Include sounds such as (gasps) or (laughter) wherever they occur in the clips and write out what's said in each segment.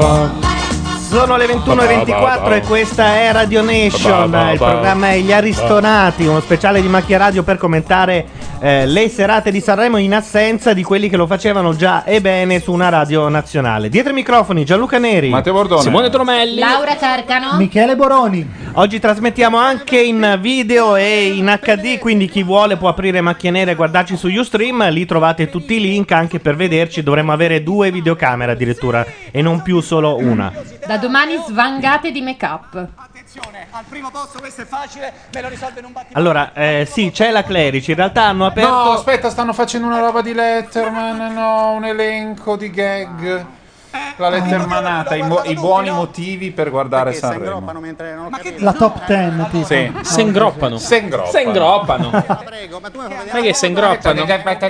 Sono le 21.24 e questa è Radio Nation, il programma è Gli Aristonati, uno speciale di macchia radio per commentare eh, le serate di Sanremo in assenza di quelli che lo facevano già e bene su una radio nazionale. Dietro i microfoni Gianluca Neri, Matteo Bordone. Simone Tromelli. Laura Cercano. Michele Boroni. Oggi trasmettiamo anche in video e in HD, quindi chi vuole può aprire macchie nere e guardarci su Ustream, lì trovate tutti i link anche per vederci, dovremmo avere due videocamere addirittura e non più solo una. Da domani svangate di make up. Al primo posto questo è facile, me lo risolve in un battito. Allora, eh, sì, c'è la Clerici, in realtà hanno aperto... No, aspetta, stanno facendo una roba di Letterman, no, un elenco di gag. La Lettermanata, i, mo- i buoni motivi per guardare Sanremo. Eh. La top 10 tipo. Ah, Sì. Se ingroppano. Se ingroppano. Se ingroppano. Eh, Non è che se ingroppano. Eccola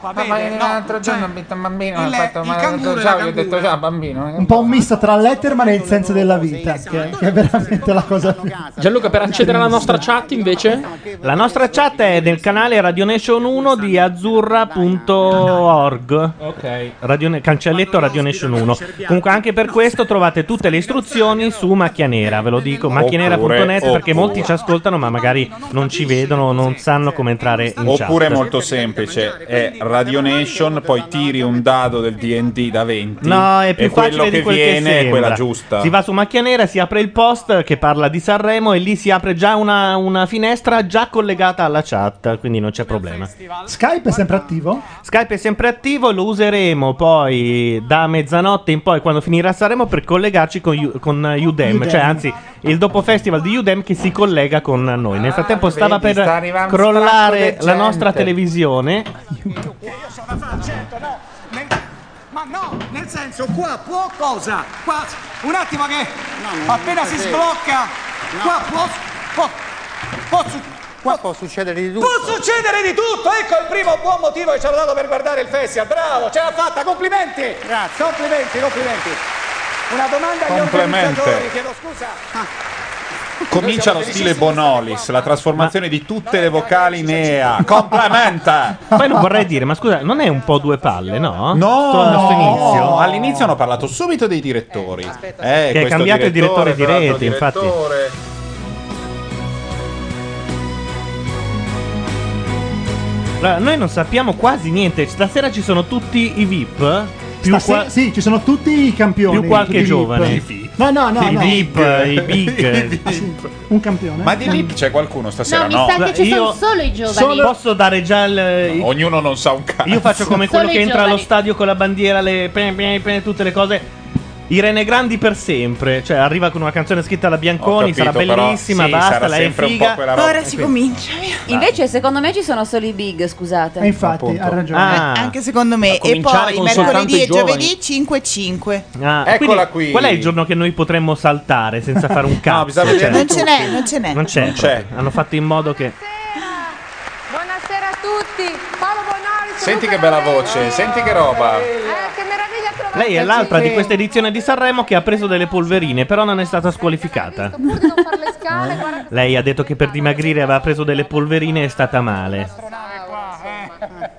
qua, Ma vede? No, eh. Cioè, l'altro giorno ho detto un bambino, Il- ha fatto il male canguro l'altro e giorno, la gli ho detto cangura. già bambino. eh. Un po' un misto tra Letterman e il senso della vita, che, che è veramente la cosa. Gianluca, per accedere alla nostra chat invece? La nostra chat è nel canale Radionation 1 di azzurra.org. Ok. Radione- cancelletto Radionation 1. Comunque anche per questo trovate tutte le istruzioni su Macchia Nera, ve lo dico, macchianera.net perché molti ci ascoltano ma magari non ci vedono, non sanno come entrare in chat. Oppure è molto semplice, è Radio Nation, poi tiri un dado del D&D da 20 No, è più e quello facile di che quel che viene è sembra. quella giusta. Si va su Macchia Nera, si apre il post che parla di Sanremo e lì si apre già una, una finestra già collegata alla chat, quindi non c'è problema. Skype è sempre attivo? Skype è sempre attivo, lo useremo poi da mezzanotte in poi quando finirà Sanremo per collegarci con, U- con Udem, Udem. cioè anzi il dopo festival di Udem che si collega con noi. Nel frattempo stava Ah, vedi, sta per arrivando un crollare sacco di la nostra gente. televisione. Io sono a fa- certo, no. Nel- Ma no, nel senso, qua può cosa? Qua, un attimo che appena si sblocca, qua può, può, può su- Qua può succedere di tutto. può succedere di tutto. Ecco il primo buon motivo che ci hanno dato per guardare il festival. Bravo, ce l'ha fatta, complimenti. Grazie. Complimenti, complimenti. Una domanda agli Complimenti. organizzatori, chiedo scusa. Ah, Comincia lo stile Bonolis, la trasformazione di tutte le vocali in EA. Complimenta! Poi non vorrei dire, ma scusa, non è un po' due palle, no? No, Sto- sto no, inizio. all'inizio hanno parlato subito dei direttori. (laughs) Eh, Che è questo cambiato il direttore di quell'altro rete, infatti. direttore. Allora, noi non sappiamo quasi niente. Stasera ci sono tutti i VIP. Più Stasera- qua- Sì, ci sono tutti i campioni. più qualche tutti i giovane. VIP. No, no, no. I no. VIP, Eh, i (laughs) big. Ah, sì, Un campione. Eh. Ma di lì c'è qualcuno stasera? No, mi No. sa che ci Io- sono solo i giovani. Posso dare già il, Ognuno non sa un cazzo. Io faccio come Solo quello che i entra allo giovani. stadio con la bandiera, le pe- pe- pe- tutte le cose. Irene Grandi per sempre, cioè arriva con una canzone scritta da Ho Bianconi, capito, sarà però, bellissima, sì, basta, sarà lei è sempre un po' figa. quella roba. si comincia. Invece, secondo me ci sono solo i big, scusate. Eh, infatti, Appunto. ha ragione. Ah, Eh, Anche secondo me. E cominciare poi con soltanto mercoledì i e giovani. giovedì 5-5. ah, Eccola quindi qui. Qual è il giorno che noi potremmo saltare senza fare (laughs) un cazzo? bisogna Cioè, vedere Non ce n'è, non ce n'è. non c'è, Non c'è. proprio. Hanno fatto in modo che. Buonasera a tutti. Paolo Bonolis. Senti Luca che bella Novelli. Eh, voce, senti che roba. Eh, che meraviglia trovarci. Lei è l'altra di questa edizione di Sanremo che ha preso delle polverine, però non è stata squalificata. Pur di non fare le scale, guarda. Lei ha detto che per dimagrire aveva preso delle polverine e è stata male.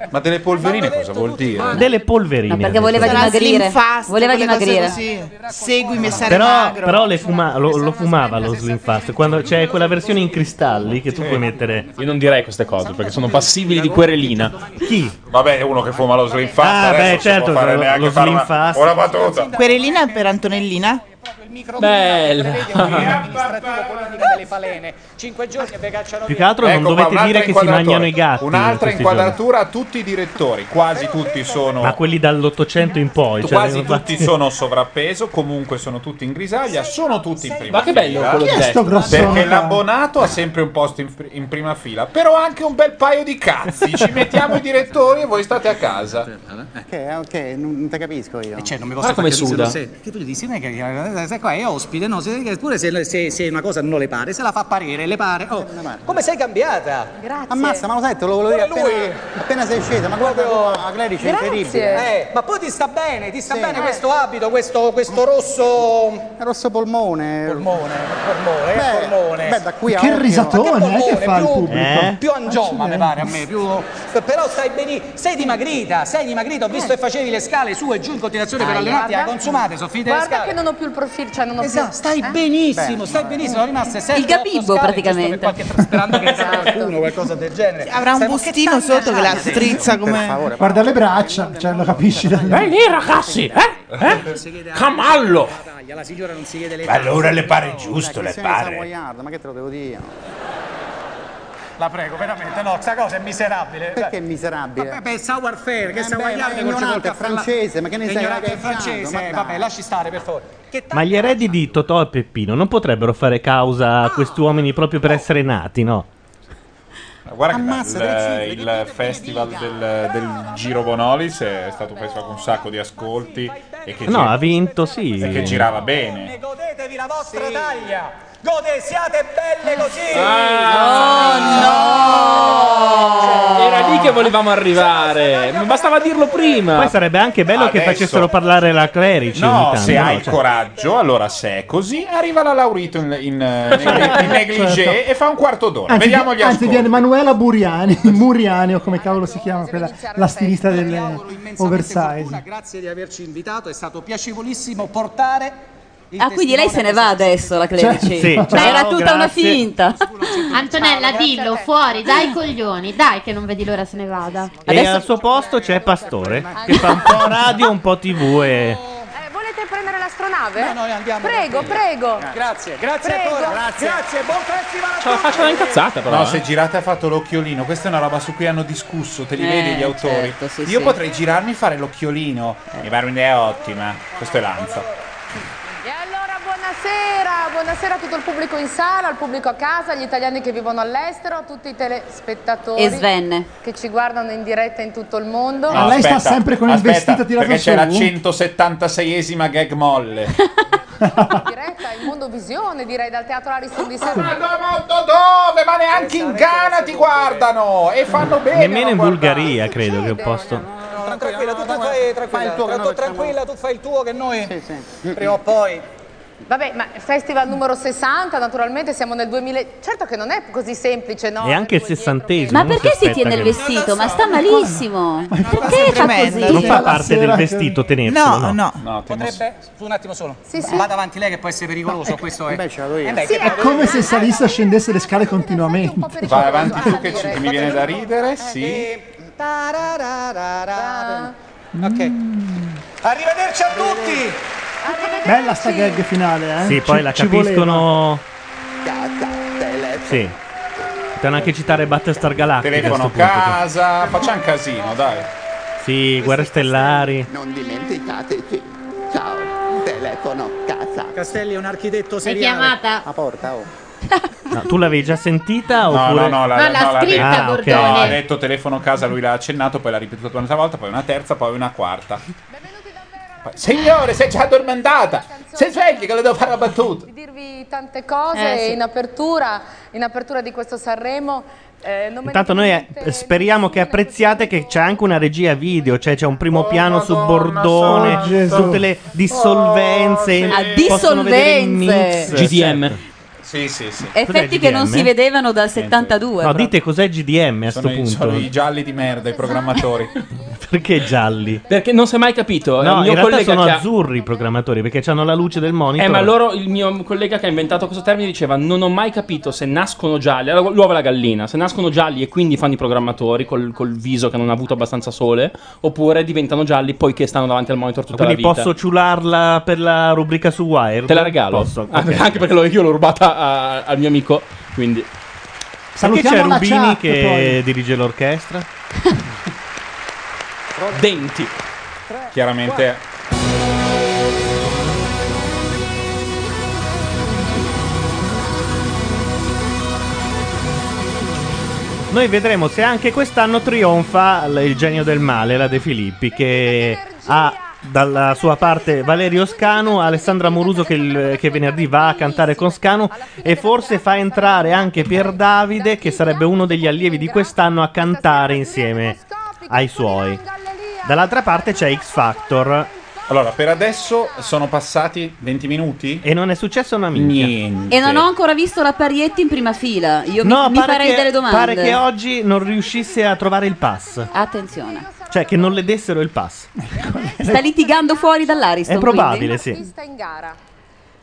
Ma delle polverine cosa vuol dire? Delle polverine. No, perché ha detto. voleva Sarà dimagrire. slim fast, Voleva quelle cose dimagrire. così. Seguimi, sarai Però, magro. però le fuma- lo, lo fumava lo Slim Fast. Quando c'è quella versione in cristalli che tu puoi mettere. Io non direi queste cose perché sono passibili di querelina. Chi? Vabbè, uno che fuma lo slim fast. Ah, adesso beh, non si certo, può fare lo- neanche lo fare slim una- fast. Una battuta. (laughs) Querelina per Antonellina? Bella. ai palene. Cinque giorni e ve cacciano Più che altro non Ecco qua, dovete un'altra dire che si inquadratura. mangiano i gatti. in Un'altra questi inquadratura a tutti i direttori, quasi tutti sono giorni. Ma quelli dall'Ottocento in poi. cioè, quasi non- tutti sono sovrappeso, comunque sono tutti in grisaglia, sono tutti in prima Ma che bello fila. quello Chi è sto detto? grossone Perché qua? l'abbonato ha sempre un posto in, in prima fila, però anche un bel paio di cazzi. Ci mettiamo i direttori e voi state a casa. Eh, Ok, ok, non non te capisco io. Cioè, non mi Guarda come suda. Che tu gli dici, non è che se qua è ospite, no? Se, che pure se, se- se una cosa non le pare, se la fa parere, le pare. Eh, Oh, come sei cambiata? Grazie. Ammazza, ma lo sai, te lo volevo dire Pure lui. appena, appena sei scesa, ma guarda qua, la Clerici è incredibile. Eh. Eh, ma poi ti sta bene, ti sta bene questo abito, questo, questo rosso. Rosso polmone. Polmone, polmone, eh, Beh, polmone. beh, da qui a Che occhio. risatone, eh, che fa il più- pubblico. Eh? Più angioma, mi pare a me, più. Però stai benissimo. Sei dimagrita, sei dimagrita. Ho visto Eh. che facevi le scale su e giù in continuazione per Dai, allenarti. guarda. Hai consumate, sono finite le Guarda scale. che non ho più il profilo, cioè non ho Esatto, più... stai eh? benissimo, stai benissimo, sono rimaste sette Il gabibbo, otto scale, praticamente. giusto per qualche- Sperando che sia qualcuno, qualcosa del genere. Avrà un Stai- ma che bustino tanta sotto che la Ah, gente. strizza come... Guarda le braccia, cioè lo capisci. dal- Beh, lì ragazzi, eh? Camallo! La signora non si chiede le Ma allora le pare giusto, Dai, le che sei una pare. savoiarda, ma che te lo devo dire? La prego, veramente, no, sta cosa è miserabile. Perché è miserabile? Vabbè, è savoir-faire, che Eh, beh, savoir-faire ma è col ignorante, col è caffè alla- francese, ma che ne sai, Ignorante raga, è è francese, francese, eh, ma dai. vabbè, lasci stare, per favore. Che Ma gli eredi di Totò e Peppino non potrebbero fare causa a questi uomini proprio per essere nati, no? Guarda Ammazza, che dai, bello, il, il festival del, del Giro Bonolis è stato un festival con un sacco di ascolti e che, No, gi- ha vinto, sì. e che girava bene. godetevi la vostra taglia! Gode, siate belle così! Ah, Era lì che volevamo arrivare. Mi bastava dirlo prima. Poi sarebbe anche bello che Adesso- facessero parlare la Clerici. ogni No, tanto, se no? hai il Cioè- coraggio, allora se è così, arriva la Laurito in, in, eh, negli- in negligé Certo. e fa un quarto d'ora. Anzi, Vediamo gli vi- anzi, ascolti. viene Manuela Buriani, Muriani o come cavolo si chiama quella, la stilista delle oversize. Grazie di averci invitato, è stato piacevolissimo portare il Ah, quindi lei se ne va adesso, Cioè, la Clerici? Sì, Ma ciao, era tutta una grazie. finta. Antonella, dillo fuori, dai coglioni, dai che non vedi l'ora se ne vada. E al suo posto c'è Pastore, che fa un po' radio, un po' tv e... Eh, volete prendere l'astronave? No, noi andiamo. Prego, prego. Grazie, grazie Prego. ancora. Grazie. buon festival a Ce la faccio una incazzata, però. No, eh. se girate ha fatto l'occhiolino, questa è una roba su cui hanno discusso, te li Eh, vedi gli autori. certo, sì, Eh. Io sì. potrei girarmi e fare l'occhiolino. Mi pare un'idea ottima. Questo è Lanza. E allora buonasera, buonasera a tutto il pubblico in sala, al pubblico a casa, agli italiani che vivono all'estero, a tutti i telespettatori E Svenne. che ci guardano in diretta in tutto il mondo. No, aspetta, aspetta, Perché c'è la su? 176esima gag (laughs) molle. diretta in Mondo Visione, direi dal Teatro Ariston di Serra. dove? Ma neanche Eh, in Ghana ti guardano e fanno bene. Nemmeno in Bulgaria, credo che è un posto... Tranquilla, tu fai tranquilla, il tuo, che tu noi tranquilla, tu fai il tuo che noi prima o poi Vabbè, ma festival numero 60, naturalmente siamo nel 2000. Certo che non è così semplice, no? E anche il sessantesimo. Ma non perché si aspetta tiene il che- vestito? Ma sta malissimo. Perché fa tremenda. così? Non fa La parte sera del che- vestito tenerselo, no? potrebbe su un attimo solo. Sì, sì. Vada avanti lei che può essere pericoloso, questo è. Eh beh, che- È come se salisse e scendesse le scale continuamente. Vai avanti tu che ci- mi viene da Eh, ridere, sì. Ok. Arrivederci a tutti. Mm. Bella sta gag finale, eh? Sì, poi Ci- la ci voleva. capiscono... Sì. Potevano anche citare Battlestar Galactica a Telefono sto a punto. cioè. casa, facciamo un casino, dai. Sì, Guerre Stellari. Non dimenticateci. Ciao, telefono, casa. Castelli è un architetto L'hai seriale. chiamata? A porta, oh. No, tu l'avevi già sentita No, oppure... no, no, la, No, l'ha no, l'ha scritta, detto. Ah, ok. Bordone. No, ha detto telefono a casa, lui l'ha accennato, poi l'ha ripetuto un'altra volta, poi una terza, poi una quarta. Poi, Signore, sei già addormentata! Sei svegli che le devo fare la battuta! Di dirvi tante cose Eh, sì. in apertura, in apertura di questo Sanremo. eh, non me ne Intanto noi eh, speriamo che apprezziate che c'è anche una regia video, cioè c'è un primo Oh, piano su Bordone, santa. Gesù. tutte le Oh, dissolvenze, Ah, possono vedere il dissolvenze. mix, GDM. certo. Sì, sì, sì. Effetti che non GDM? si vedevano dal 72. No, dite cos'è GDM a sto Sono i, sono i punto. gialli di merda, i programmatori. Perché gialli? Perché non si è mai capito. eh, il mio No, in realtà collega sono che ha- azzurri i programmatori perché hanno la luce del monitor. Eh, ma loro, il mio collega che ha inventato questo termine diceva: Non ho mai capito se nascono gialli. allora, L'uovo e la gallina. Se nascono gialli e quindi fanno i programmatori col, col viso che non ha avuto abbastanza sole, oppure diventano gialli poiché stanno davanti al monitor tutta la Quindi vita. posso ciularla per la rubrica su Wire? Te la regalo. Posso. Ah, Anche perché l'ho- io l'ho rubata a- a- al mio amico. Quindi. Perché c'è Rubini che dirige l'orchestra? Denti. Chiaramente Noi vedremo se anche quest'anno trionfa l- il genio del male, la De Filippi, che ha dalla sua parte Valerio Scanu, Alessandra Moruso che, il- che venerdì va a cantare con Scanu e forse fa entrare anche Pier Davide, che sarebbe uno degli allievi di quest'anno, a cantare insieme ai suoi. Dall'altra parte c'è X Factor. Allora, per adesso sono passati 20 minuti. E non è successo una minchia. Niente. E non ho ancora visto la Parietti in prima fila. Io mi- No, mi, pare farei che- delle domande. Pare che oggi non riuscisse a trovare il pass. Attenzione. Cioè, che non le dessero il pass. Eh, Sta litigando fuori dall'Ariston. È probabile, quindi? sì. in gara.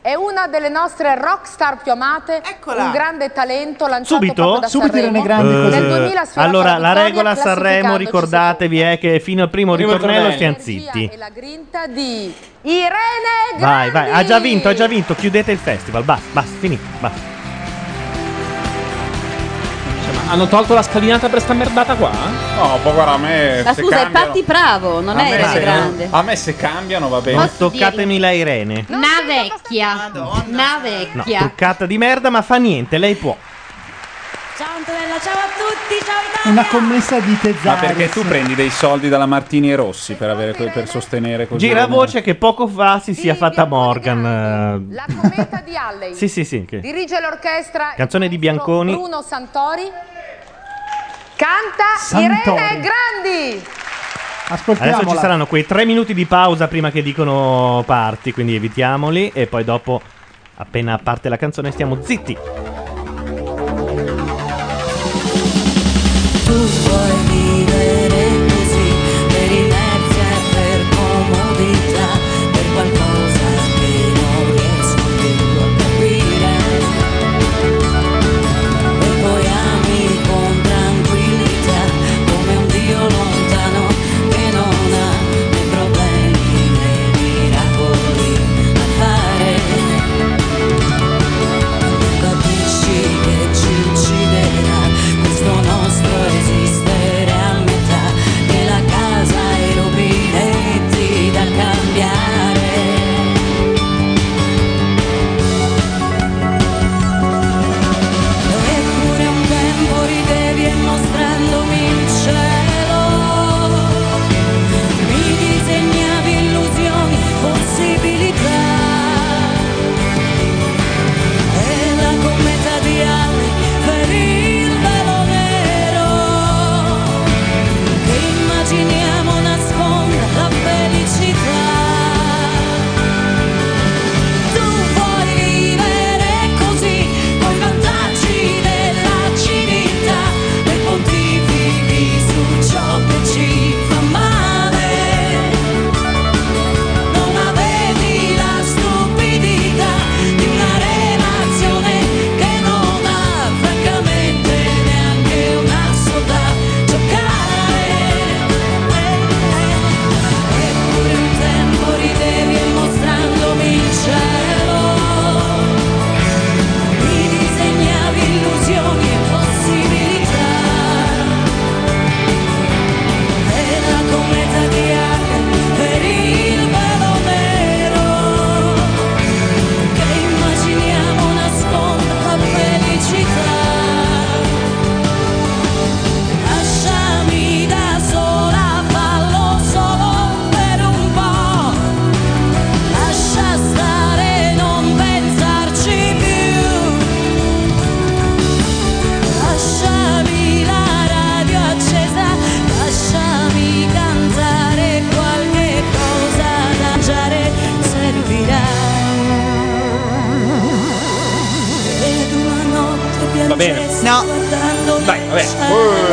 È una delle nostre rockstar più amate, un grande talento lanciato Subito? proprio da Subito Sanremo. Irene Grandi così. Nel 2000 sfiorata Allora, la vittoria, regola a Sanremo, classificandoci ricordatevi, è che fino al primo Primo ritornello ritornello. stiamo zitti. la grinta di Irene Vai, vai, ha già vinto, ha già vinto, chiudete il festival, basta, basta, finito, basta. Cioè, ma hanno tolto la scalinata per sta merdata qua? No, poi guarda, a Eh, me. Ma se scusa, è cambiano- Patti Bravo, non a è me Irene se- Grande. A me se cambiano va bene. Non toccatemi la Irene. Una vecchia. oh, Una No, vecchia. toccata di merda, ma fa niente, lei può. Ciao Antonella, ciao a tutti, ciao Italia. Una commessa di Ma Tezzari. perché tu prendi dei soldi dalla Martini e Rossi per, avere que- per sostenere così? Gira voce che poco fa si sia fatta Morgan. eh, La cometa di Alley. Sì, sì, sì. che- Dirige l'orchestra Canzone di Bianconi. Bruno Santori. Canta Santori. Irene Grandi. Adesso ci Ascoltiamola. saranno quei tre minuti di pausa prima che dicono parti, quindi evitiamoli. E poi dopo, appena parte la canzone, stiamo zitti. Tu vuoi vivere così per inerzia e per comodità, per qualcosa che non riesco più a capire. E poi ami con tranquillità, come un Dio lontano che non ha né problemi né miracoli a fare. Capisci che ci ucciderà questo nostro esistere a metà che la casa e i rubinetti da cambiare eppure un tempo ridevi e mostrandomi il cielo mi disegnavi illusioni possibilità e la cometa di Halley per il velo nero che immaginiamo nasconda la felicità. Tu vuoi vivere così con i vantaggi della civiltà e pontifichi su ciò che ci fa male. Non avevi la stupidità di una relazione che non ha francamente neanche una sola giocare. Eppure il tempo ridevi e mostrandomi il cielo. Mi disegnavi illusioni e possibilità. E la cometa di Halley per il velo nero che immaginiamo nasconda la felicità. Lasciami da sola, fallo solo per un po'. Lascia stare, non pensarci più. Lasciami la radio accesa, lasciami cantare qualche cosa da mangiare servirà. Va bene. No. Dai, vabbè.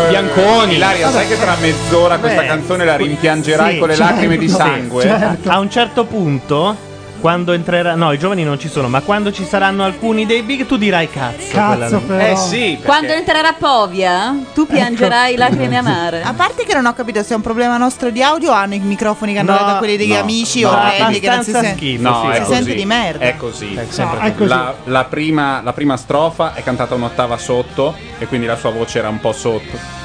Bianconi. Ilaria, sai che tra mezz'ora questa Beh, canzone la rimpiangerai sì, con le certo, lacrime di sì, sangue? certo. A un certo punto Quando entrerà. No, i giovani non ci sono, ma quando ci saranno alcuni dei big, tu dirai cazzo. Cazzo, quella- però. Eh, sì, Quando entrerà Povia, tu piangerai lacrime amare. A parte che non ho capito se è un problema nostro di audio o hanno i microfoni che hanno No, dato quelli degli no, amici no, o quelli che non si abbastanza sente. schifo, No, si è così. sente di merda. È così. sempre No, così. è così. La, la prima, la prima strofa è cantata un'ottava sotto e quindi la sua voce era un po' sotto.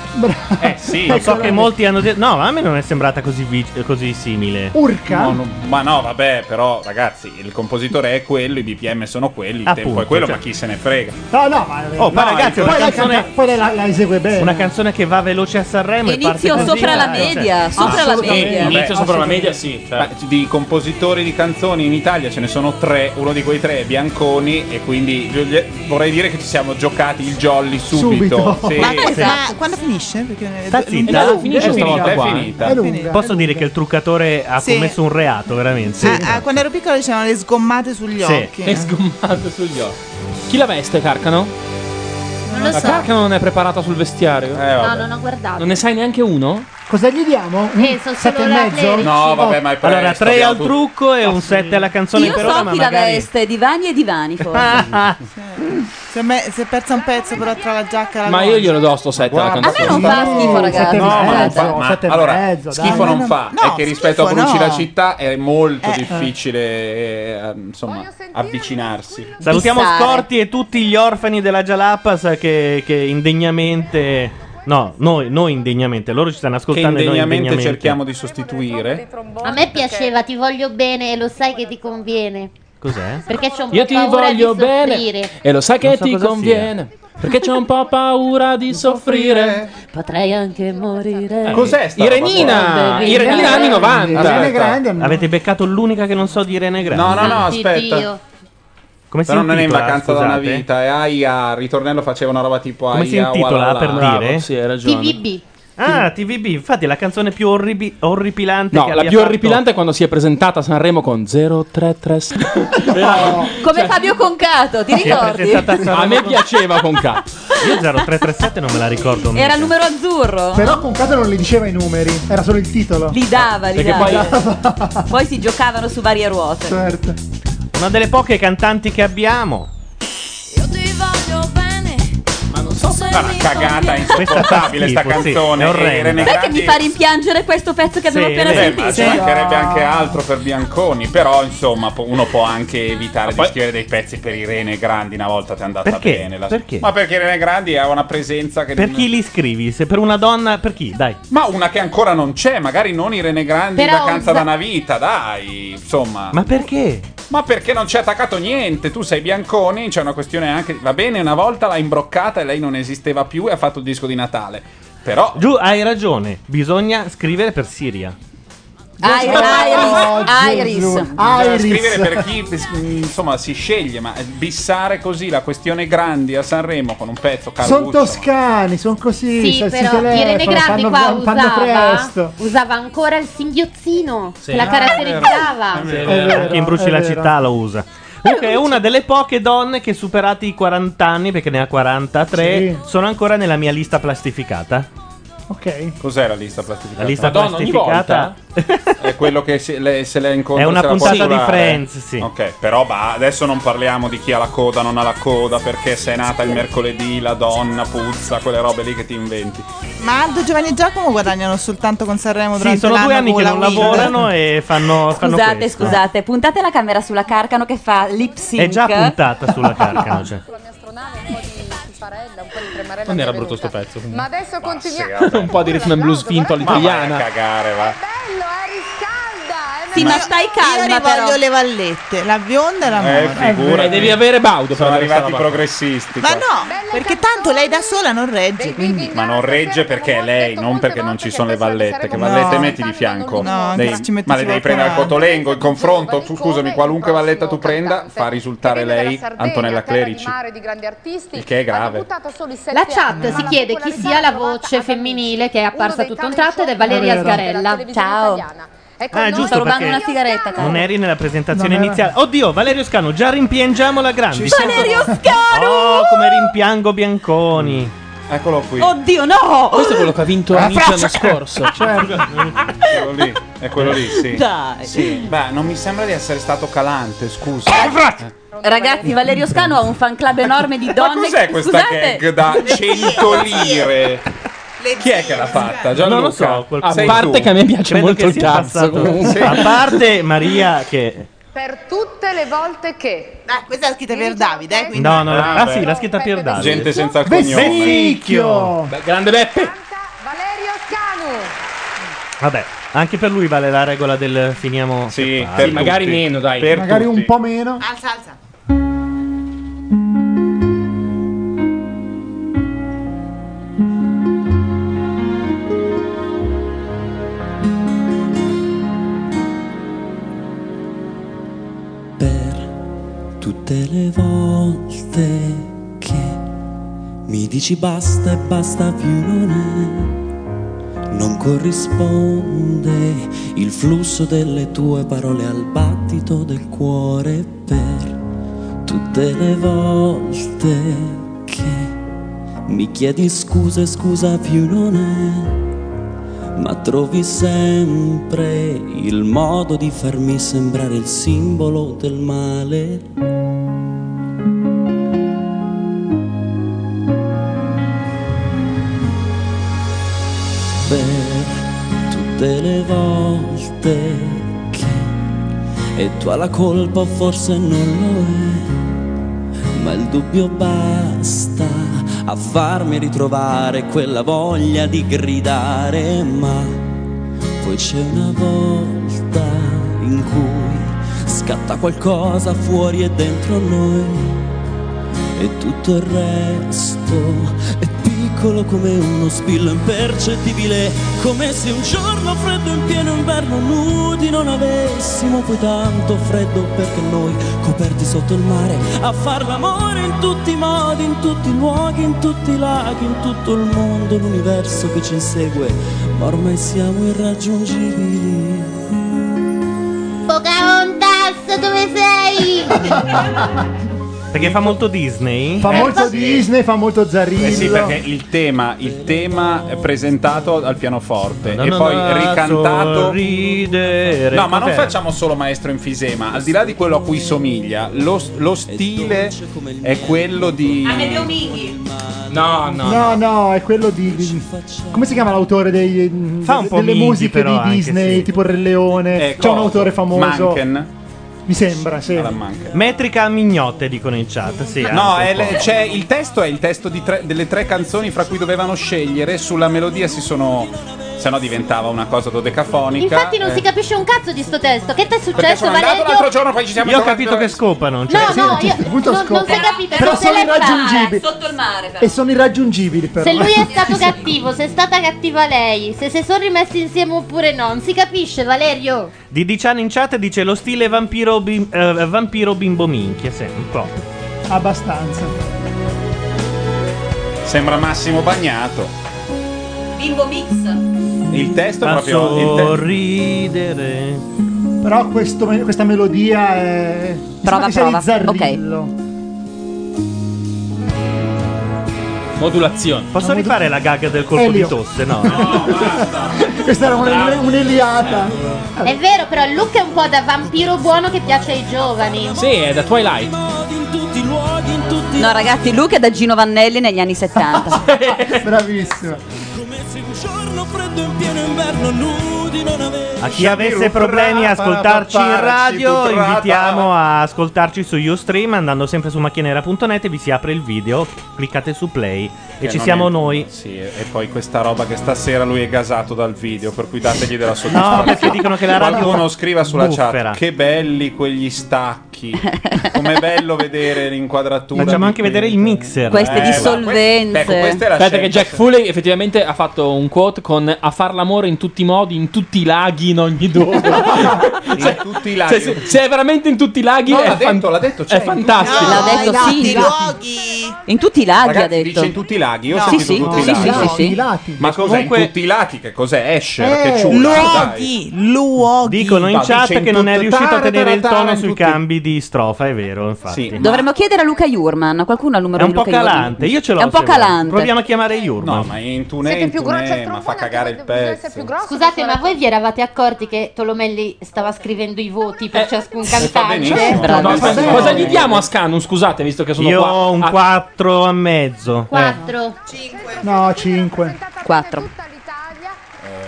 Eh sì, Lo Ecco. so che molti hanno detto. No, ma a me non è sembrata così, vic- così simile. No, no, ma no, vabbè, però ragazzi, il compositore è quello, i BPM sono quelli, il tempo Appunto, è quello, cioè- ma chi se ne frega. No, no, ma. Oh, ma ragazzi, poi una la, canzone- canta- poi lei la, la esegue bene. Una canzone che va veloce a Sanremo e parte Inizio così, sopra la dai, cioè- media, sopra la media. Inizio sopra la media, sì. cioè. Ma Di compositori di canzoni in Italia ce ne sono tre, uno di quei tre è Bianconi e quindi gli- vorrei dire che ci siamo giocati il jolly subito. Sì, ma, sì. ma quando finisce? Perché eh, Sta zitta, Eh, È lunga, finisce è lunga. stavolta qua. È lunga. Posso dire che il truccatore ha Sì. commesso un reato, veramente. Ah, ah, quando ero piccola dicevano le sgommate sugli Sì. occhi. Eh. È sgommato sugli occhi. Chi la veste, Carcano? Non lo la so. Carcano non è preparata sul vestiario. Eh, No, non ho guardato. Eh, Non ne sai neanche uno? Cosa gli diamo? Un Eh, sono sette solo e la mezzo? clerici. No, vabbè, ma è presto, Allora, tre abbiamo al tutto. trucco e un sette alla canzone Ah, Io per ora, so ma chi la magari... veste, divani e divani forse. (laughs) Se, me- se persa un pezzo però trova la giacca la Ma nuova. io glielo do sto set alla A me canzone. non fa schifo ragazzi. No, ma non fa- ma- sette e allora, mezzo, dai. schifo non No, fa, no, è che rispetto schifo a Bruci no. la città è molto eh. difficile eh, insomma, avvicinarsi. Salutiamo Scorti Scorti e tutti gli orfani della Jalapas che, che indegnamente... No, noi, noi indegnamente, loro ci stanno che ascoltando e noi indegnamente indegnamente. cerchiamo di sostituire. A me piaceva, ti voglio bene e lo sai che ti conviene. Cos'è? Perché c'è un po' Io ti paura di voglio bene soffrire. e lo sai Non che so ti cosa conviene. Perché c'ho un po' paura di soffrire. Potrei anche Eh, morire. Cos'è sta roba qua? Irenina! Irenina anni 90. Aspetta. Grande Avete beccato l'unica che non so di Irene Grande. No, no, no, aspetta. Come si Però non è in intitola, vacanza da una scusate? vita. E Aia, il ritornello faceva una roba tipo Aia. Come si intitola walala. per dire? TVB. Ah, TVB, infatti è la canzone più orribi- orripilante No, che la abbia più fatto. orripilante è quando si è presentata a Sanremo con 0336. Come Cioè, Fabio Concato, ti (laughs) Si è ricordi? presentata a Sanremo A me con- piaceva con K. Io 0337 non me la ricordo. Era mica. il numero azzurro. Però con Cato non le diceva i numeri, era solo il titolo. Li dava, li Perché dava. diciamo. Poi... si giocavano su varie ruote. Certo. Una delle poche cantanti che abbiamo. Io ti voglio bene, ma non so se Fa una mi cagata conviene. insopportabile sta schifo, sì, canzone. è orrenda. Irene Sai che Grandi- mi fa rimpiangere questo pezzo che abbiamo appena Beh, ma sentito? ci mancherebbe anche altro per Bianconi, però insomma po- uno può anche evitare di scrivere dei pezzi per Irene Grandi una volta ti è andata Perché? bene. la- Perché? Ma perché Irene Grandi ha una presenza che... Per chi li scrivi? Se per una donna, per chi? Dai. Ma una che ancora non c'è, magari non Irene Grandi in Però usa- vacanza da una vita, dai, insomma. Ma perché? Ma perché non ci ha attaccato niente? Tu sei Bianconi, c'è una questione anche. Va bene, una volta l'ha imbroccata e lei non esisteva più e ha fatto il disco di Natale. Però. Giù, hai ragione. Bisogna scrivere per Siria. Iris, Iris. Bisogna scrivere per chi mm, insomma si sceglie, ma bissare così la questione grandi a Sanremo con un pezzo caro Sono gusto, toscani, sono così. Sì, se- si però telefono, Irene Grandi fanno, qua fanno usava, presto. usava ancora il singhiozzino Sì. che la Ah, caratterizzava. Chi imbruci la città lo usa. Comunque è una delle poche donne che superati i 40 anni, perché ne ha 43, sono ancora nella mia lista plastificata. Ok. ma- Cos'è la lista plastificata? La lista Madonna, ogni plastificata- volta? (laughs) è quello che se le, se le incontra È una se la può puntata di curare. Friends, sì. Ok, però bah, adesso non parliamo di chi ha la coda, non ha la coda, perché sei nata il mercoledì, la donna puzza, quelle robe lì che ti inventi. Eh, Ma Aldo, Giovanni e Giacomo guadagnano soltanto con Sanremo Sì, durante sono l'anno due anni con che la non Wind. lavorano e fanno, fanno Scusate, questo. scusate, puntate la camera sulla Carcano che fa lip sync. È già puntata sulla carcano, cioè. Non era brutto sto pezzo. Ma adesso continuiamo. (laughs) un po' di rhythm and blues finto Ma all'italiana. vai a cagare, va. eh, Sì, ma stai calma Io rivoglio le vallette, la bionda e la Eh, mora. figurati. devi avere Baudo. Sono per avere arrivati i sta roba. progressisti. Ma qua. no, perché tanto lei da sola non regge, quindi... Ma non regge perché è lei, non perché non ci sono le vallette. Che vallette No. metti di fianco? No, Dei- anche se ci metti ma le sulla devi prendere al canale. cotolengo. Il confronto, tu scusami, qualunque valletta tu prenda, fa risultare lei Antonella Clerici. Mare di grandi artisti. Il che è grave. La chat si chiede chi sia la voce femminile che è apparsa tutto un tratto ed è Valeria È vero. Sgarella. Ciao. Ah, giusto, Sto rubando perché una sigaretta, cara. Non eri nella presentazione Non era. iniziale. Oddio, Valerio Scano, già rimpiangiamo la grande. Valerio Scano! Oh, come rimpiango Bianconi. Eccolo qui. Oddio, no! Questo è quello che ha vinto Ah, Amici l'anno Francia! (laughs) scorso. Certo. certo. quello lì, è quello lì, (laughs) sì. Dai. Sì. Beh, non mi sembra di essere stato calante, scusa. Eh, Eh. Ragazzi, Valerio Scano ha un fan club enorme di donne. Cos'è questa Scusate. (laughs) gag da 100 lire? Chi è che l'ha fatta? Gianluca? Non lo so, qualcuno. A parte che a me piace Credo molto che il sia cazzo, passato- (laughs) comunque. A parte Maria che... Per tutte le volte che. Beh, questa è scritta per Davide, eh, quindi. No, no, Ah, ah, beh. sì, l'ha scritta Pier Davide. Gente senza cognome. Vessicchio! Beh, grande Beppe! Valerio Scanu. Vabbè, anche per lui vale la regola del finiamo. Sì, per Sì, magari tutti. meno, dai. Magari un po' meno. Alza, alza. Tutte le volte che mi dici basta e basta più non è, non corrisponde il flusso delle tue parole al battito del cuore per tutte le volte che mi chiedi scusa e scusa più non è, ma trovi sempre il modo di farmi sembrare il simbolo del male. per tutte le volte che e tu hai la colpa o forse non lo è, ma il dubbio basta a farmi ritrovare quella voglia di gridare, ma poi c'è una volta in cui scatta qualcosa fuori e dentro noi e tutto il resto è piccolo come uno spillo impercettibile, come se un giorno freddo in pieno inverno nudi non avessimo poi tanto freddo perché noi coperti sotto il mare a far l'amore in tutti i modi, in tutti i luoghi, in tutti i laghi, in tutto il mondo, l'universo che ci insegue, ma ormai siamo irraggiungibili. Pocahontas, dove sei? Perché fa molto Disney. Fa Eh, molto sì. Disney, fa molto Zarrillo. Eh sì, perché il tema, il tema è presentato al pianoforte e no, poi no, ricantato. sorridere. No, ma non Cos'è? facciamo solo maestro enfisema. Al di là di quello a cui somiglia, lo, lo stile è quello di. Ah, Minghi. No, no. No, no, è quello di. di- Come si chiama l'autore dei, mm, Fa un po' delle Minghi, musiche però, di anche, Disney, sì. tipo Il Re Leone? Eh, C'è un cosa? autore famoso. Manken? Mi sembra, sì. Metrica a mignotte, dicono in chat. Sì, No, anche è un po'. le- c'è- il testo è il testo di tre- delle tre canzoni fra cui dovevano scegliere. Sulla melodia si sono. Se no diventava una cosa dodecafonica. Infatti non Eh, si capisce un cazzo di sto testo. Che ti è Perché successo, sono andato l'altro Valerio? giorno, poi ci siamo Io ho trovati capito che scopano. No, no, io non, non si è capito. Però non se sono l'è fatta. irraggiungibili. Sotto il mare, però. E sono irraggiungibili, però. Se lui è stato cattivo, se è stata cattiva lei, se si sono rimessi insieme oppure no, non si capisce, Valerio. Di Dician in chat dice lo stile vampiro, bim- eh, vampiro bimbo minchia. Sì, un po'. (laughs) Abbastanza. Sembra Massimo Bagnato. Bimbo Mix. Il testo è Fa proprio. il te- sorridere. Però questo me- questa melodia è. Prova, mi sa che prova. sia di Ok. Zarrillo. Modulazione. Posso rifare la gag del colpo Elio. di tosse? No. Questa era un- un'eliata. È vero, però il look è un po' da vampiro buono che piace ai giovani. Sì, è da Twilight. No, ragazzi, Luca è da Gino Vannelli negli anni (laughs) 70. Ah, Bravissimo. A chi avesse problemi a ascoltarci in radio, invitiamo a ascoltarci su Ustream andando sempre su macchianera.net e vi si apre il video, cliccate su play e che ci non siamo è- noi. Sì, e e poi questa roba che stasera lui è gasato dal video, per cui dategli della soddisfazione. No, perché dicono che la radio Qualcuno scriva sulla buffera. chat: Che belli quegli (laughs) stacchi. Com'è bello vedere l'inquadratura. Facciamo di anche quel- vedere il mixer. Queste Eh, ma que- dissolvenze. ecco, questa è la Aspetta che scelta. Jack Foley effettivamente ha fatto un quote con a far l'amore in tutti i modi, in tutti i laghi, in ogni dove. in tutti i laghi. (laughs) Cioè, se, se è veramente in tutti i laghi No, è, l'ha detto, l'ha detto, c'è è in tutti i fantastico. laghi. L'ha detto dai, dai, Silvia. In tutti i laghi ha Ragazzi, detto. dice in tutti i laghi. Io No. ho sentito Sì, sì. tutti i Sì, sì, laghi. sì, sì. Ma cos'è in comunque- tutti i laghi? Che cos'è? Escher? Eh, che ciula? luoghi, luoghi. Dicono in No, chat dice in che non è tutto- riuscito a tenere il taratara tono in sui tutti- cambi di strofa, è vero, infatti. Dovremmo chiedere a Luca Iurman. Qualcuno ha il numero È un di po' Luca calante, Iurman? io ce l'ho. È un po' se vuoi. calante. Proviamo a chiamare Iurman. No, ma in Tunè, Siete in più grossi, Tunè, il ma fa cagare il pezzo. Scusate, ma voi vi eravate accorti che Tolomelli stava scrivendo i voti Eh, per ciascun No, cantante? no, aspetta, Certo. cosa gli diamo a Scanum? Scusate, visto che sono Io qua. Eh. ho un Ah, 4 e mezzo. Quattro. No, 5. 4.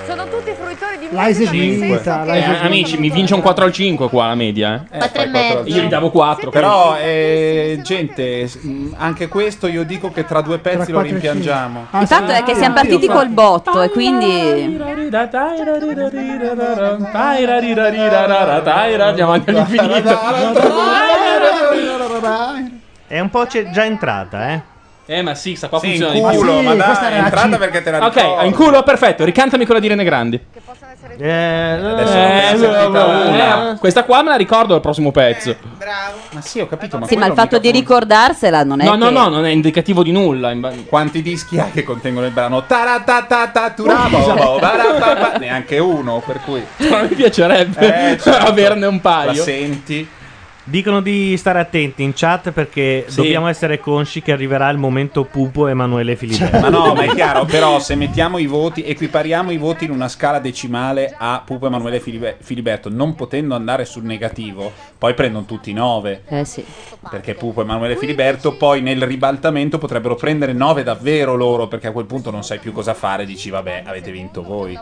Sono tutti fruitori di L'hai musica. nel eseguita, senso eh, l'hai che- amici, mi vince un 4 al 5 qua la media. Eh. Quattro e mezzo. Io gli davo 4. Però, eh, gente, s- mh, anche questo io dico che tra due pezzi lo quattro e cinque. rimpiangiamo. Il fatto è che siamo Ah, partiti col botto e quindi. Andiamo anche all'infinito. È un po' c'è- già entrata, eh. Eh, ma sì, sta qua Sì, funziona. in culo, Ah, Sì, ma dai, questa era la entrata cin- perché te la Ok, in culo, perfetto. Ricantami quella di Rene Grandi. Eh, eh, questa qua me la ricordo al prossimo pezzo. Eh, Ma sì, ho capito, ma Sì, ma il quello fatto di ricordarsela non è. No, no, che- no, non è indicativo di nulla. Quanti dischi ha che contengono il brano? Taratatataturabobo, barababa, Neanche uno, per cui... (laughs) Mi piacerebbe Eh, certo. averne un paio. La senti? Dicono di stare attenti in chat perché Sì. dobbiamo essere consci che arriverà il momento pupo Emanuele Filiberto. Ma no, ma è chiaro, però se mettiamo i voti, equipariamo i voti in una scala decimale a Pupo Emanuele Filibe- Filiberto, non potendo andare sul negativo, poi prendono tutti 9. Eh sì. Perché Pupo Emanuele Filiberto poi nel ribaltamento potrebbero prendere 9 davvero loro, perché a quel punto non sai più cosa fare, dici vabbè, avete vinto voi.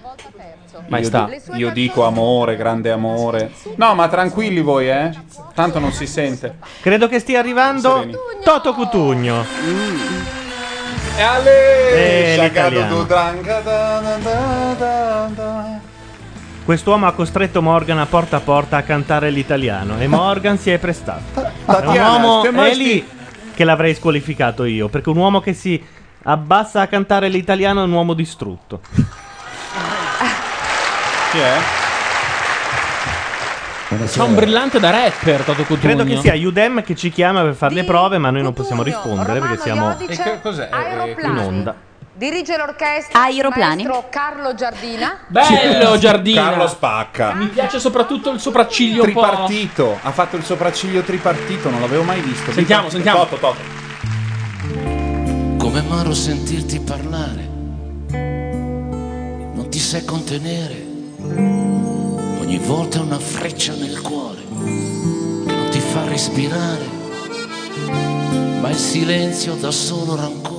Ma io, sta. di- io dico amore, grande amore. No, ma tranquilli voi, eh. Tanto non si sente. Credo che stia arrivando Toto Cutugno. Mm. E alle Eh, l'italiano. Quest'uomo ha costretto Morgan a porta a porta a cantare l'italiano e Morgan si è prestato. È un Tatiana, uomo che mai è lì che l'avrei squalificato io, perché un uomo che si abbassa a cantare l'italiano è un uomo distrutto. Chi è? C'è un brillante da rapper, Toto Cutugno. Credo che sia Udem che ci chiama per fare le prove, ma noi non possiamo rispondere perché siamo Iodice, E che cos'è? Eh, in onda. Dirige l'orchestra Ah, Aeroplani. maestro Carlo Giardina. Bello, Giardino. Carlo Spacca. Mi piace soprattutto il sopracciglio un po'- tripartito. Ha fatto il sopracciglio tripartito, non l'avevo mai visto. Sentiamo, sentiamo. Toto, Toto. Come amaro sentirti parlare, non ti sai contenere, ogni volta è una freccia nel cuore che non ti fa respirare, ma il silenzio dà solo rancore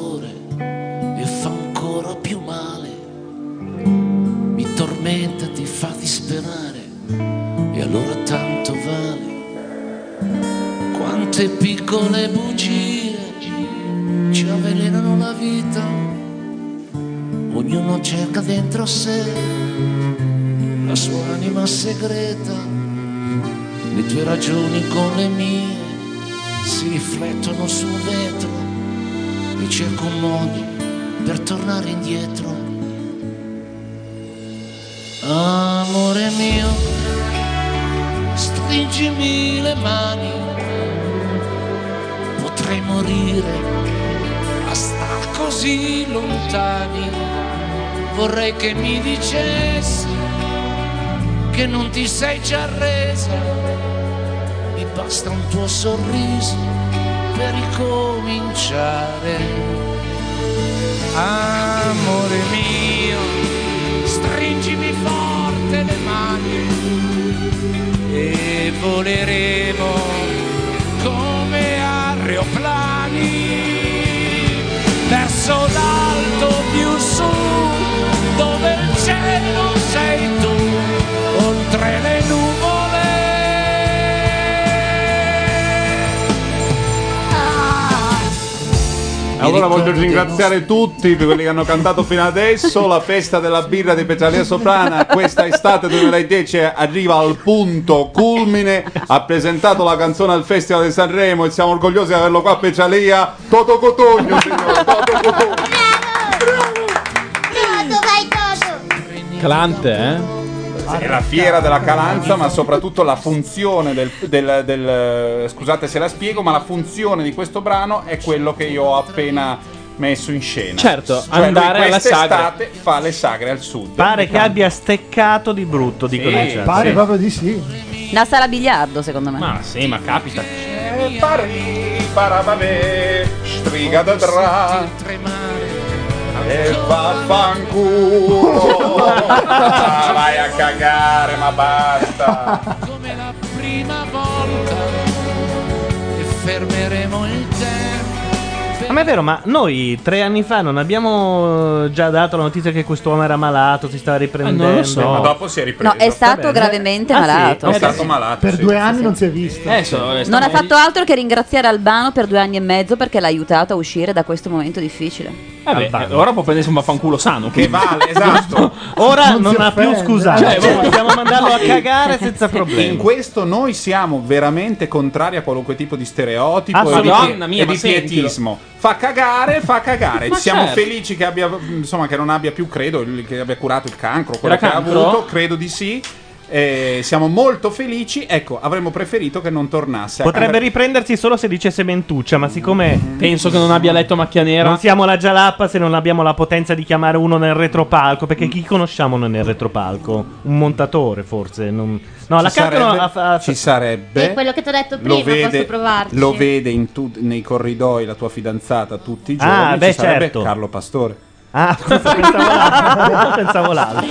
e fa ancora più male, mi tormenta, ti fa disperare e allora tanto vale. Quante piccole bugie ci avvelenano la vita. Ognuno cerca dentro sé la sua anima segreta. Le tue ragioni con le mie si riflettono sul vetro. E cerco un modo per tornare indietro. Amore mio, stringimi le mani, potrei morire a star così lontani. Vorrei che mi dicessi che non ti sei già resa. Mi basta un tuo sorriso per ricominciare. Amore mio, stringimi forte le mani e voleremo come aeroplani verso l'alto più su dove il cielo sei tu oltre le nuvole Allora voglio ringraziare tutti per quelli che hanno cantato fino adesso. La festa della birra di Pezzalia Soprana questa estate 2010 arriva al punto culmine. Ha presentato la canzone al Festival di Sanremo e siamo orgogliosi di averlo qua a Pezzalia. Toto Cotogno, signore, Toto Cotogno. Toto, vai Toto! Calante, eh? Sì, la fiera della Calanza, ma soprattutto la funzione del, del- del- Scusate se la spiego, ma la funzione di questo brano è quello che io ho appena messo in scena. Certo, Cioè, lui andare alla sagra. quest'estate fa le sagre al sud. Pare che abbia steccato di brutto, dicono Sì, i certi. Pare proprio di sì. Una sala biliardo, secondo me. Ma sì, ma capita. Eh, Pari, parababè, striga da dra. E (laughs) vaffanculo. Ah, vai a cagare, ma basta. prima volta e fermeremo il tempo. Ah, Ma è vero, ma noi tre anni fa non abbiamo eh, già dato la notizia che quest'uomo era malato, si stava riprendendo. Ah, non lo so. Ma dopo si è ripreso. No, è stato Va bene. gravemente Ah, sì? malato. È stato malato. Eh, Per sì. due anni non si è visto. cioè, Non ha fatto altro che ringraziare Albano per due anni e mezzo perché l'ha aiutato a uscire da questo momento difficile. Vabbè, eh, ora può prendersi un vaffanculo sano. Che vale, esatto. (laughs) Ora non, ha più scusato. Cioè, (laughs) Cioè, dobbiamo mandarlo a Sì. cagare senza problemi. In questo noi siamo veramente contrari a qualunque tipo di stereotipo e di, Assolutamente. Madonna mia, e di ma sentilo. pietismo. Fa cagare, fa cagare. Ma siamo certo. felici che abbia, insomma, che non abbia più, credo, il- che abbia curato il cancro, quello Era che cancro? ha avuto, credo di sì. Eh, siamo molto felici. Ecco, avremmo preferito che non tornasse. a Potrebbe cagare. riprendersi solo se dicesse mentuccia, ma siccome. Penso che non abbia letto macchia nera. Non siamo la Jalappa se non abbiamo la potenza di chiamare uno nel retropalco. Perché chi conosciamo non è nel retropalco? Un montatore, forse. non- No, la Ci carta non sarebbe- ha fa- Ci sarebbe. È quello che ti ho detto Lo prima, posso vede, provarci. lo vede in tu- nei corridoi la tua fidanzata tutti i giorni. Ah, ci beh, sarebbe certo. Carlo Pastore. Ah, pensavo (laughs) l'altro. pensavo l'altro.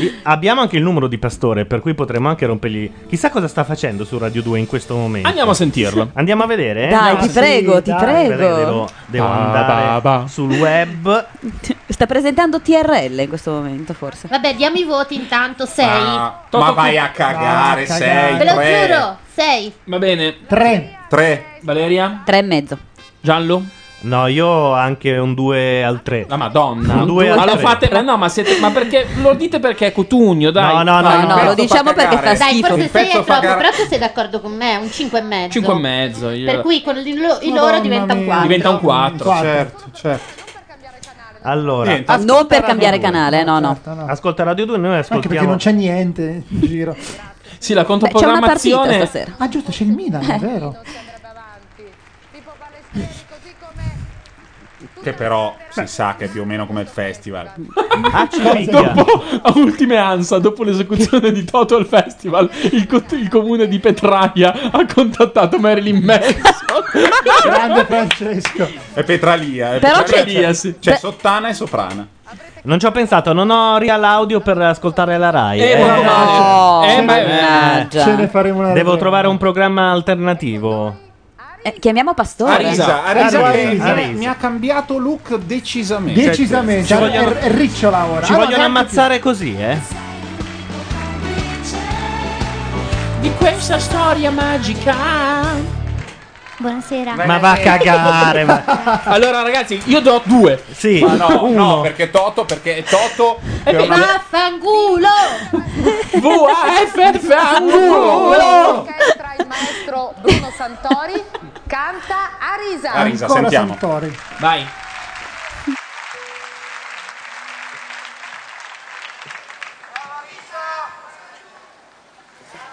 I- Abbiamo anche il numero di Pastore, per cui potremmo anche rompergli. Chissà cosa sta facendo su Radio 2 in questo momento. Andiamo a sentirlo. Andiamo a vedere. eh? Dai, Andiamo- ti prego, ti dai. prego. Però Devo, devo Ba, andare ba, sul web. (laughs) Sta presentando TRL in questo momento, forse. Vabbè, diamo i voti intanto, 6. Ah, ma vai a cagare, Vai a sei. Ve lo tre. giuro, 6. (laughs) Va bene. Tre. Tre. Valeria? Tre e mezzo. Giallo? No, io ho anche un 2 al 3. La madonna. Un 2 ma al lo 3. fate, ma no, ma siete, ma perché lo dite perché è cotugno, dai. No, no, no, Dai, no, un pezzo lo diciamo fa perché cagare. fa Dai, schifo. forse 6 è pezzo troppo, fa cagare. però tu sei d'accordo con me, è un 5 e mezzo. 5 e mezzo. Io... Per cui con il, lo- il loro diventa un 4. Diventa un 4. Quattro. Certo, certo. Allora, Ah, non per cambiare canale, no, no. Ascolta Radio 2, noi Anche perché ascoltiamo. non c'è niente in giro. Sì, la controprogrammazione- Ah, giusto, c'è il Milan, è vero. Che però si sa che è più o meno come il festival. Ah, cioè, Dopo, a ultime ansa, dopo l'esecuzione di Toto al festival, il, co- il comune di Petraia ha contattato Marilyn Manson. Grande Francesco. È Petralia. È Però Petralia, c'è- c'è, sì. c'è Pe- Sottana e Soprana. Non ci ho pensato, non ho real audio per ascoltare la Rai. Eh, ma no. Eh, mannaggia. Ce ne faremo una Devo ragione. trovare un programma alternativo. Eh, chiamiamo Pastore. Arisa, Arisa, Arisa, che- Arisa. mi ha- mi ha cambiato look decisamente. Decisamente, Ci vogliono- è, è ricciola ora. Ci Ah, no, vogliono neanche ammazzare così, eh? Di questa storia magica. Buonasera. Ma va a cagare, ma- Allora, ragazzi, io do due. Sì, Ma no, no, perché Toto, perché è Toto. Eh, che è una- Vaffanculo! VAFF (laughs) L'orchestra, il maestro Bruno Santori canta Arisa. Arisa, Ancora Ah, sentiamo. Santori. Vai.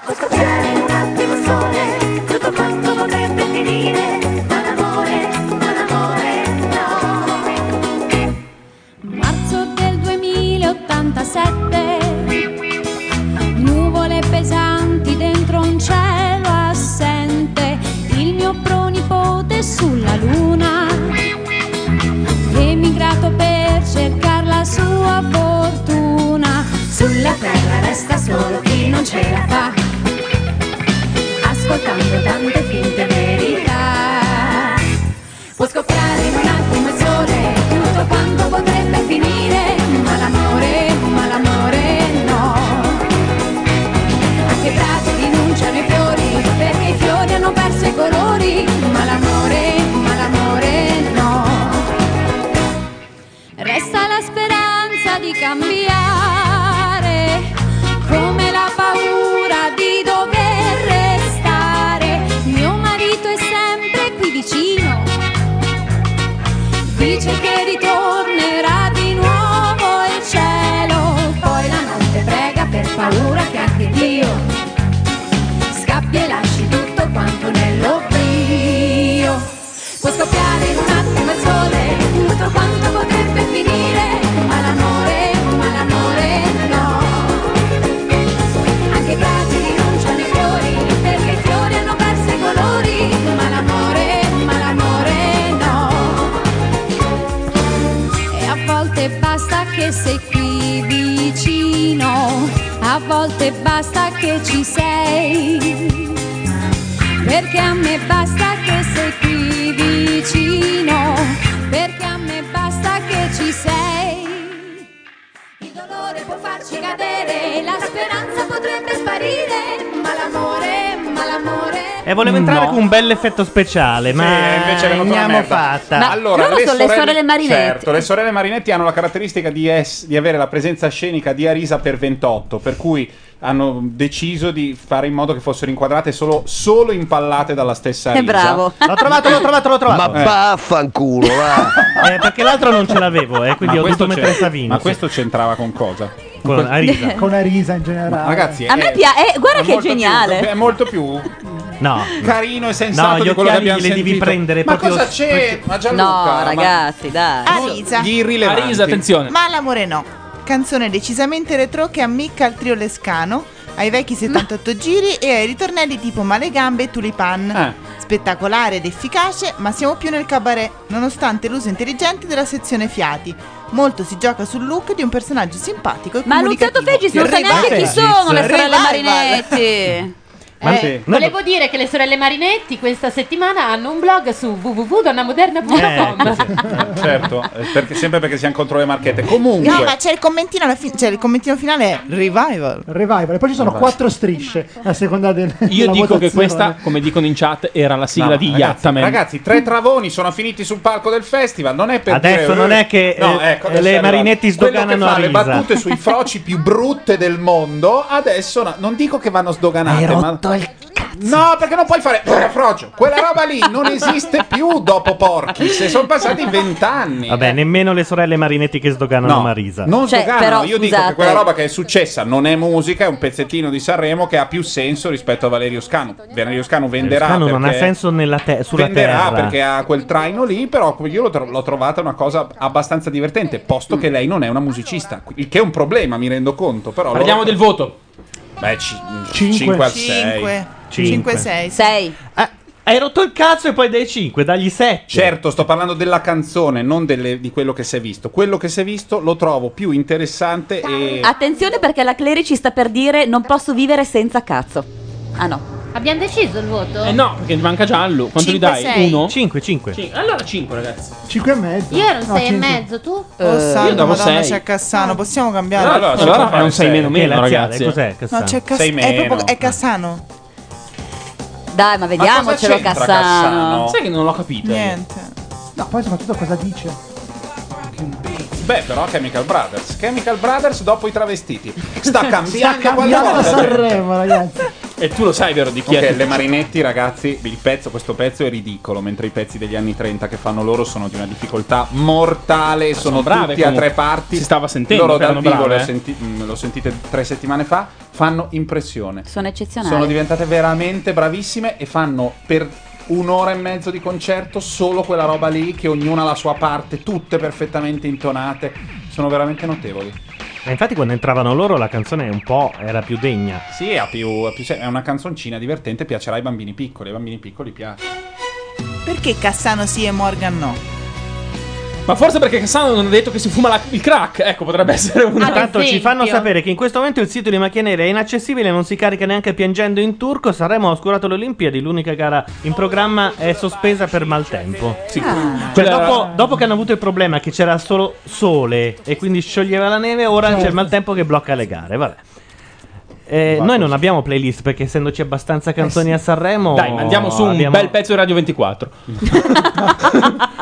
Questo è un attimo sole, tutto quanto potrebbe finire, ma l'amore, ma l'amore no. Marzo del 2087, nuvole pesanti dentro un cielo assente, il mio pronipote sulla luna emigrato per cercare la sua fortuna. Sulla terra resta solo chi non ce la fa, ascoltando tante finte verità. Può scoppiare in un attimo il sole, tutto quanto potrebbe finire, ma l'amore, ma l'amore no. Anche i prati rinunciano ai fiori, perché i fiori hanno perso i colori, ma l'amore, ma l'amore no. Resta la speranza di cambiare, come la paura di dover restare. Mio marito è sempre qui vicino, dice che ritornerà di nuovo il cielo. volte basta che sei qui vicino, a volte basta che ci sei. Perché a me basta che sei qui vicino, perché a me basta che ci sei. Il dolore può farci cadere, la speranza potrebbe sparire, ma l'amore, ma l'amore. E Eh, volevo entrare con un bel effetto speciale, ma eh, invece è venuta una andiamo merda. fatta. Ma Allora, loro le sono le sorelle, sorelle Marinetti. Certo, le sorelle Marinetti hanno la caratteristica di, es- di avere la presenza scenica di Arisa per 28, per cui hanno deciso di fare in modo che fossero inquadrate solo, solo impallate dalla stessa Eh, Arisa. L'ho trovato, l'ho trovato, l'ho trovato. Eh. Ma baffanculo, (laughs) va. Eh, perché l'altro non ce l'avevo, eh, quindi Ma ho dovuto questo mettere c'è- Savini. Ma questo c'entrava con cosa? Con Arisa. Con Arisa in generale. Ragazzi, A me piace, guarda che è geniale. è molto più No. carino e No, sensato gli di quello che abbiamo occhiali li devi sentito. prendere ma proprio- cosa Eh, c'è? Ma Gianluca, no, ma- ragazzi, dai. Arisa. Gli irrilevanti. Arisa, attenzione. Ma l'amore no. Canzone decisamente retro che ammicca al trio Lescano, ai vecchi 78 giri e ai ritornelli tipo Male Gambe e Tulipan. Eh. Spettacolare ed efficace, ma siamo più nel cabaret, nonostante l'uso intelligente della sezione fiati. Molto si gioca sul look di un personaggio simpatico e Ma comunicativo. Luciato Feggis non sa Revival. neanche chi sono le sorelle Revival. Marinetti. Ma Eh, sì. Volevo dire che le sorelle Marinetti questa settimana hanno un blog su www.donnamoderna.com. Certo, eh, perché- sempre perché siamo contro le marchette. Comunque, No, ma c'è il commentino alla fine, cioè il commentino finale è Revival. Revival. E poi ci sono Revival. quattro strisce a seconda del. Io della dico che votazione. questa, come dicono in chat, era la sigla No, di ragazzi, Yattaman. Ragazzi, tre travoni sono finiti sul palco del festival. Non è per Adesso dire, non eh, è che, no, eh, ecco, le adesso è arrivato. Marinetti Quello che sdoganano fa a le risa. battute (laughs) sui froci più brutte del mondo. Adesso no, non dico che vanno sdoganate, ma No, perché non puoi fare frocio. Quella roba lì non esiste più dopo porchi. Se sono passati vent'anni. Vabbè, nemmeno le sorelle Marinetti che sdoganano No, Marisa. Non sdoganano. Io dico che quella roba che è successa non è musica, è un pezzettino di Sanremo che ha più senso rispetto a Valerio Scano. Valerio Scano venderà. Scano non ha perché- senso nella te- sulla venderà terra. perché ha quel traino lì, però io l'ho, tro- l'ho trovata una cosa abbastanza divertente, posto che lei non è una musicista, il che è un problema, mi rendo conto. Però Parliamo del voto. Beh, 5 al 6. 5, 6. 6. hai rotto il cazzo e poi dai 5, dagli 7. Certo, sto parlando della canzone, non delle- di quello che si è visto. Quello che si è visto lo trovo più interessante e... Attenzione perché la Clerici sta per dire non posso vivere senza cazzo. Ah no. Abbiamo deciso il voto? Eh no, perché manca Giallo. Quanto gli Cinque, dai? sei. 1? 5, 5. Allora 5, ragazzi. 5 e mezzo. Io ero un No, 6 e cinque. mezzo, tu? Ah. Oh, santo, Eh, io davo Madonna, sei. c'è Cassano, possiamo cambiare? Allora, allora, allora è un 6 meno Che meno, laziale, ragazzi. eh. cos'è Cassano? No, c'è Cass- Sei è proprio meno. è Cassano. Dai, ma vediamocelo c'entra Cassano. Cassano? Sai che non l'ho capito. No, poi soprattutto cosa dice? Beh, però Chemical Brothers. Chemical Brothers dopo i travestiti. (laughs) Sta cambiando, Sta cambiando qualcosa. Sanremo, ragazzi. E tu lo sai, vero, di chi Ok, è? le Marinetti, ragazzi, il pezzo, questo pezzo è ridicolo, mentre i pezzi degli anni 30 che fanno loro sono di una difficoltà mortale, sono, brave, tutti a comunque. tre parti. Si stava sentendo Loro che dal erano vivo brave, le eh. senti- mm, lo sentite tre settimane fa, fanno impressione. Sono eccezionali. Sono diventate veramente bravissime e fanno per un'ora e mezzo di concerto solo quella roba lì che ognuna ha la sua parte, tutte perfettamente intonate. Sono veramente notevoli. Ma infatti quando entravano loro la canzone un po' era più degna. Sì, ha più- ha più sen- è una canzoncina divertente, piacerà ai bambini piccoli, ai bambini piccoli piace. Perché Cassano sì e Morgan no? Ma forse perché Cassano non ha detto che si fuma la- il crack. Ecco, potrebbe essere un Tanto ci fanno sapere che in questo momento il sito di Macchia Nera è inaccessibile, non si carica neanche piangendo in turco. Saremo oscurato le Olimpiadi, l'unica gara in programma è sospesa per maltempo. Sì. Cioè, Quella- dopo, dopo che hanno avuto il problema che c'era solo sole e quindi scioglieva la neve, ora c'è il maltempo che blocca le gare. Vabbè. Eh, noi non abbiamo playlist perché essendoci abbastanza canzoni a Sanremo. Dai, mandiamo su un abbiamo- bel pezzo di Radio 24.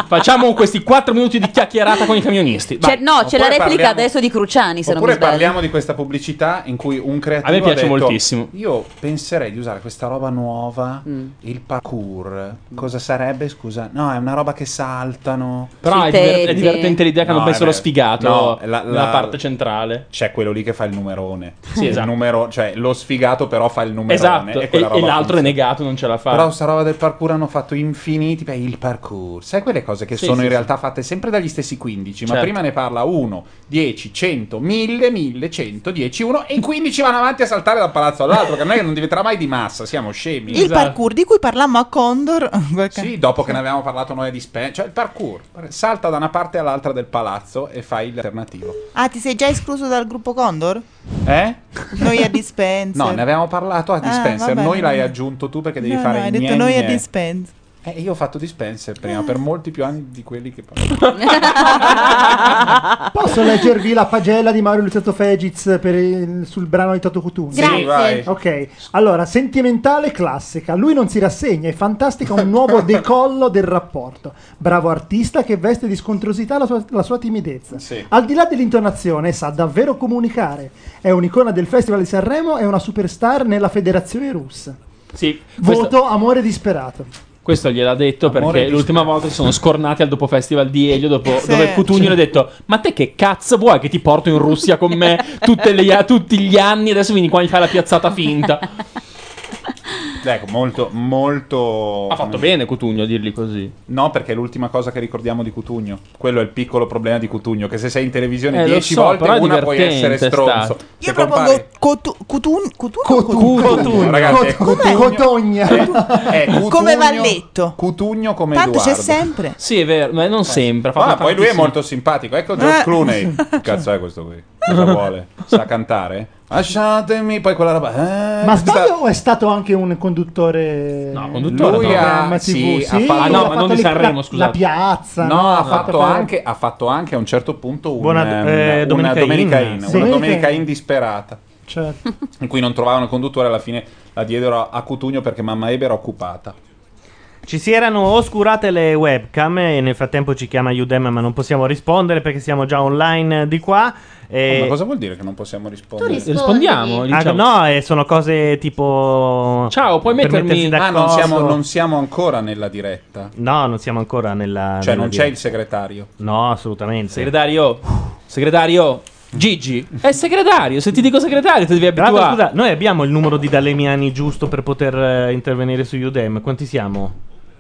Facciamo questi 4 minuti di chiacchierata con i camionisti. C'è- Dai. no, c'è la Oppure replica parliamo- adesso di Cruciani, se non mi Oppure sbaglio. parliamo di questa pubblicità in cui un creativo A me piace ha detto, moltissimo. Io penserei di usare questa roba nuova, il parkour. Cosa sarebbe, scusa? No, è una roba che saltano. Però è, diver- è divertente l'idea che hanno No, messo è lo vero. sfigato No, la- nella la- parte centrale. C'è quello lì che fa il numerone. Sì, Il esatto. numero- cioè, lo sfigato però fa il numerone. Esatto, e, quella e roba l'altro funziona. è negato, non ce la fa. Però sta roba del parkour hanno fatto infiniti. Beh, il parkour parkour, sai quelle cose che Sì, sono sì, in sì. realtà fatte sempre dagli stessi 15, ma Certo. prima ne parla 1, 10, 100, 1000, 1000, 100, 10, 1 e i 15 vanno avanti a saltare dal palazzo all'altro, che non è che non diventerà mai di massa, siamo scemi. Esatto. Il parkour di cui parlammo a Condor. (laughs) Sì, dopo che ne avevamo parlato noi di Spen, cioè il parkour, salta da una parte all'altra del palazzo e fai l'alternativo. Ah, ti sei già escluso dal gruppo Condor? Eh? Noi a Dispenser. No, ne avevamo parlato a Ah, Dispenser, vabbè, noi l'hai vabbè. aggiunto tu perché devi No, fare no, hai gne, detto noi a gne. Dispenser. Eh, io ho fatto Dispenser prima, per molti più anni di quelli che parlo. Posso leggervi la pagella di Mario Luzzatto Fegiz per il- sul brano di Toto Cutugno? Sì, Grazie. vai. Ok, allora, sentimentale classica. Lui non si rassegna, è fantastica un (laughs) nuovo decollo del rapporto. Bravo artista che veste di scontrosità la sua, la sua timidezza. Sì. Al di là dell'intonazione, sa davvero comunicare. È un'icona del Festival di Sanremo e una superstar nella Federazione Russa. Sì, Voto questo, amore disperato. questo gliel'ha detto perché di- l'ultima volta si sono scornati al dopo festival di Elio, dopo, Sì. dove Cutugno Sì. gli ha detto: Ma te che cazzo vuoi che ti porto in Russia con me (laughs) tutte le- tutti gli anni? Adesso vieni qua e mi fai la piazzata finta. Ecco, molto, molto. Ha fatto bene Cutugno a dirgli così. No, perché è l'ultima cosa che ricordiamo di Cutugno. Quello è il piccolo problema di Cutugno. Che se sei in televisione Eh, lo 10 so, volte, però è una puoi divertente, essere stronzo. sta. Se Propongo compare- Cotu- Cutun- Cutun- Cutugno, ragazzi, è Cotogna. È Cutugno- Come Valletto. Cutugno come Tanto c'è Edoardo. sempre. Sì, è vero, ma non sempre. ha fatto Ah, poi lui è tantissimi- molto simpatico. Ecco George (laughs) Eh. Clooney. Che Cazzo è questo qui? Cosa vuole? Sa cantare? Lasciatemi, poi quella roba. eh, Ma questa- sbaglio o è stato anche un conduttore? No, conduttore Lui no. ha- sì, ha fatto- Ah, no, ma non di Sanremo, La scusate. piazza. No, ha fatto, fare- anche, ha fatto anche a un certo punto un, Buona- ehm, eh, una Domenica Domenica, In. In, Sì. una Domenica Domenica In disperata. Certo. In cui non trovavano il conduttore, alla fine la diedero a Cutugno perché mamma Eber era occupata. Ci si erano oscurate le webcam e nel frattempo ci chiama Udem ma non possiamo rispondere perché siamo già online di qua. E... Oh, ma cosa vuol dire che non possiamo rispondere? Eh, Tu rispondi. Rispondiamo, Ah, diciamo. no, sono cose tipo... Ciao, puoi per mettermi- mettersi Ah, non d'accordo. siamo, non siamo ancora nella diretta. No, non siamo ancora nella... Cioè, nella non c'è diretta. il segretario. No, assolutamente. Segretario, segretario, Gigi, Eh, è segretario. Se ti dico segretario, ti devi Tra l'altro, abituare. scusa, noi abbiamo il numero di Dalemiani giusto per poter eh, intervenire su Udem. Quanti siamo?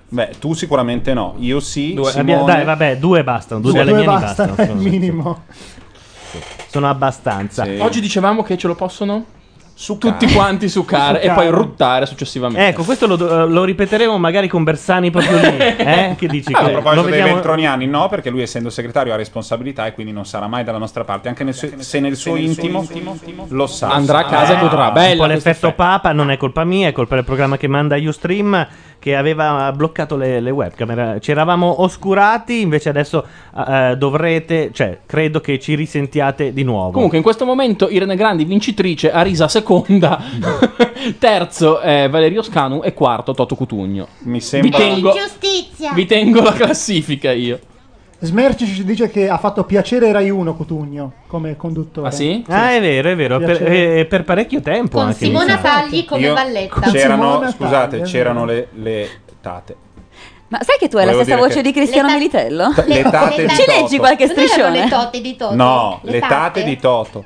Beh, tu sicuramente no. Io sì. Simone- Abbiamo- dai, vabbè, due bastano. Due, Due Dalemiani basta, bastano. è il minimo. Sono abbastanza. Oggi dicevamo che ce lo possono tutti (laughs) quanti succare Succare. e poi ruttare successivamente. Ecco, questo lo, do- lo ripeteremo magari con Bersani proprio (laughs) lì. eh? Che dici? Ah, che a proposito lo dei vediamo- Ventroniani, no, perché lui, essendo segretario, ha responsabilità e quindi non sarà mai dalla nostra parte, anche nel suo- se nel suo intimo, lo sa. Eh, Ah. un po' l'effetto Papa non è colpa mia, è colpa del programma che manda Ustream che aveva bloccato le, le webcam. Era- Ci eravamo oscurati, invece adesso eh, dovrete, cioè, credo che ci risentiate di nuovo. Comunque, in questo momento Irene Grandi, vincitrice, (laughs) Arisa seconda, terzo è Valerio Scanu e quarto Toto Cutugno. Mi Vi tengo, Giustizia. vi tengo la classifica io. Smerci ci dice che ha fatto piacere Rai 1 Cotugno come conduttore. Ah, sì? Ah, è vero, è vero. Per, Piacere. eh, per parecchio tempo. Con anche Simona mi sa. Pagli come Io- valletta. eh. C'erano, Simona scusate, Taglia, c'erano le, le tate. Ma sai che tu hai la Volevo stessa dire voce che- di Cristiano Militello? Ta- le tate di Ci Toto. leggi qualche Non erano striscione? le tote di Toto? No, le, tate? tate? di Toto.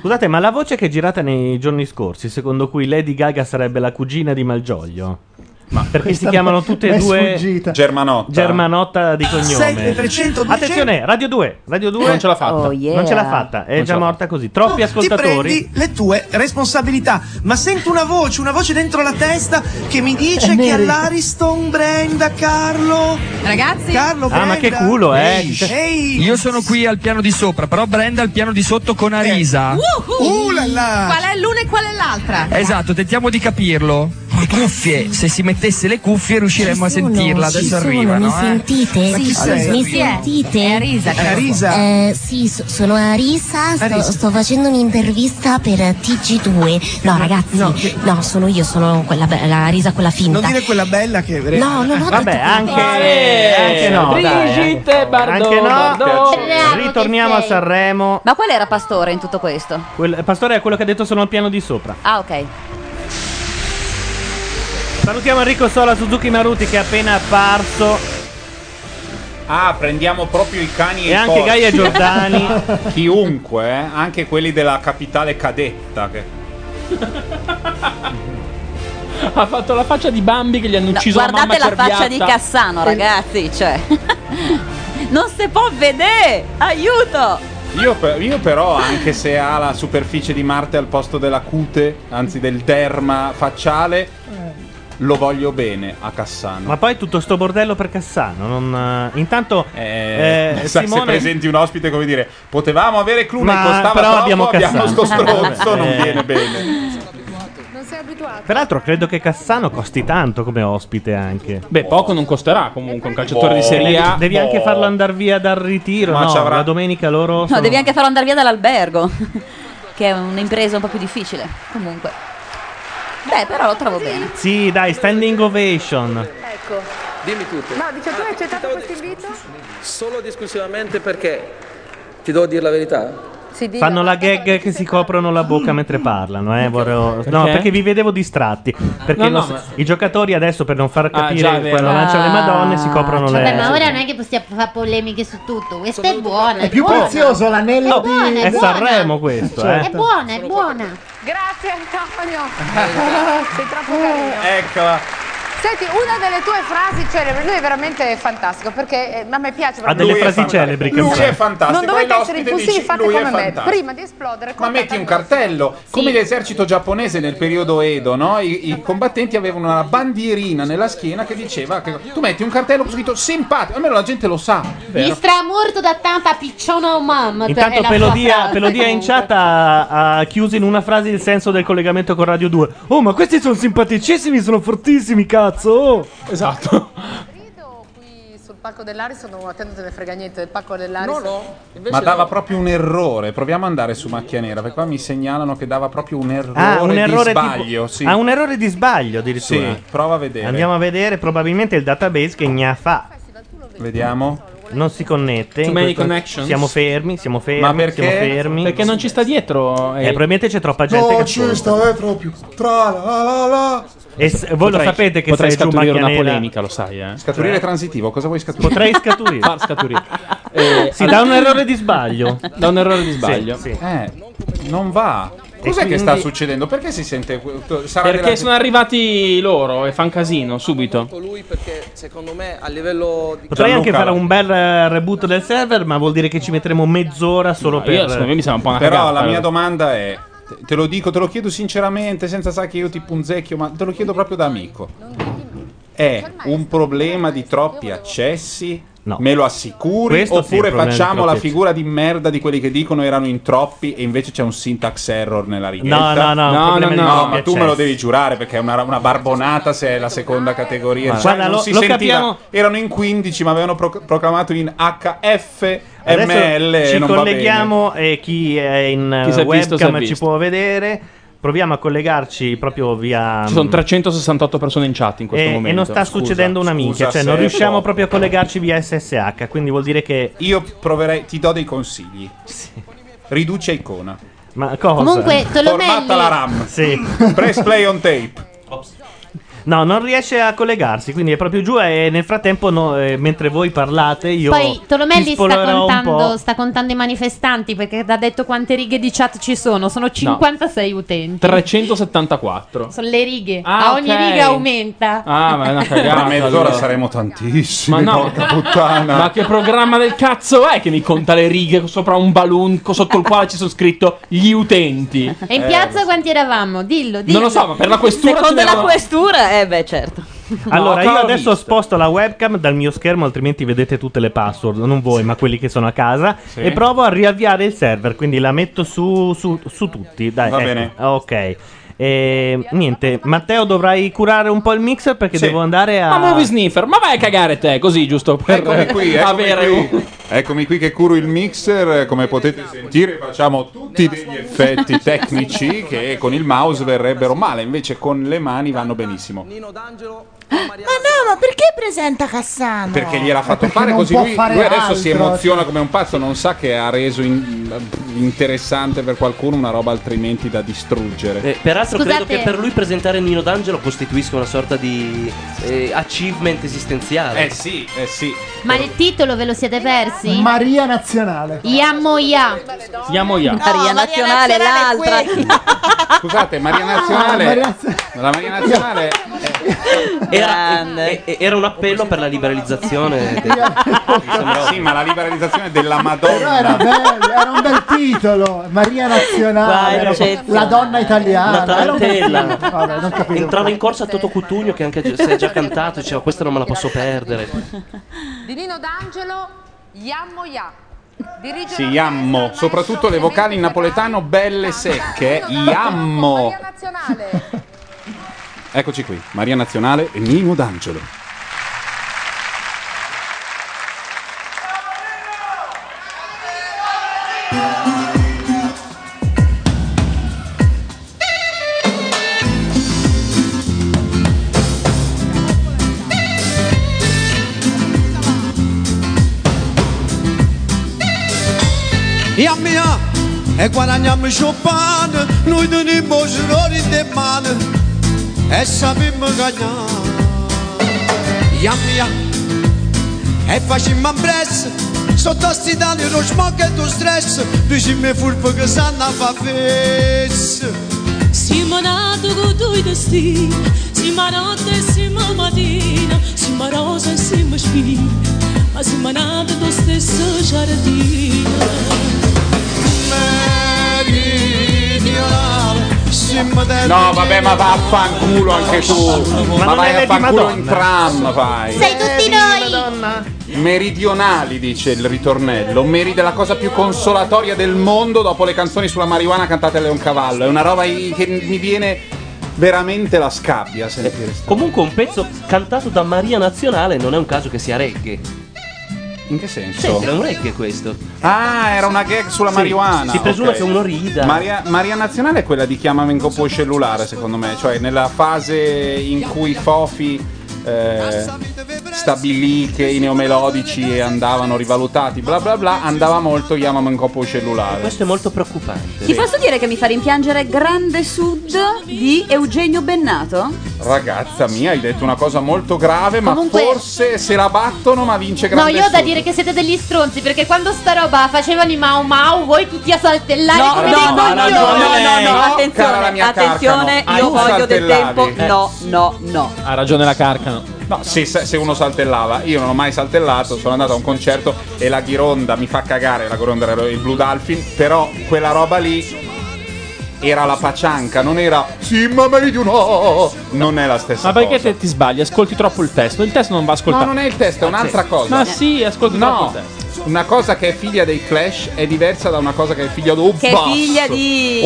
Scusate, ma la voce che è girata nei giorni scorsi, secondo cui Lady Gaga sarebbe la cugina di Malgioglio? Ma perché si Questa chiamano mi- tutte mi e è due sfuggita. Ah, Germanotta. Germanotta di cognome? 7300, Attenzione, Radio 2, Radio 2 Non ce l'ha fatta. Oh, yeah. Non ce l'ha fatta, è Non ce già l'ha Oh, morta così. Troppi Ti ascoltatori. prendi le tue responsabilità, ma sento una voce, una voce dentro la testa che mi dice che neri. all'Ariston Brenda Carlo. Ragazzi, Carlo Ah, ma che culo, eh. Io sono qui al piano di sopra, però Brenda al piano di sotto Eh. con Arisa. Uh, là, là. Qual è l'una e qual è l'altra? Eh, Esatto, tentiamo di capirlo. Le cuffie, se si mettesse le cuffie riusciremmo a sentirla. Ci Adesso eh? sono, arrivano. eh. mi sentite? Ma chi Sì, sei? mi sentite? È Arisa. È Arisa? Eh, sì, so- sono Arisa, sto, sto facendo un'intervista per TG2. No, ragazzi, no, sono io, sono quella bella, Arisa quella finta. Non dire quella bella che No, non ho Vabbè, anche, Ah, eh. anche no. dai, eh. ecco. Brigitte anche- Bardot, anche no. Bardot. Ritorniamo a Sanremo. Ma qual era Pastore in tutto questo? Quel- Pastore è quello che ha detto sono al piano di sopra. Ah, ok. Salutiamo Enrico Sola Suzuki Maruti che è appena apparso. Ah, prendiamo proprio i cani e, E i anche porci. (laughs) Gaia Giordani. Chiunque, eh, anche quelli della capitale cadetta. Che... ha fatto la faccia di Bambi che gli hanno No, ucciso la mamma guardate la faccia di cerviata. Cassano, ragazzi, cioè. non si può vedere! Aiuto! Io, per- io però, anche se ha la superficie di Marte al posto della cute, anzi del derma facciale, lo voglio bene a Cassano. Eh. Ma poi tutto sto bordello per Cassano. non- Intanto, Eh, eh, sa, (laughs) se Simone- presenti un ospite come dire potevamo avere Clune Ma costava però troppo abbiamo abbiamo, (laughs) sto Cassano. stronzo non Eh. viene bene Non sei abituato. peraltro, credo che Cassano costi tanto come ospite anche. Beh, poco non costerà comunque un calciatore di Boh. Serie A. Devi, devi anche farlo andare via dal ritiro. Ma no, c'avrà- la domenica loro. No, sono- devi anche farlo andare via dall'albergo, che è un'impresa un po' più difficile. Comunque. Beh, però lo trovo bene. Sì, dai, standing ovation. Ecco. Dimmi tutto. No, diciamo- dice Cioè, tu hai accettato questo invito? Solo ed esclusivamente perché ti devo dire la verità. Si dica. Fanno la gag che si coprono la bocca mentre parlano, eh? vorrei- No, Perché? perché vi vedevo distratti. Perché No, no, lo- ma- i giocatori adesso, per non far capire già, è vero. quello lancia Ah, le madonne, si coprono le. Vabbè, Ah, cioè, ma ora non è che possiamo fare polemiche su tutto. Questa è buona. È più buona. prezioso l'anello È di buona, è È buona. Sanremo questo, Cioè, È eh? buona, è buona. Grazie Antonio. Sei troppo carino. Ecco, eccola Senti, una delle tue frasi celebri, lui è veramente fantastico perché eh, a me piace Ha delle Lui è frasi fantastico. celebri. Lui Campana. è fantastico. Non dovete Poi essere l'ospite impulsivi, dice, fate "Lui è come me. fantastico". Prima di esplodere, ma metti un cartello come l'esercito giapponese nel periodo Edo no? I, i combattenti avevano una bandierina nella schiena che diceva che tu metti un cartello con scritto simpatico almeno la gente lo sa Mi stramorto da tanta picciona o mamma. è Intanto la sua Pelodia, frase, Pelodia in comunque. chat ha, ha chiuso in una frase il senso del collegamento con Radio 2. Oh, ma questi sono simpaticissimi, sono fortissimi, cazzo! oh! Esatto. Sul palco dell'Ariston, non attendo te ne frega niente del palco dell'Ariston. No, no. ma dava proprio un errore proviamo ad andare su macchia nera perché qua mi segnalano che dava proprio un errore, Ah, un errore di sbaglio tipo- sì. Ah, un errore di sbaglio addirittura. Sì, prova a vedere Andiamo a vedere, probabilmente il database che gna fa. Vediamo. Non si connette. Too in many questo- connections. Siamo fermi, siamo fermi. Ma perché? Siamo fermi. Perché non ci sta dietro. Eh, probabilmente c'è troppa gente che ascolta. dietro più. eh, Tra la la la. Eh, E s- voi lo Potrei- sapete che potrei sei giù scaturire una Macchianera. polemica, lo sai, eh. Scaturire Cioè- transitivo, cosa vuoi scaturire? Potrei scaturire. Far scaturire. Eh, Sì, da un errore di sbaglio. Da un errore di sbaglio. Sì, sì. Eh, non va. Cos'è quindi- che sta succedendo? Perché si sente. Sarà Perché della- sono arrivati loro e fan casino subito. Lui perché secondo me a livello di Potrei anche fare un bel eh, reboot del server, ma vuol dire che ci metteremo mezz'ora solo per. Però la mia domanda è. te- Te lo dico, te lo chiedo sinceramente, senza sa che io ti punzecchio, ma te lo chiedo proprio da amico. È un problema di troppi accessi? No. Me lo assicuri? Questo sì, è un oppure problema di facciamo la troppi figura di merda di quelli che dicono erano in troppi e invece c'è un syntax error nella no, righetta? no, è un No, problema no, di no. troppi ma tu me lo accessi. devi giurare perché è una, una barbonata se è la seconda categoria. Ma- Cioè, Guarda, non lo- si lo sentiva- capiamo- Erano in 15, ma avevano pro- proclamato in HF. Adesso ML ci non va colleghiamo e chi è in Chi si è eh, visto, si è webcam ci visto. può vedere. Proviamo a collegarci proprio via. mm, Ci sono 368 persone in chat in questo Eh, e, momento. e non sta Scusa. succedendo una minchia, Scusa cioè se non è riusciamo poco. proprio a collegarci via SSH, quindi vuol dire che... Io proverei, ti do dei consigli. Riduce icona. Ma cosa? Comunque, Tolomelli- Formatta la RAM. Sì. Press play on tape. No, non riesce a collegarsi, quindi è proprio giù e nel frattempo, no, eh, mentre voi parlate, io... Poi Tolomelli sta pispolerò un contando, po'. sta contando i manifestanti perché ha detto quante righe di chat ci sono. Sono 56 utenti. 374. Sono le righe. Ah, A ogni ok. riga aumenta. Ah, ma è una cagata. Tra mezz'ora saremo tantissimi. porca puttana. Ma che programma del cazzo è che mi conta le righe sopra un balloon co- sotto il quale ci sono scritto gli utenti? E in Eh, piazza quanti eravamo? Dillo, dillo. Non lo so, ma per la questura ce Secondo ne la erano- questura, eh beh, certo. Allora, io No, adesso sposto la webcam dal mio schermo, altrimenti vedete tutte le password, non voi, ma quelli che sono a casa. E provo a riavviare il server, quindi la metto su, su- su tutti. Dai, Va ecco, bene. Ok. E, niente, Matteo, dovrai curare un po' il mixer perché devo andare a. Ah, movie sniffer, ma vai a cagare te, così giusto per Eccomi qui, (laughs) eccomi avere un... qui. Eccomi qui che curo il mixer, eh, come potete sentire facciamo tutti degli effetti tecnici che con il mouse verrebbero male, invece con le mani vanno benissimo. Ma no, ma perché presenta Cassano? Perché gliel'ha fatto fare non così può lui, fare lui adesso si altro, cioè. emoziona come un pazzo, non sa che ha reso in- interessante per qualcuno una roba altrimenti da distruggere. Eh, peraltro Scusate. credo che per lui presentare Nino D'Angelo costituisca una sorta di eh, achievement esistenziale. Eh sì, eh sì. Ma il titolo ve lo siete persi? Maria Nazionale. Iammo Ia. Siamo io. Maria Nazionale, l'altra. Scusate, Maria Ah, Ah, Nazionale. La Maria Nazionale Era, eh, eh, era un appello per la (laughs) liberalizzazione. del- sì, ma la liberalizzazione della Però era, Madonna. bello, era un bel titolo, Maria Vai, Nazionale, era- Vincenzo. la donna Una italiana. era un bel tarantella. titolo. eh. Vabbè, non capivo. Entrava in corsa Toto Cutugno che anche se è già cantato diceva questa non me la posso perdere. Di Nino D'Angelo, Iammo Ia. Dirige Sì, iammo, soprattutto le vocali in napoletano belle secche, iammo. la (laughs) nazionale. Eccoci qui, Maria Nazionale e Nino D'Angelo. Iammi ia, ah. e guadagniamo il pane, noi teniamo i soldi in mano e sappiamo guadagnare. Iammi ia, ah. e facciamo un prezzo, sotto sti danni lo smog e lo stress, diciamo furbo che sanno a fa fesse. Siamo nati con due destini, siamo notte e siamo mattina, siamo rosa e siamo spina, ma siamo nati lo stesso giardino. No, vabbè, ma vaffanculo anche tu. Ma Ma non è vai a Lady fanculo Madonna. in tram, vai. Eh, Sei tutti noi. Meridionali, dice il ritornello. Meride la cosa più consolatoria del mondo dopo le canzoni sulla marijuana cantate da Leon Cavallo. È una roba i- che mi viene veramente la scabbia a sentire. Eh, Comunque un pezzo cantato da Maria Nazionale non è un caso che sia reggae. In che senso? Sì, era un reggae questo. Ah, era una gag sulla Sì, marijuana. si presume ok. che uno rida. Maria, Maria Nazionale è quella di chiamami un copo cellulare, secondo me, cioè nella fase in cui Fofi eh, stabilì che i neomelodici andavano rivalutati, bla bla bla, andava molto chiamami un copo cellulare. Questo è molto preoccupante. Ti posso dire che mi fa rimpiangere Grande Sud di Eugenio Bennato? Ragazza mia, hai detto una cosa molto grave, ma Comunque- forse se la battono ma vince No, Grande io ho da Sud. dire che siete degli stronzi perché quando sta roba facevano i Mau Mau, voi tutti a saltellare No, come no, dei no, no, coglioni. no, no, no, no, cara la attenzione, mia attenzione, Carcano, io tu voglio del saltellavi. tempo. Eh. No, no, no. Ha ragione la Carcano. No, se, se uno saltellava, io non ho mai saltellato, sono andato a un concerto e la ghironda mi fa cagare, la ghironda era il Blue Dolphin, però quella roba lì era la pacianca, non era sì ma meridionale, non è la stessa Ma cosa. perché te- ti sbagli? Eh, Ascolti troppo il testo. Il testo non va ascoltato. No, non è il testo, è un'altra sì. cosa. Ma sì, ascolti No, troppo il testo. una cosa che è figlia dei Clash è diversa da una cosa che è figlia di oh, Che è basso. figlia Oh,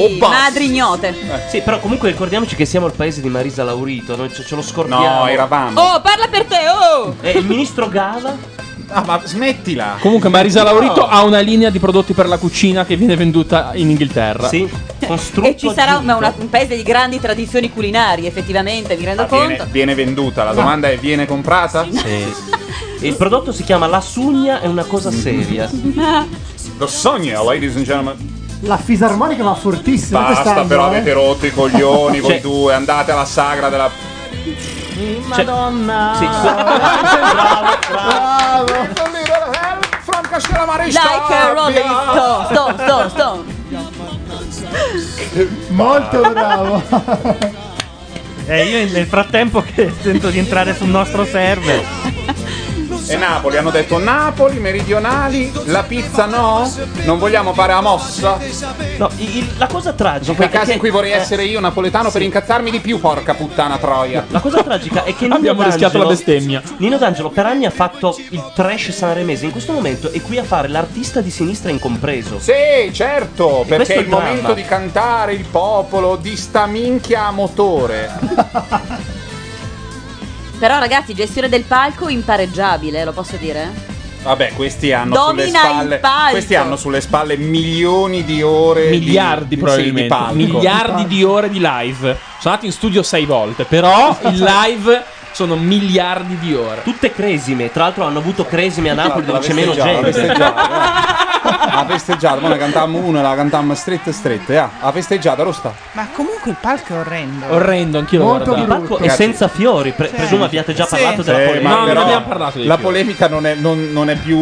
di basso. madri ignote. Eh, Sì, però comunque ricordiamoci che siamo al paese di Marisa Laurito, noi ce, ce lo scordiamo. No, eravamo. Oh, parla per te, oh! E il ministro Gava? Ah, ma smettila. Comunque Marisa Laurito No. ha una linea di prodotti per la cucina che viene venduta in Inghilterra. Sì. E ci sarà ma una- un paese di grandi tradizioni culinarie, effettivamente, mi rendo Ah, viene, conto. viene venduta, la domanda è viene comprata? Il prodotto si chiama La Sugna, è una cosa seria. Mm-hmm. Lo sogno, ladies and gentlemen. La fisarmonica va fortissima. Basta, quest'anno, però eh. avete rotto i coglioni voi Cioè- due, andate alla sagra della. Madonna. Sì, Like a rolling stone, stone, stone, stone. Molto bravo. E Eh, io nel frattempo (laughs) che sento di entrare sul nostro server. E Napoli, hanno detto Napoli, meridionali, la pizza no? Non vogliamo fare la mossa? No, la cosa tragica. Sono quei casi è in cui vorrei che- essere io napoletano per incazzarmi di più, porca puttana troia. La cosa tragica è che Nino Abbiamo rischiato la bestemmia. Nino D'Angelo per anni ha fatto il trash sanremese, in questo momento è qui a fare l'artista di sinistra incompreso. Sì, certo, questo perché è è il il momento dramma. di cantare il popolo di sta minchia a motore. Però ragazzi, gestione del palco impareggiabile, lo posso dire? Vabbè, questi hanno Domina sulle spalle il palco. questi hanno sulle spalle milioni di ore di- Miliardi di, probabilmente. sì, di palco. Miliardi di ore di live. Sono andati in studio sei volte, però il live sono miliardi di ore. Tutte cresime, tra l'altro hanno avuto cresime a Napoli La dove c'è meno festeggiamo, gente. la festeggiamo. A festeggiare, ma ne cantammo una, la cantammo stretta stretta, eh. A festeggiata, lo sta. Ma comunque il palco è orrendo. anch'io l'ho Molto guardato. Il palco è brutto. senza fiori, pre- presumo abbiate già parlato della polemica. La polemica non è, non- non è più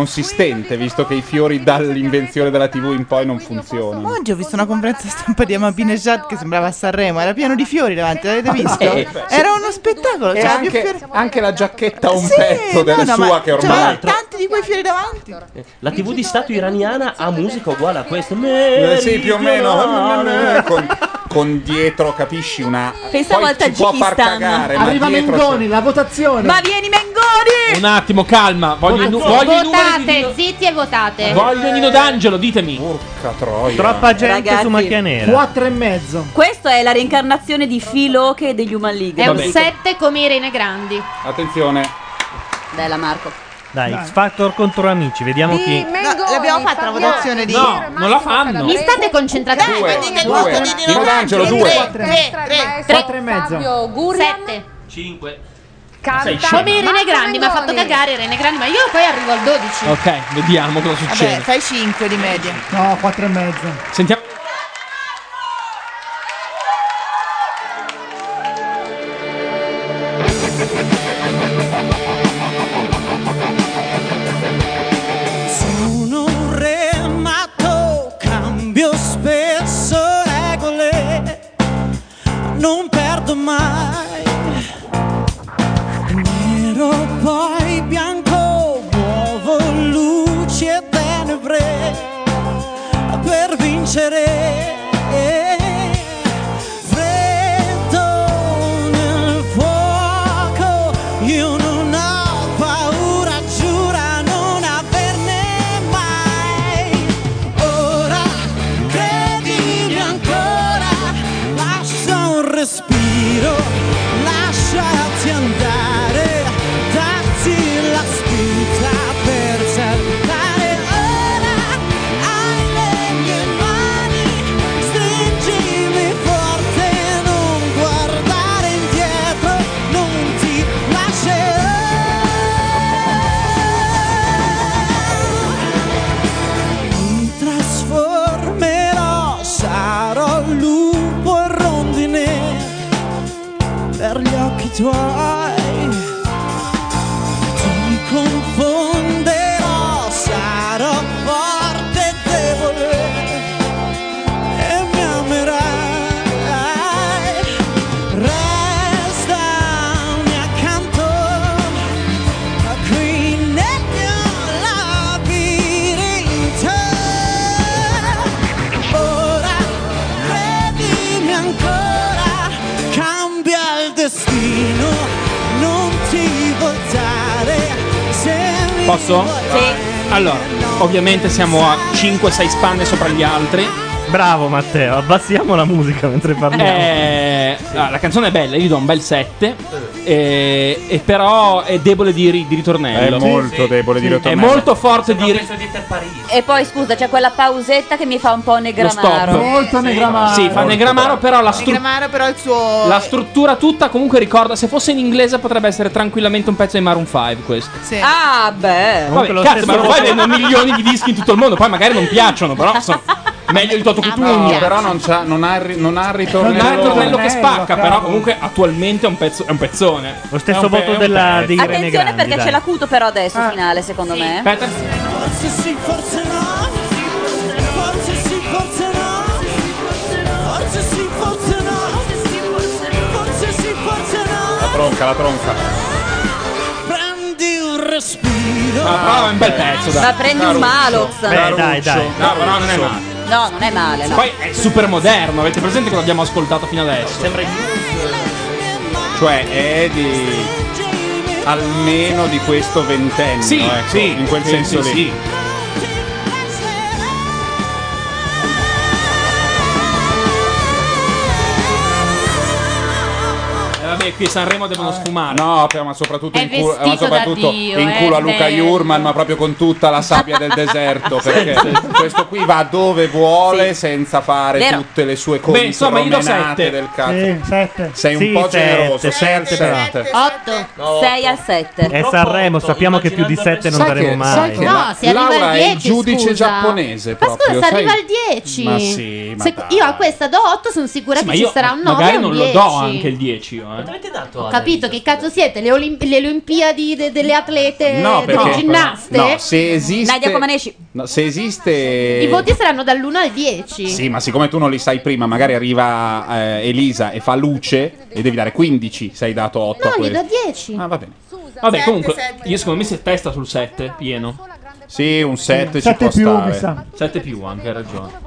consistente, visto che i fiori dall'invenzione della TV in poi non funzionano. Oggi ho visto una conferenza stampa di Amabine Shad che sembrava a Sanremo, era pieno di fiori davanti, l'avete visto? Eh, era uno spettacolo, E c'era più anche, fiori. anche la giacchetta a un Sì, pezzo no, della no, sua ma che c'erano ormai... tanti di quei fiori davanti. La TV di Stato iraniana ha musica uguale a questa. Eh, Meridionale. Eh, Sì, più o meno. Eh, Con, con dietro, capisci, una... Pensavo poi al ci può far Tagikistan. cagare, ma Arriva dietro c'è- Mengoni, la votazione. Ma vieni Mengoni! Eh. Un attimo, calma. Voglio, i nu- voglio i numeri di votate, zitti e votate. Eh. Nino- voglio Nino D'Angelo, ditemi. Porca troia. Troppa gente Ragazzi. su macchia nera. Quattro e mezzo. Questa è la reincarnazione di Filo che degli Human League. È un Vabbè. 7 come Irene Grandi. Attenzione. Bella Marco. Dai, Dai. X Factor contro amici, vediamo chi. No, l'abbiamo fatta la votazione di. No, non la fanno. Mi state concentrando. Dai, Due, ma dite il due. voto di Nino D'Angelo, Tre, due. tre, tre, tre, Quattro e mezzo. Fabio Gurian. 5. Sei Canta scema. come Irene Grandi, mi ha fatto cagare Irene Grandi, ma io poi arrivo al 12. Ok, vediamo cosa succede. Vabbè, fai 5 di media. No, quattro e mezzo. Sentiamo. Sono un re matto, cambio spesso regole, non perdo mai. Nero poi bianco, muovo luci e tenebre per vincere. Freddo nel fuoco, io non ho paura, giura non averne mai. Ora credimi ancora, lascia un respiro, lasciati andare, datti la spinta per saltare. Ora hai le mie mani, stringimi forte, non guardare indietro, non ti lascerò. Mi trasformerò, sarò lupo e rondine per gli occhi tuoi. Ti confonderò, sarò forte e debole e mi amerai. Restami accanto qui nel mio labirinto. Ora credimi ancora, cambia il destino, non ti voltare se mi Posso? Sì. Allora, ovviamente siamo a 5-6 spanne sopra gli altri. Bravo Matteo, abbassiamo la musica mentre parliamo. Eh, ah, la canzone è bella, io gli do un bel 7. eh, e però è debole di, ri- di ritornello. È molto Sì. debole di ritornello. È molto forte di ri- E poi scusa, c'è quella pausetta che mi fa un po' lo stop. negramaro. Sì, fa negramaro, però la, stru- Negramaro però il suo... eh. la struttura tutta comunque ricorda. Se fosse in inglese potrebbe essere tranquillamente un pezzo di Maroon 5 Eh, questo. Ah, beh. Vabbè, cazzo, (laughs) Maroon 5 vende milioni di dischi in tutto il mondo. Poi magari non piacciono, però sono meglio di Toto Cutugno. Ah, No, però non, c'ha- non ha, il ri- non ha il ritornello. Non ha il tornello che spacca, però comunque attualmente è un, pezzo- è un pezzone. Lo stesso voto della- di Attenzione perché c'è l'acuto però adesso finale, secondo me. Aspetta. Forse sì, forse no. Forse sì, forse no. Forse sì, forse no. Forse sì, forse La no. tronca, la tronca. Prendi un respiro. Ma prova un bel pezzo, dai. Ma prendi un Malox. Beh, dai, dai. No, però non è male. No, non è male. No. Poi è super moderno, avete presente cosa abbiamo ascoltato fino adesso? Sembra Cioè, è di. almeno di questo ventennio. Sì, ecco, sì, in quel sì, senso sì, lì. sì. che Eh, qui a Sanremo devono sfumare. Eh. No, però, ma soprattutto È in culo, ma vestito soprattutto da Dio, in eh, culo a Luca bello. Jurman, ma proprio con tutta la sabbia del deserto. Perché (laughs) Sì, questo qui va dove vuole senza fare Vero. tutte le sue Beh, insomma, io do contromenate sette. del cazzo. Sì, sette. Sei un Sì, po' sette, generoso. sette, sette, sette. sette. 8, 6 al 7. È Sanremo, sappiamo che più di 7 non Sai che- daremo sai mai. che No, la- si arriva al Laura Ah, è il 10, giudice scusa. giapponese Ma scusa, se sai- arriva al 10. Ma sì, ma Se- dai. io a questa do 8, sono sicura ma che ci io sarà un 9 magari o un non 10. lo do anche il 10 io, eh. Ho capito che cazzo siete? Le, Olim- le Olimpiadi de- delle atlete, No, delle perché- Eh, ginnaste? no, se esiste- Nadia Comaneci. No, se esiste. I voti saranno dall'1 al 10. Sì, ma siccome tu non li sai prima, magari arriva eh, Elisa e fa luce e devi dare 15, sei dato 8 a No, gli questo. do 10. Ah, va bene. Vabbè, Sette, comunque, sette. io secondo me si testa sul 7 pieno. Sì, un 7 ci Sette può più, mi stare. sa. 7 più, anche hai ragione.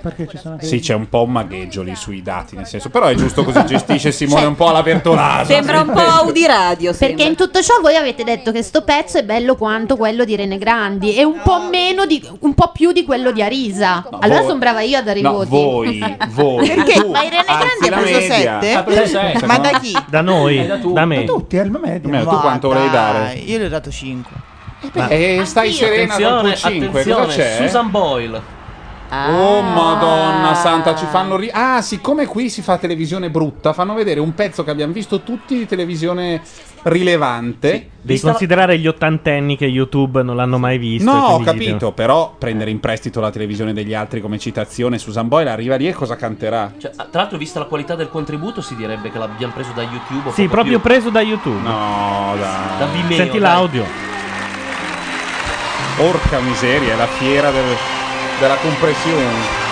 Perché ci sono Sì, c'è un po' un magheggio lì sui dati, nel senso, però è giusto così gestisce Simone un (laughs) po' alla Bertolaso. Sembra (laughs) un po' Audi Radio. Perché in tutto ciò voi avete detto che sto pezzo è bello quanto quello di Rene Grandi e un po' meno di un po' più di quello di Arisa. allora voi- sono brava io a dare i No, voti. voi, voi. Perché? Tu, Ma Irene alzi Grandi la ha preso media. sette? Ha (laughs) preso Ma sette, da no? chi? Da noi, da, me. Eh, Tutti, al media. Ma tu quanto volevi dare? Io le ho dato 5. Eh, stai serena col tuo 5, cosa c'è? Susan Boyle. Ah. Oh madonna santa, ci fanno ri- Ah, siccome qui si fa televisione brutta, fanno vedere un pezzo che abbiamo visto tutti di televisione rilevante. Devi considerare gli ottantenni che YouTube non l'hanno mai visto. No, e ho quindi gli capito, però prendere in prestito la televisione degli altri come citazione, Susan Boyle arriva lì e cosa canterà? Cioè, tra l'altro, vista la qualità del contributo, si direbbe che l'abbiamo preso da YouTube. o Sì, proprio più. preso da YouTube. No, Da Vimeo, dai. Senti l'audio. Porca miseria, è la fiera del- della compressione.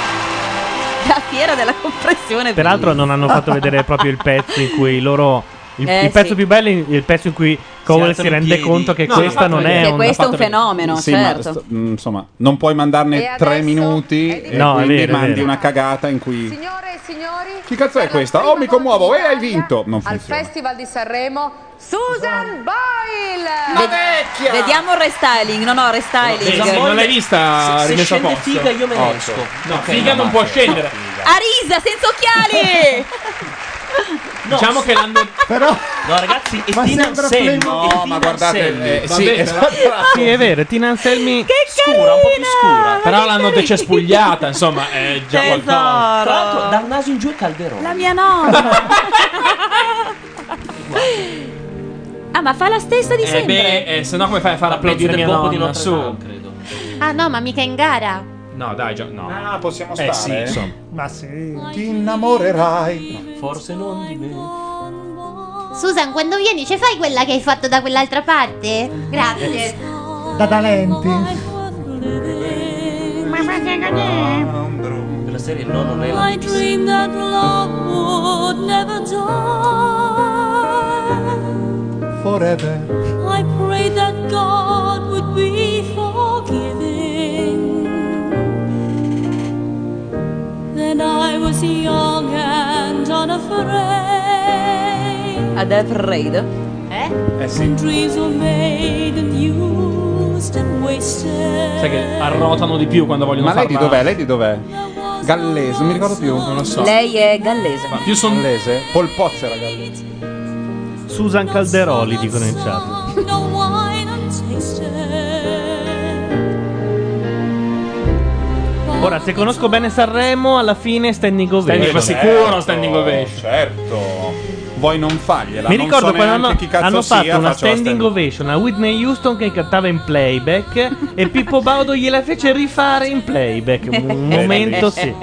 (laughs) La fiera della compressione. Peraltro non (laughs) hanno fatto vedere proprio il pezzo in cui loro... Il, Eh, il pezzo sì. più bello è il pezzo Certo, in cui Cowell si, alzano i rende piedi. conto che No, questa l'ha fatto non è vedere. Che un... questo è un fatto vedere. fenomeno, Sì, ma certo. st- mh, insomma, non puoi mandarne tre minuti e No, è quindi vero, è mandi vero. una cagata in cui... Signore e signori, Chi cazzo è questa? Oh, mi commuovo, e hai vinto! Non al funziona. Festival di Sanremo, Susan Boyle! Ved- Vediamo il restyling. No, no, restyling. Se- se rimessa a scende posto? figa, io me ne Otto. esco. No, Ok, figa no, non ma- può scendere. Ah, Arisa senza occhiali. Diciamo che l'hanno. Però. No, ragazzi, e Ma Tina sembra Anselmi. Flemming. e No, oh, Tina ma guardate, Anselmi. eh, sì, esatto. Sì, è vero, Tina Anselmi scura, un po' più scura. Però l'hanno decespugliata, insomma, è già qualcosa. Esatto. Tra l'altro, dal naso in giù è calderone. La mia nonna. ah, ma fa la stessa di Eh, sempre. beh, eh, se no come fai a far applaudire del mia Bobo di nonna? esatto. Notre Su. Ah no, ma mica in gara. No, dai, già, no. Ah, possiamo Eh, stare? sì, insomma. Ma sì. Ti innamorerai. Forse non di me. Susan, quando vieni ci fai quella che hai fatto da quell'altra parte? Grazie. Da talenti. Quella serie no, non è la I dreamed that love would never die. Forever. I prayed that God would be forgiving. Then I was young and unafraid. Ad Afraid. Eh sì. Dreams were made and used and wasted. Sai che arrotano di più quando vogliono Ma lei di farla- dov'è? Lei di dov'è? Gallese, non mi ricordo più. Non lo so. Lei è gallese. più son... Gallese? Polpozzera gallese. Susan Calderoli, dicono in chat. no wine untasted. Ora, se conosco bene Sanremo, alla fine standing ovation. Standing- ma sicuro standing ovation. Certo. Oh, Vuoi non fargliela? Mi non ricordo so quando neanche hanno, chi cazzo hanno sia, fatto una faccio la standing ovation a Whitney Houston che cantava in playback e Pippo Baudo gliela fece rifare in playback. (laughs) Un momento sì.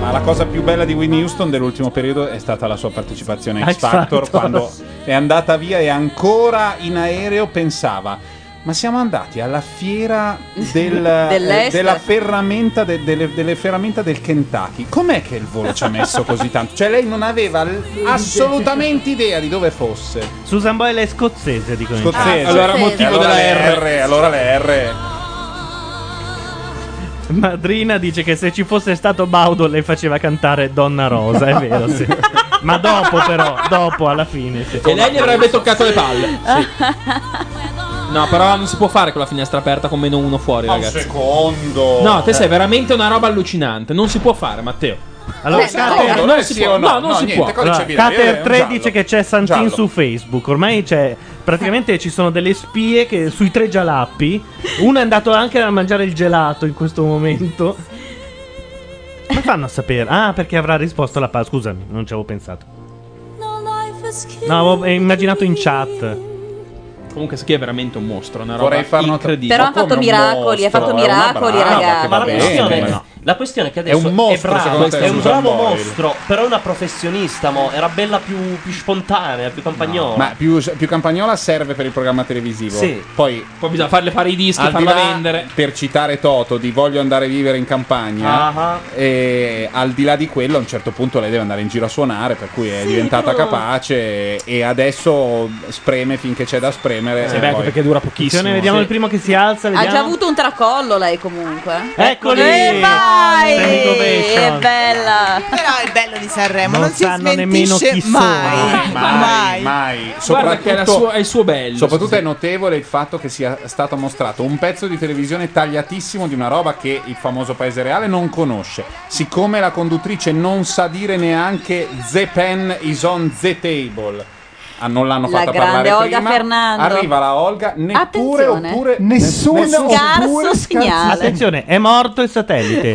Ma la cosa più bella di Whitney Houston dell'ultimo periodo è stata la sua partecipazione Ah, a X X esatto. Factor, Factor. quando è andata via e ancora in aereo pensava ma siamo andati alla fiera del, eh, Dell'est. della ferramenta de- delle, delle ferramenta del Kentucky. Com'è che il volo ci ha messo così tanto? Cioè lei non aveva l- assolutamente idea di dove fosse. Susan Boyle è scozzese, dicono in chat. Scozzese. Allora le R, allora le R. Madrina dice che se ci fosse stato Baudo lei faceva cantare Donna Rosa, è vero, sì. Ma dopo però, dopo alla fine. sì. E lei gli avrebbe toccato le palle. No, però non si può fare con la finestra aperta con meno uno fuori, Ma un ragazzi. secondo. No, te sei Eh. veramente una roba allucinante. Non si può fare, Matteo. Allora, Eh, Cater- no, non si Sì può. o no? No, non No, si niente, può. codice Allora, binario, Cater Eh, è un 3 giallo. dice che c'è Santin Giallo. su Facebook. Ormai c'è. Praticamente ci sono delle spie che, sui tre gialappi. Uno è andato anche a mangiare il gelato in questo momento. Come fanno a sapere? Ah, perché avrà risposto la pa. Scusami, non ci avevo pensato. No, avevo eh, immaginato in chat. Comunque, Schi è veramente un mostro. Una roba Vorrei far notare- incredibile. Però ha fatto miracoli, ha fatto miracoli, ragazzi. Ah, Ma la questione, no. la questione è che È un adesso è, mostro, bravo, secondo te, è un Susan bravo Boyle. mostro, però è una professionista, mo. era bella più, più spontanea, più campagnola. Ma più, più campagnola serve per il programma televisivo. Sì. Poi, bisogna farle fare i dischi, al di farla là, vendere. Per citare Toto, di voglio andare a vivere in campagna. Ah. E al di là di quello, a un certo punto lei deve andare in giro a suonare, per cui è diventata però- capace. E, e adesso spreme finché c'è da spremere. Sì, e beh, anche poi- perché dura pochissimo. Attenzione, vediamo il primo che si alza. Ha già Vediamo. avuto un tracollo lei comunque. Eccoli! E vai! Standing ovation. È bella! Però il bello di Sanremo Non non, si sanno nemmeno chi smentisce sono. mai. mai, mai. Soprattutto, che è la sua- è il suo bello. Soprattutto è notevole il fatto che sia stato mostrato un pezzo di televisione tagliatissimo di una roba che il famoso paese reale non conosce. Siccome la conduttrice non sa dire neanche The pen is on the table. Ah, non l'hanno La fatta grande parlare Olga prima. Fernando. Arriva la Olga, neppure Attenzione. oppure Nessun scarso segnale. Attenzione, è morto il satellite.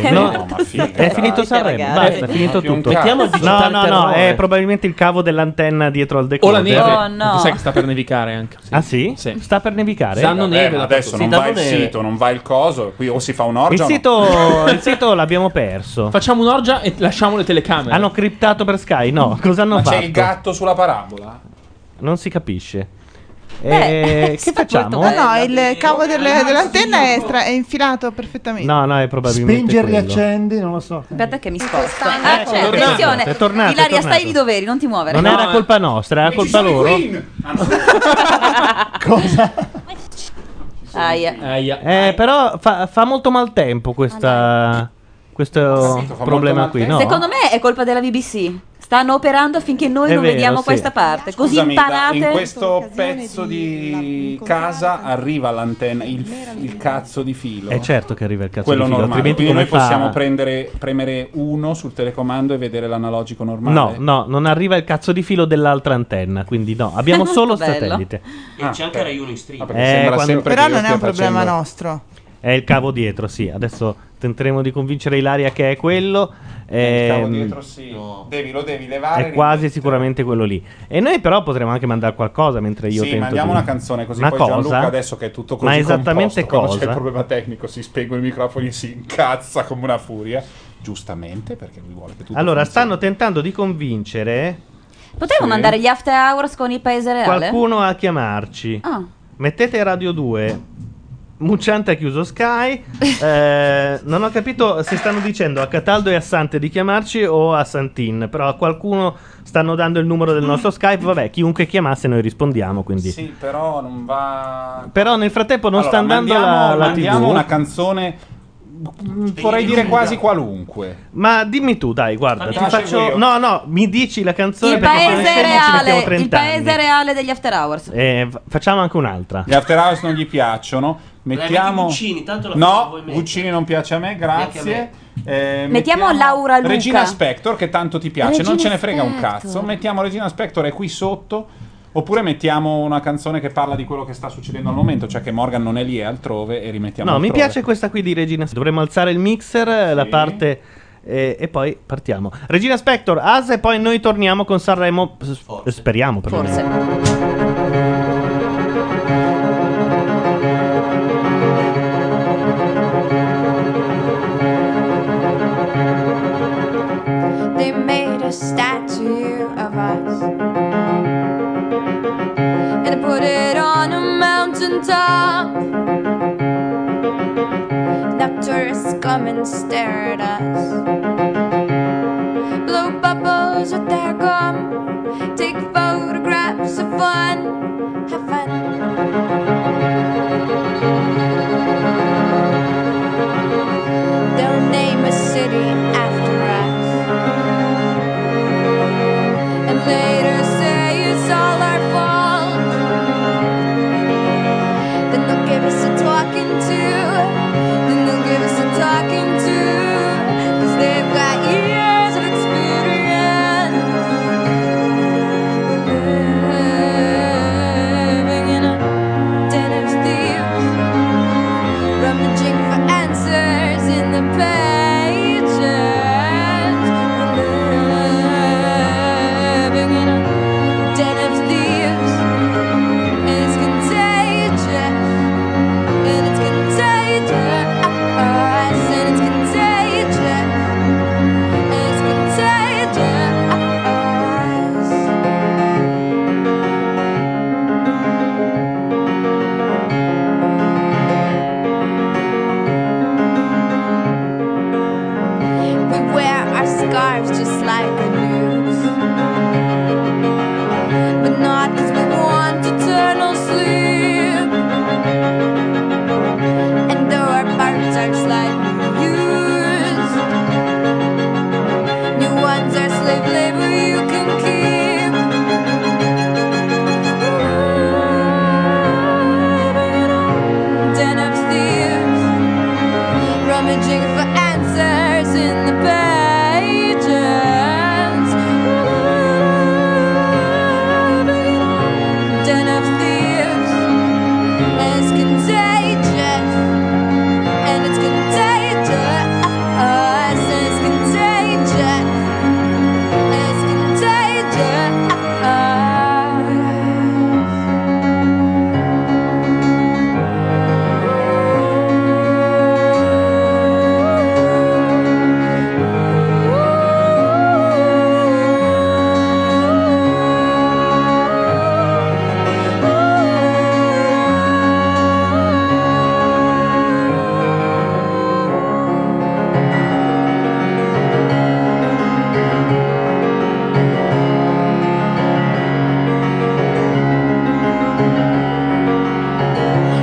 (laughs) È No, morto è finito Sanremo. ragazzi. Basta, è Eh, finito più un tutto. cazzo. Mettiamo il no, digitale no, no, terrore. è probabilmente il cavo dell'antenna dietro al O decoder. la neve. Oh, no. Sai che sta per nevicare anche. Ah, sì? Sta per nevicare. Danno Vabbè, neve ma da Eh, adesso non va il sito, non va il coso, qui o si fa un'orgia Il o no. sito, (laughs) (laughs) il sito l'abbiamo perso. Facciamo un'orgia e lasciamo le telecamere. Mm. Hanno criptato per Sky? No, cosa hanno Ma fatto? c'è il gatto sulla parabola? non si capisce. Beh, Eh, che facciamo? No, no, il cavo delle- dell'antenna è, stra- è infilato perfettamente. No, no, è probabilmente Spingi e quello. riaccendi, non lo so. Aspetta che mi sposto. Ecco, Ah, c'è, è tornato, attenzione. è tornato, è Ilaria, tornato. stai lì doveri, non ti muovere. eh. Non era colpa nostra, era colpa loro. Aia. Eh, però fa, fa molto maltempo questa, questo molto problema qui, no? Secondo me è colpa della BBC. Stanno operando affinché noi È non vero, vediamo sì. questa parte. Così Scusami, da- imparate. in questo pezzo di casa arriva l'antenna, il, il cazzo di filo. È certo che arriva il cazzo quello di filo, normale. altrimenti Quindi come noi fa? possiamo prendere, premere 1 sul telecomando e vedere l'analogico normale. No, no, non arriva il cazzo di filo dell'altra antenna, quindi no, abbiamo solo Molto bello. satellite. E Ah, c'è anche Rai Uno in stream. Eh, quando- Però non è un problema nostro. È il cavo dietro, sì. Adesso tenteremo di convincere Ilaria che è quello. Il cavo Ehm, dietro sì. Devi, lo devi levare. È quasi sicuramente quello lì. E noi però potremmo anche mandare qualcosa mentre io sì, tento mandiamo di- una canzone così Una poi cosa? Gianluca adesso che è tutto così Ma composto, (laughs) esattamente quando cosa? c'è il problema tecnico, si spengono i microfoni e si incazza come una furia, giustamente perché lui vuole che tutto Allora, funzioni. stanno tentando di convincere Potremmo Sì. mandare gli after hours con il paese reale? qualcuno a chiamarci. Eh, Ah. Mettete Radio 2. Mucciante ha chiuso (laughs) Sky. Eh, non ho capito se stanno dicendo a Cataldo e a Sante di chiamarci o a Santin. Però a qualcuno stanno dando il numero del nostro Skype. Vabbè, chiunque chiamasse, noi rispondiamo. Quindi. Sì, però non va Però nel frattempo non sta Allora, andando mandiamo- la, la mandiamo TV. una canzone mm, vorrei dire quasi qualunque. Ma dimmi tu, dai, guarda, ti Andiamo, seguo faccio. io. No, no, mi dici la canzone Il perché se paese ne ci mettiamo reale. Il 30 anni. paese reale degli after hours. Eh, fa- facciamo anche un'altra. Gli After Hours non gli piacciono. Mettiamo Guccini, tanto la facciamo No, voi meglio. Guccini non piace a me, grazie. Neanche Eh, Mettiamo Laura Luca. Regina Spector che tanto ti piace, non Regina ce ne frega un Spector. cazzo. Mettiamo Regina Spector è qui sotto. Oppure mettiamo una canzone che parla di quello che sta succedendo al momento, cioè che Morgan non è lì, è altrove e rimettiamo No, mi altrove. piace questa qui di Regina. Dovremmo alzare il mixer, eh, la parte. eh, e poi partiamo. Regina Spector, As e poi noi torniamo con Sanremo. s- Speriamo per They made a statue of us and put it on a mountain top. Now tourists come and stare at us Blow bubbles with their gum Take photographs of fun Have fun They'll name a city after us And later say it's all our fault Then they'll give us a talking to then they'll give us a talking to, cause they've answers in the pages. Living in a den of thieves, and it's contagious, and it's contagious, and it's contagious, and it's contagious. We wear our scarves just like the news. But not because we want eternal sleep. And though our parts are slightly used, new ones are slave labor you can keep. Den of thieves rummaging for answers in the pages. Den of thieves is contagious, and it's contagious. It's contagious. It's contagious.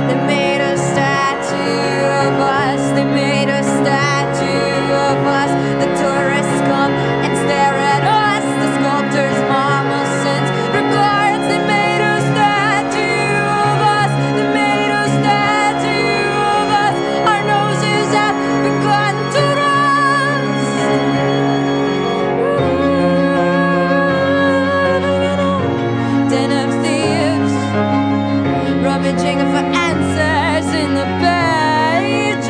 They made a statue of us. They made a statue of us. The tourists come and stare at us. The sculptor's mama sends regards. They made a statue of us. They made a statue of us. Our noses have begun to rust. Den of thieves rummaging for answers in the pages.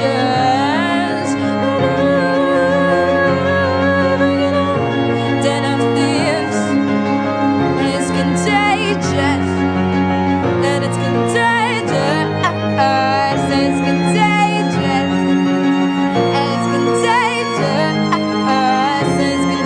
Den of thieves is contagious, and it's contagious. It's contagious. It's contagious. It's contagious. It's contagious. It's contagious. It's contagious.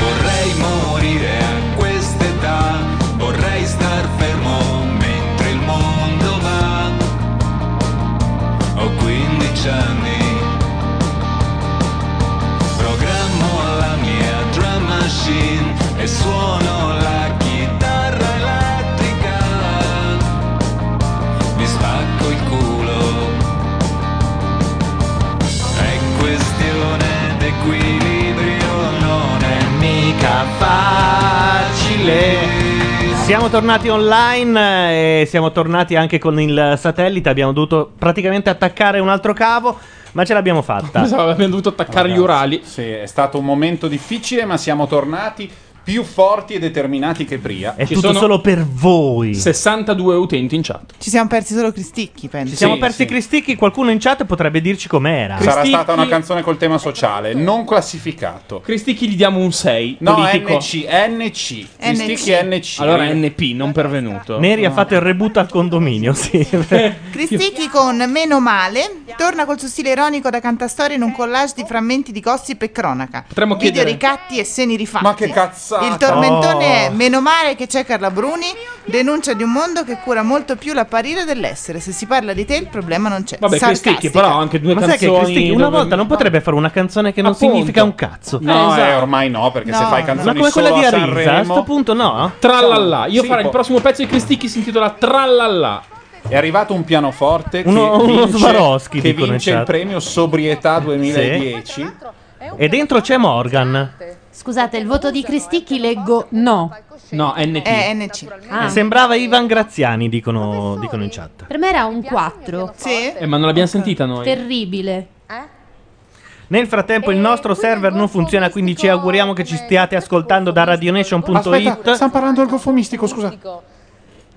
Vorrei morire a quest'età, vorrei star fermo mentre il mondo va. Ho 15 anni, programmo la mia drum machine e suono la chitarra elettrica. Mi spacco il culo. È questione d'equilibrio, non è mica facile. Siamo tornati online eh, e siamo tornati anche con il satellite. Abbiamo dovuto praticamente attaccare un altro cavo, ma ce (laughs) l'abbiamo fatta. Esatto, abbiamo dovuto attaccare gli orali. Sì, è stato un momento difficile, ma siamo tornati più forti e determinati che prima. È tutto solo per voi. 62 utenti in chat. Ci siamo persi solo Cristicchi, penso. Ci siamo persi sì. Cristicchi, qualcuno in chat potrebbe dirci com'era. Sarà stata una canzone col tema sociale, non classificato. Cristicchi gli diamo un 6. No, politico. NC, NC. Cristicchi NC. Allora NP, non pervenuto. Neri ha fatto il reboot al condominio, (laughs) sì. (laughs) Cristicchi con Meno male torna col suo stile ironico da cantastorie in un collage di frammenti di gossip e cronaca. Potremmo Video chiedere- ricatti e seni rifatti. Ma che cazzata! Il tormentone è Oh. Meno male che c'è Carla Bruni, denuncia di un mondo che cura molto più l'apparire dell'essere. Se si parla di te il problema non c'è. Vabbè, Sarcastica. Cristicchi, però, anche due Ma sai che canzoni Cristicchi una volta non potrebbe fare una canzone che non Appunto. significa un cazzo. Esatto. No, eh, ormai no, perché se No, fai no. canzoni Ma come quella solo di a Arisa, Sanremo- a sto punto no? Tralala. Io Sì, farò il può- prossimo pezzo di Cristicchi si intitola Tralala. È arrivato un pianoforte Uno- che uno vince, Swarovski, che dicono in vince il chat. premio Sobrietà 2010. E dentro c'è Morgan. Scusate, il voto di Cristicchi leggo no. No, NT. Eh, Ah. Sembrava Ivan Graziani, dicono, dicono in chat. Per me era un 4. Sì. Eh, ma non l'abbiamo sentita noi. Eh, Terribile. Nel frattempo il nostro server non funziona, quindi ci auguriamo che ci stiate ascoltando da Aspetta, radionation.it. stiamo parlando del golfo mistico, scusa.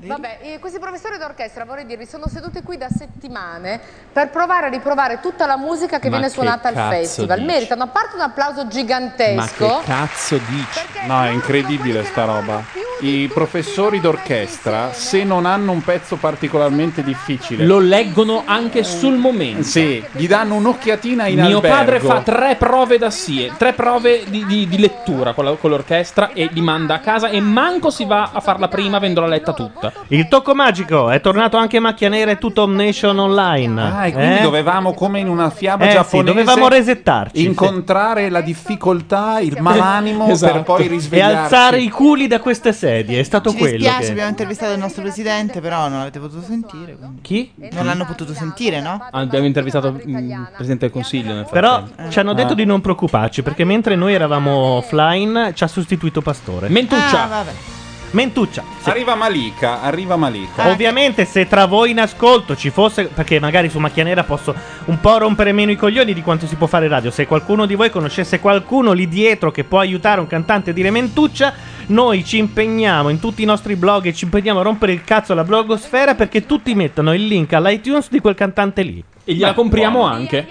Vabbè, eh, questi professori d'orchestra, vorrei dirvi, sono seduti qui da settimane per provare a riprovare tutta la musica che Ma viene che suonata al cazzo festival. dici? Meritano, a parte un applauso gigantesco. cazzo dici? No, è incredibile sta roba. I professori d'orchestra, se non hanno un pezzo particolarmente difficile, Lo leggono anche sul momento. Sì, gli danno un'occhiatina in Mio albergo. padre fa tre prove da sì, tre prove di, di- di lettura con, la- con l'orchestra e li manda a casa e manco si va a farla prima avendola letta tutta. Il tocco magico è tornato anche Macchia Nera e tutto Omnation Online. Ah, e quindi Eh? dovevamo, come in una fiaba Eh sì, giapponese, dovevamo resettarci, (laughs) Incontrare la difficoltà, il malanimo per poi Esatto. E risvegliarsi. alzare i culi da queste sedie, è stato Ci quello. dispiace, Che... abbiamo intervistato il nostro presidente, però non l'avete potuto sentire. quindi. Chi? Non l'hanno potuto sentire, no? Ah, Abbiamo intervistato mm, il presidente del consiglio. Nel Però frattempo. ci hanno detto Ah. di non preoccuparci perché mentre noi eravamo offline ci ha sostituito Pastore. Mentuccia. Ah, vabbè. Mentuccia. sì. Arriva Malika, arriva Malika. Ovviamente se tra voi in ascolto ci fosse, perché magari su Macchia Nera posso un po' rompere meno i coglioni di quanto si può fare in radio, se qualcuno di voi conoscesse qualcuno lì dietro che può aiutare un cantante a dire mentuccia, noi ci impegniamo in tutti i nostri blog e ci impegniamo a rompere il cazzo alla blogosfera perché tutti mettono il link all'iTunes di quel cantante lì. Eh? E gliela compriamo anche.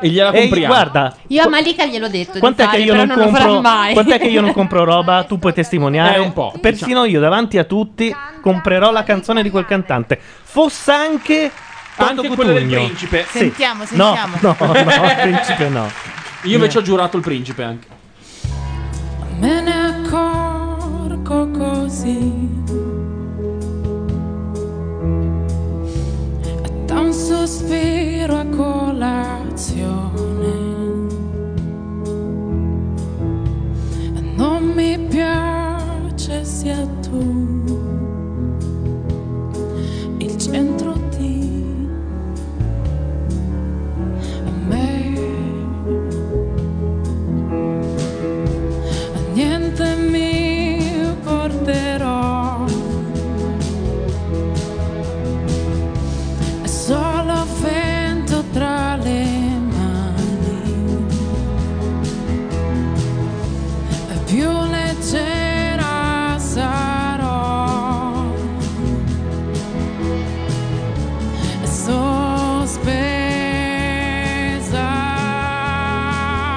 E gliela compriamo. guarda, Io a Malika gliel'ho detto. Quant'è di che, fare, io però non non lo farà compro, mai. quant'è che (laughs) io non compro roba? Tu puoi testimoniare. Eh, un po', Persino io, davanti a tutti, comprerò la canzone di quel cantante. Fosse anche. Toto Anche quella del Cutugno. Principe. Sì. Sentiamo, No, sentiamo. (laughs) No, no, Principe no. Io invece ho giurato il principe anche. Me ne accorgo così. Da un sospiro a colazione. Non mi piace sia tu il centro di me. niente mi porterò. È solo vento tra le mani. E più leggera sarò. E Sospesa.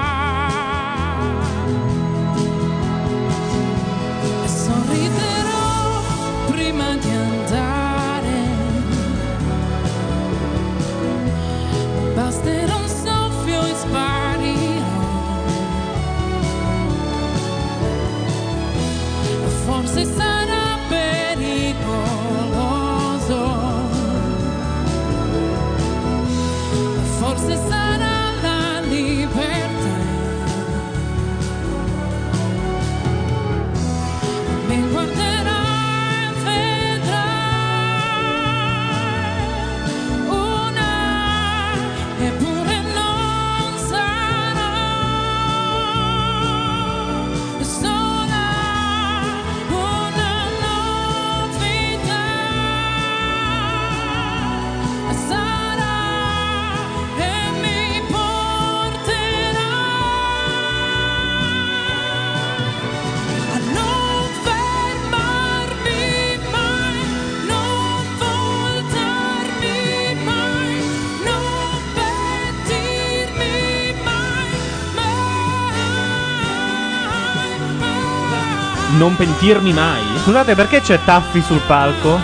Sorriderò prima di andare. Basterà un soffio e sparirò. Forse sarà pericoloso. Forse sarà la libertà. Mi guarderai e vedrai una, eppure non sarò sola una Non pentirmi mai. Scusate, perché c'è Taffi sul palco?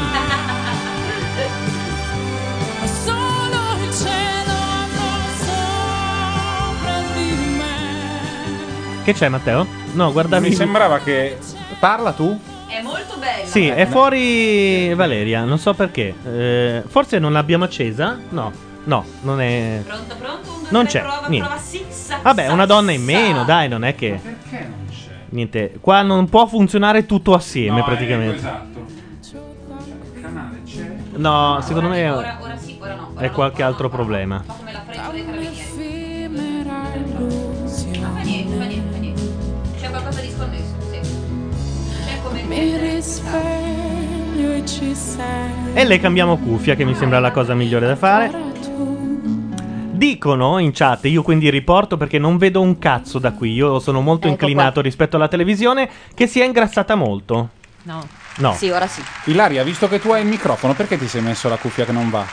Solo il cielo avrò sopra di me. Che c'è, Matteo? No, guardavi. Mi sembrava che. Parla tu? Eh, È molto bello. Sì, è fuori Valeria, non so perché. Eh, forse non l'abbiamo accesa? No, no, non è. Pronto, pronto? Un, due, Non tre, c'è. Prova, niente. prova, sì, sa, Vabbè, sa, una donna in sa. meno, dai, non è che. cioè, Perché non c'è? Niente, qua non può funzionare tutto assieme praticamente. eh, esatto. Il canale c'è. No, secondo me Ora- ora sì, ora no, ora è qualche altro problema. Come la freccia dei carabinieri. Ma fa niente, fa niente, fa niente. C'è qualcosa di sconnesso, sì. C'è come Mi il risveglio e ci sei. E le cambiamo cuffia, che mi sembra la cosa migliore da fare. Dicono in chat, io quindi riporto perché non vedo un cazzo da qui, io sono molto Ecco inclinato rispetto alla televisione, che si è ingrassata molto. No. No. Sì, ora sì. Ilaria, visto che tu hai il microfono, perché ti sei messo la cuffia che non va?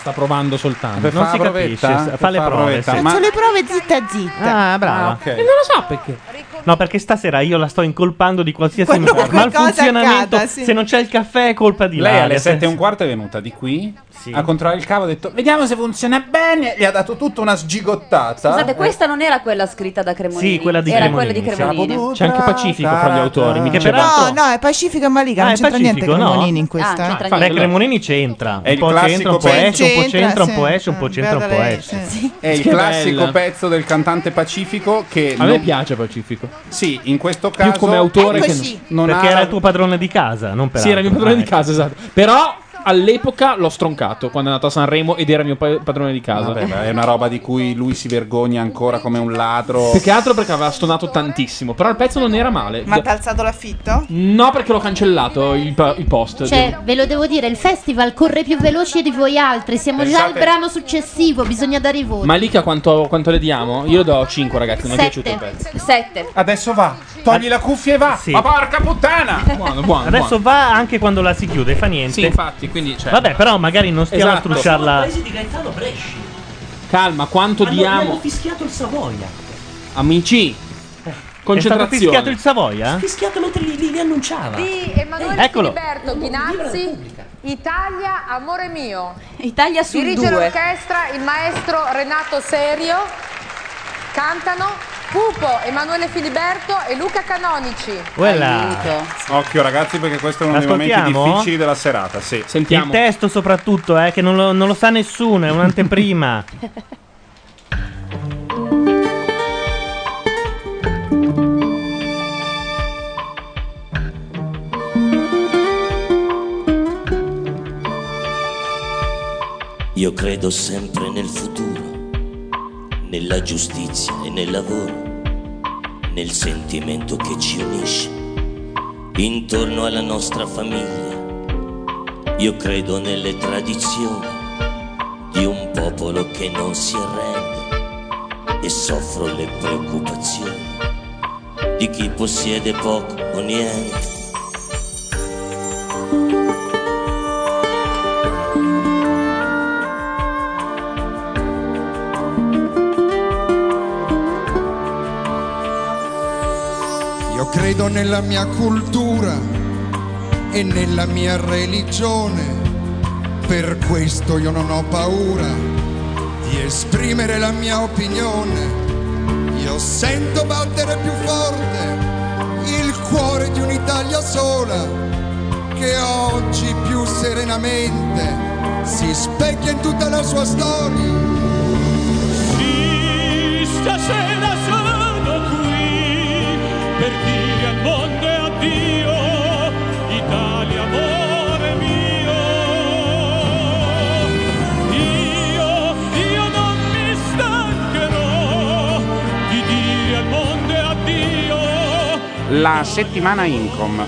sta provando soltanto. Per Non fare si la provetta? capisce, Per fa fare le la prove, provetta? sì. Ma- Faccio le prove zitta zitta. Ah, brava. E non lo so perché. No, perché stasera io la sto incolpando di qualsiasi Quando mal- qualcosa malfunzionamento. accada, sì. Se non c'è il caffè è colpa di Lei Ilaria, alle 7 e senza- un quarto è venuta di qui a controllare il cavo. Ha detto: Vediamo se funziona bene. Gli ha dato tutta una sgigottata. Scusate, questa non era quella scritta da Cremolini. Eh. Sì, quella di era Cremolini. quella di Siamo Cremolini. C'è anche Pacifico fra gli autori, Ah, Che diceva. peraltro... Ah, No, no, è Pacifico e Maliga, Ah, non è c'entra niente Pacifico, no? Cremonini in Ah, questa. c'entra Beh, Cremonini c'entra. È Un il po' c'entra, un po' classico esce, un pezzo. po' c'entra, un po' C'entra, esce, un po' sì. Eh, c'entra, un po' Guarda lei, esce. È il Che classico bella. pezzo del cantante Pacifico che. A me non- piace Pacifico. Sì, in questo caso. eh, come autore Ecco che- sì. non Perché ha- era il tuo padrone di casa, non per Sì, era altro, il mio padrone di dai. casa, esatto. Però all'epoca l'ho stroncato quando è andato a Sanremo ed era il mio pa- padrone di casa. Ah, Vabbè, ma è una roba di cui lui si vergogna ancora come un ladro. Più che altro perché aveva stonato tantissimo. Però il pezzo non era male. Ma ti ha alzato l'affitto? No, perché l'ho cancellato il, pa- il post. Cioè, ve lo devo dire, il festival corre più veloce di voi altri. Siamo già al Pensate- brano successivo, bisogna dare i voti. Malika quanto, quanto le diamo? Io le do 5 ragazzi, non è piaciuto il pezzo. 7. Adesso va, togli la cuffia e Ah, va. Ma porca puttana! Buono, buono. Adesso va anche quando la si chiude, fa niente. Sì, infatti, quindi cioè- Vabbè, però magari non stiamo Esatto. a Sono trucciarla. paesi di Gaetano Bresci. Calma, quanto Hanno- gli hanno diamo? fischiato il Savoia. Amici, È stato fischiato concentrazione. il Savoia? eh? Fischiato mentre li, li- li annunciava. Di Emanuele Eccolo. Filiberto Ghinazzi, Italia, amore mio. Italia su Dirige due. l'orchestra il maestro Renato Serio. Cantano Pupo, Emanuele Filiberto e Luca Canonici. Occhio ragazzi perché questo è uno dei momenti Ascoltiamo? difficili della serata, sì. Il testo soprattutto, eh, che non lo, non lo sa nessuno, è (laughs) un'anteprima. Io credo sempre nel futuro, nella giustizia e nel lavoro, nel sentimento che ci unisce intorno alla nostra famiglia. Io credo nelle tradizioni di un popolo che non si arrende e soffro le preoccupazioni di chi possiede poco o niente. Io credo nella mia cultura e nella mia religione, per questo io non ho paura di esprimere la mia opinione. Io sento battere più forte il cuore di un'Italia sola, che oggi più serenamente si specchia in tutta la sua storia. Sì, stasera sono qui per dire al mondo e addio, Italia amore mio. Io, io non mi stancherò di dire al mondo e addio. La settimana Incom.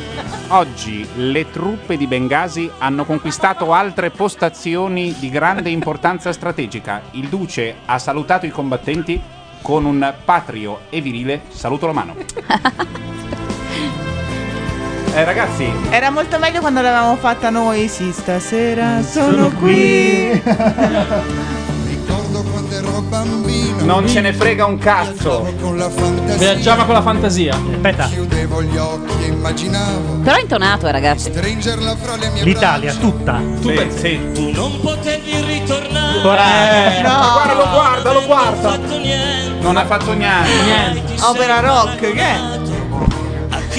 Oggi le truppe di Bengasi hanno conquistato altre postazioni di grande importanza strategica. Il duce ha salutato i combattenti con un patrio e virile saluto romano. Eh, ragazzi, Era molto meglio quando l'avevamo fatta noi, (laughs) sì, stasera sono qui. Ricordo quando ero bambino Non ce ne frega un cazzo. con la fantasia Viaggiava con la fantasia. Aspetta. chiudevo gli occhi e immaginavo Però è intonato, eh, ragazzi. (laughs) stringerla fra le mie L'Italia, tutta. Sì, sì. Tu non potevi ritornare. Eh. Coraggio. No. Guarda, lo guarda, lo guarda. Non ha fatto Niente. niente. Opera rock, che è?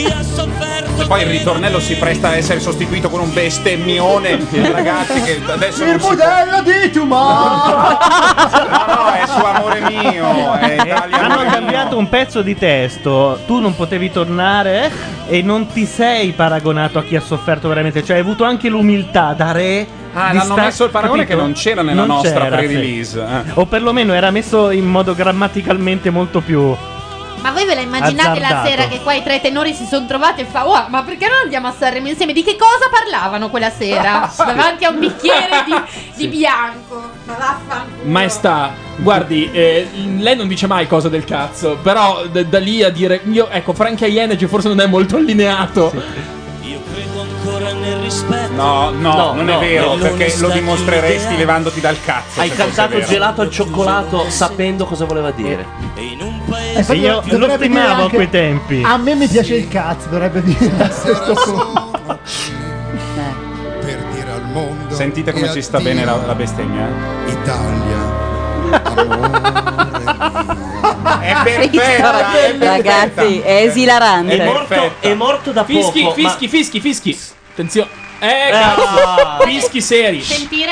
E poi il ritornello si presta a essere sostituito con un bestemmione. Ragazzi, che adesso non Il si modello di (laughs) Tumor! No, è su amore mio. È Italia Hanno amore mio. cambiato un pezzo di testo, tu non potevi tornare eh, e non ti sei paragonato a chi ha sofferto veramente, cioè hai avuto anche l'umiltà da re. Ah, di l'hanno sta- messo il paragone capito? che non c'era nella Non nostra c'era, sì. pre-release. eh. O perlomeno era messo in modo grammaticalmente molto più. Ma voi ve la immaginate la Azzardato. sera che qua i tre tenori si sono trovati e fa "Oh, ma perché non andiamo a Sanremo insieme? Di che cosa parlavano quella (laughs) sera? Sì. Davanti a un bicchiere di, di bianco. Ma vaffanculo. Maestà, guardi, eh, lei non dice mai cose del cazzo, però d- da lì a dire, io, ecco, Frankie Energy forse non è molto allineato. No, no, No, non no, è vero, no. perché lo dimostreresti levandoti dal cazzo. Hai se fosse cantato vero. gelato al cioccolato sapendo cosa voleva dire. Eh, infatti Io dov- lo dovrebbe dire stimavo a anche, quei tempi. A me mi piace il cazzo, dovrebbe dire a questo punto. per dire al mondo Sentite come e ci sta addio, bene la, la bestemmia. eh. Italia. È perfetta, è perfetta. Ragazzi, è esilarante. È morto- è morto da fischi, poco, Fischi, fischi, fischi, Attenzione. Eh, ah. cazzo. Fischi seri. Sentire?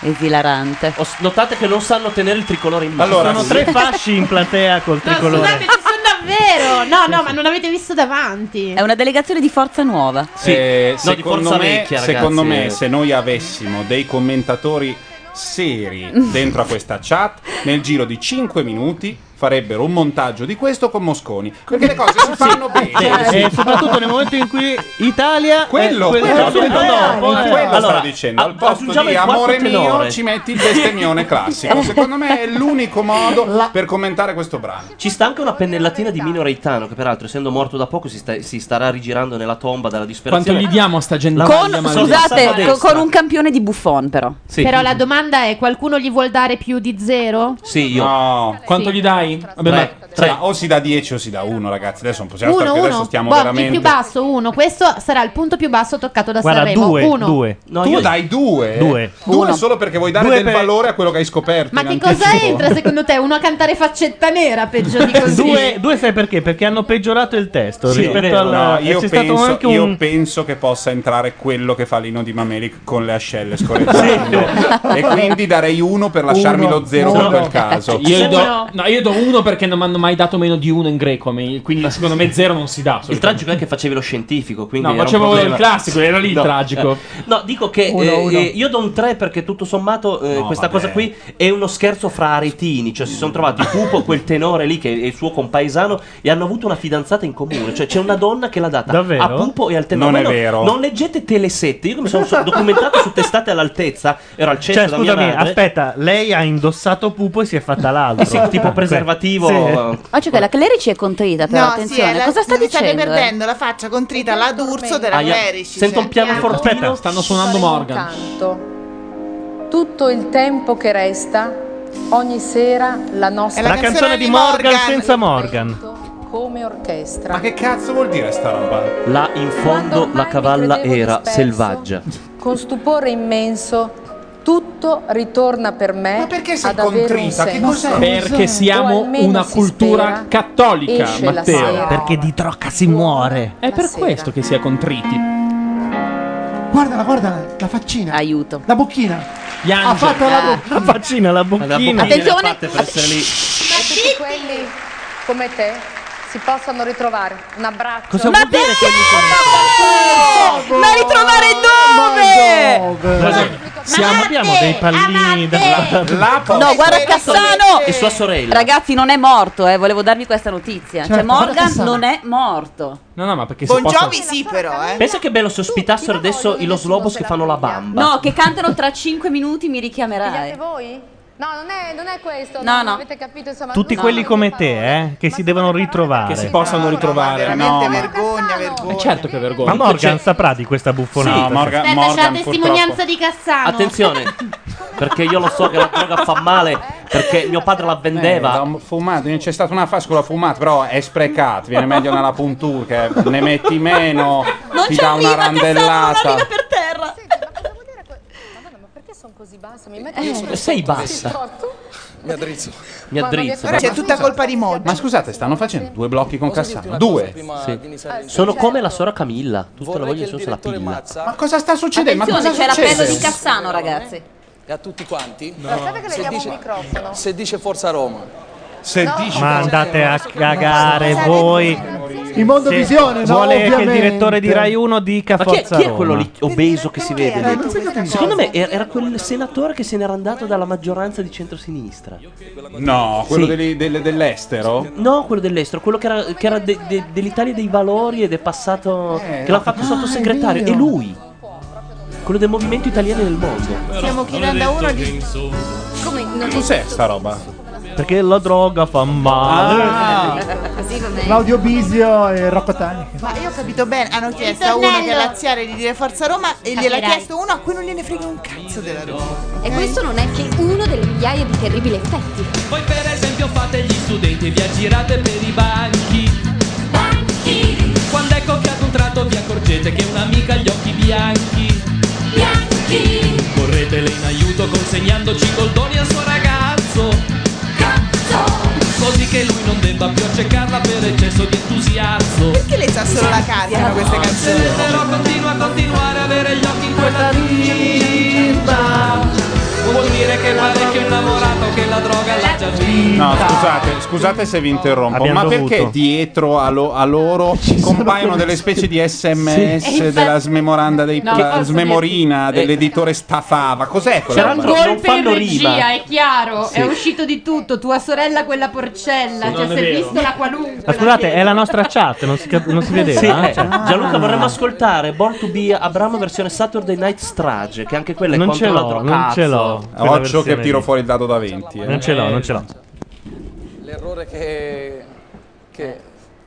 Esilarante. notate che non sanno tenere il tricolore in mano. Allora, Ci sono sì. tre fasci in platea col No, scusate, ci sono davvero. No, no, ma non avete visto davanti. È una delegazione di forza nuova. Eh, No, di secondo, Forza me, Vecchia, ragazzi. secondo me, se noi avessimo dei commentatori (laughs) seri dentro a questa chat, nel giro di 5 minuti farebbero un montaggio di questo con Mosconi. Perché le cose si fanno bene. E Eh, soprattutto nel momento in cui Italia Quello, quello, è quello quello, subito dopo, quello, eh. quello Allora, stavo dicendo. Al a- posto aggiungiamo di il quarto amore mio tenore. ci metti il bestemmione classico. Secondo me è l'unico modo per commentare questo brano. Ci sta anche una pennellatina di Mino Reitano, che peraltro, essendo morto da poco, si, sta- si starà rigirando nella tomba dalla disperazione. Quanto gli diamo a sta gente? Con- maledetta? Scusate, Maledetta. co- con un campione di buffon, però. Però la domanda è: qualcuno gli vuol dare più di zero? Sì, io. No. Quanto gli dai? Vabbè, ma- ma o si dà 10 o si dà 1, ragazzi. Adesso non possiamo Uno, stare che Certo, adesso uno. stiamo Boh, il veramente. più basso, uno. Questo sarà il punto più basso toccato da Sanremo. uno. tu io- dai due. Due. Due Uno. solo perché vuoi dare Due del per- valore a quello che hai scoperto. Ma in che anticipo. cosa entra secondo te? Uno a cantare faccetta nera peggio di così? Due, due sai perché? Perché hanno peggiorato il testo Sì, rispetto vero. alla- No, io, c'è penso, stato anche io un penso che possa entrare quello che fa Lino di Mamelic con le ascelle scorreggiando. e quindi darei uno per lasciarmi Uno, lo zero uno. per quel caso. Io do, Uno. no, io do uno perché non mi hanno mai dato meno di uno in greco. mi- Quindi secondo me zero non si dà. Il tragico è che facevi lo scientifico, quindi No, era un facevo problema. il classico, era lì il tragico. (laughs) No, dico che Uno, eh, uno. eh, io do un 3 perché tutto sommato eh, No, questa vabbè. cosa qui è uno scherzo fra aretini, cioè si sono trovati Cupo, quel tenore lì che è il suo compaesano e hanno avuto una fidanzata in comune, cioè c'è una donna che l'ha data Davvero? a Pupo e al tenore. Non è Ma no, vero. Non leggete Telesette, io che mi sono so- documentato su testate all'altezza, ero al centro Cioè, da mia scusami, madre. aspetta, lei ha indossato pupo e si è fatta l'altro. Ah, Eh sì, tipo preservativo. Sì. Oggi quella Clerici è contrita, però No, attenzione, sì, è la- cosa sta mi state dicendo? eh? perdendo la faccia contrita la d'Urso della Aia, Clerici. sento cioè. un pianofortino. Aspetta, stanno suonando Faremo Morgan. canto. Tutto il tempo che resta, ogni sera la nostra La canzone di Morgan, senza Morgan. come orchestra. Ma che cazzo vuol dire sta roba? Là in fondo la cavalla era selvaggia. Con stupore immenso tutto ritorna per me. Ma perché sei contrita? Che cos'è? Perché siamo una cultura cattolica, esce la Matteo. sera. Perché di trocca si muore. È per questo che si è contriti. Guardala, guardala, la faccina. Aiuto. La bocchina. Piange. Ha fatto la Ah. bocchina. La faccina, la bocchina. bocchina. Attenzione! fatte per essere lì. Ma tutti quelli come te si possono ritrovare. Un abbraccio. Cosa Ma vuol dire perché? Ma ritrovare dove? Siamo, abbiamo dei pallini (laughs) dalla... No, guarda Cassano! E sua sorella. Ragazzi, non è morto, eh, volevo darvi questa notizia. Certo, cioè, guarda Morgan Cassano. non è morto. No, no, ma perché si Bon possa- Jovi sì, però, eh. Pensa che bello se ospitassero adesso i Los Lobos che fanno la bamba. No, che cantano tra 5 minuti mi richiamerai. voi? No, non è, non è questo. No, non no. Avete capito, insomma, Tutti no. quelli come te, eh, che si devono ritrovare. Che si possono ritrovare. Veramente vergogna, vergogna. Eh, certo che vergogna. Ma Morgan saprà di questa buffonata. Sì, Morgan- Aspetta, c'è la testimonianza di Cassano. Attenzione, perché io lo so che la droga fa male perché mio padre la vendeva. Eh, fumato, c'è stata una fascola fumata, però è sprecato. Viene meglio nella puntura, che ne metti meno, ti dà una randellata. per terra. Madonna, ma perché sono così bassa? Mi metto Eh, io sono sei così bassa. storto? Mi addrizzo. Mi Mamma mia, addrizzo. però c'è tutta colpa di Moggi. Ma scusate, stanno facendo due blocchi con Posso Cassano. dirti una Due. cosa prima Sì. di iniziare il Sono come la sora Camilla. Tutte le che voglie il sono sulla direttore pilla. Ma cosa sta succedendo? Ma Attenzione, cosa c'è l'appello succede? di Cassano, ragazzi. E a tutti quanti? No. Aspetta che le diamo un microfono. Se dice Forza Roma. Se dice Ma andate a cagare Sì. voi. Il mondo Se visione, no? Vuole che il Ovviamente. direttore di Rai 1 dica Ma chi è, forza chi è Roma? quello lì obeso che si vede? Eh, lì? non si capisce. Secondo me era era quel senatore che se n'era andato dalla maggioranza di centrosinistra. No, quello Sì. degli- delle- dell'estero? No, quello dell'estero, quello che era, che era de- de- dell'Italia dei Valori ed è passato. che l'ha fatto ah, è sottosegretario. vero. È lui. Quello del Movimento Italiano del Mondo. Siamo chi da uno di Come non Cos'è sta roba? Perché la droga fa male. Ah. (laughs) Ah. Così Claudio Bisio e Rocco Tani. Ma io ho capito bene, hanno chiesto a uno che è laziale di dire Forza Roma e gliel'ha Capirai. chiesto uno a cui non gliene frega un cazzo della Eh. Roma. E questo non è che uno delle migliaia di terribili effetti. Voi per esempio fate gli studenti e vi aggirate per i banchi. Banchi! Quando ecco che ad un tratto vi accorgete che un'amica ha gli occhi bianchi. Bianchi! Corretele in aiuto consegnandoci goldoni al suo ragazzo. Cazzo! Così che lui non debba più accecarla per eccesso di entusiasmo. Perché lei sa solo la cantano queste canzoni? Se però continua a continuare a avere gli occhi in quella tinta Vuol dire che è parecchio innamorato che la droga l'ha già vinta No, scusate, scusate se vi interrompo, Abbiamo ma dovuto. perché dietro a, lo- a (laughs) loro compaiono delle specie di sms Sì. E della infatti- smemoranda dei No, la posso smemorina dirti- dell'editore Stafava? C'è Cos'è quella un roba? golpe in regia, eh. è chiaro. Sì. È uscito di tutto. Tua sorella, quella porcella. Sì, cioè, non è si è vero. visto la qualunque. Ma scusate, è la nostra chat, non si, cap- (laughs) non si vedeva? Sì, eh, Cioè- Gianluca vorremmo ascoltare Born to be Abramo versione Saturday Night Strage, che anche quella è Non contro ce la l'ho, droga. non ce l'ho. Quella Occhio che versione tiro lì. fuori il dado da 20. eh. Non ce l'ho, non ce l'ho. L'errore che, che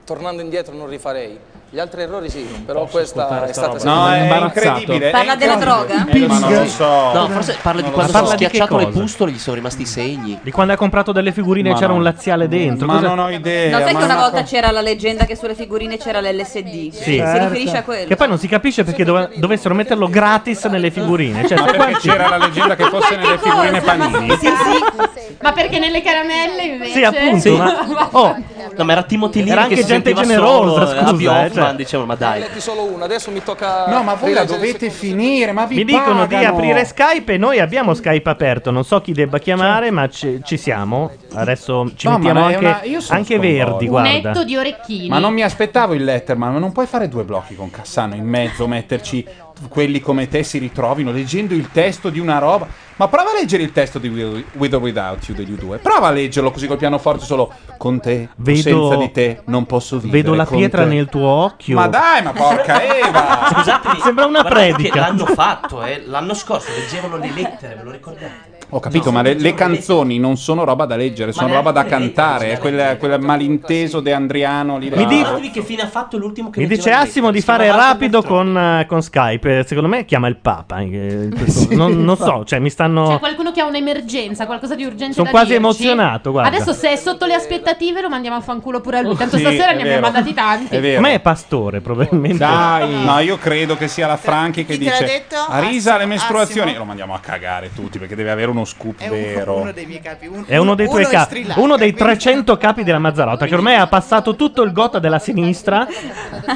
tornando indietro non rifarei Gli altri errori sì, però questa è stata No, secondo me- è incredibile. Parla è della incredibile. droga? Eh, ma non lo so. No, forse parla di Non lo quando so. sono Parla di che schiacciato le cosa? pustole, gli sono rimasti i segni. Di quando ha comprato delle figurine Ma c'era no. un laziale dentro. Ma cosa- non No, ho idea, sai che ma una no. volta c'era la leggenda che sulle figurine c'era l'LSD? Sì. Si riferisce Certo. a quello. Che poi non si capisce perché dove- dovessero metterlo gratis nelle figurine. Cioè, Ma sai perché quanti- c'era la leggenda (laughs) che fosse nelle figurine panini? (laughs) Ma perché nelle caramelle invece? Sì, appunto, Sì. (laughs) ma- oh, No, ma era Timothy Leary Era anche che si gente sentiva generosa, solo, eh, scusa, Abby eh, Hoffman, cioè. dicevano, ma dai. solo una, adesso mi tocca No, ma voi rileggere la il dovete finire, ma vi Mi dicono di pagano. aprire Skype e noi abbiamo Skype aperto. Non so chi debba chiamare, ma ci, ci siamo. Adesso ci Cioè. No, ma mettiamo è anche, una- io sono anche sconvolto. Verdi. Guarda. Netto di orecchini. Ma non mi aspettavo il Letterman, ma non puoi fare due blocchi con Cassano in mezzo, metterci quelli come te si ritrovino leggendo il testo di una roba. Ma prova a leggere il testo di With With or Without You degli U2. Prova a leggerlo così col pianoforte solo con te, o Vedo- senza di te non posso vivere. Vedo la con pietra te. nel tuo occhio. Ma dai, ma porca Eva! (laughs) Scusatemi, (laughs) Sembra una guardate che predica. L'hanno fatto, eh. L'anno scorso leggevano le lettere, ve lo ricordate? Ho capito, ma le, le canzoni non sono roba da leggere, sono roba da cantare. È quel, quel malinteso de Andriano lì. Mi dico- Guardatevi che fine ha fatto l'ultimo che Mi dice leggeva le Assimo lettere, di si fare chiamava rapido con, eh, con Skype. Eh, Secondo me chiama il Papa. (laughs) eh, questo- non, non so, cioè mi C'è stanno. qualcuno che ha un'emergenza, qualcosa di urgente Sono da quasi dirci? emozionato, guarda. Oh, Adesso se è sotto le aspettative lo mandiamo a fanculo pure a lui. Tanto Sì, stasera è ne abbiamo vero. mandati tanti. È vero. Ma è pastore, probabilmente. Dai, no, io credo che sia la Franchi che Chi te l'ha dice detto? a risa le menstruazioni. Massimo. Lo mandiamo a cagare tutti perché deve avere uno scoop È vero. uno, uno dei miei capi. un- È uno dei tuoi è Sri capi, Lanka, uno dei quindi- 300 capi della Mazzarotta che ormai ha passato tutto il gota della sinistra.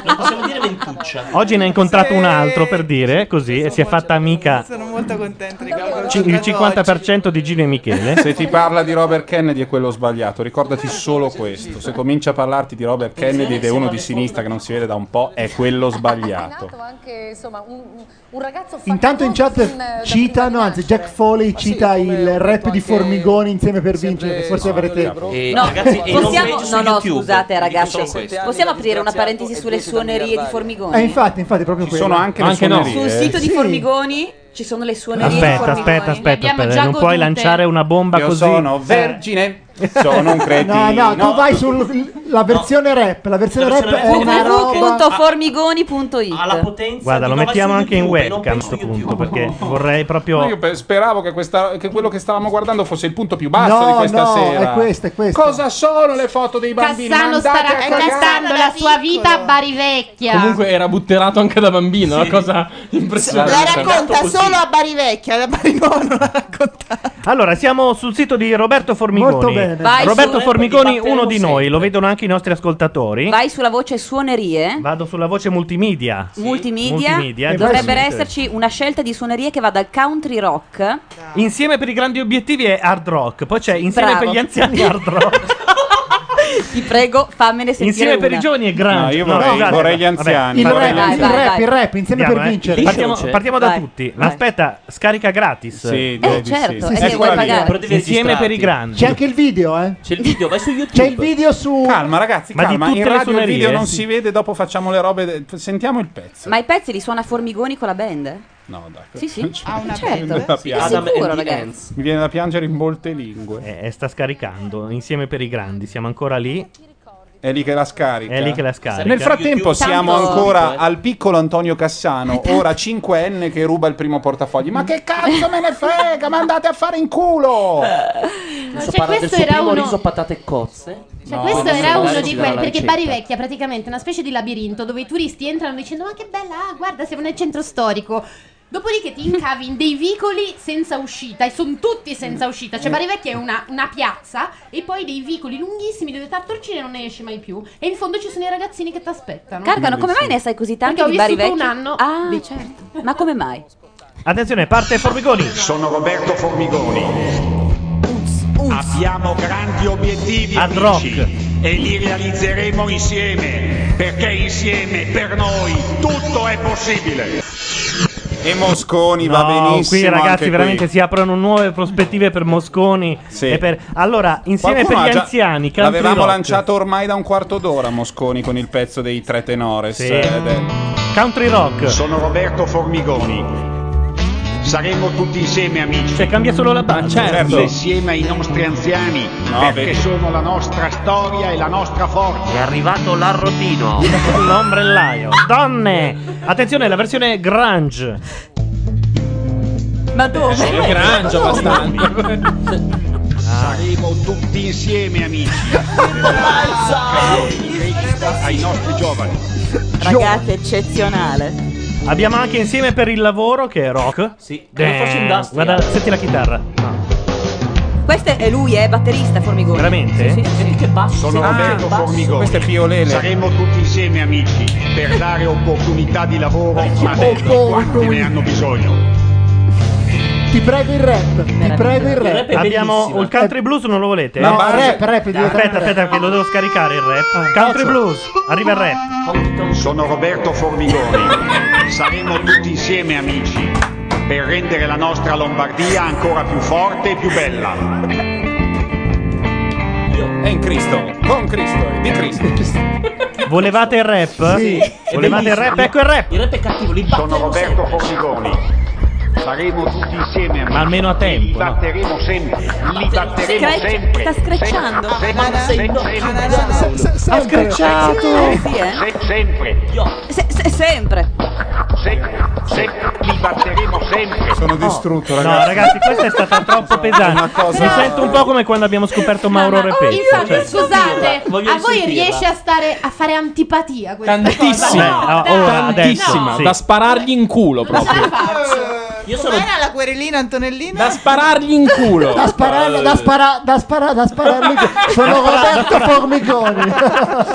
Non possiamo dire ventuccia. Oggi ne ha incontrato un altro per dire così e si è fatta amica Sono molto contenta di ci- il 50% di Gino e Michele. Eh? Se ti parla di Robert Kennedy è quello sbagliato, ricordati solo questo. Se comincia a parlarti di Robert Kennedy ed è uno di sinistra che non si vede da un po', è quello sbagliato. Anche insomma un, un ragazzo fatto Intanto in non chat da citano, anzi Jack Foley cita il rap di Formigoni insieme per vincere, che forse avrete... E, No, ragazzi, e non possiamo, vedo su no, no, YouTube. scusate ragazzi, Dico solo questo. Diciamo possiamo aprire una parentesi sulle suonerie di Formigoni? Eh, infatti, infatti, proprio quello. Sul sito di Formigoni ci sono le suonerie di Aspetta, Formigoni. aspetta, aspetta, aspetta, non puoi lanciare una bomba Eh. Io (laughs) così. sono vergine. Sono un cretino. No, no, tu vai sulla versione rap. La versione La rap versione è rap. una roba. www.formigoni.it potenza Guarda, di Nova lo mettiamo su anche in YouTube e non webcam a questo punto perché vorrei Ma proprio. Io pe- speravo che, questa- che quello che stavamo guardando fosse il punto più basso No, di questa no, sera. è questo, è questo. Cosa sono le foto dei bambini? Cassano Mandate starà a cagare. cantando la sua vita a Bari Vecchia. Comunque era butterato anche da bambino, una cosa impressionante. La racconta solo a Bari Vecchia, da Bari Nuova non la Allora, siamo sul sito di Roberto Formigoni. Molto bene. Vai Roberto su- Formigoni, Batteremo uno di noi, lo vedono anche i nostri ascoltatori. Vai sulla voce suonerie. Vado sulla voce multimedia. Multimedia, Multimedia, E dovrebbero giustamente. esserci una scelta di suonerie che va dal country rock. Insieme per i grandi obiettivi è hard rock. Poi c'è insieme Bravo. per gli anziani hard rock. Ti prego, fammene sentire. insieme per una. i giovani è grande. No, io vorrei- vorrei gli anziani, Il vorrei rap, gli il anziani. rap, il rap, insieme per eh. vincere. Partiamo, Dice. partiamo da Vai. tutti. Ma aspetta, scarica gratis. Sì, devi, sì. certo, Sì, e sì, se sì. vuoi Eccola lì. pagare. Però devi Insieme per i grandi. C'è anche il video, eh. C'è il video, vai su YouTube. C'è il video su. Calma, ragazzi, Ma di calma. tutte In le radio il suonerie, video eh, non sì. si vede, dopo facciamo le robe. de- Sentiamo il pezzo. Ma i pezzi li suona Formigoni con la band? No, dai. Sì, (laughs) sì. (laughs) Ha una certo. band? Sì, Adam and sicuro, the ragazzi. Mi viene da piangere in molte lingue. Eh, sta scaricando. Insieme per i grandi. Siamo ancora lì. È lì che la scarica. È lì che la scarica. Nel frattempo siamo Tanto- ancora al piccolo Antonio Cassano, ora 5enne che ruba il primo portafogli. Ma che cazzo me ne frega? Ma andate a fare in culo! Adesso cioè, parla del questo suo era primo uno- riso patate e cozze. Cioè, No, questo adesso era magari uno ci di darà quelli. la Perché ricetta. Bari Vecchia è praticamente una specie di labirinto dove i turisti entrano dicendo: Ma che bella, ah, guarda, siamo nel centro storico. Dopodiché ti incavi in dei vicoli senza uscita e sono tutti Mm. senza uscita. Cioè, Bari Eh. Vecchia è una, una piazza e poi dei vicoli lunghissimi dove t'attorcini e non ne esci mai più. E in fondo ci sono i ragazzini che ti aspettano. Carcano, come mai ne sai così tanti Perché ho di Bari vissuto un Vecchia? anno. Ah, certo. Ma come mai? Attenzione, parte Formigoni. Sono Roberto Formigoni. Abbiamo Uh, grandi obiettivi Hard amici, e li realizzeremo insieme, perché insieme per noi tutto è possibile. E Mosconi va No, benissimo. qui anche ragazzi qui. veramente si aprono nuove prospettive per Mosconi e per- Allora, insieme Qualcuno per ha gli già- anziani, country L'avevamo rock. lanciato ormai da un quarto d'ora Mosconi con il pezzo dei tre tenores. eh, Sì. ed è- Country rock. Sono Roberto Formigoni. Saremo tutti insieme amici. Cioè cambia solo la base. Certo. Insieme ai nostri anziani, No, perché vedi. sono la nostra storia e la nostra forza. È arrivato l'arrotino. L'ombrellaio. Donne! Attenzione, la versione grunge. Ma dove? È grunge abbastanza. (laughs) Ah. Saremo tutti insieme amici. Crescita ai nostri giovani. Ragazzi, eccezionale. Abbiamo anche insieme per il lavoro che è rock. Sì, lo faccio industrial. Guarda, senti la chitarra. No. Questo è lui, è batterista Formigoni. Veramente? Sì, Ah, sì, sì. Che basso. Sono Ah, Roberto Formigoni. Questo è Piolele. Saremo tutti insieme amici per dare opportunità di lavoro a tutti quanti ne hanno bisogno. Ti prego il rap. Ti prego il rap. Abbiamo il country blues, non lo volete? La No, base- rap, rap, devi Cioè, Aspetta, fare rap. aspetta, che lo devo scaricare il Ah, rap. Country blues, arriva il rap. Sono Roberto Formigoni. Saremo tutti insieme amici per rendere la nostra Lombardia ancora più forte e più bella. È in Cristo, con Cristo e di Cristo. Volevate il rap? Volevate il rap? Ecco il rap. Il rap è cattivo, li Sono Roberto Formigoni. Saremo tutti insieme amici. Ma almeno a tempo. Li no? batteremo sempre, Ah, li batteremo Scre- sempre. sta screcciando. Sempre, sempre, sempre, sempre. Ha screcciato. Eh, sì, eh. Se- sempre, Se- se- sempre. sempre, sempre, li batteremo sempre. Oh. Sono distrutto, ragazzi. Esatto. No, ragazzi, questa è stata troppo pesante. Mi sento un po' come quando abbiamo scoperto Mauro Repetto. Infatti, cioè. scusate, Voglio a voi risentirla. riesce a stare a fare antipatia questa Tantissima, cosa? No, No, oh, dai. tantissima, adesso, sì. da sparargli in culo proprio. Io Com'era la querelina Antonellina? Da sparargli in culo. Da sparare, da sparare, da sparare, da (laughs) spararmi. (laughs) Sono Roberto Formigoni. (laughs)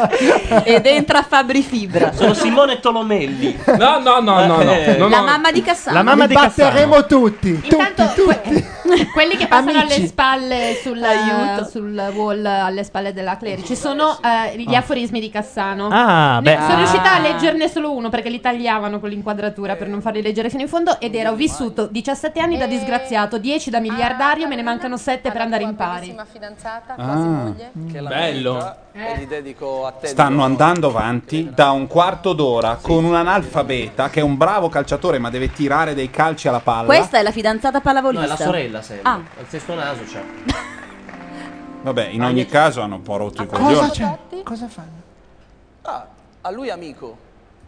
Ed entra Fabri Fibra. Sono Simone Tolomelli. No, no, no, no, no. no, La no. mamma di Cassano. Li batteremo tutti. Tutti, tutti. Quelli che passano Amici. alle spalle sul, eh, sul wall eh, alle spalle della Clerici sono eh, gli aforismi di Cassano. Ah, Ne- beh. sono Ah. riuscita a leggerne solo uno perché li tagliavano con l'inquadratura per non farli leggere fino in fondo. Ed era: Ho vissuto 17 anni da Eh. disgraziato, 10 Ah, da miliardario, me ne mancano 7 per andare in pari. fidanzata, quasi Ah, moglie. Che la bello. e li dedico a te. Stanno andando avanti da un quarto d'ora con un analfabeta che è un bravo calciatore ma deve tirare dei calci alla palla. Questa è la fidanzata Ah, No, Ah. pallavolista. è la sorella, sempre. Ah, Al sesto naso c'è. Vabbè, in ogni caso hanno un po' rotto i Cosa coglioni. c'è? Cosa fanno? Ah, a lui amico.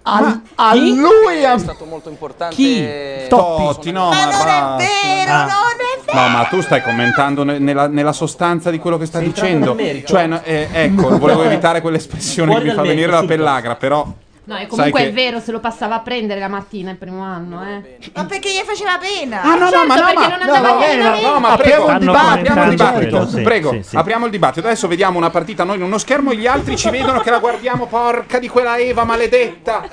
Al- Ma a chi? lui è am- stato molto importante. Totti, no, ma, basta. vero, No, ma tu stai commentando ne- nella, nella sostanza di quello che sta dicendo. entrato nel merito. Cioè, no, eh, ecco, volevo evitare quell'espressione che Fuori mi dal fa venire merito, la subito. pellagra, però. No, e sai comunque che- è vero, se lo passava a prendere la mattina il primo anno, eh. Ma perché gli faceva pena? Ah, no, no, Certo, ma no, perché ma- non andava va bene, veramente- Eh, no, ma Apriamo prego, il apriamo dibattito, apriamo il apriamo dibattito. quello, sì, prego, sì, sì. apriamo il dibattito. Adesso vediamo una partita noi in uno schermo e gli altri ci vedono che la guardiamo, porca di quella Eva maledetta.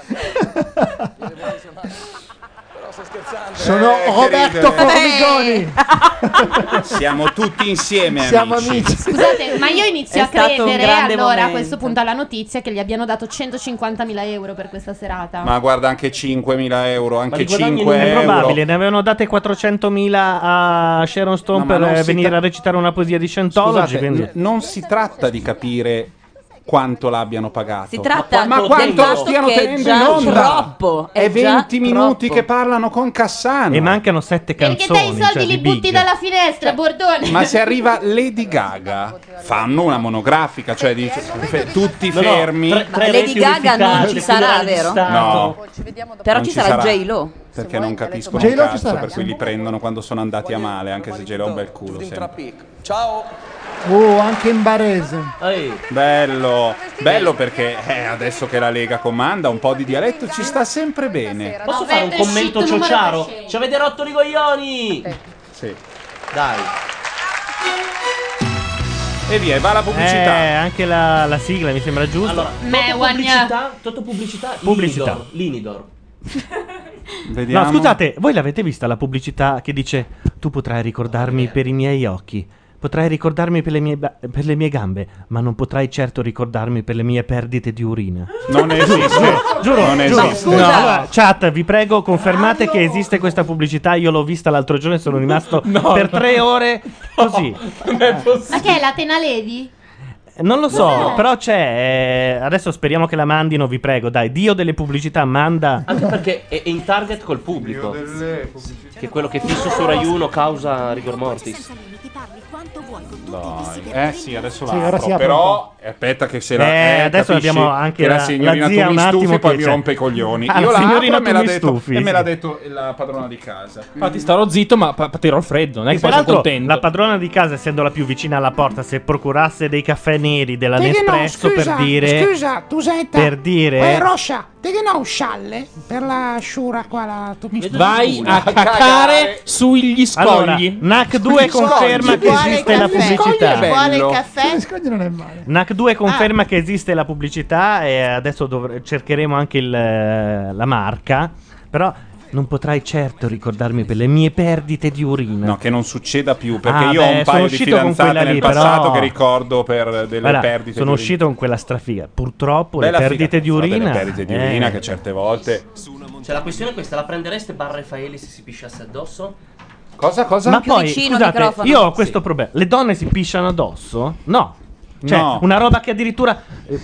Però sto scherzando. Sono Eh, che Roberto ridere. Formigoni. Siamo tutti insieme, Siamo amici. Scusate, ma io inizio È a stato un credere grande allora a momento. questo punto alla notizia che gli abbiano dato 150.000 euro per questa serata. Ma guarda, anche 5.000 euro, anche li guadagni 5 È euro. probabile, ne avevano date 400.000 a Sharon Stone No, ma per non eh, si venire tra- a recitare una poesia di Scientology. Scusate, quindi- n- non si tratta di capire quanto l'abbiano pagato. Si tratta ma del quanto lo fatto stiano che è tenendo già in onda? troppo, È, è Eh già 20 minuti troppo. che parlano con Cassano. E mancano 7 Perché dai i soldi cioè, li butti dalla Cioè, finestra, Bordone. Ma se arriva Lady Gaga, fanno una monografica, cioè di- fe- tutti No, no, fermi. tre- Eh, Ma Lady Gaga non ci sarà, vero? No. Però Non ci ci sarà sarà. J-Lo. Perché non capiscono J-Lo un ci cazzo, sarà. per cui li prendono quando sono andati a male, anche se J-Lo è un bel culo sempre. Ciao. Oh, anche in barese. Bello, bello perché eh, adesso che la Lega comanda un po' di dialetto ci sta sempre bene. Posso fare un Avete commento uscito numero ciociaro? Ci avete rotto i coglioni! Sì. Dai. E via, e va la pubblicità. Eh, anche la, la sigla mi sembra giusta. Allora, Me Toto pubblicità, Toto pubblicità, Pubblicità. Linidor, (laughs) Linidor. No, scusate, voi l'avete vista la pubblicità che dice tu potrai ricordarmi per i miei occhi, potrai ricordarmi per le mie, ba- per le mie gambe, ma non potrai certo ricordarmi per le mie perdite di urina. Non esiste. Giuro, non giuro. esiste. No, allora, chat, vi prego, confermate che esiste questa pubblicità. Io l'ho vista l'altro giorno e sono rimasto per tre ore così. (laughs) Ma che è la Tenaledi? Non lo so, Cos'è? però c'è. eh, adesso speriamo che la mandino, vi prego. Dai, Dio delle pubblicità, manda. Anche perché è, è in target col pubblico. Che è quello che fisso su Rai 1 causa rigor mortis. Eh sì, adesso Sì, la ora apro, si apre però aspetta che se la Eh, eh, adesso capisci abbiamo anche che la, la- signorina la zia tu mi un attimo stufi poi che mi c'è. rompe i coglioni. Ah, la Io la apro signorina e tu me l'ha mi detto stufi, e me sì. l'ha detto la padrona di casa. Infatti starò zitto, ma pa- patirò il freddo. Non è E che poi sono peraltro, contento. la padrona di casa, essendo la più vicina alla porta, se procurasse dei caffè neri della Te che no, Nespresso scusa, per dire. scusa, tu senta. per dire- Poi Roscia, te che no, scialle per la sciura qua la tu mi Vai a cacare sugli scogli. Allora, NAC2 conferma che esiste la pubblicità. Vuole il caffè? Scogli non è male. Ah. NAC2 conferma che esiste la pubblicità e adesso dovr- cercheremo anche il, eh, la marca. Però non potrai certo ricordarmi per le mie perdite di urina. No, che non succeda più, perché Ah, io ho beh, un sono paio di uscito con fidanzate quella nel lì, però- passato che ricordo per delle Guarda, perdite. sono di- uscito con quella strafiga. Purtroppo Bella le figa, perdite di sono urina. delle perdite di eh, urina che certe volte Cioè, la questione è questa: la prendereste barra Faeli se si pisciasse addosso? Cosa, cosa? Ma poi, scusate, io ho questo problema. Le donne si pisciano addosso? No. Cioè, No. una roba che addirittura eh,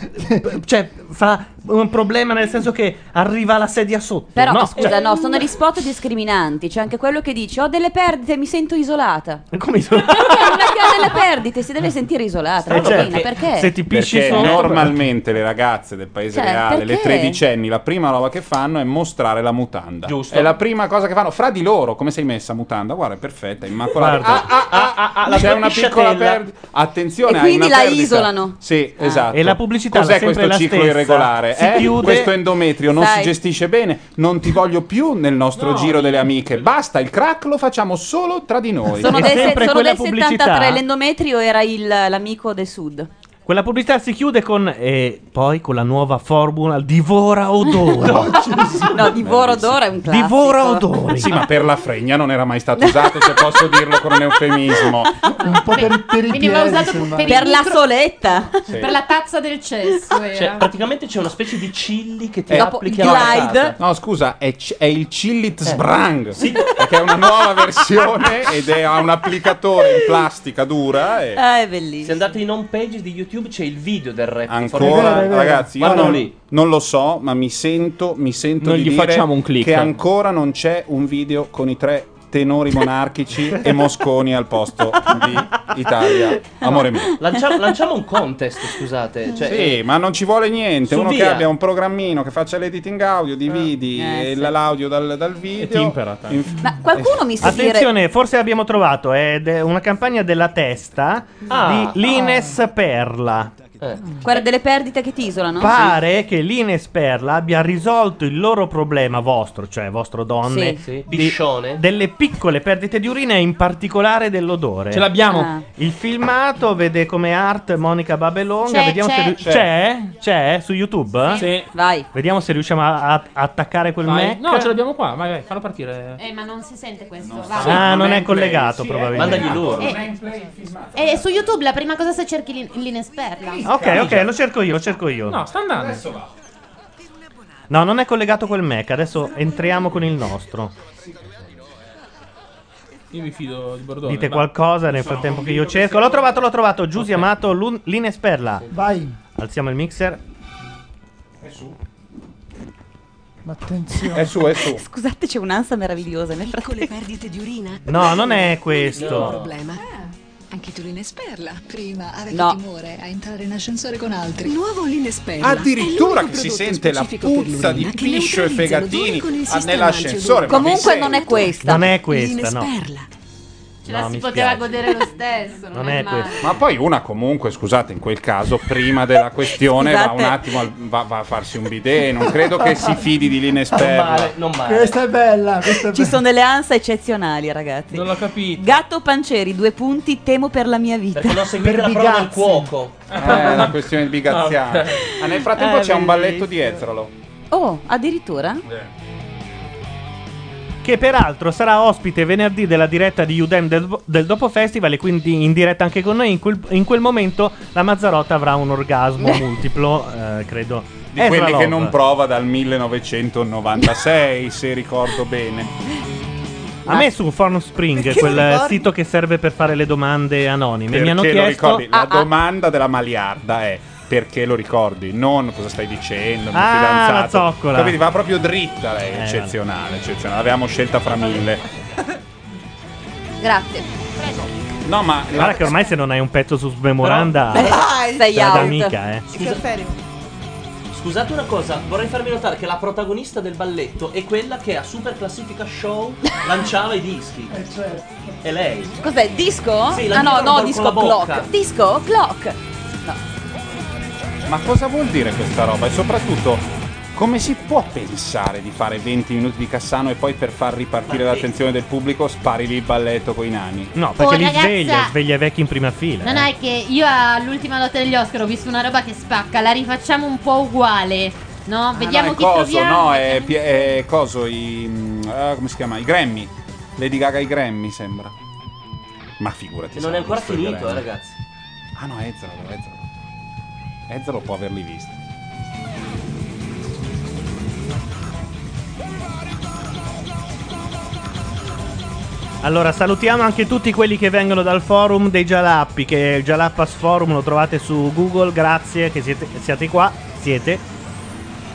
p- cioè, fa un problema nel senso che arriva la sedia sotto. Però no, scusa, cioè- no, sono gli spot discriminanti. C'è anche quello che dice: Ho delle perdite, mi sento isolata. (laughs) Come Eh, Una che ha delle perdite si deve sentire isolata. la certo. bambina, perché? Perché sotto- normalmente le ragazze del paese Cioè, reale, le perché? tredicenni, la prima roba che fanno è mostrare la mutanda. Giusto. È la prima cosa che fanno. Fra di loro, come sei messa mutanda? Guarda, è perfetta, immacolata. Guarda. Ah, ah, ah, ah, ah, La c'è tua una piccola pisciatella. perdita. Attenzione, E hai quindi una la perdita. isolano. Sì, Ah. esatto. E la pubblicità Cos'è era sempre questo la ciclo stessa. irregolare? Si Eh? chiude- Questo endometrio non si Sai. gestisce bene. Non ti voglio più nel nostro giro delle amiche. Basta, il crack lo facciamo solo tra di noi. Sono del, se- sono del 73, l'endometrio era il- l'amico (laughs) del sud. Quella pubblicità si chiude con. E poi con la nuova formula Divora odore. Ah, cioè, No, divoro d'ora è un classico. Divora odori. Sì, ma per la fregna non era mai stato usato, se posso dirlo con un eufemismo. Un po' per, per i Veniva piedi, usato sembra. per, il micro- soletta. Per la tazza del cesso Ah, era. Cioè, praticamente c'è una specie di chilli che ti Eh, applichi alla casa. No, scusa, è, c- è il Chillit Eh. Sbrang. Perché è una nuova versione ed è ha un applicatore in plastica dura. E... Eh. Ah, è bellissimo. Se andate in home page di YouTube c'è il video del rap. Ancora, ragazzi, io guardalo non, lì. non lo so, ma mi sento, mi sento Non di gli dire facciamo un click. che ancora non c'è un video con i tre tenori monarchici e Mosconi al posto di Italia. Amore (laughs) mio. Lanciamo, lanciamo un contest, scusate. Cioè, eh, sì, ma non ci vuole niente. Su Uno che via. abbia un programmino che faccia l'editing audio, dividi Ah, Eh, eh, sì. l'audio dal, dal video. timpera, tanto. Inf- Ma qualcuno mi sa dire... Attenzione, forse abbiamo trovato, è de- una campagna della testa Ah. Eh. di Lines Perla. Guarda delle perdite che ti isolano. Pare che l'Ines Perla abbia risolto il loro problema vostro, cioè vostro donne, Sì. Sì. di- delle piccole perdite di urina e in particolare dell'odore. Ce l'abbiamo. Ah. Il filmato vede come art Monica Babelonga, C'è, vediamo c'è. se ri- C'è. c'è, c'è su YouTube? Sì. Vai. Vediamo se riusciamo a, a- attaccare quel Vai. Mac. No, ce l'abbiamo qua. Vai, vai, fallo partire. Eh, ma non si sente questo. va. Ah, non è Sì, collegato sì, probabilmente. mandagli Eh, eh, su YouTube la prima cosa se cerchi l'in- l'inesperta. Ok, ok, lo cerco io, lo cerco io. No, sta andando. Adesso va. No, non è collegato col Mac, adesso entriamo con il nostro. Io mi fido di Bordone. Dite va. qualcosa nel frattempo che io cerco. L'ho trovato, l'ho trovato. Giusy Amato, Lun- Lines Perla. Vai. Alziamo il mixer. Ma attenzione. È su, è su. (laughs) Scusate, c'è un'ansia meravigliosa nel Piccole perdite di urina? No, non è questo. problema. Eh, Anche tu l'inesperla. Prima avevi No. timore a entrare in ascensore con altri. Nuovo l'inesperla. Addirittura che si sente la puzza di piscio e fegatini ah, nell'ascensore. ma vi Comunque sento. non è questa. Non è questa, no. Ce la No, si mi poteva spiace. godere lo stesso. Non, è, male. Ma poi una comunque, scusate, in quel caso, prima della questione va Scusate. un attimo al- va, va a farsi un bidet, non credo che si fidi di l'inesperto. non Questa è bella. Questa è Ci sono delle ansie eccezionali, ragazzi. Non l'ho capito. Gatto Panceri, due punti, temo per la mia vita. Perché non seguire la prova al cuoco. È una Eh, questione di bigazziana. Ok. Ah, nel frattempo Eh, c'è un balletto bellissimo. di Ezzralo. Oh, addirittura? Eh. Che peraltro sarà ospite venerdì della diretta di Udem del, del Dopo Festival e quindi in diretta anche con noi. In quel, in quel momento la Mazzarotta avrà (laughs) un orgasmo multiplo, eh, credo. Di Ezra quelli che Love. non prova dal 1996, se ricordo bene. A eh? me su Form Spring, Perché quel lo eh, ricordi? sito che serve per fare le domande anonime, mi hanno Perché lo chiesto Ah, ricordi? La domanda della Maliarda è perché lo ricordi? Non cosa stai dicendo, mio Ah, fidanzato. la zoccola. Capito? Va proprio dritta lei, Eh, eccezionale, eccezionale. L'avevamo scelta fra mille. Grazie. No, ma Guarda che ormai se non hai un pezzo su Smemoranda eh, Dai, sei da out. mica, eh. Scusate una cosa, vorrei farvi notare che la protagonista del balletto è quella che a Super Classifica Show lanciava (laughs) i dischi. Eh, certo. È lei. Cos'è? Disco? Sì, la ah no, tirano no, col- disco con la bocca. clock. Disco clock. Ma cosa vuol dire questa roba? E soprattutto, come si può pensare di fare 20 minuti di Cassano e poi per far ripartire l'attenzione del pubblico spari lì il balletto con i nani? No, perché Oh, li ragazza. sveglia, sveglia i vecchi in prima fila. Non eh. è che io all'ultima lotta degli Oscar ho visto una roba che spacca, la rifacciamo un po' uguale, Ah, no? Vediamo Ah, no, è chi coso, troviamo. No, è, pi- è coso, i, mm, ah, come si chiama? I Grammy. Lady Gaga i Grammy, sembra. Ma figurati. E se non è ancora visto i finito, Grammy. eh, ragazzi. Ah no, Ezzaro, Ezzaro. Ezzaro può averli visti. Allora, salutiamo anche tutti quelli che vengono dal forum dei Gialappi, che è il Gialappas Forum lo trovate su Google, grazie che siete, siate qua, siete.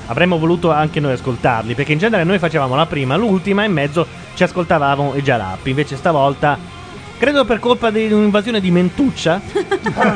Avremmo voluto anche noi ascoltarli, perché in genere noi facevamo la prima, l'ultima e in mezzo ci ascoltavamo i Gialappi, invece stavolta, credo per colpa di un'invasione di Mentuccia, È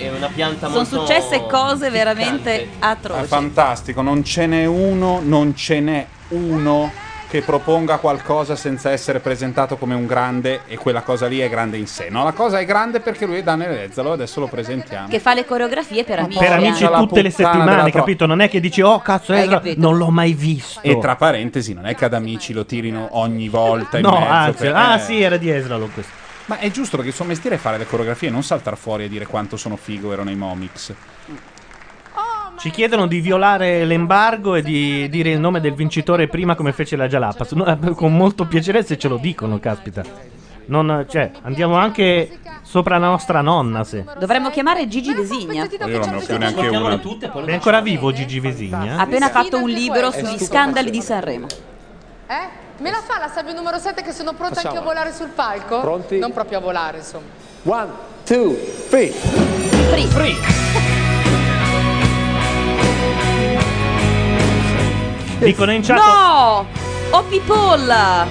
è una pianta Sono molto... successe cose veramente È atroci. fantastico, non ce n'è uno, non ce n'è uno che proponga qualcosa senza essere presentato come un grande e quella cosa lì è grande in sé. No, la cosa è grande perché lui è Daniel Ezzalo, adesso lo presentiamo. Che fa le coreografie per amici. per amici la tutte le puttana settimane, della tro- capito? Non è che dici, oh cazzo, Hai Ezra, capito. non l'ho mai visto. E tra parentesi, non è che ad amici lo tirino ogni volta in No, mezzo anzi, per- ah eh. sì, era di Ezra Lon questo. Ma è giusto perché il suo mestiere è fare le coreografie, non saltar fuori e dire quanto sono figo ero nei Momix. Ci chiedono di violare l'embargo e di dire il nome del vincitore prima come fece la Jalapas. No, eh, con molto piacere se ce lo dicono, caspita. Non, eh, cioè, andiamo anche sopra la nostra nonna, se. Dovremmo chiamare Gigi Designa. Io non ne ho più neanche Ascoltiamole una. Eh, tutte, poi È ancora vivo Gigi eh? Vesigna? Ha appena fatto un libero sugli scandali di Sanremo. Eh? Me la fa la sabbia numero 7 che sono pronta anche a Facciamola. volare sul palco? Pronti? Non proprio a volare, insomma. One, two, three. Free. Dicono in chat. No! Oh Pipolla!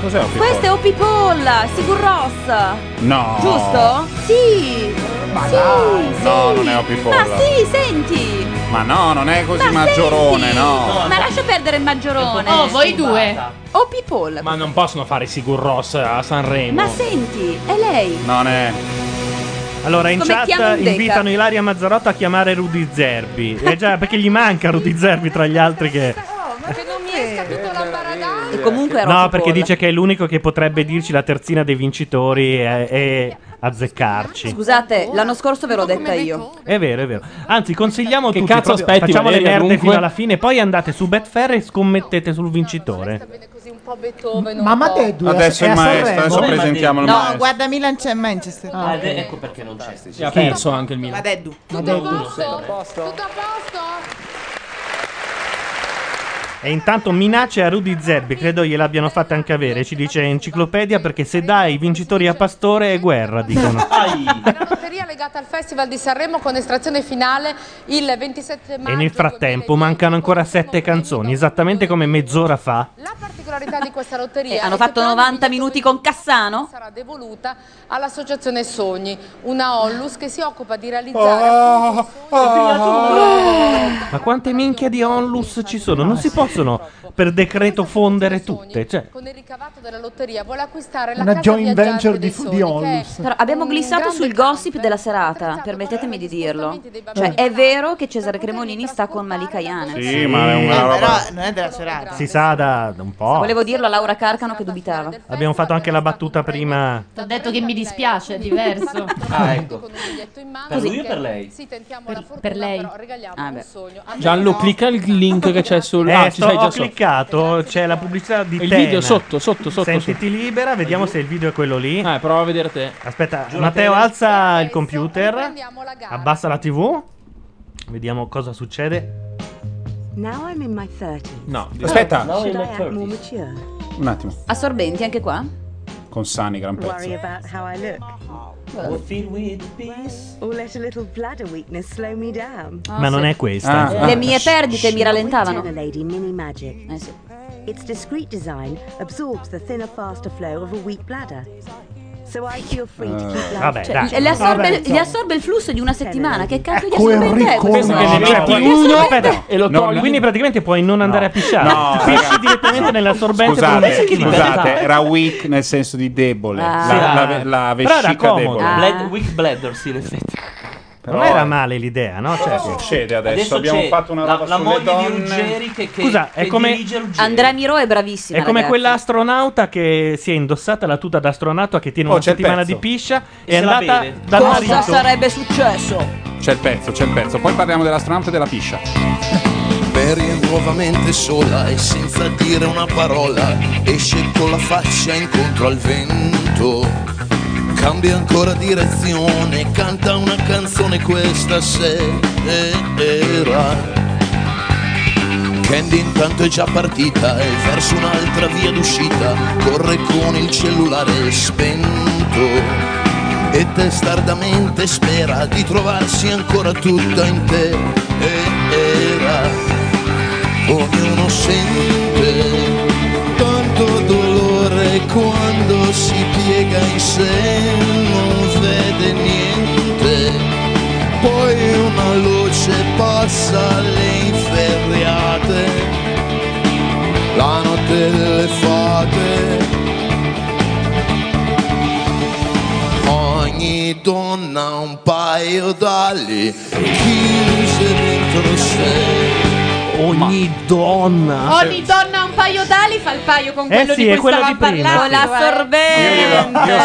Cos'è un Questa è Opie Paul, Sigur Ross. No. Giusto? Sì. sì. No, non è Opie Ma Paul. sì, senti. Ma no, non è così Ma maggiorone, senti. no. Ma lascia perdere il maggiorone. Oh, voi due. O People. Ma non possono fare Sigur Ross a Sanremo. Ma senti, è lei. Non è. Allora, in Come chiama chat un Deca? invitano Ilaria Mazzarotto a chiamare Rudy Zerbi. Eh già, perché gli manca Rudy Zerbi tra gli altri che... E comunque era No, Opie perché Paul. dice che è l'unico che potrebbe dirci la terzina dei vincitori e, e azzeccarci. Scusate, l'anno scorso ve l'ho detta io. È vero, è vero. Anzi, consigliamo Che tutti, cazzo proprio, aspetti, facciamo le Valeria, merde dunque? fino alla fine, poi andate su Betfair e scommettete sul vincitore. Così un po' Beethoven. Ma un po'. Madeddu è a- Adesso è il a maestro, Sanremo? adesso Come presentiamo il Madeddu? No, maestro. guarda Milan c'è Manchester. Ah, ed è- ecco perché non c'è. Ha perso anche il Milan. Madeddu. Tutto a Madeddu. posto? Tutto a posto? E intanto minacce a Rudy Zerbi, credo gliel'abbiano fatta anche avere, ci dice enciclopedia perché se dai i vincitori a Pastore è guerra, dicono. Una lotteria legata al Festival di Sanremo con estrazione finale il 27 E maggio. nel frattempo mancano ancora sette canzoni, esattamente come mezz'ora fa. La particolarità di questa lotteria Eh, è hanno che fatto per ogni 90 minuti con Cassano. sarà devoluta all'associazione Sogni, una Ollus che si occupa di realizzare appunto oh. Ma quante minchia di onlus ci sono? Non si possono per decreto fondere tutte. Cioè, con il ricavato della lotteria vuole acquistare la Una casa joint viaggiante venture dei di- sogni, di che è Onlus. Però abbiamo un glissato grande sul gossip della serata, permettetemi di dirlo. Cioè, è vero che Cesare Cremonini sta con Malika Iana. Sì, ma è una Eh, roba- Però non è della serata. si sa da da un po'. Volevo dirlo a Laura Carcano che dubitava. Abbiamo fatto anche la battuta prima. Ti ho detto che mi dispiace, è diverso. Ah, ecco. Per lui o per lei? Sì, tentiamo la fortuna, Per lei. però regaliamo Ah, un sogno. A me Gianlo, no. clicca il link che c'è sul. Eh, ah, ci sto- sei già ho sotto. cliccato, c'è la pubblicità di Il Tena. video sotto, sotto, sotto, Sentiti libera, vediamo se il video è quello lì. Eh, prova a vedere te. Aspetta, Giuro Matteo che- alza il computer, abbassa la TV. Vediamo cosa succede. Now I'm in my 30. No, aspetta. Un attimo, Assorbenti anche qua? con Sani gran pezzo. Eh, about how I look. Or filled with peace. Or let a little bladder weakness slow me down. Ma non è questa. Ah, Le mie perdite mi rallentavano. With Dinner Lady Mini Magic. Eh sì. Its discreet design absorbs the thinner, faster flow of a weak bladder. So I feel free to keep Eh, life vabbè, changing. dai. E Cioè, le assorbe, Vabbè, gli insomma. assorbe il flusso di una settimana. Che cazzo di Ecco il assorbente è questo? Pensa che ne metti no, uno no, aspetta, e lo no, togli. quindi praticamente puoi non andare a pisciare. (laughs) No, Pisci direttamente nell'assorbente per Scusate, un- scusate, era weak nel senso di debole. Ah. La, Sì. la- la Però era vescica comodo. debole. Ah. Bled- weak bladder, sì, in effetti. Non era male l'idea, no? Cioè, Cosa succede adesso? Adesso Abbiamo c'è fatto una la- roba la sulle moglie di donne. Ruggeri che- che- Scusa, è che come- dirige Ruggeri. Andrea Miro è bravissima. È come ragazzi. quell'astronauta che si è indossata la tuta d'astronauta che tiene Oh, una c'è il settimana pezzo. di piscia E e è se la andata beve. dal Cosa marito. sarebbe successo? C'è il pezzo, c'è il pezzo. Poi parliamo dell'astronauta e della piscia. Veri è nuovamente sola e senza dire una parola esce con la faccia incontro al vento. Cambia ancora direzione, canta una canzone questa sera. Candy intanto è già partita e verso un'altra via d'uscita corre con il cellulare spento. E testardamente spera di trovarsi ancora tutta eh, intera ognuno sente tanto dolore quando si piega in sé, non vede niente, poi una luce passa alle inferriate, la notte delle fate. Ogni donna ha un paio d'ali chiuse dentro sé. Ogni donna. Ogni donna ha un paio d'ali fa il paio con Eh quello sì, di è cui quello stavamo di prima, parlando. sì. Con l'assorbente. Eh. Io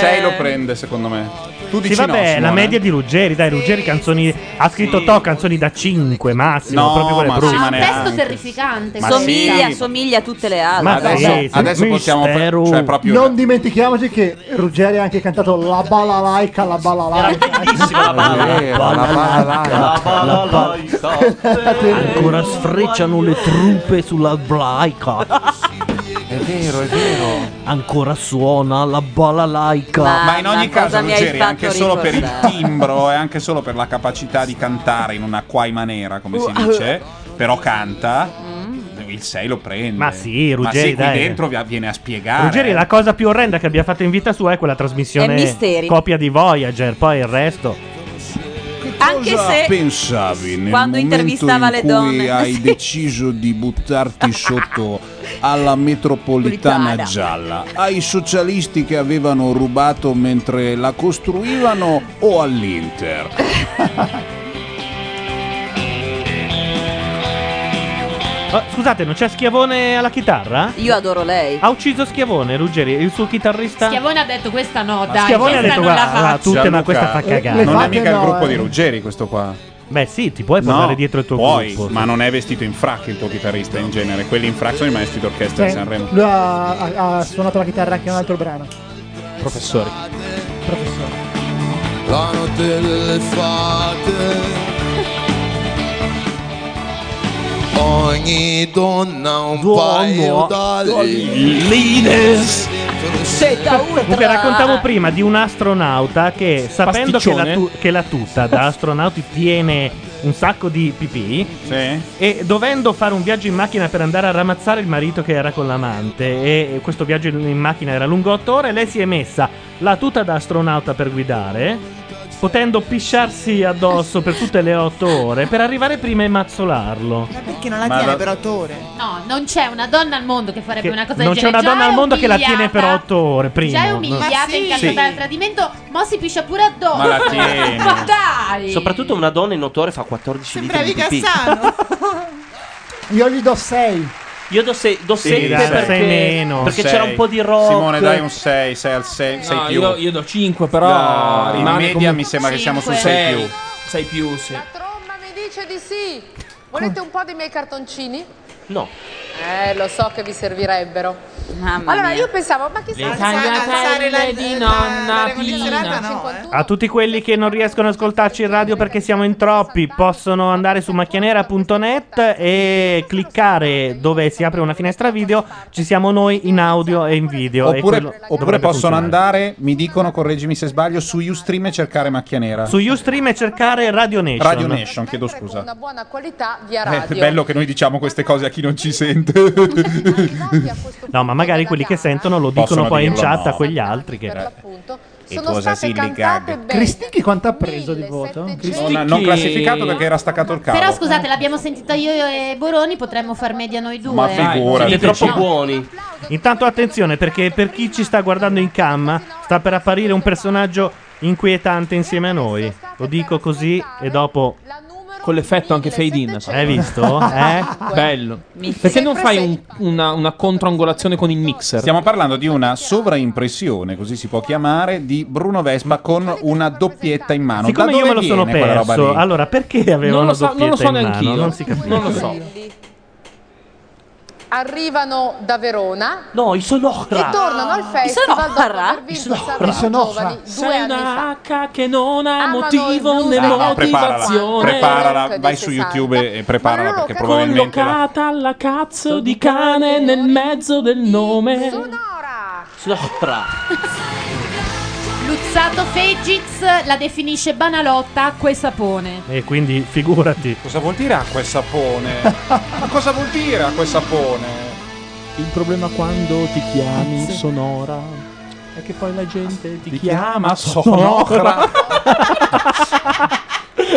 6 lo prende, secondo me. Tu Sì, dici no, vabbè, la Simone? media di Ruggeri, dai, Ruggeri canzoni ha scritto To canzoni da 5 massimo, No, proprio quelle ma eh. brutte. sì, ma Un testo terrificante. Ma somiglia, sì. somiglia a tutte le altre. Ma adesso, sì, sì, adesso possiamo mistero. cioè proprio Non dimentichiamoci che Ruggeri ha anche cantato La balalaica, la balalaica. Ancora sfrecciano le truppe sulla blaica. È vero, è vero. Ancora suona la balalaica. Ma in ogni caso, cosa mi hai Ruggeri, fatto anche solo per il ricordare? timbro e anche solo per la Uh. Mm. capacità di cantare in una quai maniera, come si dice, però canta. il 6 lo prende. Ma sì, Ma Ruggeri, sì, qui dai. dentro vi- viene a spiegare. Ruggeri, la cosa più orrenda che abbia fatto in vita sua è quella trasmissione È Misteri. copia di Voyager, poi il resto. Anche se pensavi nel quando momento intervistava in le cui donne? hai Sì. (laughs) deciso di buttarti sotto alla metropolitana Metropolitana. gialla ai socialisti che avevano rubato mentre la costruivano o all'Inter (laughs) Oh, scusate, non c'è Schiavone alla chitarra? Io adoro lei. Ha ucciso Schiavone, Ruggeri, il suo chitarrista. Schiavone ha detto questa no, Ma dai, Schiavone ha questa detto, non la guarda, faccio. guarda, tutte, ma Gianluca, questa fa eh, cagare. non è mica il no, gruppo eh. di Ruggeri questo qua Beh sì, ti puoi portare dietro il tuo puoi, gruppo, sì. ma non è vestito in frac il tuo chitarrista in genere quelli in frac sono i maestri d'orchestra Cioè, di Sanremo lui ha, ha- ha suonato la chitarra anche in un altro brano. professori La notte delle fate. Ogni donna un paio d'alline. Comunque raccontavo prima di un astronauta che sapendo che la, Pasticcione. tu- che la tuta da astronauti tiene un sacco di pipì e dovendo fare un viaggio in macchina per andare a ramazzare il marito che era con l'amante e questo viaggio in, in macchina era lungo 8 ore, lei si è messa la tuta da astronauta per guidare potendo pisciarsi addosso per tutte le 8 ore per arrivare prima e mazzolarlo. Perché non la Ma tiene la- per otto ore? No, non c'è una donna al mondo che farebbe Che una cosa del non c'è genere. una Già donna è al mondo che la umiliata. tiene per 8 ore prima. Già è umiliata, incazzata al tradimento, mo si piscia pure addosso. Ma la tiene. (laughs) Ma dai! Soprattutto una donna in 8 ore fa 14 litri di pipì. Io gli do 6. Io do 6 do Sì, sette dai, perché, sei meno. perché Sei. c'era un po' di rock. Simone, dai un 6, 6 al 6, No, più. io- io do 5, però No, in rimane media comunque- mi sembra che siamo su Cinque. 6 più. 6 più, sì. Ma mi dice di sì. Volete un po' dei miei cartoncini? No. Eh, lo so che vi servirebbero. Mamma allora, mia. io pensavo, ma chissà... Le tagliatelle di nonna Pina. A tutti quelli che non riescono ad ascoltarci in radio perché siamo in troppi, possono andare su macchianera.net e cliccare dove si apre una finestra video. Ci siamo noi in audio e in video. e Oppure, quello oppure dovrebbe possono funzionare. andare, mi dicono, correggimi se sbaglio, su Ustream e cercare Macchia Nera. Su Ustream e cercare Radio Nation. Radio Nation, chiedo scusa. buona qualità eh. Eh, via È radio. bello che noi diciamo queste cose a chi non ci sente. (laughs) No, ma magari quelli che sentono lo Possono dicono poi in dirlo, chat no. Eh. a quegli altri che... Sono state cantate bene. Cristichi quanto ha preso di voto? Non, Cristichi- non classificato perché era staccato il cavo. Però scusate, l'abbiamo sentita io e Boroni, potremmo far media noi due. Ma figurati. Siete troppo No. buoni. Intanto attenzione perché per chi ci sta guardando in cam sta per apparire un personaggio inquietante insieme a noi. Lo dico così e dopo... Con l'effetto anche fade in. (laughs) Hai visto? Eh? Bello. Perché non fai un- una, una controangolazione con il mixer? Stiamo parlando di una sovraimpressione, così si può chiamare, di Bruno Vespa con una doppietta in mano. Siccome da io dove me lo sono viene quella roba perso, lì? allora perché avevano Non la lo so- non doppietta lo so in neanch'io. mano? Non si capisce. Non lo so. Arrivano da Verona No, i e sonora. tornano al festival dopo aver vinto Sanremo Giovani due Sei anni fa. una H che non ha Amano il motivo né blues. Ah, No, no, preparala, motivazione. Ecco, preparala, vai su esatto. YouTube e preparala perché probabilmente... la- Collocata alla cazzo di cane nel mezzo del nome. Sonora. Luzzato Fegiz la definisce banalotta, acqua e sapone. E quindi figurati. Cosa vuol dire acqua e (laughs) sapone? Ma cosa vuol dire acqua e sapone? Il problema quando ti chiami sonora è che poi la gente ti, chiama sonora. (laughs)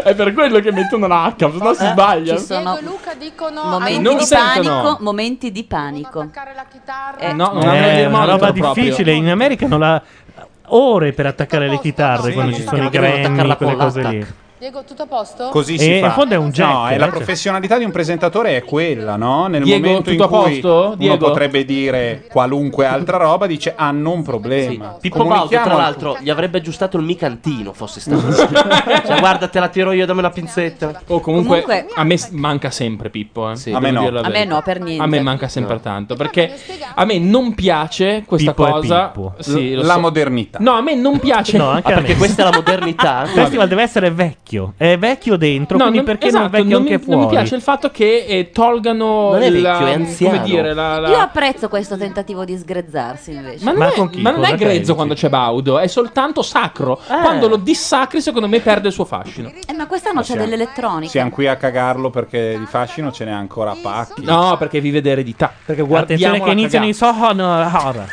è per quello che mettono la H, se no si Eh, sbaglia. ci sono- Luca dicono Momenti Non di sentono. panico, momenti di panico. Eh, no, non avrei È il una monitor roba proprio. difficile. In America non ha ore per attaccare le chitarre quando ci sono i perché devono Grammy, attaccarla quelle con cose lì. l'attack. Diego, tutto a (laughs) posto? Così E si fa. in fondo è un jack, No, è eh, la cioè. professionalità di un presentatore è quella, no? Nel Diego, momento in tutto a cui posto? uno Diego? potrebbe dire qualunque altra roba, dice hanno un problema. Pippo Baudo, Comunichiamo tra al- l'altro, gli avrebbe aggiustato il micantino fosse (laughs) stato. cioè, guarda, te la tiro io, dammi la pinzetta. Eh. O comunque, Comunque- a me s- manca sempre Pippo. eh, A devo me no. dire la A me verità. no, per niente. A me manca sempre tanto perché a me non piace questa Pippo è cosa. Pippo. Ah, Sì, lo la so. modernità. No, a me non piace. No, anche a me. Questa è la (laughs) modernità. Il festival deve essere vecchio. vecchio. È vecchio dentro, quindi non- perché non esatto, è vecchio mi- anche fuori? Non mi piace il fatto che eh, tolgano Non è la- vecchio, è anziano. Come dire, la, la- Io apprezzo questo tentativo di sgrezzarsi invece. Ma non, è, ma non è Cosa grezzo credi? quando c'è Baudo, è soltanto sacro. Eh. Quando lo dissacri, secondo me perde il suo fascino. Eh, ma quest'anno c'è siamo- dell'elettronica. Siamo qui a cagarlo perché di fascino ce n'è ancora a pacchi. No, perché vive d'eredità. Perché guardiamo Attenzione la che iniziano i Soho horror.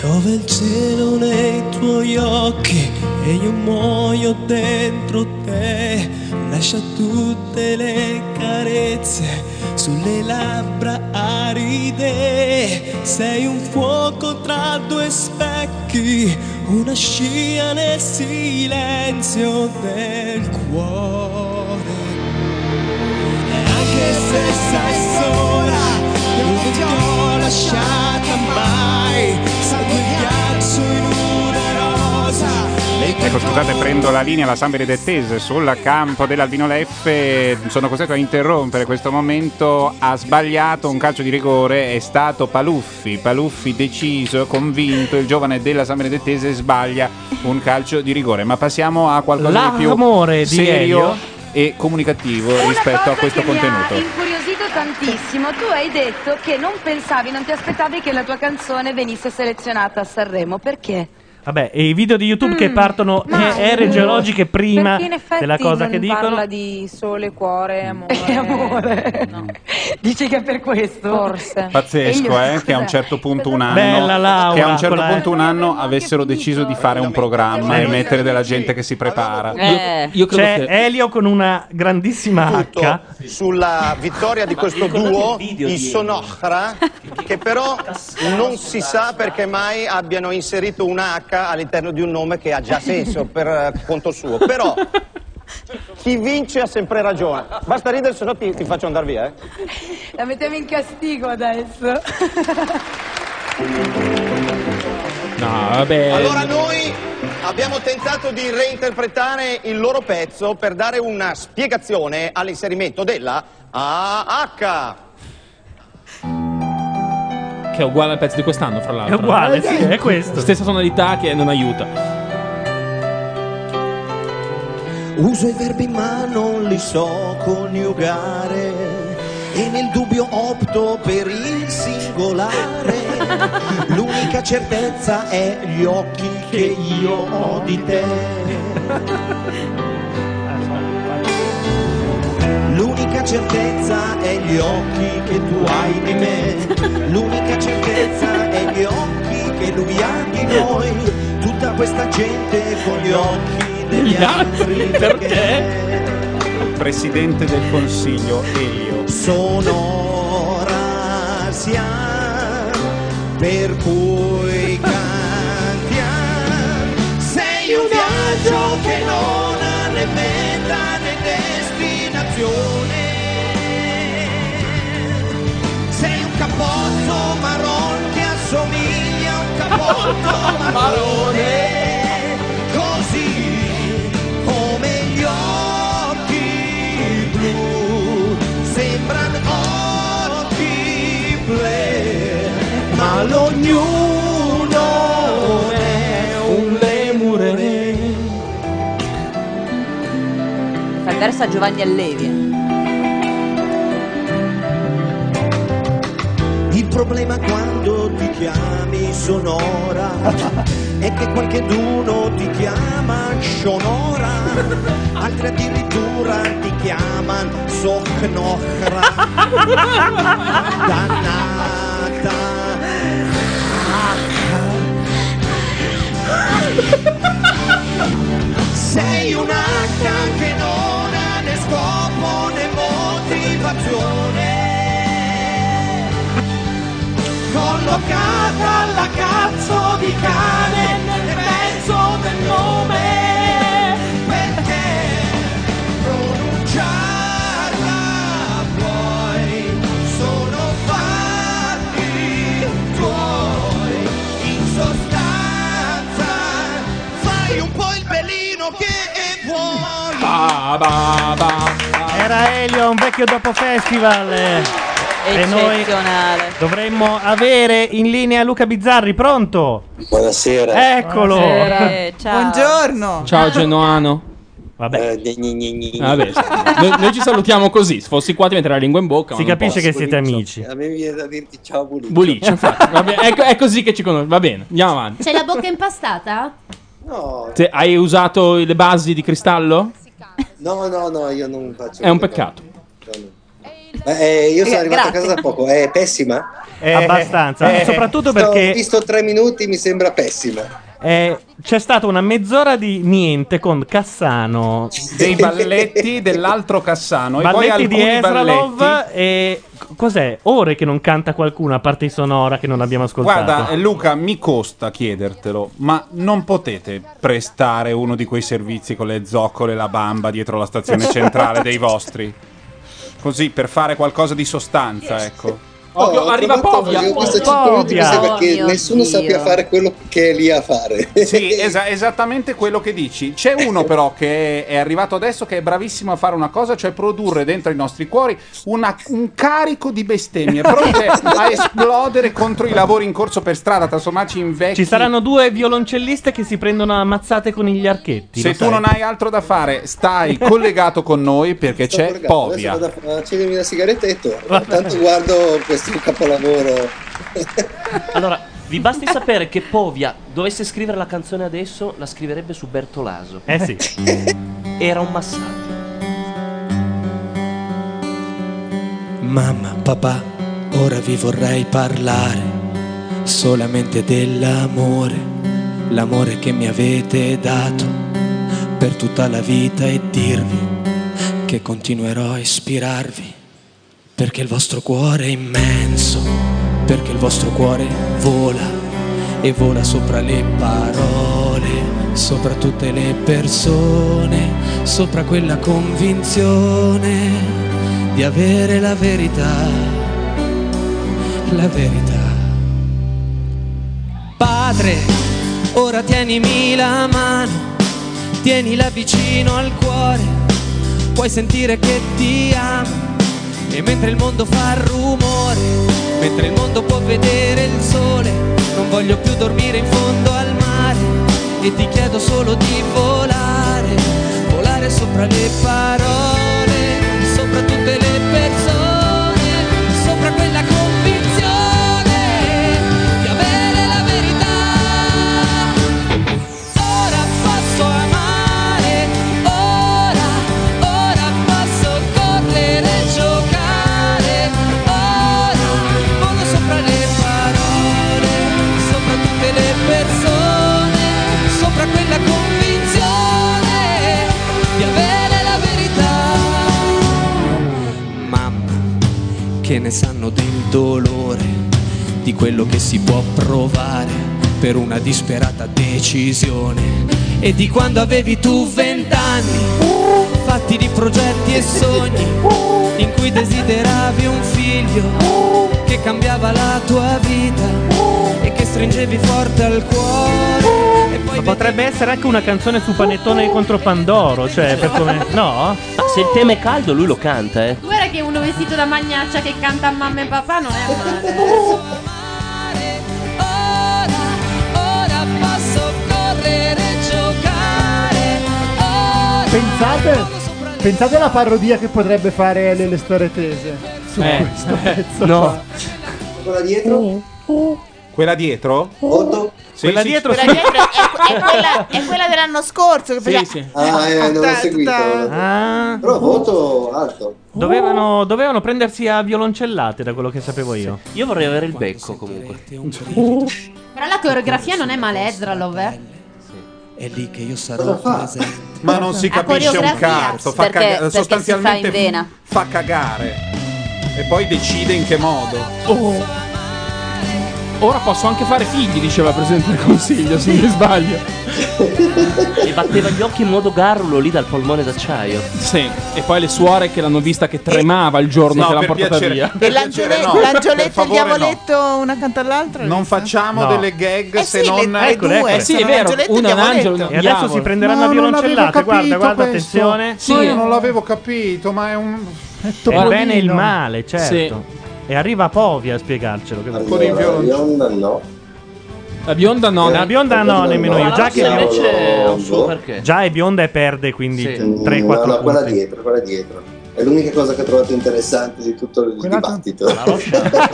Piove il cielo nei tuoi occhi e io muoio dentro te. Lascia tutte le carezze sulle labbra aride. Sei un fuoco tra due specchi, una scia nel silenzio del cuore. E anche se sei sola, non ti ho lasciata mai. Sai quel ghiaccio in una rosa. Ecco, scusate, prendo la linea la San Benedettese sul campo dell'Albino Leffe. Sono costretto a interrompere questo momento. Ha sbagliato un calcio di rigore, è stato Paluffi. Paluffi deciso, convinto, il giovane della San Benedettese sbaglia un calcio di rigore. Ma passiamo a qualcosa di L'amore più di serio Elio. e comunicativo rispetto a questo Mi ha contenuto. incuriosito tantissimo. Tu hai detto che non pensavi, non ti aspettavi che la tua canzone venisse selezionata a Sanremo. Perché? Vabbè, e i video di YouTube che partono Mm. ma- eh, ere geologiche prima Perché in effetti della cosa che dicono. di sole, cuore, amore. E amore. Dici che è per questo? Forse. Pazzesco, eh, che a un certo punto un anno, Bella Laura, che a un certo quella, eh. punto un anno avessero deciso di fare un programma e mettere della gente che si prepara. C'è Elio con una grandissima H. sulla vittoria di questo Ricordate duo, il video i di- Sonohra, che però non si sa perché mai abbiano inserito una H all'interno di un nome che ha già senso per eh, conto suo. Però chi vince ha sempre ragione. Basta ridere, se no ti, ti faccio andare via. eh. La mettiamo in castigo adesso. No, Eh. vabbè. Allora noi abbiamo tentato di reinterpretare il loro pezzo per dare una spiegazione all'inserimento della AH. Che è uguale al pezzo di quest'anno, fra l'altro. Eh, È uguale, sì, è questo. Stessa tonalità che non aiuta. Uso i verbi ma non li so coniugare e nel dubbio opto per il singolare. L'unica certezza è gli occhi che io ho di te. L'unica certezza è gli occhi che tu hai di me. L'unica certezza è gli occhi che lui ha di noi. Tutta questa gente con gli occhi degli altri perché Presidente del Consiglio Elio. sono rasia per cui cantiamo sei un viaggio che non ha né meta né destinazione sei un cappotto marrone che assomiglia a un cappotto (laughs) marrone così come gli occhi blu sembrano occhi blu ma l'ognuno è un lemure Fa il verso a Giovanni Allevi. Il problema quando ti chiami sonora (laughs) è che qualcheduno ti chiama (laughs) sonora, altri addirittura ti chiamano (laughs) socnocra. Dannata. Sei un H che non ha né scopo né motivazione collocata alla cazzo di cane nel mezzo del nome perché pronunciarla puoi sono fatti tuoi in sostanza fai un po' il pelino che vuoi Ah, Era Elio, un vecchio dopo festival. eh. E noi Eccezionale. dovremmo avere in linea Luca Bizzarri, pronto? Buonasera. Eccolo. Eh, Buonasera. Buongiorno. Ciao Genoano. Vabbè. Vabbè, Ah, sì. noi, noi ci salutiamo così. Se fossi qua ti metterei la lingua in bocca. Si ma non capisce posso. che siete amici. A me viene da dirti ciao Bulicio. Bulici, infatti. Va bene, è, co- è così che ci conosci. Va bene, andiamo avanti. C'è la bocca impastata? Se hai usato le basi di cristallo? No, no, no, io non faccio. È un peccato. Ma, eh, io sono Eh, arrivato grazie. a casa da poco. È pessima? Abbastanza, soprattutto Sto- perché- Ho visto tre minuti, mi sembra pessima. Eh, c'è stata una mezz'ora di niente con Cassano. (laughs) Dei balletti dell'altro Cassano e poi balletti alcuni di Esralov balletti. e c- cos'è? Ore che non canta qualcuno a parte i sonora che non abbiamo ascoltato. Guarda, eh, Luca, mi costa chiedertelo, ma non potete prestare uno di quei servizi con le zoccole e la bamba dietro la stazione centrale dei vostri? Così, per fare qualcosa di sostanza, ecco. Ovvio, oh, arriva Povia. Ho visto cinque minuti, mi Povia. sembra Oh, che mio nessuno Dio. sappia fare quello che è lì a fare. Sì, (laughs) esa- esattamente quello che dici. C'è uno però che è arrivato adesso che è bravissimo a fare una cosa, cioè produrre dentro i nostri cuori una- un carico di bestemmie, pronte (laughs) a esplodere contro i lavori in corso per strada, trasformarci in vecchi. Ci saranno due violoncelliste che si prendono a mazzate con gli archetti. Se lo tu sai. non hai altro da fare, stai collegato con noi perché Sto c'è collegato, Povia. Adesso vado a accendermi una sigaretta e torno. Tanto guardo questo capolavoro. Allora, vi basti sapere che Povia dovesse scrivere la canzone adesso, la scriverebbe su Bertolaso. Mm. Eh sì. Era un massaggio. Mamma, papà, ora vi vorrei parlare solamente dell'amore, l'amore che mi avete dato per tutta la vita e dirvi che continuerò a ispirarvi, perché il vostro cuore è immenso, perché il vostro cuore vola e vola sopra le parole, sopra tutte le persone, sopra quella convinzione di avere la verità, la verità. Padre, ora tienimi la mano, tienila vicino al cuore, puoi sentire che ti amo. E mentre il mondo fa rumore, mentre il mondo può vedere il sole, non voglio più dormire in fondo al mare e ti chiedo solo di volare, volare sopra le parole, sopra tutte le persone, sopra quella convinzione di avere la verità. Ora posso amare, ora, ora posso correre e giocare, ora volo sopra le parole, sopra tutte le persone, sopra quella convinzione di avere la verità. Mamma, che ne sanno del dolore, di quello che si può provare per una disperata decisione. E di quando avevi tu vent'anni, fatti di progetti e sogni, in cui desideravi un figlio che cambiava la tua vita e che stringevi forte al cuore. E Ma potrebbe essere anche una canzone su Panettone contro Pandoro, cioè per (laughs) come... No? se il tema è caldo, lui lo canta, eh. Guarda che uno vestito da magnaccia che canta a mamma e papà non è male. Ora posso correre e giocare. Oh, Pensate, pensate alla parodia che potrebbe fare le, le storie tese su Eh, questo eh, pezzo. no. qua. Quella dietro? Quella dietro? Sì, Quella sì, dietro, sì. Quella dietro è, è quella, è quella dell'anno scorso. Che perché- Ah, eh, non l'ho seguito. Però voto alto. Ah, Dovevano, dovevano prendersi a violoncellate da quello che sapevo io. Uh. Io vorrei avere il becco comunque. Però la coreografia non è male, Ezralov, eh. È lì che io sarò presente. Ma non si La capisce un coreografia, cazzo, fa perché- caga- perché si fa sostanzialmente in vena. fa cagare. E poi decide in che modo. Ora posso anche fare figli, diceva il Presidente del Consiglio, se non mi sbaglio. E batteva gli occhi in modo garrulo lì dal polmone d'acciaio. Sì, e poi le suore che l'hanno vista che tremava il giorno No, che l'hanno per portata piacere, via. per E l'angioletto, l'angioletto e il diavoletto una accanto all'altra? Non facciamo No. Ecco, delle gag Eh se sì, le- non. ecco, le Eccole, due, eccole. Sì, è vero, una un angelo, un E adesso si prenderanno a violoncellate. Guarda, guarda, attenzione. Sì. io non l'avevo capito, ma è un. Il bene e il Topolino. male, certo. E arriva Povia a spiegarcelo. Che vuol dire. bionda no. La bionda no. La bionda no, nemmeno io. Ah, Già che Già è bionda e perde quindi Mm, 3-4 no, no, quella punti. dietro, quella dietro. È l'unica cosa che ho trovato interessante di tutto il dibattito. (laughs)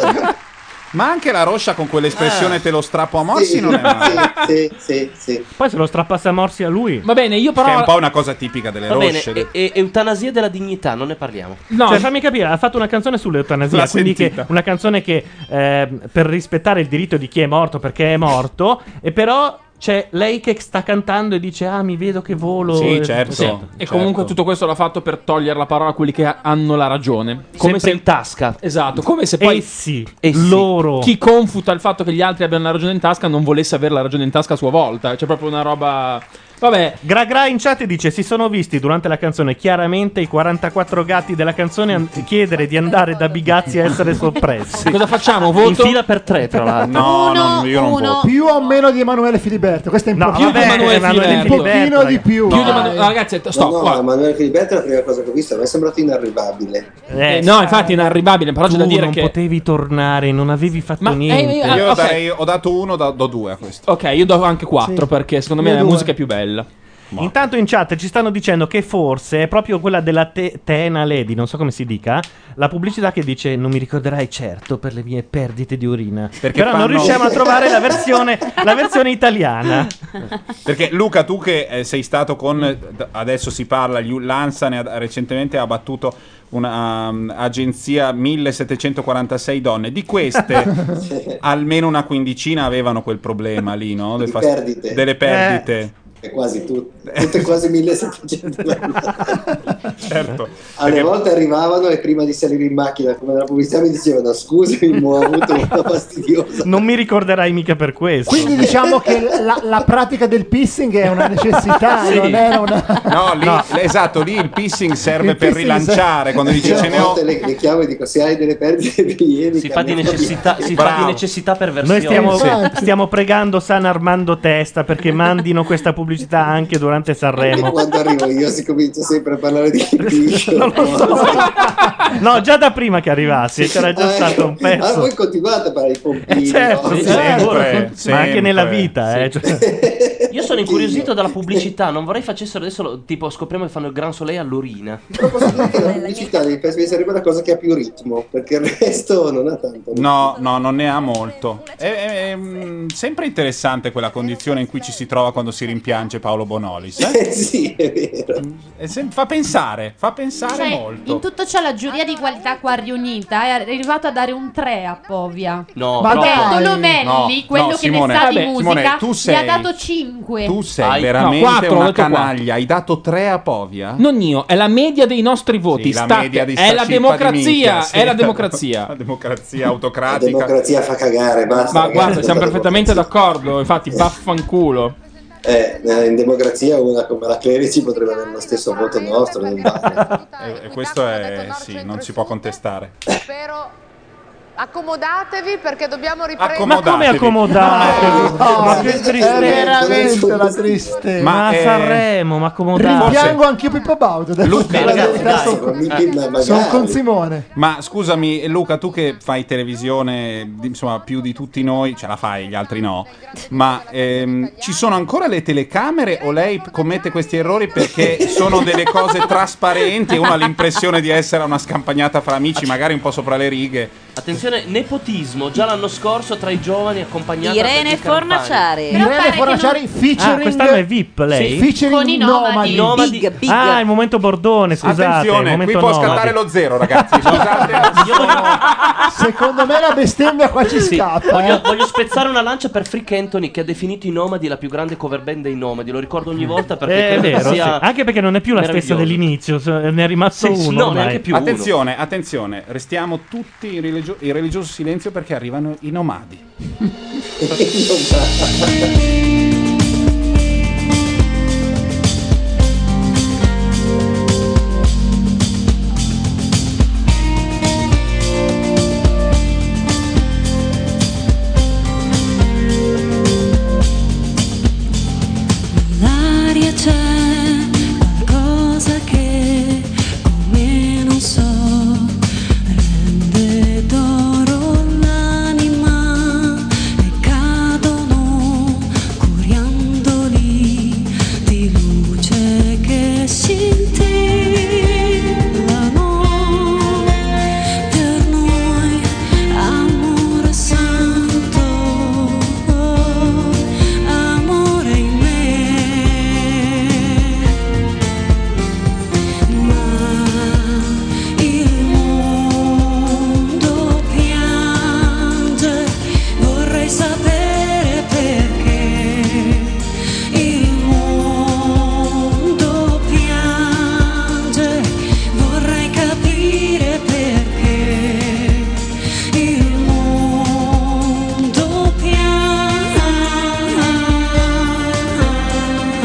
Ma anche la roscia con quell'espressione te lo strappo a morsi (laughs) non è male. (laughs) Sì, sì, sì. Poi se lo strappasse a morsi a lui. Va bene, io Che è un po' una cosa tipica delle Va bene, rosce. e- e- eutanasia della dignità, non ne parliamo. Cioè, fammi capire, ha fatto una canzone sull'eutanasia, L'ha quindi che- sentita. una canzone che eh, per rispettare il diritto di chi è morto perché è morto, e però c'è lei che sta cantando e dice "Ah, mi vedo che volo". Certo. eh, Sì. E Certo. comunque tutto questo l'ha fatto per togliere la parola a quelli che ha- hanno la ragione. Come Sempre se in tasca. Esatto, come se poi Eh Essi, loro. chi confuta il fatto che gli altri abbiano la ragione in tasca non volesse avere la ragione in tasca a sua volta. C'è proprio una roba Vabbè. Gra Gra in chat dice: Si sono visti durante la canzone chiaramente i 44 gatti della canzone an- chiedere di andare da Bigazzi a essere soppressi. Cosa facciamo? Voto? In fila per tre, tra l'altro. No, Uno, no, io non uno. voto. Più o meno di Emanuele Filiberto. Questo è No, importante. vabbè, Emanuele un Filiberto, pochino di ragazzi. più. Più di dai. Emanuele- ragazzi, no, no, Emanuele Filiberto è la prima cosa che ho visto, mi è sembrato inarrivabile. Eh, no, infatti è inarrivabile, però c'è tu da dire non che- eh, potevi tornare, non avevi fatto Eh, niente. io darei- ho dato uno, da- do due a questo. Ok, io do anche 4 Sì. perché secondo Io me la due. musica è più bella. Intanto in chat ci stanno dicendo che forse è proprio quella della te- Tena Lady, non so come si dica, la pubblicità che dice non mi ricorderai certo per le mie perdite di urina. Però fanno- non riusciamo a trovare la versione, la versione italiana. Perché Luca, tu che eh, sei stato con. eh, d- Adesso si parla, gli- l'Ansa ne ha- recentemente ha battuto un'agenzia 1746 donne. Di queste, (laughs) almeno una quindicina avevano quel problema lì, no? Del fas- perdite. Delle perdite. È quasi tutte, tutte quasi 1700. (laughs) certo. Alle volte arrivavano e prima di salire in macchina, come nella pubblicità, mi dicevano scusami, ma ho avuto (laughs) una fastidiosa. Non mi ricorderai mica per questo. Quindi diciamo che la, la pratica del pissing è una necessità, Sì. non era una... No, lì, esatto, lì il pissing serve Il per pissing rilanciare. Quando dici Io ce ne a ho. volte Le, le chiamo e dico se hai delle perdite (laughs) vieni. Si fa di necessità, si fa di necessità per Noi versione. stiamo, stiamo pregando San Armando Testa perché mandino questa pubblicità anche durante E Sanremo. quando arrivo io si comincia sempre a parlare di (laughs) liscio. Non lo so. No, già da prima che arrivassi, c'era già stato un (laughs) Ah, pezzo. voi continuate a parlare di pompini. Eh, certo, no? Eh. sì, sempre, ma anche nella vita. eh, cioè. Io sono incuriosito dalla pubblicità, non vorrei facessero adesso lo- tipo scopriamo che fanno il Gran Soleil all'urina. La pubblicità dei festival sarebbe la cosa che ha più ritmo, perché il resto non ha tanto. No, no, non ne ha molto. È, è- è, mm, sempre interessante quella condizione in cui ci si trova quando si rimpiange Paolo (laughs) Bonolis. eh? Mm, sì, è vero. fa pensare, fa pensare Cioè, in molto. tutto ciò la giuria di qualità qua riunita è arrivata a dare un 3 a Povia. No, Perché dai. Tolomelli, No, quello no, che Simone, ne sa vabbè, di musica, Simone, tu gli ha sei- dato 5. Tu sei Hai- veramente no, quattro, ho una detto quattro. canaglia. Hai dato tre a Povia? Non io, è la media dei nostri Sì, voti. la state- media di sta è la cippa di democrazia, minchia, sì. è la democrazia. (laughs) La democrazia autocratica. La democrazia fa cagare, basta, Ma ragazzi, guarda, siamo la perfettamente d'accordo, infatti vaffanculo. Eh, eh, in democrazia una come la Clerici potrebbe avere lo stesso voto nostro. non (laughs) vale. E, e questo è sì, non si può contestare. Accomodatevi perché dobbiamo riprendere. Ma come (laughs) accomodatevi? ma che tristezza. È veramente una tristezza. Ma, a eh, Sanremo, ma accomodatevi. Rimpiango anch'io Pippo Baudo. adesso. Luca, Guarda, ragazzi, adesso dai, sono- eh, magari. sono con Simone. Ma scusami, Luca, tu che fai televisione, di- insomma, più di tutti noi, ce la fai, gli altri no. Ma ehm, ci sono ancora le telecamere o lei p- commette questi errori (laughs) perché sono delle cose trasparenti e uno ha l'impressione di essere a una scampagnata fra amici, magari un po' sopra le righe? Attenzione, nepotismo, già l'anno scorso tra i giovani accompagnata Irene da Peggy Carpani. Fornaciari. Irene pare che Fornaciari non- featuring- Ah, quest'anno è VIP lei? Sì, featuring Con i nomadi. nomadi. Big, big. Ah, il momento Bordone, scusate. il Attenzione, momento qui può nomadi. scattare lo zero, (laughs) ragazzi. Secondo me (laughs) la bestemmia qua ci Sì, scappa. voglio, eh. voglio spezzare una lancia per Frick Anthony che ha definito i Nomadi la più grande cover band dei Nomadi. Lo ricordo ogni volta perché Eh, è credo che vero, sì. sia anche perché non è più la stessa meraviglioso. dell'inizio, se- ne è Sì, rimasto sì, uno. no, ormai. neanche più attenzione, attenzione, restiamo tutti in religio- il religioso silenzio perché arrivano i nomadi. L'aria c'è qualcosa che come non so rende d'oro l'anima e cadono coriandoli di luce che scintillano per noi amore santo amore in me, ma il mondo piange, vorrei sapere perché, il mondo piange, vorrei capire perché, il mondo piange.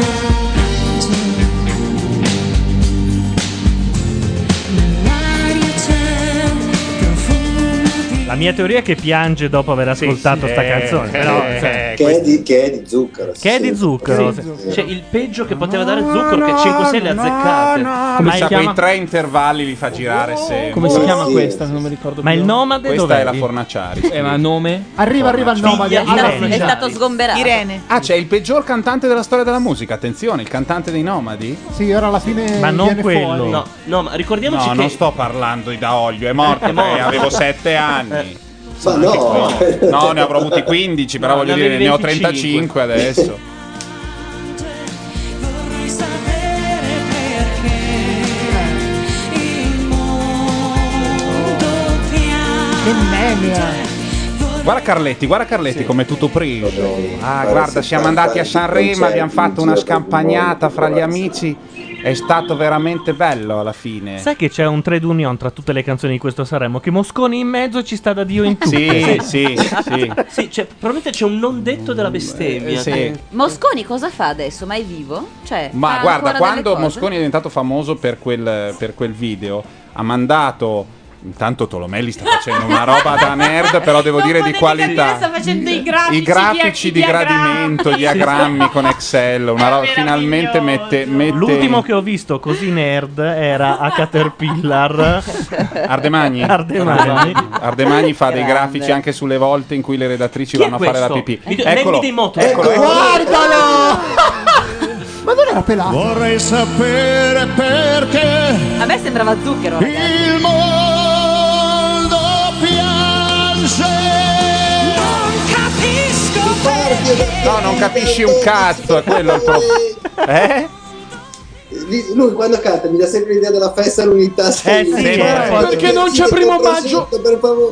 Nell'aria c'è profumo di La mia teoria è che piange dopo aver ascoltato sì. sta Eh, canzone. eh, però, eh, cioè, che, è di, che è di zucchero. Che è di zucchero. Sì, sì. Cioè, il peggio che poteva dare zucchero che 5 6 le azzeccate. Come Ma si il- chiama? Quei tre intervalli li fa Oh, girare sempre. Come si chiama Sì. questa? Non mi ricordo Ma più. il nomade Questa dov'è? è la Fornaciari. Eh, ma nome? Arriva, arriva il nomade. È stato sgomberato. Irene. Ah, c'è il peggior cantante della storia della musica. Attenzione, il cantante dei nomadi. Sì, ora alla fine. viene fuori. No, no, ma ricordiamoci Eh, No, che non sto parlando di da Oglio, è morto, (laughs) È morto. eh, avevo 7 anni. Ma no. No, ne avrò avuti 15, però No, voglio ne dire, avevi ne ho 35 25 adesso. Vorrei sapere perché il mondo Che mania! Guarda Carletti, guarda Carletti come tutto prigio. Ah, Fare guarda, siamo 70 andati a Sanremo, concerti, abbiamo fatto in una giro per il scampagnata mondo, fra gli ragazzi. amici. È stato veramente bello alla fine. Sai che c'è un trade union tra tutte le canzoni di questo Sanremo? Che Mosconi in mezzo ci sta da Dio in tutte. Sì, sì, (laughs) sì. Sì, cioè, probabilmente c'è un non detto della Eh, bestemmia. sì. che- Mosconi cosa fa adesso? Ma è vivo? Cioè, Ma fa guarda, ancora delle quando cose? Mosconi è diventato famoso per quel, per quel video, ha mandato. Intanto Tolomelli sta facendo una roba da nerd, però devo dire di qualità. Sta facendo i grafici, I grafici di gradimento, gli agrammi con Excel, una roba finalmente mette, mette L'ultimo che ho visto così nerd era a Caterpillar. (laughs) Ardemagni. Ardemagni. Ardemagni fa dei Grande. grafici anche sulle volte in cui le redattrici Chi è vanno a fare la questo? pipì. Mi- Eccolo, Mandy dei Motor. eccolo, eccolo. Guardalo! Ma non era pelato. Vorrei sapere perché. A me sembrava zucchero. Il mondo piange. Non capisco perché. No, non capisci un cazzo, è quello il problema. Eh? Lì- Lui quando canta mi dà sempre l'idea della festa all'unità. Eh sì, eh. Perché non c'è primo maggio?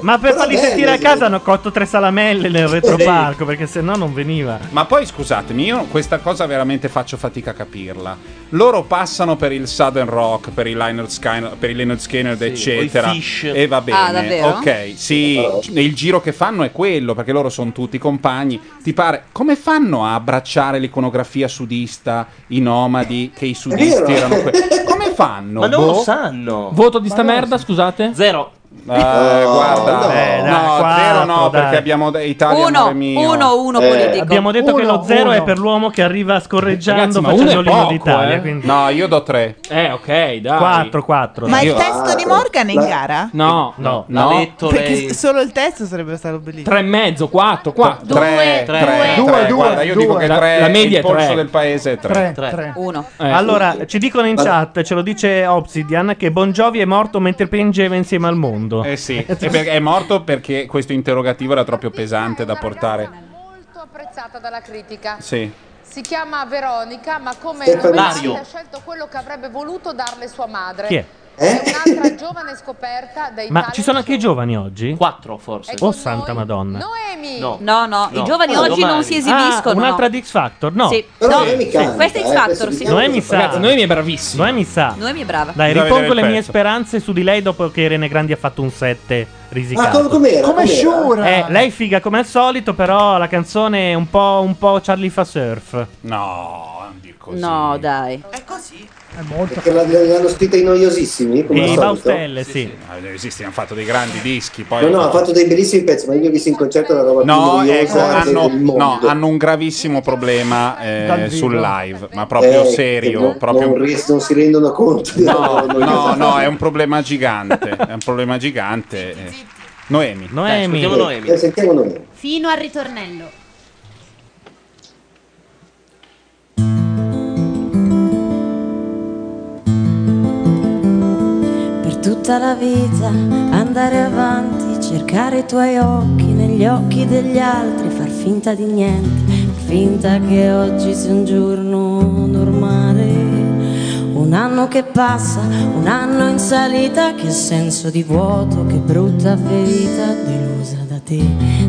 Ma per farli sentire a casa hanno cotto tre salamelle nel retroparco perché sennò non veniva. Ma poi scusatemi, io questa cosa veramente faccio fatica a capirla. Loro passano per il Southern Rock, per il Leonard Skinner, per il Leonard Skinner eccetera. o il Fish. E va bene. Ah, davvero? ok, sì. Il giro che fanno è quello, perché loro sono tutti compagni. Ti pare, come fanno a abbracciare l'iconografia sudista, i nomadi, che i sudisti vero. erano quelli? Come fanno? Ma non boh? lo sanno. Voto di sta merda, scusate? Zero. Eh, guarda, no, Eh, dai, zero no, quattro, dai. perché abbiamo de- Italia Uno, amore mio. uno, uno Eh, politico. Abbiamo detto che lo zero è per l'uomo che arriva Ragazzi, scorreggiando ma uno facendo è l'inno poco, d'Italia. eh. Quindi No, io do tre. Ah. Eh, ok, dai. 4, 4. Ma il testo di Morgan è in gara? No, no, Ah, eh, No, perché s- solo il testo sarebbe stato bellissimo. Tre e mezzo, quattro, quattro. Tre, tre, tre, guarda, io dico che tre, La, la media il è polso tre. del paese è tre. Tre, Tre. tre. Uno. eh, Allora, ci dicono in chat, ce lo dice Obsidian, che Bon Jovi è morto mentre piangeva insieme al mondo. Eh sì, è, perché- è morto perché questo interrogativo era troppo pesante da portare. Molto apprezzata dalla critica. Sì. Si chiama Veronica, ma come Stefano. nome Dario. ha scelto quello che avrebbe voluto darle sua madre. Chi è? un'altra giovane scoperta Eh, dei Ma talent ci sono anche i giovani oggi? Quattro forse. Oh santa madonna. No. No, no, i giovani No, Ah, oggi domani. non si esibiscono. Ah, un'altra no. di X Factor? No. Sì. Però No, Noemi sì. canta, Questa è X eh, Factor, questo sì. diciamo Noemi che sa. Ragazzi, Noemi è bravissima. Noemi sa. Noemi è brava. Dai, Bisogna ripongo vedere le il mie pezzo. speranze su di lei dopo che Irene Grandi ha fatto un 7 risicato. com- com'era? Come Com'era? Shura. Eh, lei figa come al solito, però la canzone è un po', un po' Charlie fa surf. No, non dir così. No, dai. È così. È molto Perché la- l'hanno scritta i noiosissimi, come al solito. sì. sì. No, esiste, hanno fatto dei grandi dischi. Poi No, no, ha fatto dei bellissimi pezzi, ma io ho visto in concerto la roba No, più ecco, noiosa del hanno, mondo. no, ah, hanno un gravissimo problema eh, Dal vivo. sul live, ma proprio Eh, che serio. non- proprio- Non, ries- non si rendono conto. di- No, non- no, no, è un problema gigante. È un problema gigante. eh. Noemi. Dai, ascoltiamo Noemi. Eh, sentiamo Noemi. (laughs) Fino al ritornello. per tutta la vita andare avanti, cercare i tuoi occhi negli occhi degli altri, far finta di niente, finta che oggi sia un giorno normale. Un anno che passa, un anno in salita, che senso di vuoto, che brutta ferita, delusa da te,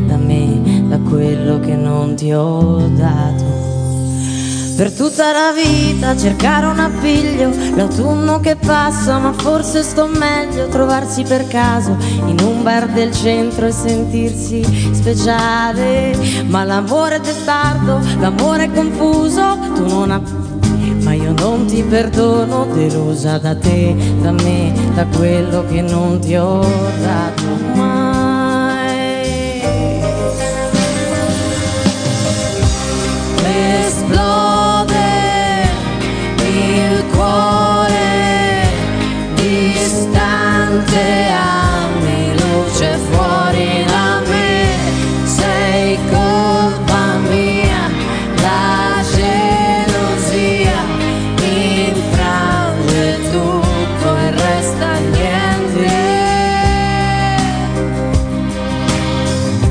da me, da quello che non ti ho dato. Per tutta la vita cercare un appiglio, l'autunno che passa, ma forse sto meglio trovarsi per caso in un bar del centro e sentirsi speciale. Ma l'amore è testardo, l'amore è confuso, tu non hai, ma io non ti perdono, delusa da te, da me, da quello che non ti ho dato mai. Esplode il cuore distante anni luce fuori da me sei colpa mia la gelosia infrange tutto e resta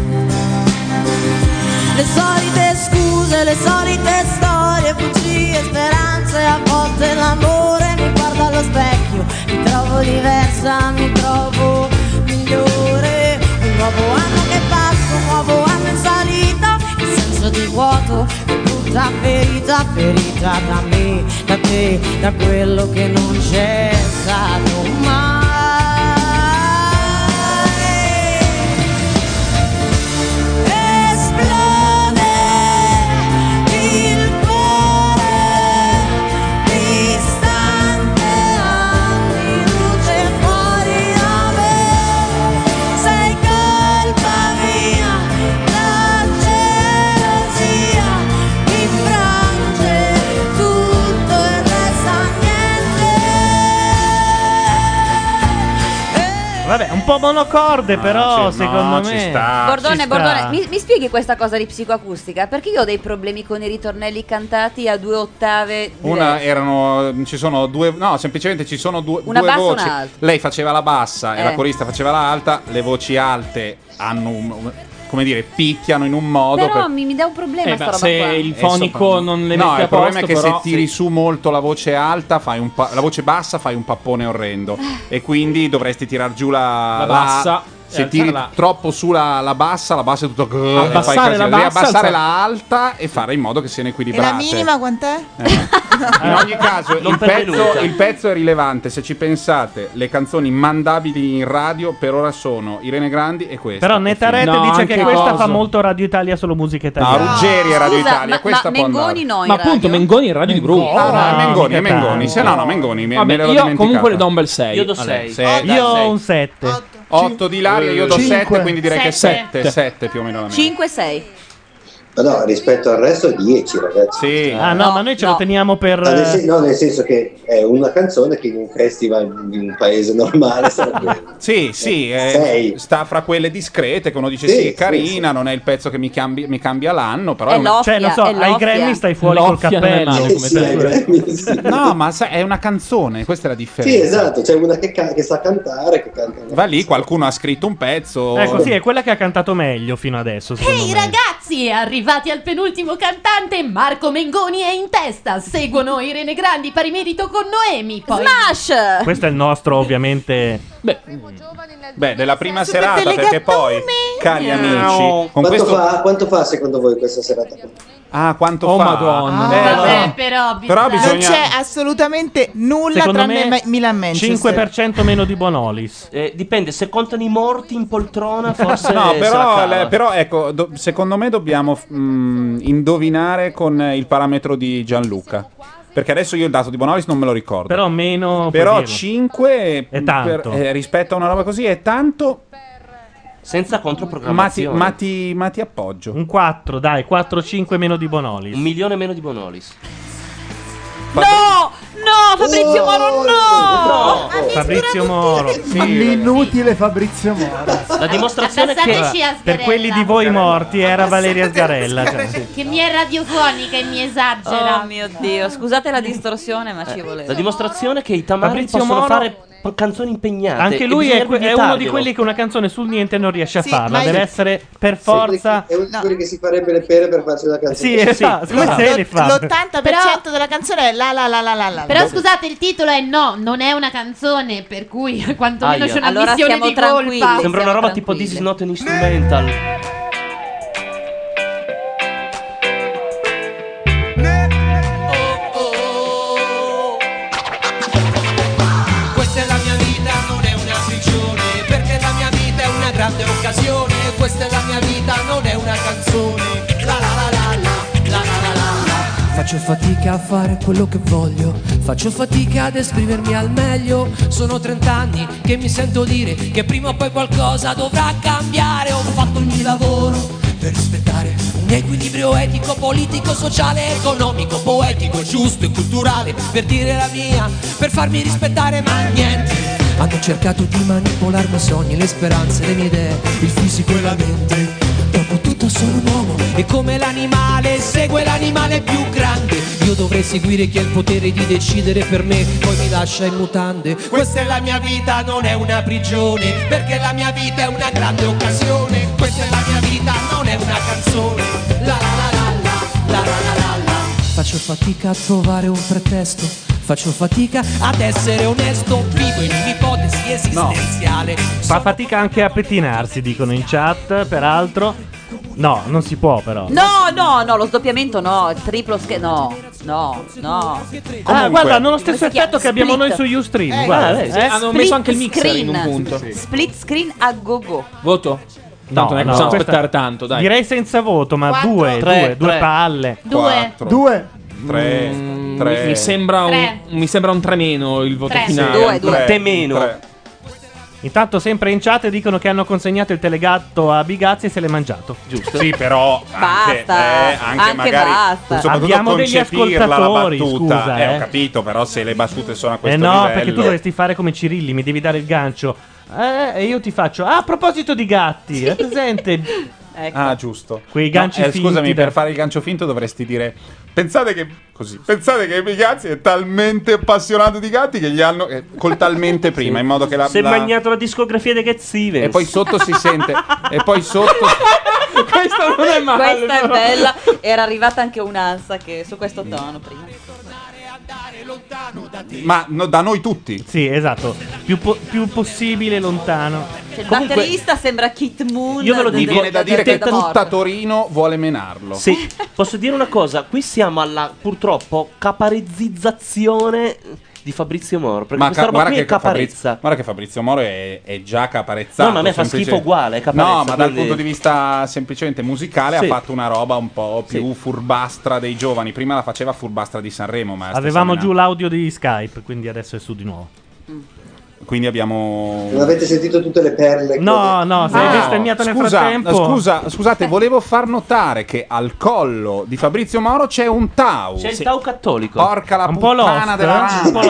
niente Le solite scuse, le solite storie, bugie, speranze, a volte l'amore mi guarda allo specchio, mi trovo diversa, mi trovo migliore. Un nuovo anno che passa, un nuovo anno in salita, il senso di vuoto, che brutta ferita, ferita da me, da te, da quello che non c'è stato mai. Esplode il cuore distante anni luce fuori da me sei colpa mia la gelosia infrange tutto e resta niente Vabbè, un po' monocorde, però, ci- no, secondo ci me. sta, ci Bordone, sta. Bordone, mi, mi spieghi questa cosa di psicoacustica? Perché io ho dei problemi con i ritornelli cantati a due ottave diverse. Una erano. Ci sono due. No, semplicemente ci sono due, Una due bassa e voci. un'alta. Lei faceva la bassa e Eh. la corista faceva la alta. Le voci alte hanno. un- un- come dire, picchiano in un modo. Però per- mi, mi dà un problema Eh, sta ma roba se qua. il Eh, no, soprano. metti a il problema è posto, che però- se tiri su molto la voce alta, fai un pa- la voce bassa fai un pappone orrendo. e quindi dovresti tirar giù la, La bassa e Se alzare tiri la- troppo su la, la bassa, la bassa è tutto. grrr, e fai Eh, Abbassare la casino. Devi bassa, abbassare alzare- la alta e fare in modo che siano E la equilibrate. minima quant'è? In ogni caso, Non il pervenuta. pezzo, il pezzo è rilevante. Se ci pensate, le canzoni mandabili in radio per ora sono Irene Grandi e questa. Però Netarete No, dice anche che questa cosa. fa molto Radio Italia, solo musica italiana. Ruggeri era di Scusa, Italia, ma- questa ma può Mengoni andare. no, in Ma appunto, radio? Mengoni in radio di gruppo. Ah, no, No, Mengoni, mica Mengoni, tanto. se no, no, Mengoni, me, Vabbè, me l'ero io dimenticata. comunque le do un bel sei. Io do Vabbè, sei. sei, dai, Io sei. ho un 7. 8 di Ilaria, io do Cinque. 7, quindi direi che Sette. 7, 7 più o meno la mia. 5-6. Ma no, rispetto al resto è 10, ragazzi. Ah, no, ma noi ce lo teniamo per. Ma nel sen- no, nel senso che è una canzone che in un festival di un paese (laughs) normale sarebbe Sì, sì, eh, Sei. sta fra quelle discrete che uno dice Sì, sì, è sì, carina, non è il pezzo che mi, cambi- mi cambia l'anno, però È è una... Cioè, non so, è ai Lofia. Grammy stai fuori col Lofia non è cappello. male come Sì, pezzo. ai No, ma sai, è una canzone, questa è la differenza. Sì, esatto, c'è una che, ca- che sa cantare, che canta Va lì, qualcuno ha scritto un pezzo. Ecco, sì, è quella che ha cantato meglio fino adesso. secondo Ehi me. ragazzi, è arrivato arrivati al penultimo cantante, Marco Mengoni è in testa. Seguono Irene Grandi, pari merito con Noemi. Poi... Smash! Questo è il nostro, ovviamente. Beh, beh, della prima serata, perché poi, cari amici, con quanto, questo... fa, quanto fa secondo voi questa serata? Ah, oh. quanto fa? Oh, Madonna. Eh, Vabbè, no. Però bisogna- Non c'è assolutamente nulla Secondo tranne me, Ma- Milan Manchester. 5% meno di Bonolis. Eh, dipende, se contano i morti in (laughs) poltrona, forse. No, se la però, cava. le- però, ecco, do- secondo me dobbiamo f- mh, indovinare con eh, il parametro di Gianluca. Perché adesso io il dato di Bonolis non me lo ricordo. Però meno. Però puoi dirlo. 5 È tanto. rispetto a una roba così è tanto. Ma Senza ti, controprogrammazione. ma ti- ma ti appoggio. Un 4, dai, 4-5 meno di Bonolis. Un milione meno di Bonolis. No, no, Fabrizio Moro, Oh, no! Fabrizio Moro. L'inutile Fabrizio Moro. La dimostrazione Passateci a che Sgarella. per quelli di voi morti era Valeria Sgarella. cioè. Che mi è radiofonica e mi esagera. Oh mio dio, scusate la distorsione, ma ci voleva. La dimostrazione che i tamari Fabrizio possono Moro- fare p- canzoni impegnate. Anche e lui è, bisognerebbe que- è uno di vietarglielo. quelli che una canzone sul niente non riesce a Sì, farla. ma- Deve essere per forza. È uno di quelli che si farebbe le pere per farsi una canzone. Sì, esatto, come se le fa. L'80% della canzone è la la la la la la. Però la. scusate, il titolo è no, non è una canzone, per cui (laughs) quantomeno Aia. c'è una Allora missione siamo di tranquilli, colpa. Sembra una roba tipo This is not an instrumental. Questa è la mia vita, non è una prigione, perché la mia vita è una grande occasione, questa è la mia vita, non è una canzone. La la la la la, la la la la la. Faccio fatica a fare quello che voglio, faccio fatica ad esprimermi al meglio. Sono 30 anni che mi sento dire che prima o poi qualcosa dovrà cambiare. Ho fatto il mio lavoro per rispettare un mio equilibrio etico, politico, sociale, economico, poetico, giusto e culturale. Per dire la mia, per farmi rispettare, ma niente. Hanno cercato di manipolarmi i sogni, le speranze, le mie idee, il fisico e la mente. Dopo tutto sono un uomo E come l'animale segue l'animale più grande. Io dovrei seguire chi ha il potere di decidere per me, poi mi lascia in mutande. Questa è la mia vita, non è una prigione, perché la mia vita è una grande occasione. Questa è la mia vita, non è una canzone. La la la la la, la la la la la. Faccio fatica a trovare un pretesto, faccio fatica ad essere onesto, vivo in un'ipotesi esistenziale. Fa fatica anche a pettinarsi, dicono in chat, peraltro. No, non si può però. No, no, no, lo sdoppiamento no, il triplo scherzo no, no, no. Ah, guarda, hanno lo stesso Come si effetto che chiama? abbiamo noi su Split. Ustream. Eh, guarda, sì. eh. Hanno messo anche il mixer in un punto. Sì, sì. Split screen a go go. (laughs) Voto? eh, Tanto non è che No, possiamo no. aspettare tanto, dai. Direi senza voto, ma Quattro. due, Tre, due, due tre. palle. Due. Quattro. Due. Tre, Mm, Mi, mi sembra un, mi sembra un tre meno il voto Tre. finale. Sì, due, due. Tre, Te meno. tre. Intanto sempre in chat dicono che hanno consegnato il telegatto a Bigazzi e se l'è mangiato. Giusto. Sì, (laughs) però anche, Basta, eh, anche anche magari basta. soprattutto Abbiamo degli concepirla la ascoltatori, battuta. scusa, eh, eh. ho capito, però se le battute sono a Eh questo no, livello. perché tu dovresti fare come Cirilli, mi devi dare il gancio. Eh, e io ti faccio. Ah, a proposito di gatti, è presente. (laughs) Ah, giusto. eh, Quei ganci finti Scusami, da- per fare il gancio finto dovresti dire Pensate che così. Pensate che Bigazzi è talmente appassionato di gatti che gli hanno eh, col talmente prima, in modo che la, Si è la- bagnato la discografia dei Cat Stevens. e poi sotto si (laughs) sente e poi sotto Questa non è male, Questa è però. bella. Era arrivata anche un'ansa che su questo tono prima. ma no, da noi tutti. Sì, esatto. Più, po- più possibile lontano. Cioè, il Comunque- batterista sembra Kit Moon. del- Mi viene del- da dire del- che del- del- tutta Torino vuole menarlo. Sì, posso dire una cosa? Qui siamo alla purtroppo caparezzizzazione di Fabrizio Moro. Perché questa ca- roba qui è caparezza. Fabrizio, guarda che Fabrizio Moro è, è già caparezzato. No, ma a me fa semplice- schifo uguale, è caparezza, No, ma dal quindi- punto di vista semplicemente musicale Sì. ha fatto una roba un po' più furbastra dei giovani. Prima la faceva furbastra di Sanremo, ma... è la Ah, stessa Avevamo menata. giù l'audio di Skype, quindi adesso è su di nuovo. Quindi abbiamo... Non avete sentito tutte le perle? No, no, sei Ah, bestemmiato nel scusa, frattempo. Scusa, (laughs) scusate, volevo far notare che al collo di Fabrizio Moro c'è un Tau. C'è il Tau cattolico. Porca la puttana della eh? rana.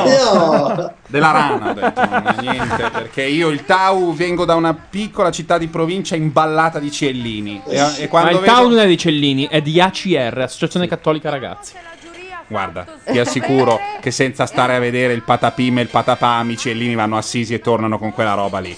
Della rana, ho detto, non è niente, perché io il Tau vengo da una piccola città di provincia imballata di ciellini. E, e Ma quando il vedo... town non è di Cellini, è di ACR, Associazione Cattolica Ragazzi. Guarda, ti assicuro che senza stare a vedere il patapim e il patapam, i ciellini vanno assisi e tornano con quella roba lì.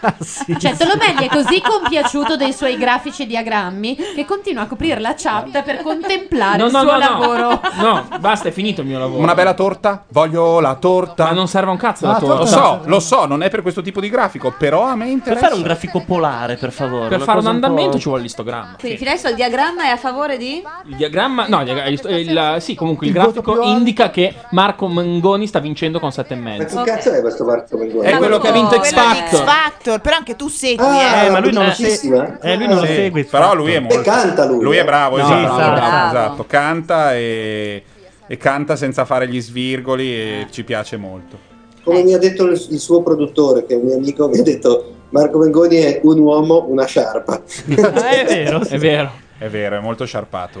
Cioè, Tolomelli è così compiaciuto dei suoi grafici e diagrammi che continua a coprire la chat per contemplare il Ah, suo lavoro. No, basta, è finito il mio lavoro. Una bella torta? Voglio la torta. Ma non serve un cazzo la torta. Lo so, lo so, non è per questo tipo di grafico, però a me Per interessa. fare un grafico polare, per favore. Per una fare un cosa andamento po'- ci vuole l'istogramma. Quindi fino adesso il diagramma è a favore di... Il diagramma, no, il diagra- il- il- sì, comunque il Il voto più grafico alto. indica che Marco Mangoni sta vincendo con 7,5. Ma che cazzo è questo Marco Mengoni? È quello che ha vinto X Quello di X Factor. Factor, però anche tu segui, Ah, eh. ma lui non lo se- eh, lui non lo segue, Però esatto. lui è E molto. canta lui, è eh. bravo, No, esatto, esatto. bravo, Bravo. esatto. Canta e, e canta senza fare gli svirgoli e ci piace molto. (laughs) Come mi ha detto il il suo produttore, che è un mio amico, mi ha detto Marco Mengoni è un uomo, una sciarpa. Ah, è vero. È vero. È vero, è molto sciarpato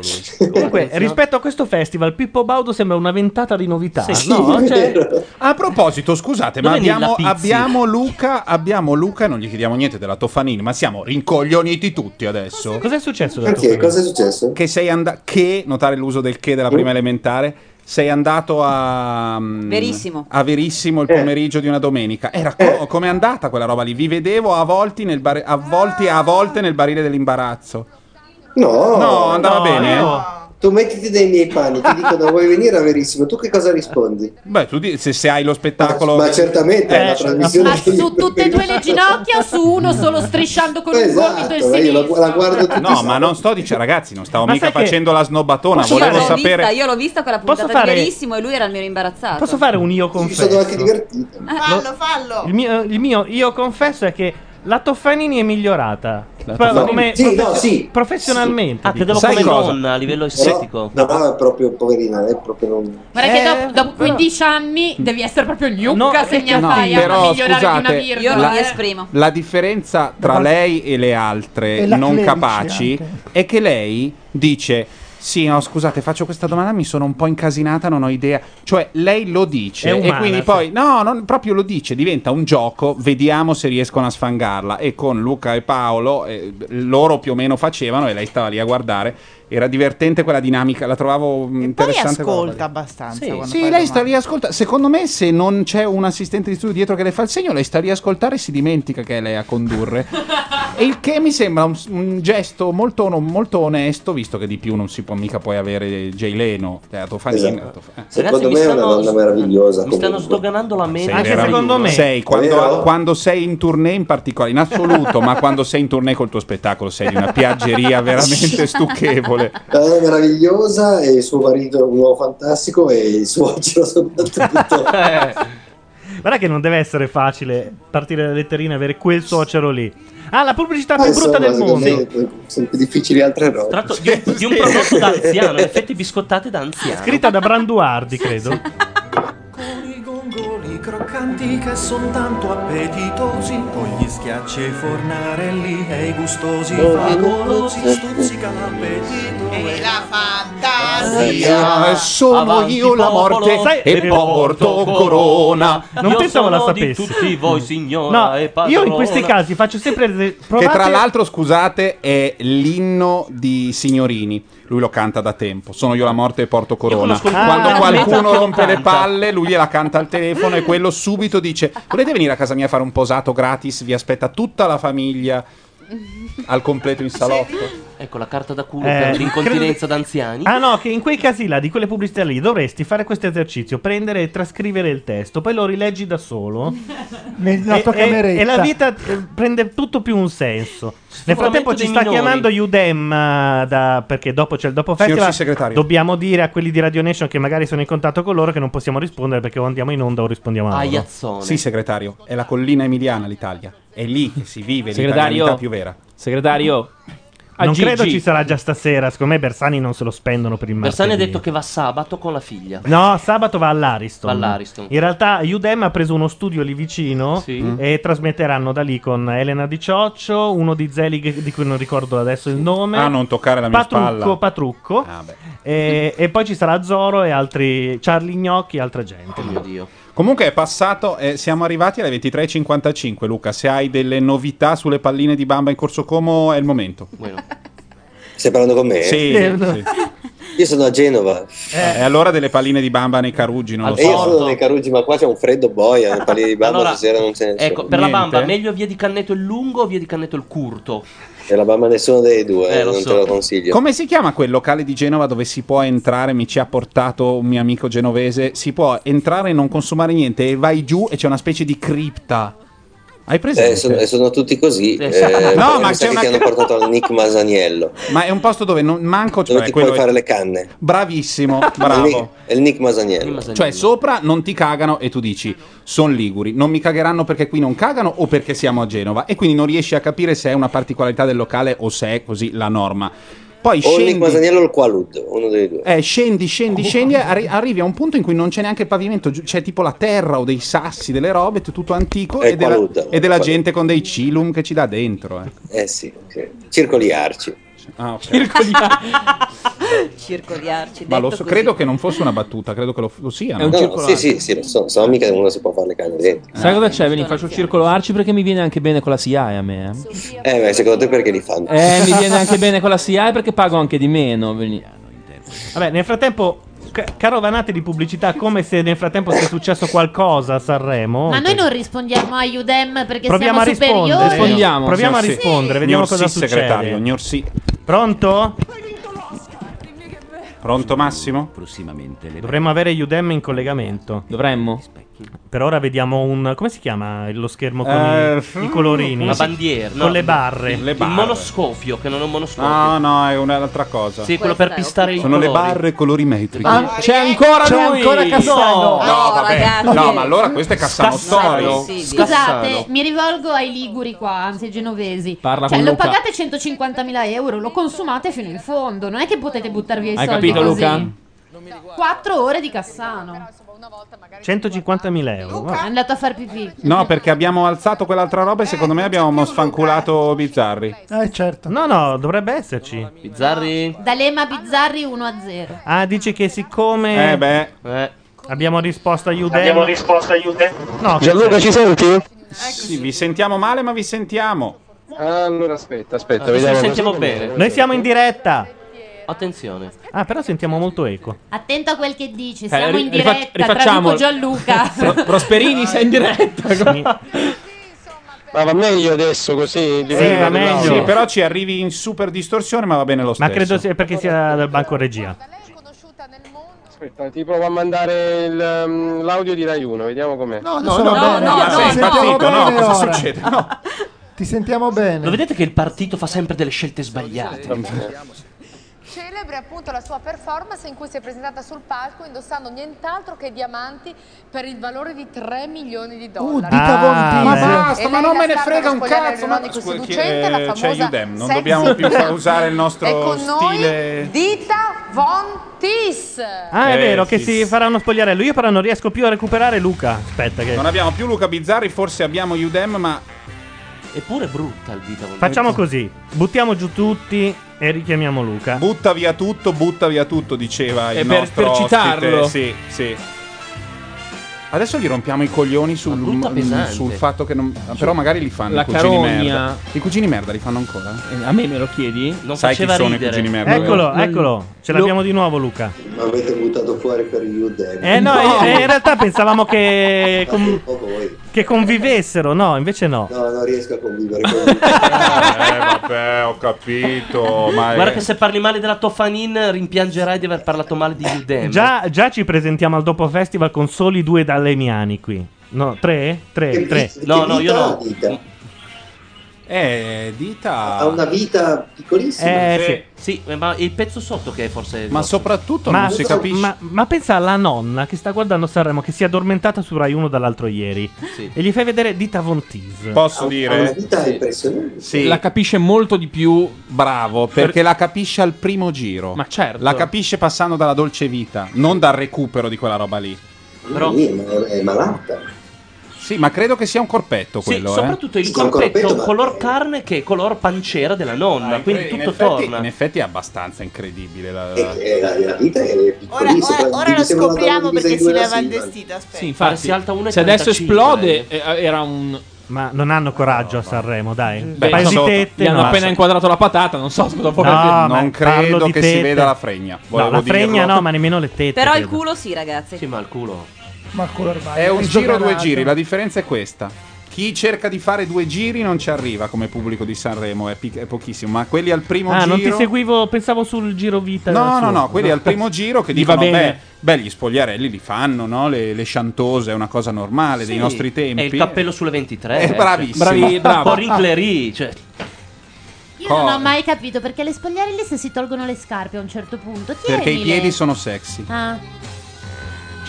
(laughs) lui. Comunque, rispetto a questo festival, Pippo Baudo sembra una ventata di novità. Sì, (laughs) no? è Cioè- A proposito, scusate, ma Dove Nilla abbiamo, Pizzi? abbiamo Luca, abbiamo Luca, non gli chiediamo niente della Toffanini, ma siamo rincoglioniti tutti adesso. Cos'è successo? Perché? Toffanini? Cos'è successo? Che sei andato, che, notare l'uso del che della prima elementare, sei andato a... mm, Verissimo. A Verissimo il Eh. pomeriggio di una domenica. Era co- come è andata quella roba lì? Vi vedevo a volte nel bar- a volte, a volte nel barile dell'imbarazzo. No, No, andava bene. Tu mettiti nei miei panni, ti dicono vuoi venire a Verissimo, tu che cosa rispondi? Beh, tu di- se, se hai lo spettacolo... Ma certamente Eh, è una trasmissione Ma su tutte e due le ginocchia o su uno solo strisciando con un gomito il sinistro? No, ma non sto dicendo, ragazzi, non stavo Ma mica sai che- facendo la snobbatona. Posso Volevo fare- L'ho vista, sapere. io l'ho vista quella Posso puntata fare- di verissimo e lui era almeno imbarazzato. Eh, Posso fare un io confesso? divertito. Fallo, fallo. Il mio, il mio io confesso è che la Toffanini è migliorata. Proprio Toffanini? come Sì, no, profe- sì. professionalmente. Eh, Ah, credevo dico. come donna a livello estetico. No, no, è proprio poverina, è proprio non... Guarda che dopo, dopo 15 anni devi essere proprio gnocca se ne Eh, no, fai a però, migliorare di una scusate, virgola. Io non la- mi esprimo. La differenza tra lei e le altre E la non clerici capaci è che lei dice. Sì, no, scusate, faccio questa domanda, mi sono un po' incasinata, non ho idea. Cioè, lei lo dice È umana, e quindi sì. poi no, non, proprio lo dice, diventa un gioco, vediamo se riescono a sfangarla e con Luca e Paolo eh, loro più o meno facevano e lei stava lì a guardare. Era divertente quella dinamica, la trovavo mm, Poi interessante. quella roba lì. ascolta abbastanza. Sì, quando sì, fai lei sta lì, ascolta. Secondo me, se non c'è un assistente di studio dietro che le fa il segno, lei sta lì a ascoltare e si dimentica che è lei a (laughs) condurre. e il che mi sembra un, un gesto molto, on- molto onesto, visto che di più non si può mica poi avere Jay Leno, eh, la Tofanina, Esatto. la Tof- eh. Secondo me è una donna meravigliosa. Mi stanno comunque. sdoganando la mente. Sei veramente- Sei, quando, Vero? quando sei in tournée in particolare, in assoluto, ma quando sei in tournée col tuo spettacolo, sei di (laughs) una piaggeria veramente stucchevole. La donna è meravigliosa e il suo marito è un uomo fantastico e il suocero soprattutto. Guarda che non deve essere facile partire dalle letterine e avere quel suocero lì. (laughs) Ah, la pubblicità più Ah, insomma, brutta del secondo mondo. me sono più difficili altre robe. Tratto di un, di un prodotto da anziano, in effetti biscottate da anziano. Scritta da Branduardi, credo. I gongoli croccanti che son tanto appetitosi, con gli schiacci e i fornarelli e i gustosi favolosi, stuzzica l'appetito e la ah, fantasia. Ah, sono io la morte e porto corona. Non pensavo la di sapessi. tutti voi signori. No, io in questi casi faccio sempre le- provate... Che tra l'altro, scusate, è l'inno di Signorini. Lui lo canta da tempo. Sono io la morte e porto corona. conosco- Quando Ah. qualcuno Metà rompe le canta. palle, lui gliela canta al telefono e quello subito dice: Volete venire a casa mia a fare un posato gratis? Vi aspetta tutta la famiglia al completo in salotto. Ecco la carta da culo Eh, per l'incontinenza credo- d'anziani. Ah no, che in quei casi là, di quelle pubblicità lì, dovresti fare questo esercizio, prendere e trascrivere il testo, poi lo rileggi (laughs) da solo. Nella e, tua e- cameretta. e la vita eh, prende tutto più un senso. Nel frattempo dei ci sta minori. chiamando Udem, eh, da- perché dopo c'è il dopo Signor festival. segretario. Dobbiamo dire a quelli di Radio Nation che magari sono in contatto con loro che non possiamo rispondere perché o andiamo in onda o rispondiamo a loro. Sì, segretario, è la collina emiliana l'Italia. È lì che si vive l'italianità Segretario, più vera. segretario, a non Gigi. credo ci sarà già stasera, secondo me Bersani non se lo spendono per il Bersani ha martedì. detto che va sabato con la Ah, figlia. No, sabato va all'Ariston. Va all'Ariston. In realtà Udem ha preso uno studio lì vicino e trasmetteranno da lì con Elena Di Cioccio, uno di Zelig di cui non ricordo adesso il nome. Ah, non toccare la mia Patrucco, spalla. Ah. Patrucco. e, e poi ci sarà Zoro e altri Charlie Gnocchi e altra Oh gente. mio Dio. Comunque è passato, eh, siamo arrivati alle 23.55 Luca, se hai delle novità sulle palline Eh. di Bamba in Corso Como è il momento. Stai parlando con me? Sì, sì. Io sono a Genova. E Eh, allora delle palline di bamba nei caruggi, non lo e io sono so. nei Caruggi, ma qua c'è un freddo boia. (laughs) Le palline di bamba Allora, stasera boh, non ce ne sono. Ecco, per la bamba, meglio via di Canneto il lungo o via di Canneto il curto? Per la bamba nessuno dei due, Eh, eh, lo non so. te lo consiglio. Come si chiama quel locale di Genova dove si può entrare? Mi ci ha portato un mio amico genovese. Si può entrare e non consumare niente e vai giù e c'è una specie di cripta. Hai presente? Eh, sono, eh, sono tutti così. Sì. Eh, no, No, ma ma c'è che una- ti hanno portato al Nick Masaniello. Ma è un posto dove non manco Dove cioè, ti quello puoi è- fare le canne. (laughs) Bravissimo, È il Nick- bravo. È il Nick Masaniello. Cioè, sopra non ti cagano e tu dici: Sono liguri, non mi cagheranno perché qui non cagano o perché siamo a Genova. E quindi non riesci a capire se è una particolarità del locale o se è così la norma. Poi o il Nick scendi. Masaniello o il Qualud, uno dei due. Eh, scendi, scendi, scendi, arri- arrivi a un punto in cui non c'è neanche il pavimento, giu- c'è tipo la terra o dei sassi, delle robe, t- tutto antico È e della, qualuta, e della qualuta. gente con dei cilum che ci dà dentro. Eh. Eh sì, sì. circoli arci. Ah, ok. Circoliarci. Ma lo detto so, così. credo che non fosse una battuta, credo che lo, lo sia. È No, un no, circolo sì, arci. sì, sì, lo so, so mica uno si può fare le canne dentro. Sai cosa c'è? Veni, faccio il circolo arci perché mi viene anche bene con la CIA a me. eh. Eh, ma secondo te perché li fanno? (laughs) Eh, mi viene anche bene con la CIA perché pago anche di meno. eh, veni. Vabbè, nel frattempo, ca- caro Vanate di pubblicità, come se nel frattempo sia successo qualcosa a Sanremo. Ma noi non rispondiamo a Udem perché Proviamo a siamo superiori. rispondere. Proviamo signor a sì. rispondere, vediamo Signor cosa sì, succede. segretario, signor sì. Pronto? Pronto Massimo? Dovremmo avere Udem in collegamento. Dovremmo. Per ora vediamo un. come si chiama lo schermo con Eh, i- i, colorini? Una bandiera. Con no, le barre. Il monoscopio, che non è un monoscopio. No, no, è un'altra cosa. Sì, quello per pistare il Sono le colori. barre colorimetriche. Ah, c'è ancora c'è lui! ancora Cassano. No, No, vabbè. ragazzi. No, ma allora questo è Cassano Storio. Scusate, mi rivolgo ai liguri qua, anzi ai genovesi. Parla cioè, con lo Luca. pagate 150.000 euro, lo consumate fino in fondo. Non è che potete buttar via i Hai soldi capito, così. Luca? 4 ore di Cassano. 150.000 euro. È andato a far pipì. No, perché abbiamo alzato quell'altra roba e secondo me abbiamo sfanculato Bizzarri. Eh, certo. No, no, dovrebbe esserci. Bizzarri. D'Alema Bizzarri 1 a 0. Ah, dici che siccome. Eh, beh. Abbiamo risposto a Udem. Abbiamo risposto a Udem. No, che c'è? senti? Sì, vi sentiamo male, ma vi sentiamo. Allora aspetta, aspetta, Adesso vediamo. Ah, ci sentiamo Così- bene. Noi siamo in diretta. Attenzione. Ah, però sentiamo molto eco. Attento a quel che dici, Eh, siamo ri- in rifac- diretta, traduco rifacciamo- Gianluca. Prosperini sei in diretta. Ma va meglio adesso così? Sì, Sì, però ci arrivi in super distorsione, ma va bene lo Ma stesso. credo sia perché sia dal banco regia. Aspetta, ti provo a mandare il, um, l'audio di Rai 1, vediamo com'è. No, adesso va bene. Ah, no, Ti no, sentiamo no, no, bene cosa ora. succede? Ti sentiamo bene. Lo vedete che il partito fa sempre delle scelte sbagliate. Celebre appunto la sua performance in cui si è presentata sul palco indossando nient'altro che diamanti per il valore di 3 milioni di dollari. Ah, ma basta, E ma lei non la me ne star frega dello un spogliarello cazzo. Ma ironico e Scusa, chi- seducente, la eh, c'è famosa Udem, non sexy dobbiamo più Udem. usare il E nostro con stile. noi Dita Von Tis. Ah, è Eh, vero che sì. si farà uno spogliarello. Io però non riesco più a recuperare Luca. Aspetta che Non abbiamo più Luca Bizzarri, forse abbiamo Udem, ma Eppure è brutta il dita. Facciamo così. Buttiamo giù tutti e richiamiamo Luca. Butta via tutto, butta via tutto, diceva E il per- nostro per ospite. citarlo. Sì, sì. Adesso gli rompiamo i coglioni sul, mm, brutta pesante. sul fatto che non. Però magari li fanno La i cugini carogna. merda. I cugini merda li fanno ancora? A me me lo chiedi? Non Sai chi faceva sono i ridere. cugini merda? Eccolo, vero? eccolo. Ce Lu- l'abbiamo di nuovo Luca. Ma avete buttato fuori per Udem. Eh no, eh, in realtà pensavamo che, con- Oh, voi. che convivessero, no, invece no. No, non riesco a convivere con Eh, vabbè, ho capito. Ma Guarda che se parli male della Tofanin rimpiangerai di aver parlato male di Udem. Già, già ci presentiamo al dopo festival con soli due dallemiani qui. No, tre? Tre, tre. No, no, io no. Eh, dita. Ha una vita piccolissima. Eh, sì. Sì, ma il pezzo sotto che è forse. Ma soprattutto non si capisce. ma- ma pensa alla nonna che sta guardando Sanremo, che si è addormentata su Rai 1 dall'altro ieri. E gli fai vedere Dita Von Teese. Posso dire? Eh? Sì. La capisce molto di più, bravo, perché la capisce al primo giro. Ma certo. La capisce passando dalla dolce vita, non dal recupero di quella roba lì. Però... È malata. Sì, ma credo che sia un corpetto Sì, quello, eh. soprattutto il corpetto color carne che è color pancera della nonna. Ah, in quindi cre- in tutto effetti- torna. In effetti è abbastanza incredibile la, Eh, (laughs) Ora, ora- ora lo sembra una donna scopriamo divisa in perché si due leva il Silvan. vestito. Aspetta. Sì, infatti, Farsi alta 1,35, se adesso esplode, eh, era un Ma non hanno coraggio a Sanremo, dai. Beh, Un paio di non so, tette. gli hanno no. appena inquadrato la patata, non so dopo No, ma Non parlo credo di che si tette. veda la fregna, No, volevo la fregna dirlo. no, ma nemmeno le tette. Però il credo. culo sì, ragazzi. Sì, ma il culo. Ma quello ormai È un giro, due sdoganato. giri. La differenza è questa. Chi cerca di fare due giri non ci arriva come pubblico di Sanremo, è, pic- è pochissimo. Ma quelli al primo Ah, giro. non ti seguivo, pensavo sul giro vita. No, suo. no, no, quelli al (laughs) primo giro che Gli va dicono: beh, bene. beh, gli spogliarelli li fanno, no? le, le chantose, è una cosa normale dei Sì, nostri tempi. E il cappello sulle 23. Eh, eh, bravissimo. cioè, Bravi- bravo. Un po' Ah, rincleri, cioè. Io non Cosa? ho mai capito perché le spogliarelle se si tolgono le scarpe a un certo punto. Tienile. Perché i piedi Cioè, sono sexy. Cioè, Ah.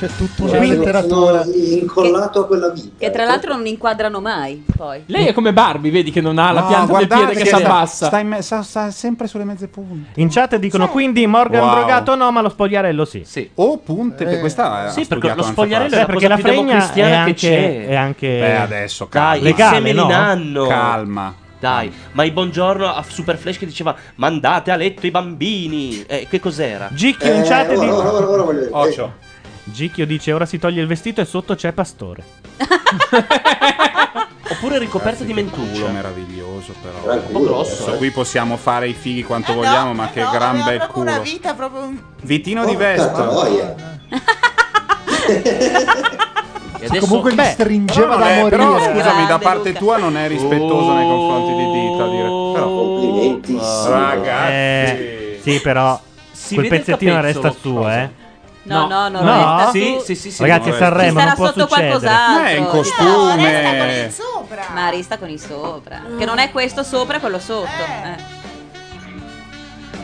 C'è tutta una letteratura. incollato a quella vita. Che tra l'altro non inquadrano mai, poi. Lei è come Barbie, vedi che non ha la No, pianta del guardate piede che che si sta- abbassa. sta in me- sta- sta sempre sulle mezze punte. In chat dicono quindi Morgan Wow. Drogato no, ma lo spogliarello sì. O punte, per Eh. questa Sì, ha perché studiato lo Anza spogliarello Passi. è la Beh, cosa perché la più fregna democristiana è che anche- c'è. è anche- Beh, adesso calma. Dai, Legale, insieme no? li nanno. Calma. Dai, ma il buongiorno a Superflash che diceva mandate a letto i bambini. Eh, che cos'era? Eh, Gicchio in chat dice... Eh, Occhio. Gicchio dice ora si toglie il vestito e sotto c'è Pastore. Oppure ricoperto di Culo mentulo. meraviglioso però. Gran culo, Grosso, eh. Qui possiamo fare i fighi Eh quanto vogliamo, ma che gran bel Una culo. vita proprio. Vitino di Vesto. E adesso- comunque gli stringeva però non da è- morire. Però Grande, scusami, da parte tua non è rispettoso nei confronti di Dita. Dire. Però, ragazzi. Eh, sì, però Si quel vede il pezzettino capezzolo, resta suo, eh. No, no, no, No? resta su- Sì, sì, sì, sì, Ragazzi, no, Sanremo Ci sarà non può sotto succedere. qualcos'altro. Ma è in costume. No, resta con il sopra. Ma resta con il sopra. Che non è questo sopra, è quello sotto. eh.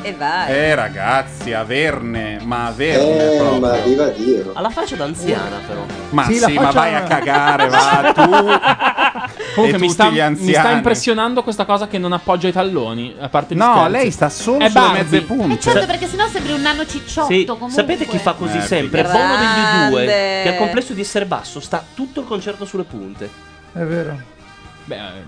E vai. Eh ragazzi, averne, ma averne proprio. Ma viva Dio. Alla faccia d'anziana, però. Ma sì, Sì, ma la faccia- vai a (laughs) cagare, va tu. Comunque E mi tutti sta, gli anziani. mi sta impressionando questa cosa che non appoggia i talloni. A parte gli No, scherzi. lei sta solo È sulle Barbie. mezze punte. Eh, certo, perché sennò sembri un nano cicciotto. Sì, comunque. sapete chi fa così Eh, sempre? figa. Bono degli due, Grande. che al complesso di essere basso sta tutto il concerto sulle punte. È vero.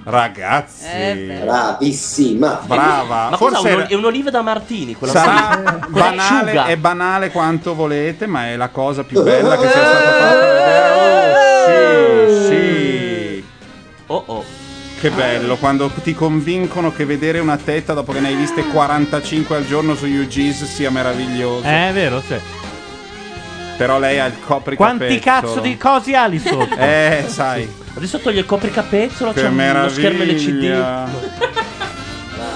Ragazzi, Eh, beh. bravissima. Brava. Ma Forse cos'ha? Un- era- è un'oliva da Martini quella Sarà banale, è banale quanto volete, ma è la cosa più bella che sia stata fatta. Oh, sì, sì. Oh oh. Che bello quando ti convincono che vedere una tetta dopo che ne hai viste 45 al giorno su UGs sia meraviglioso. Eh, è vero, sì. Però lei ha il copricapezzolo. Quanti cazzo di cosi ha (laughs) lì sotto? Eh, sai. Adesso toglie il copricapezzolo, Che c'è uno schermo meraviglia. LCD.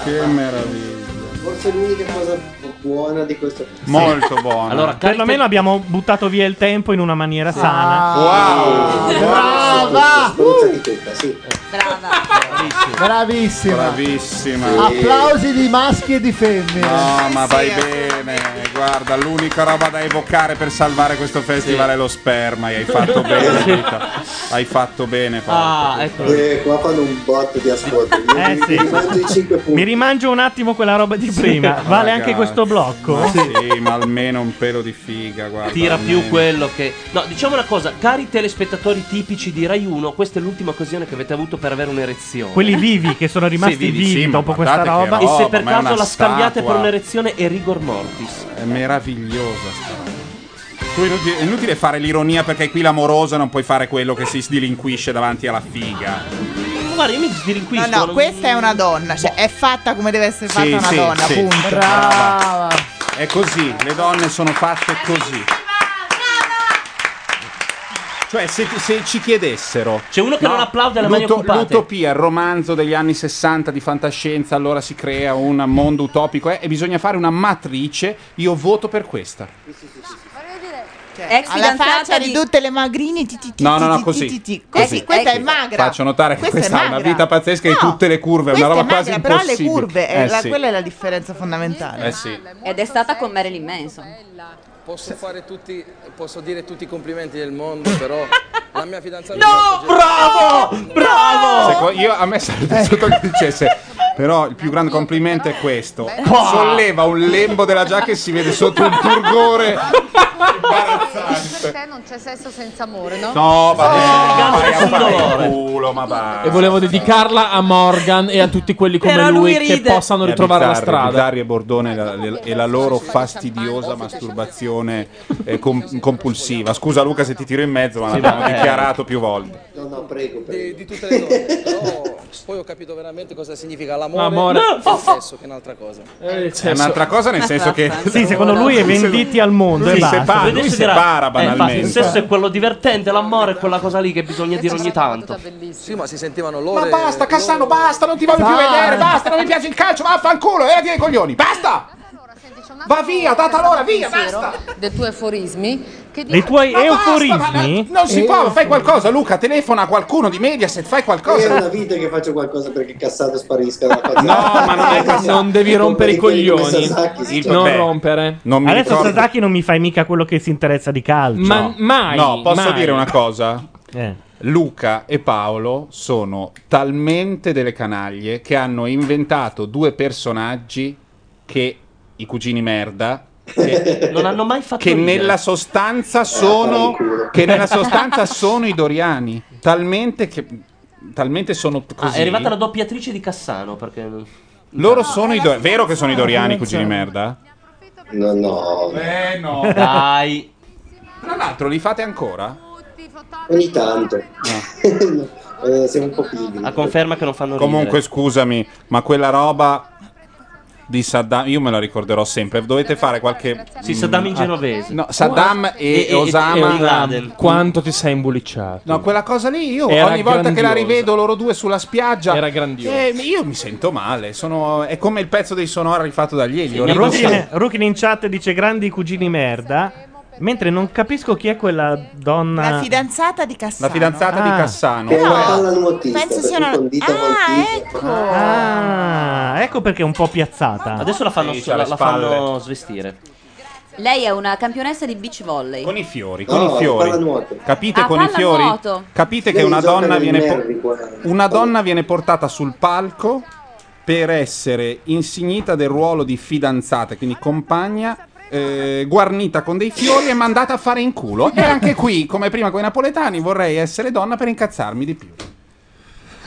Che meraviglia. Forse l'unica cosa buona di questo. Molto buono. Allora, Perlomeno abbiamo buttato via il tempo in una maniera sana. Wow. Brava! Spruzza di tetta, sì. Bravissima. Bravissima. Applausi di maschi e di femmine. No, ma vai eh. bene. Guarda, l'unica roba da evocare per salvare questo festival è lo sperma. E hai fatto (laughs) bene, Rita. Hai fatto bene, Ah, Paolo. ecco. Eh, qua fanno un botto di ascolto. Io Eh, mi- sì. mi mangio i cinque punti. Mi rimangio un attimo quella roba di prima. Vale anche Ragazzi, questo blocco? Ma sì, ma almeno un pelo di figa, guarda. Tira almeno. più quello che. No, diciamo una cosa, cari telespettatori tipici di Rai 1, questa è l'ultima occasione che avete avuto per avere un'erezione. Quelli vivi che sono rimasti Sì, vivi, sì, ma dopo questa guardate che roba. roba, E se per ma è una caso la scambiate statua. per un'erezione e rigor mortis. È meravigliosa sta roba. Tu è inutile, è inutile fare l'ironia perché qui l'amorosa non puoi fare quello che si sdilinquisce davanti alla figa. Guarda, io mi sdilinquisco. No, no, questa è una donna. Cioè, è fatta come deve essere fatta Sì, una sì, donna, sì. punto. Brava. È così, le donne sono fatte così. Cioè, se, se ci chiedessero. C'è uno che non applaude alle mani occupate. L'utopia, il romanzo degli anni 60 di fantascienza, allora si crea un mondo utopico eh, e bisogna fare una matrice. Io voto per questa. Cioè, Ex Alla fidanzata faccia di di- tutte le magrine. ti, ti, ti, No, no, no, ti, così. ti, ti, ti. Così, Così. questa Ecco. è magra. Faccio notare che Questa è questa ha una magra. vita pazzesca di No, tutte le curve, è una Questa roba è magra, quasi però le impossibile. curve, eh, Eh la- sì. quella è la differenza fondamentale. Eh sì. Ed è stata con Marilyn Manson. Posso fare tutti, posso dire tutti i complimenti del mondo, però la mia fidanzata... Oh, No, bravo! Bravo! io a me (laughs) sarebbe Eh. piaciuto che dicesse. Però il più grande complimento è questo. Qua! Solleva un lembo della giacca e si vede sotto un turgore imbarazzante. te non c'è sesso senza amore, no? No, ma Ah, Oh. vai a fare dolore. il Eh. culo, ma va. E volevo dedicarla a Morgan e a tutti quelli come Però lui, lui che ride. possano ritrovare la strada. Eh, Bizzarri e Bordone e la, le- e la loro fastidiosa masturbazione eh, com- compulsiva. Scusa Luca se ti tiro in mezzo, ma Sì, l'abbiamo vabbè. dichiarato più volte. No, no, prego, prego. Di (laughs) tutte le donne, però poi ho capito veramente cosa significa l'amore, Eh, L'amore. e il sesso, che è un'altra cosa. È un'altra cosa nel senso che... Sì, secondo lui è venditi al mondo. Lui e si basta. separa, lui si separa Eh, infatti, il banalmente. sesso è quello divertente, l'amore è quella cosa lì che bisogna dire ogni tanto. Sì, ma si sentivano loro. Ma basta, Cassano, basta, non ti voglio più Dai. vedere, basta, non mi piace il calcio, vaffanculo, eh, dei coglioni, basta! Va via, data l'ora, via, pensiero basta! Dei tuoi aforismi che Dei tuoi Ma basta, euforismi? Non si può, fai qualcosa, Luca, telefona a qualcuno di Mediaset, fai È qualcosa. una vita che faccio qualcosa perché Cassato sparisca dalla faccia. No, ma non è Cassato. Non devi rompere i coglioni. Il- Non vabbè, rompere. mi Adesso ricordo. Sasaki non mi fai mica quello che si interessa di calcio. No. No, posso dire una cosa? Eh. Luca e Paolo sono talmente delle canaglie che hanno inventato due personaggi che i cugini merda (laughs) che, Non hanno mai fatto che ridere. nella sostanza Ah, sono che nella sostanza sono i doriani, talmente che talmente sono Ah, così. è arrivata la doppiatrice di Cassano perché Loro sono i doriani, vero che sono i doriani i cugini merda? No, no. Eh no. Dai. Tra l'altro li fate ancora? Ah, Ogni tanto. (laughs) Eh, siamo un po' pigri. a conferma che non fanno ridere. Comunque, scusami, ma quella roba di Saddam, io me la ricorderò sempre. Dovete fare qualche. Sì, Saddam in Mm, genovese. No, Saddam e, Osama. Quanto ti sei imbulicciato? No, quella cosa lì io Era ogni volta che la grandiosa. rivedo loro due sulla spiaggia. Era grandioso. eh, io mi sento male. Sono, è come il pezzo dei sonora rifatto dagli Elio. il rosso- Rookin, Rookin in chat dice grandi cugini merda. Mentre non capisco chi è quella donna. Ah. La fidanzata di Cassano. Ah. La fidanzata di Cassano. Che è una Però- palla nuotista. penso per sia cui una- con dita Ah, moltissime. ecco. Ah, ecco perché è un po' piazzata. Adesso la fanno, Sì, c'ha la, le la spalle. fanno svestire. Lei è una campionessa di beach volley. Con i fiori, con No, i fiori. pallanuoto. Capite Ah, con i fiori? pallanuoto. Capite che Lei una gioca donna, nei viene po- nervi, guarda. una donna viene portata sul palco per essere insignita del ruolo di fidanzata, quindi compagna. eh, guarnita con dei fiori e mandata a fare in culo. E anche qui, come prima con i napoletani, vorrei essere donna per incazzarmi di più.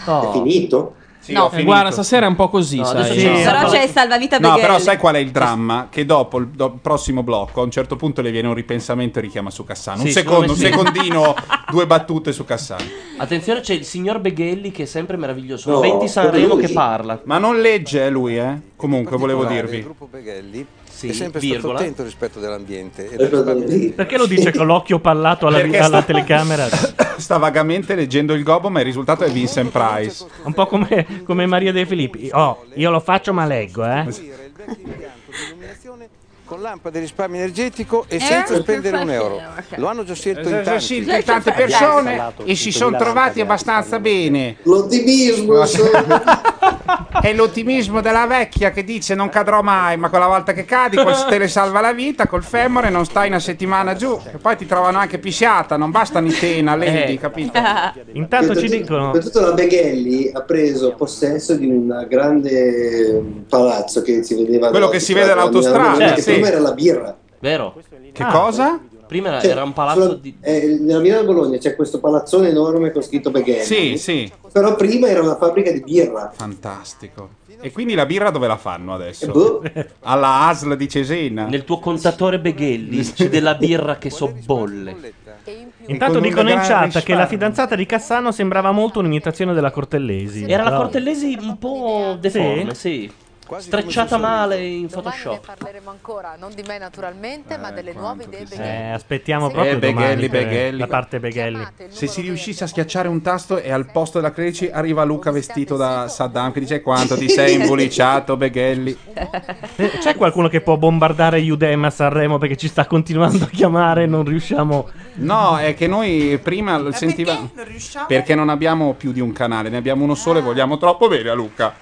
Oh. È finito? Sì, No. ho finito. Guarda, stasera è un po' così, sai. Però c'è il salvavita No, Beghelli. però sai qual è il dramma? Che dopo il do- prossimo blocco, a un certo punto le viene un ripensamento e richiama su Cassano. un Sì, secondo, un secondo me sì. secondino, due battute su Cassano. Attenzione, c'è il signor Beghelli che è sempre meraviglioso. No, 20 Sanremo lui. che parla. Ma non legge eh, lui, eh? Comunque, volevo particolare, dirvi. gruppo Beghelli Sì, è sempre stato virgola. attento al rispetto dell'ambiente. E Perché lo dice con l'occhio pallato alla, Perché alla (laughs) sta- telecamera? Sta vagamente leggendo il gobo, ma il risultato è Vincent Price. Un po' come, come Maria De Filippi. Oh, io lo faccio ma leggo, eh. con lampade di risparmio energetico e senza spendere un euro. Lo hanno già scelto in Sono tanti. scelto in tante persone e si sono trovati abbastanza bene. L'ottimismo. (laughs) È l'ottimismo della vecchia che dice non cadrò mai, ma quella volta che cadi col te le salva la vita, col femore non stai una settimana giù. E poi ti trovano anche pisciata, non basta Nitena, Lady, Eh. capito? Intanto ci dicono. Soprattutto la Beghelli ha preso possesso di un grande eh, palazzo che si vedeva. Quello che si vede all'autostrada, Che sì. prima era la birra. Vero? Che cosa? Ah, eh. Prima era, Cioè, era un palazzo sulla- di. eh, nella Milano Bologna c'è questo palazzone enorme con scritto Beghelli. Sì, sì. Però prima era una fabbrica di birra. Fantastico. E quindi la birra dove la fanno Eh, adesso? boh. Alla ASL di Cesena. Nel tuo contatore Beghelli c'è della birra che sobbolle. Intanto Con un dicono in gran chat che risparmio. la fidanzata di Cassano sembrava molto un'imitazione della Cortellesi. Era la Però- Cortellesi un po' deforme, sì. Strecciata male in Photoshop. Parleremo ancora, non di me naturalmente, ma delle nuove idee Eh, Beghelli. aspettiamo Eh, proprio Beghelli, domani per Beghelli. la parte Beghelli. Se si riuscisse a schiacciare un tasto e al posto della Creci arriva Luca vestito da Saddam che dice quanto ti sei imbuliciato Beghelli. Eh, C'è qualcuno che può bombardare Udema a Sanremo perché ci sta continuando a chiamare e non riusciamo. No, è che noi prima lo sentivamo Non riusciamo. Ah. perché non abbiamo più di un canale, ne abbiamo uno solo e vogliamo troppo bene a Luca.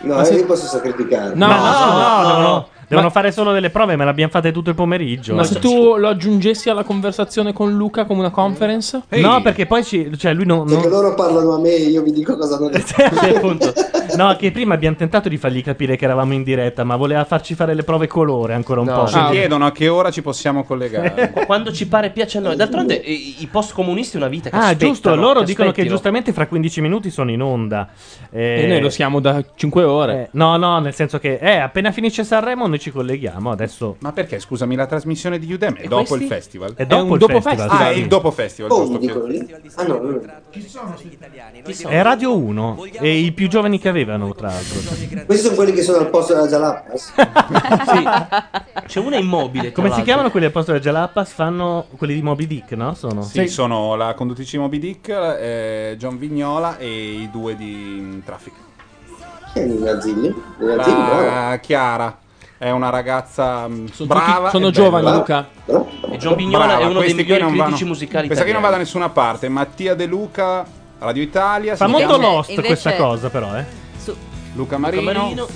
No, eh, io posso sacrificare. No, no, no, no, no, no. Devono fare solo delle prove, me l'abbiamo fatte tutto il pomeriggio. Ma se tu lo aggiungessi alla conversazione con Luca come una conference? No, perché poi ci, cioè lui non. Perché non- loro parlano a me e io vi dico cosa (laughs) non è. Sì, appunto. No, che prima abbiamo tentato di fargli capire che eravamo in diretta, ma voleva farci fare le prove colore ancora un No, po'. ci chiedono a che ora ci possiamo collegare. (laughs) Quando ci pare piace a noi. D'altronde i, i post-comunisti una vita che Ah, aspettano, giusto, loro che dicono che aspettino. giustamente fra 15 minuti sono in onda. E noi lo siamo da 5 ore. no, no, nel senso che eh, appena finisce Sanremo noi ci colleghiamo adesso. Ma perché, scusami, la trasmissione di Udemy è dopo il festival? È dopo il festival. Ah, è sì. il dopo festival, giusto? Ah, no, no, È Radio 1 e i più giovani che avevano, tra l'altro. Questi sono quelli che sono al posto della Jalapas. C'è una immobile. Come si chiamano quelli al posto della Jalapas? Fanno quelli di Moby Dick, no? Sono. Sì, sono la conduttrice di Moby Dick, eh, John Vignola e i due di mm, Traffic. Chi è Nina Zilli? Nina Zilli, 啊 brava. La Chiara è una ragazza mm, Sono brava. tutti- sono e giovani, bella. Luca. E John Vignola Brava, è uno dei questi qui migliori non critici vanno- musicali Questa qui non italiani. va da nessuna parte. Mattia De Luca, Radio Italia. Fa si molto chiama- Lost invece- questa cosa, però, eh. Su. Luca Marino.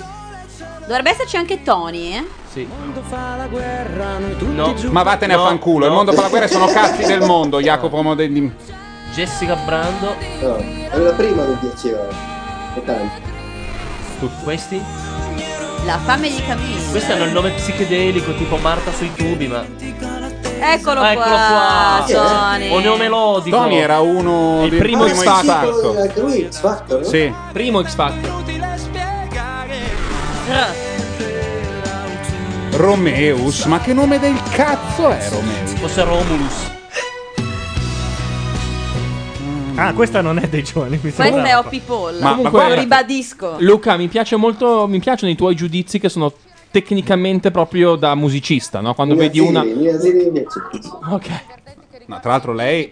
Dovrebbe esserci anche Tony, eh? Sì. No. Ma vattene No, a fanculo. Il no. mondo fa la guerra e sono cazzi (laughs) del mondo. Jacopo Modelli. Jessica Brando. No, era la prima che piaceva. E tanto. Questi? La fame di Camillo. Questi hanno il nome psichedelico, tipo Marta sui tubi, ma. Eccolo, Ah, eccolo qua. qua, Tony. O neomelodico. Tony era uno Il del primo X X Factor. Factor. Anche lui, X Factor, no? Sì. Primo X Factor. Romeus, ma che nome del cazzo è Romeus? Forse Romulus. Ah, questa non è dei giovani. Mi Questa è sembrava. Hoppy Paul. Ma- ma Comunque, guarda- ribadisco. Luca, mi piace molto. Mi piacciono i tuoi giudizi che sono tecnicamente proprio da musicista, no? Quando Nina vedi una. Zilli, eh, Ok. No, tra l'altro lei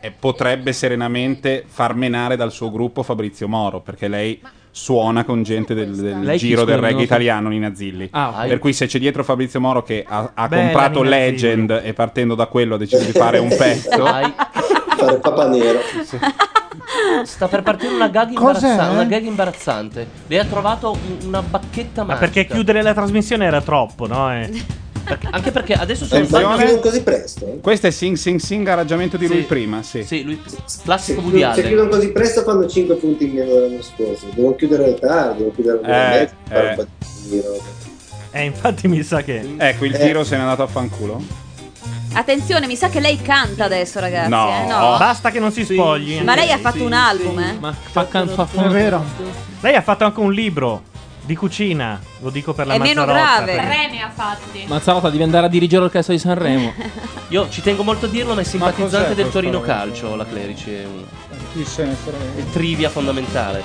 eh, potrebbe serenamente far menare dal suo gruppo Fabrizio Moro, perché lei suona con gente del, del Lei chi, giro scusa, del non reggae lo so. italiano, Nina Zilli. Ah, ok. Per cui se c'è dietro Fabrizio Moro che ha, ha Bella comprato Nina Legend e partendo da quello ha (laughs) deciso di fare un pezzo... Dai. Fare papà nero. Sta per partire una gag, Cos'è? imbarazza- una gag imbarazzante. Lei ha trovato un- una bacchetta Ma magica. perché chiudere la trasmissione era troppo, no? Eh. Anche perché adesso sono Attenzione. così presto? Questo è Sing Sing Sing, arrangiamento di lui Sì. prima, sì. Sì, lui classico Se chiudono- se chiudono così presto fanno 5 punti in meno dell'anno scorso. Devo chiudere tardi, devo chiudere Eh, tardi. fare un eh. po' di giro. Eh, infatti mi sa che. Ecco, il Eh. giro se n'è andato a fanculo. Attenzione, mi sa che lei canta adesso, ragazzi. eh, no? Basta che non si spogli. Ma lei ha fatto un album, eh? Ma fa canto È vero. Lei ha fatto anche un libro di cucina, lo dico per la È meno Mazzarotta, grave. perché- Tre ne ha fatti. Mazzarotta devi andare a dirigere l'orchestra di Sanremo. Io ci tengo molto a dirlo, ma è simpatizzante cos'è del questo Torino ragazzo? Calcio, la Clerici è un Chi se ne frega? è trivia fondamentale.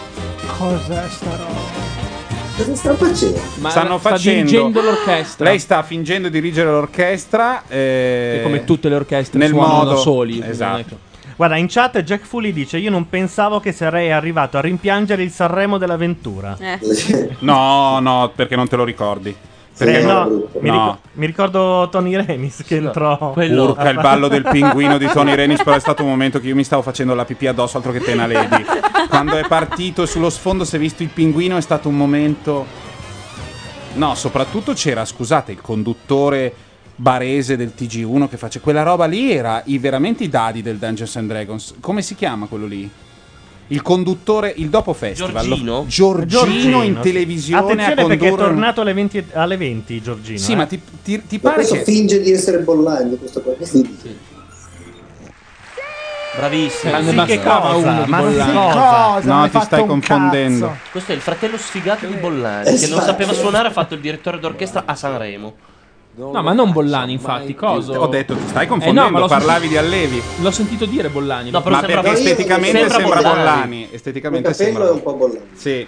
Cos'è sta roba? Cosa sta facendo? Ma Stanno sta facendo dirigendo l'orchestra. Lei sta fingendo di dirigere l'orchestra. eh, E come tutte le orchestre nel suonano modo da soli. ecco. non è Esatto. che- Guarda, in chat Jack Fully dice: Io non pensavo che sarei arrivato a rimpiangere il Sanremo Eh, dell'avventura. Eh. No, no, perché non te lo ricordi. Perché Eh, no, mi, no. ric- mi ricordo Tony Remis che entrò. Urca il (laughs) ballo del pinguino di Tony Renis, però è stato un momento che io mi stavo facendo la pipì addosso, altro che Tena Lady. Quando è partito e sullo sfondo si è visto il pinguino, è stato un momento. No, soprattutto c'era, scusate, il conduttore barese del TG1 che face quella roba lì era i veramente i dadi del Dungeons and Dragons. Come si chiama quello lì? Il conduttore, il dopo festival. Giorgino? Giorgino, in sì. televisione Attenzione a perché è condurre un- tornato alle 20, alle 20 Giorgino. Sì, eh. ma ti, ti- ti Ma pare questo che finge di essere bollando questo qua. Sì. Bravissimo. Grande Sì, che Mazzarotta. cosa? Uno di Ma sì, Bollani. cosa? No, Non hai ti fatto stai un confondendo. cazzo. Questo è il fratello sfigato di Bollani, che non Esatto. sapeva suonare, ha fatto il direttore d'orchestra a Sanremo. No, ma non Bollani, infatti. Coso? Ho detto, ti stai Eh, confondendo, no, ma l'ho parlavi sentito- di Allevi. L'ho sentito dire Bollani. No, però Ma sembra perché Bollani. esteticamente Sembra sembra Bollani. Bollani, esteticamente Il capello sembra- è un po' bollando. Sì.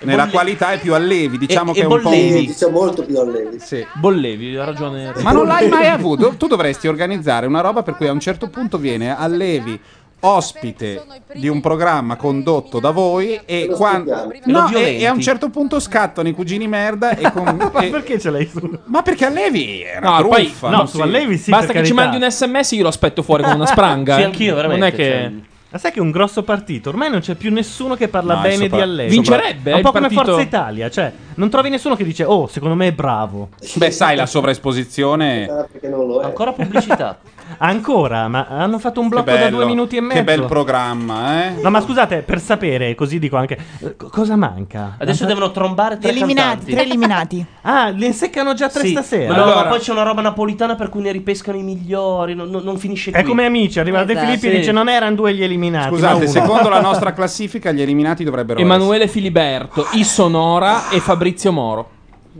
Nella qualità è più allevi, diciamo e che è un po'. Bollevi. un- Dice molto più allevi. Sì. Bollevi, ha ragione. Ma non l'hai mai avuto? Tu dovresti organizzare una roba per cui a un certo punto viene allevi ospite di un programma condotto da voi e Lo quando spieghiamo. no, Lo e, e a un violenti. certo punto scattano i cugini merda e con... ma perché ce l'hai ma perché allevi era No, truffa, poi non si- Basta che ci mandi un sms, io lo aspetto (laughs) fuori con una spranga. eh. Non è cioè, che. Ma sai che è un grosso partito? Ormai non c'è più nessuno che parla No, bene sopra- di Allevi. Vincerebbe, È un eh, po' il come partito- Forza Italia. Cioè, Non trovi nessuno che dice, oh, secondo me è bravo. Beh, sai, la sovraesposizione. perché non lo è. Ancora pubblicità. Ancora, ma hanno fatto un blocco da bello, due minuti e che mezzo. bel programma, eh? No, ma scusate, per sapere, così dico anche, eh, co- cosa manca? Adesso devono trombare tre Eliminati, cantanti. tre eliminati. (laughs) ah, ne seccano già Sì, Ma, no, ma poi c'è una roba napolitana per cui ne ripescano i migliori. Non, non- non finisce qui. È come amici, arriva De Esatto, Filippi sì. e dice non erano due gli eliminati. ma Scusate, uno." secondo la nostra classifica, gli eliminati dovrebbero Emanuele Filiberto, Isonora e Fabrizio Moro.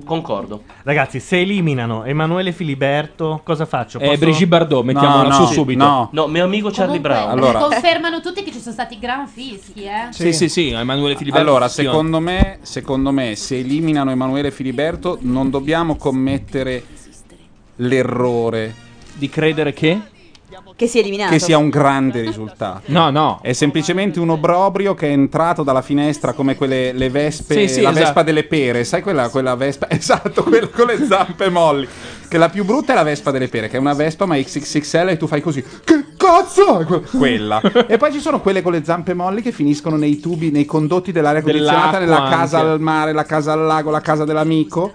Concordo. Ragazzi, se eliminano Emanuele Filiberto, cosa faccio? Eh, Brigitte Bardot, mettiamola su subito. No, no, mio amico Charlie Brown. Confermano tutti che ci sono stati gran fischi, eh. Sì, sì, sì, Emanuele Filiberto. Allora, secondo me, secondo me, se eliminano Emanuele Filiberto, non dobbiamo commettere l'errore di credere che Che si è eliminato. che sia un grande risultato. No, no. È semplicemente un obrobrio che è entrato dalla finestra come quelle le vespe, Sì, sì, la esatto. vespa delle pere, sai quella, quella vespa? (laughs) Esatto, quella con le zampe molli. Che la più brutta è la vespa delle pere, che è una vespa ma XXXL e tu fai così. Che cazzo? è que- Quella. e poi ci sono quelle con le zampe molli che finiscono nei tubi, nei condotti dell'aria condizionata, Dell'acqua nella casa anche. al mare, la casa al lago, la casa dell'amico.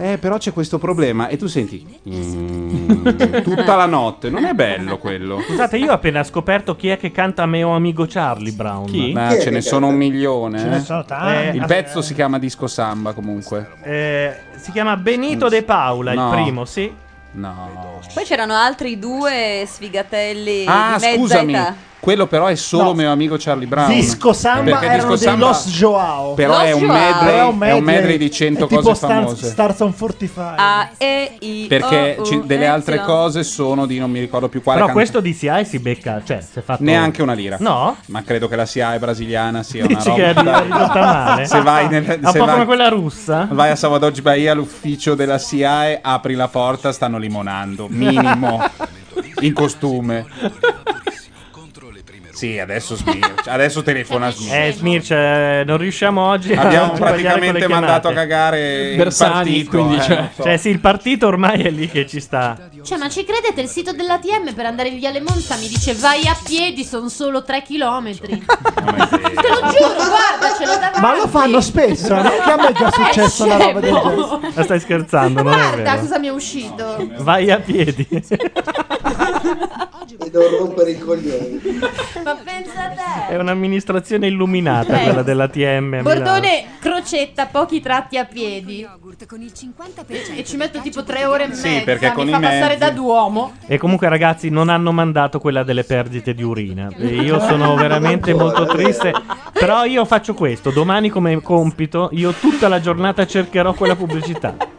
Eh, però c'è questo problema e tu senti mm, tutta la notte, non è bello quello. Scusate, io ho appena scoperto chi è che canta Meo Amico Charlie Brown. Chi? Ma Chi è ce che ne sono canta? un milione, Ce eh. ne sono tanti. Il pezzo si chiama Disco Samba comunque. Eh, si chiama Benito De Paula, No. il primo, sì. No. Poi c'erano altri due sfigatelli Ah, di mezza scusami. età. Quello però è solo mio amico Charlie Brown. Disco Samba Perché erano Disco dei Samba- Los Joao. Però è un medley- è un medley di 100 È tipo cose Star- famose. Stars on 45. A, E, I, Perché O, U, ci- delle Y. altre cose sono di non mi ricordo più quale Però cantante. questo DCI si becca, cioè, si è fatto... Neanche una lira. No? Ma credo che la SIAE brasiliana sia una Dici roba. che è ridotta male? Se vai nel, Ah, un Eh, se po' vai- come quella russa? Vai a Savadoggi Bahia all'ufficio della SIAE, apri la porta, stanno limonando, (laughs) minimo, in costume. Sì, adesso Smirch, adesso telefona Eh, Smirch. Smirch, eh, non riusciamo oggi a Abbiamo sbagliare praticamente con le mandato a chiamate. cagare il partito, eh, non so. Cioè, sì, il partito ormai è lì che ci sta. Cioè, ma ci credete? Il sito dell'ATM per andare via Le Monza mi dice vai a piedi, sono solo 3 (laughs) chilometri. Te lo giuro, guarda, ce l'ho davanti. Ma lo fanno spesso, eh, perché a me è (laughs) già successo una roba del scemo. genere. Ma stai scherzando, non è Guarda vero. cosa mi è uscito. Vai a piedi. E non rompere i coglioni. Ma pensa a te. È un'amministrazione illuminata Eh. quella dell'ATM. a Milano. Bordone, crocetta, pochi tratti a piedi. E ci metto tipo 3 ore e mezza. Sì, perché con mi i fa passare mezzi. da Duomo. E comunque, ragazzi, non hanno mandato quella delle perdite di urina. E Io sono veramente molto triste. Però io faccio questo: domani come compito, io tutta la giornata cercherò quella pubblicità.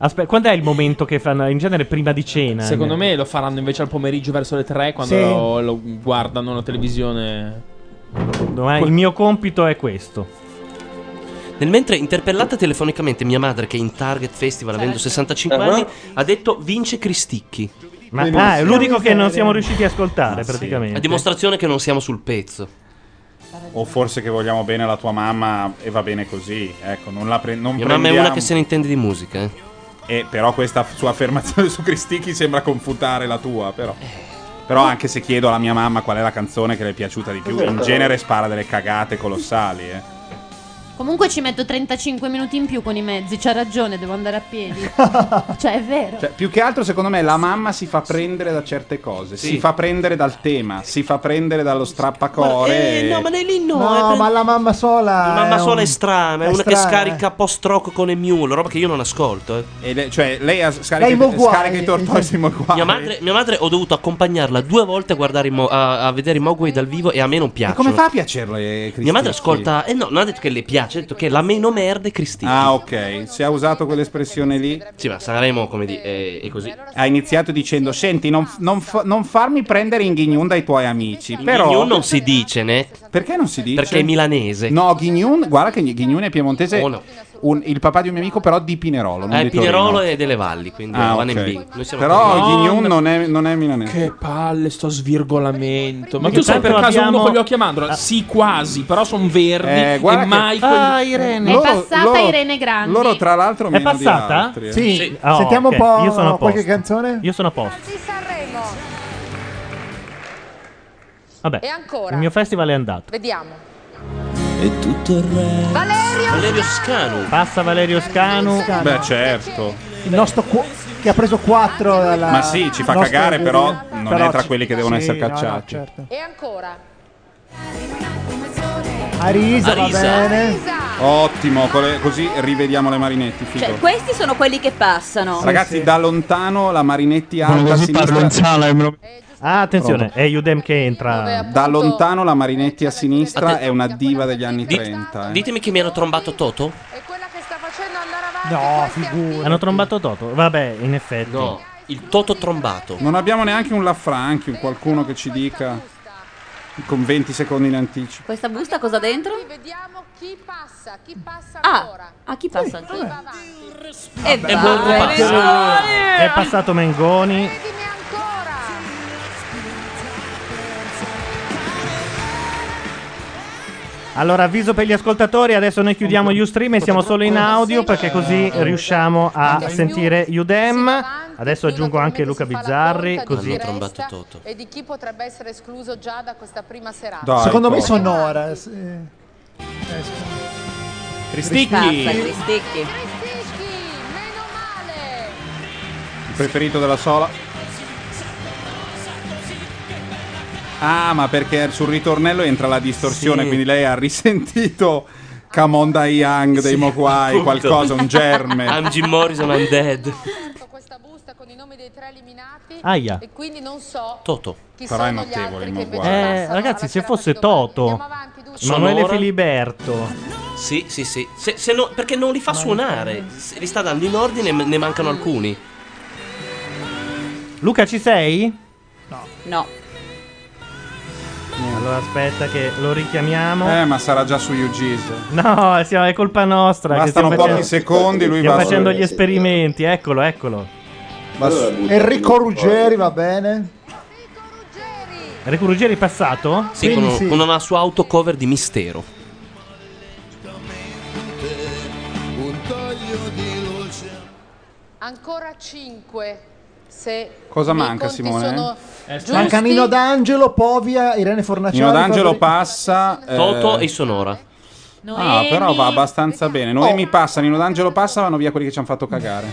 Aspetta, quando è il momento che fanno? In genere prima di cena. Secondo me lo faranno invece al pomeriggio verso le 3 quando Sì. lo, lo guardano la televisione. Domani- il mio compito è questo. Nel mentre interpellata telefonicamente mia madre che è in Target Festival avendo Certo. 65 Ah. anni ha detto vince Cristicchi. Ma ah, è l'unico che non siamo riusciti a ascoltare, A praticamente. dimostrazione che non siamo sul pezzo. O forse che vogliamo bene la tua mamma e va bene così. Ecco, non la pre- non Mia mamma è una prendiamo- che se ne intende di musica. eh. Eh, però questa f- sua affermazione su Cristicchi sembra confutare la tua, però. Però anche se chiedo alla mia mamma qual è la canzone che le è piaciuta di più, in genere spara delle cagate colossali, eh. Comunque ci metto 35 minuti in più con i mezzi. C'ha ragione, devo andare a (laughs) piedi. cioè, è vero. Cioè, più che altro, secondo me, la mamma si fa prendere da certe cose. Sì. Si fa prendere dal tema, si fa prendere dallo strappacore. eh, e- nell'inno eh, No, ma la mamma sola. La mamma Ah, è sola un- è strana, è è una che strana, eh. scarica post-rock con Emule, roba che io non eh. ascolto. E lei, cioè, lei ha Lei eh, scarica, Mogwai. scarica i tortoisi Mogwai. Mia madre, mia madre ho dovuto accompagnarla due volte a, guardare i Mo- a, a vedere i Mogwai dal vivo e a me non piace. Come fa a piacerle, Cristicchi? Mia madre ascolta, eh no, non ha detto che le piace, ha detto che la meno merda è Cristina. Ah, ok. Si ha usato quell'espressione lì. Sì, ma Sanremo, come di, è, è così. Ha iniziato dicendo: Senti, non, non fa- non farmi prendere in ghignun dai tuoi amici. Però. Gnun non si dice, ne? Perché non si dice? Perché è milanese. No, Ghignun, guarda che Ghignun è piemontese. Un- il papà di un mio amico, però di Pinerolo. Non È di Pinerolo Torino. e delle Valli, quindi Ah, One ok. and Big. Noi siamo Però tutti- Ghignun non è, non è milanese. Che palle, sto svirgolamento. Ma Perché tu sei tanto per caso abbiamo- Ah. uno con gli occhi a mandorla? Sì, quasi, però sono verdi. Eh, guarda e che- mai Ah, Irene. È passata Irene Grandi. Loro, tra l'altro, È meno passata? Oh, di altri. eh. Sì. Ah, Sentiamo ok. un po' Io sono a qualche posto. canzone. Io sono a posto. Vabbè, E ancora? il mio festival è andato. Vediamo. e tutto il resto. Valerio! Valerio Scanu. Passa Valerio Scanu. Beh, certo. Il nostro cu- che ha preso 4 dalla Ma sì, ci fa nostra cagare, però giuria. non Però è tra ci- quelli che devono sì, essere no, no, cacciati. certo. E ancora. Arisa, Arisa. va bene. Ottimo, con le- così rivediamo le marinetti, figo. Cioè, questi sono quelli che passano. Ragazzi, da lontano la marinetti Ma alta a così parlo in sinistra. sala Ah, attenzione, è Udem che entra. Da lontano la marinetti a sinistra è una diva degli anni Di- 30. eh. Ditemi che mi hanno trombato Toto. No, figura. Hanno trombato Toto. Vabbè, in effetti. No, il Toto trombato. Non abbiamo neanche un Lafranchi, un qualcuno che ci dica con 20 secondi in anticipo. Questa busta cosa ha dentro? Vediamo chi passa, chi passa Ah, a chi passa ancora? E È, va, Mengoni! passato Mengoni. Allora, avviso per gli ascoltatori, adesso noi chiudiamo Ustream e siamo solo in audio perché così riusciamo a sentire Udem. Adesso aggiungo anche Luca Bizzarri, Hanno così trombato Toto. e di chi potrebbe essere escluso già da questa prima serata. Dai, Secondo me Ecco. porca. sonora. sì. Eh, scusa. Cazza, Cristicchi. Il preferito della sola. Ah, ma perché sul ritornello entra la distorsione, Sì. quindi lei ha risentito Camonda Young dei Sì, Mokwai, appunto. qualcosa, un germe. (laughs) I'm Jim Morrison, I'm dead. Aia. E quindi non so Toto. chi Però è sono gli notevole altri il che invece Mogwai. Eh, passano. ragazzi, se fosse Toto, Manuele Sonora. Filiberto. Esatto. Sì, sì, sì. Se- se no- perché non li fa suonare. Se li sta dando in ordine, ma- ne mancano alcuni. Luca, ci sei? No. Allora aspetta che lo richiamiamo. Eh, ma sarà già su UGs. No, siamo- è colpa nostra. che Bastano stiamo pochi facendo- secondi, lui stiamo va facendo su- gli esperimenti, eccolo, eccolo. Enrico Ruggeri va bene. Enrico Ruggeri passato? Sì, con, Quindi sì. con una sua autocover di mistero. Un taglio di luce. Ancora 5. Se Cosa i miei manca, conti Simone? sono Eh, giusti. Manca Nino D'Angelo, Povia, Irene Fornaciari. Nino D'Angelo Fabri- passa. Toto e Sonora. Ah, Noemi. però va abbastanza bene. Noemi passa, Nino D'Angelo passa, vanno via quelli che ci hanno fatto cagare.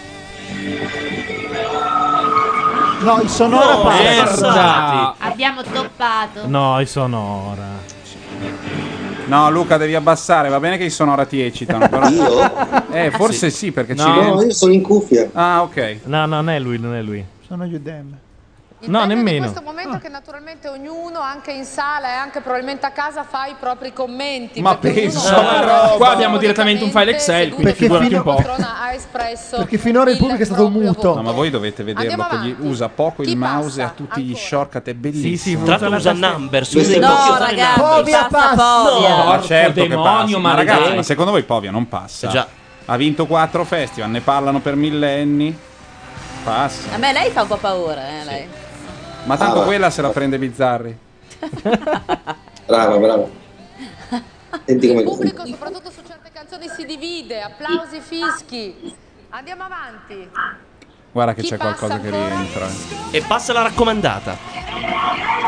No, il sonora No, passa. merda! Abbiamo toppato. No, i sonora. No, Luca, devi abbassare. Va bene che i sonora ti eccitano. Però... Io? Eh, forse sì, perché No. ci No, io sono in cuffia. Ah, ok. Eh, No, no, non è lui, non è lui. Sono Udem. No, In nemmeno. Ah. questo momento che naturalmente ognuno, anche in sala e anche probabilmente a casa, fa i propri commenti. Ma perché penso, ognuno però. Qua abbiamo direttamente un file Excel, quindi Perché figurati fino- un po'. persona ha espresso Perché finora il pubblico è stato muto. No, ma voi dovete vederlo. che gli usa poco il mouse e ha tutti gli shortcut. È bellissimo. sì, Tra l'altro usa numbers. usa i No, blocchi usare ragazzi, numbers. Povia passa, passa. Povia. ma certo che Porco passa. demonio, Ma maledetto. ragazzi, ma secondo voi Povia non Eh passa? Già. Ha vinto quattro festival, ne parlano per millenni. Passa. A me lei fa un po' paura, eh, lei. Ma tanto Ah, va. quella se la prende Bizzarri. (laughs) Brava, brava. Senti il come pubblico, soprattutto su certe canzoni, si divide. Applausi, fischi. Andiamo avanti. Guarda che Chi c'è passa qualcosa che ancora? rientra. E passa la raccomandata.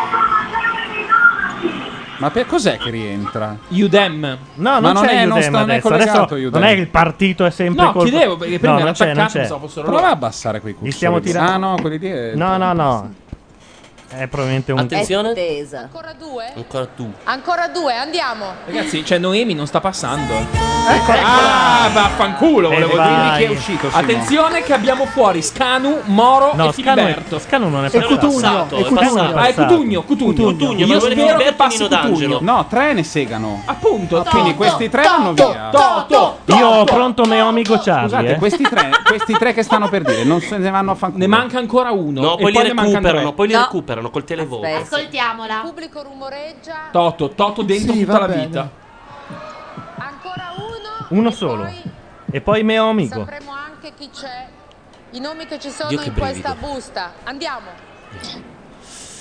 Ma per cos'è che rientra? Udem. No, non, Ma non c'è è- non Udem sta- non è adesso. collegato Adesso Udem. Non è che il partito è sempre No, colpa- chiedevo, perché prima No, era non c'è, non attaccato, c'è. pensavo fossero loro. Prova a abbassare quei Li cursori. stiamo tirando. Ah, no, quelli lì. è- No, no, no. È probabilmente un Attenzione. È tesa. Ancora due? Ancora tu. Ancora due, andiamo. Eh. Ragazzi, cioè Noemi non sta passando. Ah, vaffanculo, volevo dirvi Eh, vai. che è uscito. Simo. Attenzione che abbiamo fuori Scanu, Moro No, e Scanu è- Filiberto. Scanu non è E passato. Cutugno, Passato, e è Cutugno. passato. Ah, è Cutugno, Cutugno. Cutugno, Io Manuele spero che Filiberto e passi Nino Cutugno. D'Angelo. No, tre ne segano. Ah. Appunto, Quindi questi tre vanno via. Io ho pronto Meomi Gocciardi. Scusate, eh. questi tre, questi tre che stanno per dire, non se ne vanno a fanculo. Ne manca ancora uno. No, e poi li poi ne mancano recuperano, tre. poi li No. recuperano col televoto. Ascoltiamola. Il pubblico rumoreggia. Toto, Toto dentro Sì, tutta va la bene. vita. Uno solo. E poi Meomico. Mm. Sapremo anche chi c'è. I nomi che ci sono Dio, che in questa busta. Andiamo.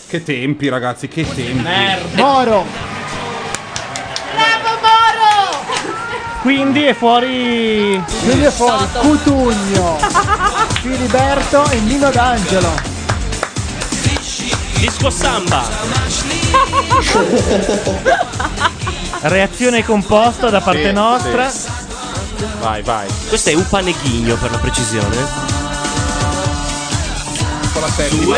Che tempi, ragazzi, che tempi. Moro. Bravo Moro! Quindi è fuori. Quindi è fuori Cutugno, Filiberto e Nino D'Angelo. (laughs) Disco samba. Reazione composta da parte Sì, nostra. sì. Vai, vai. Questo è un paneghigno per la precisione. Con la settima.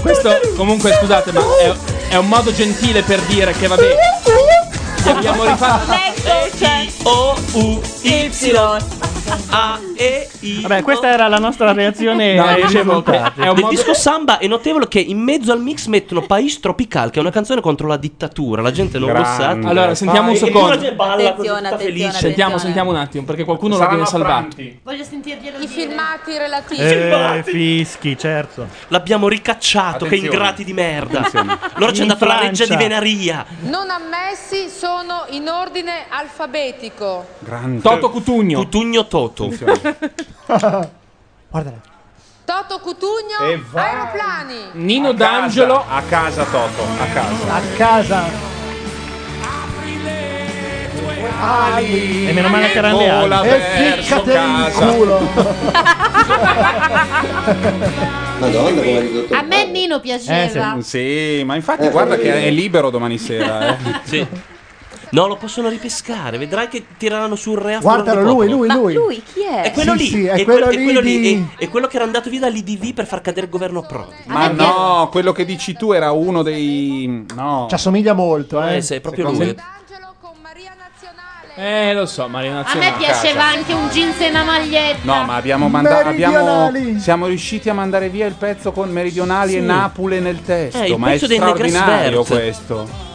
Questo comunque scusate, ma è, è un modo gentile per dire che vabbè. Gli abbiamo rifatto. Eh, O U Y A E I. Vabbè, questa era la nostra reazione No, ai dicevo che risultati. il disco samba è notevole che in mezzo al mix mettono Pais Tropical, che è una canzone contro la dittatura. La gente non lo sa. Grande. Allora, sentiamo un E- e secondo. poi la gente balla così, Attenzione, tutta attenzione, felice. Sentiamo, sentiamo un attimo, perché qualcuno lo Saranno viene salvato. Voglio sentirglielo I filmati relativi. Eh, fischi, certo. L'abbiamo ricacciato, che Attenzione. ingrati di merda. Attenzione. Loro c'è In andata la legge di Francia. Venaria. Non ammessi sono in ordine alfabetico. Toto Cutugno. Cutugno Toto. (laughs) Toto Cutugno, E vai. aeroplani. Nino D'Angelo. A casa Toto, a casa. A casa. Ali. E meno male che erano le Vola ali. verso casa. Madonna, come ha Ah, ridotto. A me Nino piaceva. Eh, sì. ma Eh, infatti guarda che è libero domani sera. Eh. (laughs) Sì. No, lo possono ripescare. Vedrai che tireranno sul reato. Guardalo, non di lui, poco. lui, lui. Lui chi è? È quello Sì, lì, sì, è è, quello quel- è quello lì lì, di- è- è quello che era andato via dall'IDV per far cadere il governo Prodi. Ma no, quello che dici tu era uno dei. No. Ci assomiglia molto, Cioè, eh. sei Secondo- Eh, lo so, Maria A Nazionale. me piaceva anche un jeans e una maglietta. No, ma abbiamo mandato. Meridionali. siamo riusciti a mandare via il pezzo con Meridionali Sì. e Napule nel testo. Eh, il ma è pezzo dei Negresvert. straordinario questo.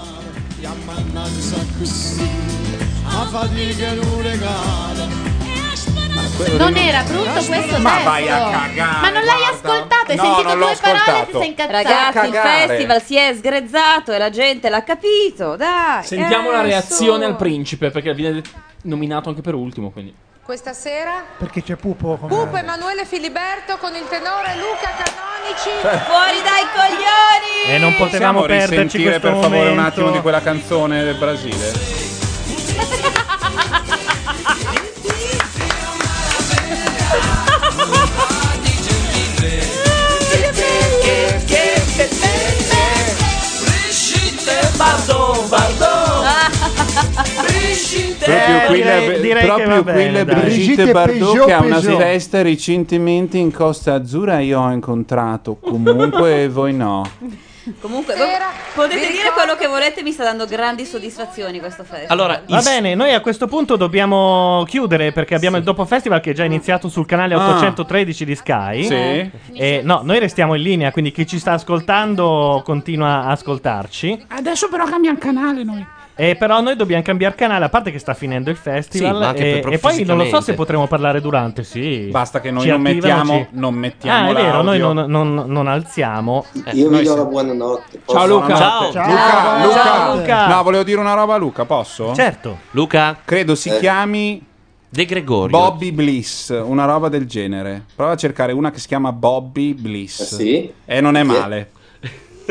Non era brutto questo Ma testo. vai a cagare, Ma non l'hai guarda. ascoltato, hai No, sentito non l'ho due parole e ti ascoltato. sei incazzato. Ragazzi, il Cagare. festival si è sgrezzato e la gente l'ha capito. Dai. Sentiamo eh, la reazione su. al principe, perché viene nominato anche per ultimo. Quindi. Questa sera Perché c'è Pupo come Pupo Emanuele Filiberto con il tenore Luca Canonici. Fuori dai coglioni! E non potevamo Possiamo perderci risentire questo per favore un momento. attimo di quella canzone del Brasile. Eh, Proprio qui direi- la, direi proprio che va qui bene, la dai. Brigitte, Brigitte Bardot Peugeot, che ha una Peugeot. sveste recentemente in Costa Azzurra io ho incontrato (laughs) comunque voi no Comunque, voi potete dire quello che volete, mi sta dando grandi soddisfazioni questo festival. Va bene, noi a questo punto dobbiamo chiudere perché abbiamo il dopo festival che è già iniziato sul canale Ah. 813 di Sky. Sì. E no, noi restiamo in linea, quindi chi ci sta ascoltando continua a ascoltarci. adesso però cambiamo canale noi E Eh, però noi dobbiamo cambiare canale, a parte che sta finendo il festival. Sì, ma anche e, per- proprio e poi non lo so fisicamente. se potremo parlare durante, sì. Basta che noi Ci non attivano, mettiamo- ci- non mettiamo Ah, è vero, noi l'audio. non, non- non alziamo. Io vi Noi do la siamo- buonanotte. Ciao, Luca. Ciao. Ciao. Luca, Ciao, Luca. ciao, Luca. No, volevo dire una roba a Luca, posso? Certo. Luca. Credo si Eh. chiami De Gregorio. Bobby Bliss, una roba del genere. Prova a cercare una che si chiama Bobby Bliss. Ah, sì? E non è male. (laughs)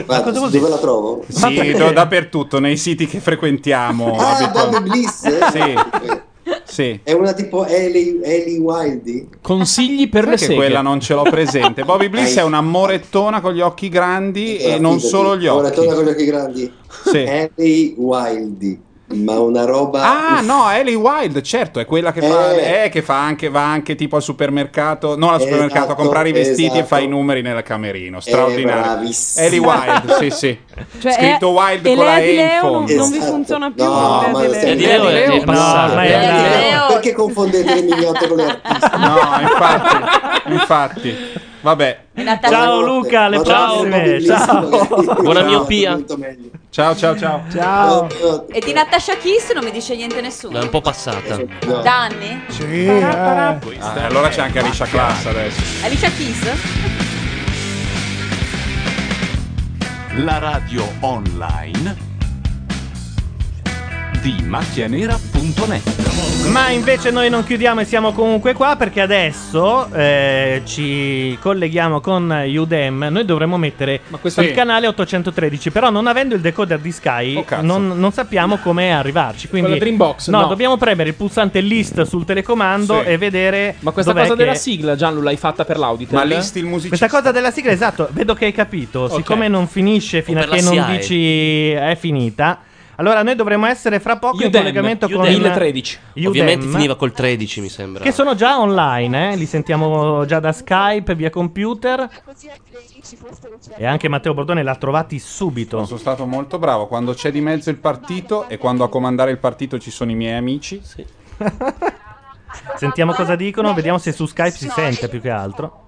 Ma cosa vuol dove dire? la trovo? Ma Sì, perché? do- dappertutto, nei siti che frequentiamo. Ah, abitualmente. Bobby Bliss, eh? (laughs) Sì. sì. È una tipo Ellie, Ellie Wildy. Consigli per Sai le che seghe. quella non ce l'ho presente. Bobby Bliss è una morettona con gli occhi grandi Eh, e non solo gli Ora occhi. torna con gli occhi grandi. Sì. Ellie Wildy. Ma una roba... Ah no, Ellie Wild, certo, è quella che fa, eh, che fa anche, va anche tipo al supermercato, non al supermercato, a Esatto, comprare i vestiti e esatto. Eh, fa i numeri nel camerino, straordinario. bravissima. Ellie Wild, sì sì. Cioè, Scritto è- Wild e con la Lea E Di in Leo non- fondo. non vi funziona più, (laughs) No, Lea Di ma lo Leo. Lea stai- Di Leo Lea è- Di è Leo, passata. no, Lea Di Leo. Perché confondete le mignotte con le artiste? No, infatti, infatti. (laughs) Vabbè. Ciao Luca, alle prossime. Ciao. Buona miopia. Ciao, ciao, ciao. Ciao. E di Natasha Kiss non mi dice niente nessuno. È un po' passata. Da anni? Sì. Parapara. Ah, allora c'è anche Alicia Class adesso. Alicia Kiss? La radio online di macchianera.net Ma invece noi non chiudiamo e siamo comunque qua perché adesso eh, ci colleghiamo con Udem. Noi dovremmo mettere questo- il Sì. canale 813, però non avendo il decoder di Sky non, non sappiamo come arrivarci. Quindi, Con la Oh, Dreambox, No, no. dobbiamo premere il pulsante list sul telecomando Sì. e vedere... Ma questa dov'è cosa della che- sigla, Gianlu, l'hai fatta per l'auditor? Questa cosa della sigla, esatto, vedo che hai capito. Ok. Siccome non finisce fino a per la che non SIAE. dici è finita, allora noi dovremmo essere fra poco in Udem, collegamento Udem. con 1013. Udem, Ovviamente finiva col 13, mi sembra. Che sono già online, eh, li sentiamo già da Skype, via computer. E anche Matteo Bordone l'ha trovati subito. Sono stato molto bravo. Quando c'è di mezzo il partito e quando a comandare il partito ci sono i miei amici. Sentiamo cosa dicono, vediamo se su Skype si sente più che altro.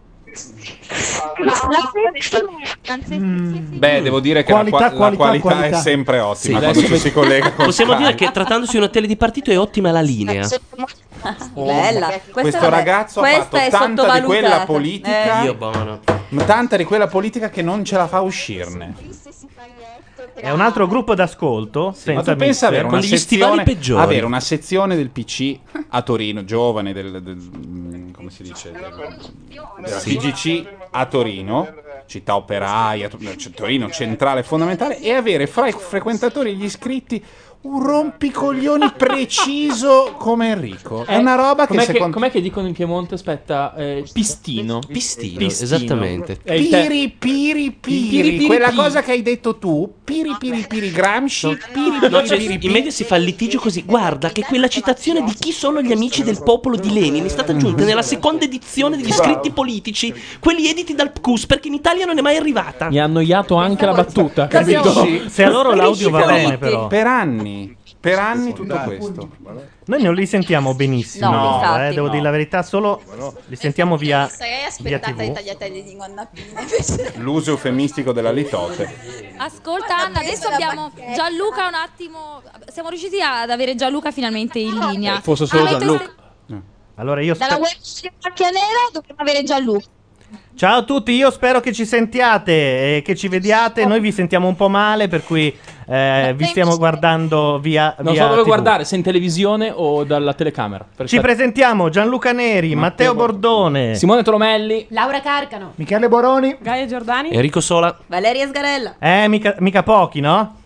Beh, devo dire che Qualità, la, qua- la qualità, qualità, qualità. è sempre Sì, ottima adesso quando ci ve- si (laughs) collega con Possiamo Sky. dire che trattandosi di una tele di partito è ottima la linea. Bella. Questa Questo vabbè, ragazzo ha questa fatto è tanta di quella sottovalutata. politica, Eh. Dio buono. ma tanta di quella politica che non ce la fa uscirne. È un altro gruppo d'ascolto. Ma senza tu pensa mixer. avere una, sezione, avere una sezione del PC a Torino, giovane del, del- mm, come si dice, del- della Sì. PGC a Torino, città operaia, to- cioè, Torino centrale fondamentale, e avere fra i frequentatori e gli iscritti un (laughs) rompicoglioni preciso come Enrico. È una roba che Eh, com'è secondo com'è che dicono in Piemonte? Aspetta, eh, pistino. Pistino, esattamente. È il te- Piri, piri, piri, Piri, piri, quella piri. cosa che hai detto tu, piri, piri, piri, Gramsci, piri, piri, No, cioè, piri, in media si fa il litigio così. Guarda che quella citazione di chi sono gli amici del popolo di Lenin è stata aggiunta nella seconda edizione degli scritti politici, quelli editi dal PCUS, perché in Italia non è mai arrivata. Mi ha annoiato anche la battuta. Capisci? capito? Se a loro l'audio va bene, però. Per anni, per anni tutto questo. Noi non li sentiamo benissimo, No, eh, infatti, devo no. dire la verità, solo li sentiamo via, Sarei Ah, via aspettata i TV. tagliatelli di Nonna (laughs) Pina invece. L'uso eufemistico della litote. Ascolta Anna, adesso abbiamo Gianluca un attimo. Siamo riusciti ad avere Gianluca finalmente in linea. Fosse solo Avete- Gianluca. Allora io Dalla spe- web di Macchia Nera dovremmo avere Gianluca. Ciao a tutti, io spero che ci sentiate e che ci vediate. Noi vi sentiamo un po' male, per cui eh, vi stiamo guardando via. Non via so dove TV. guardare, se in televisione o dalla telecamera. Ci presentiamo Gianluca Neri, Matteo Bordone, Simone Tromelli, Laura Carcano. Michele Boroni, Gaia Giordani. Enrico Sola. Valeria Sgarella. Eh, mica, mica pochi, no?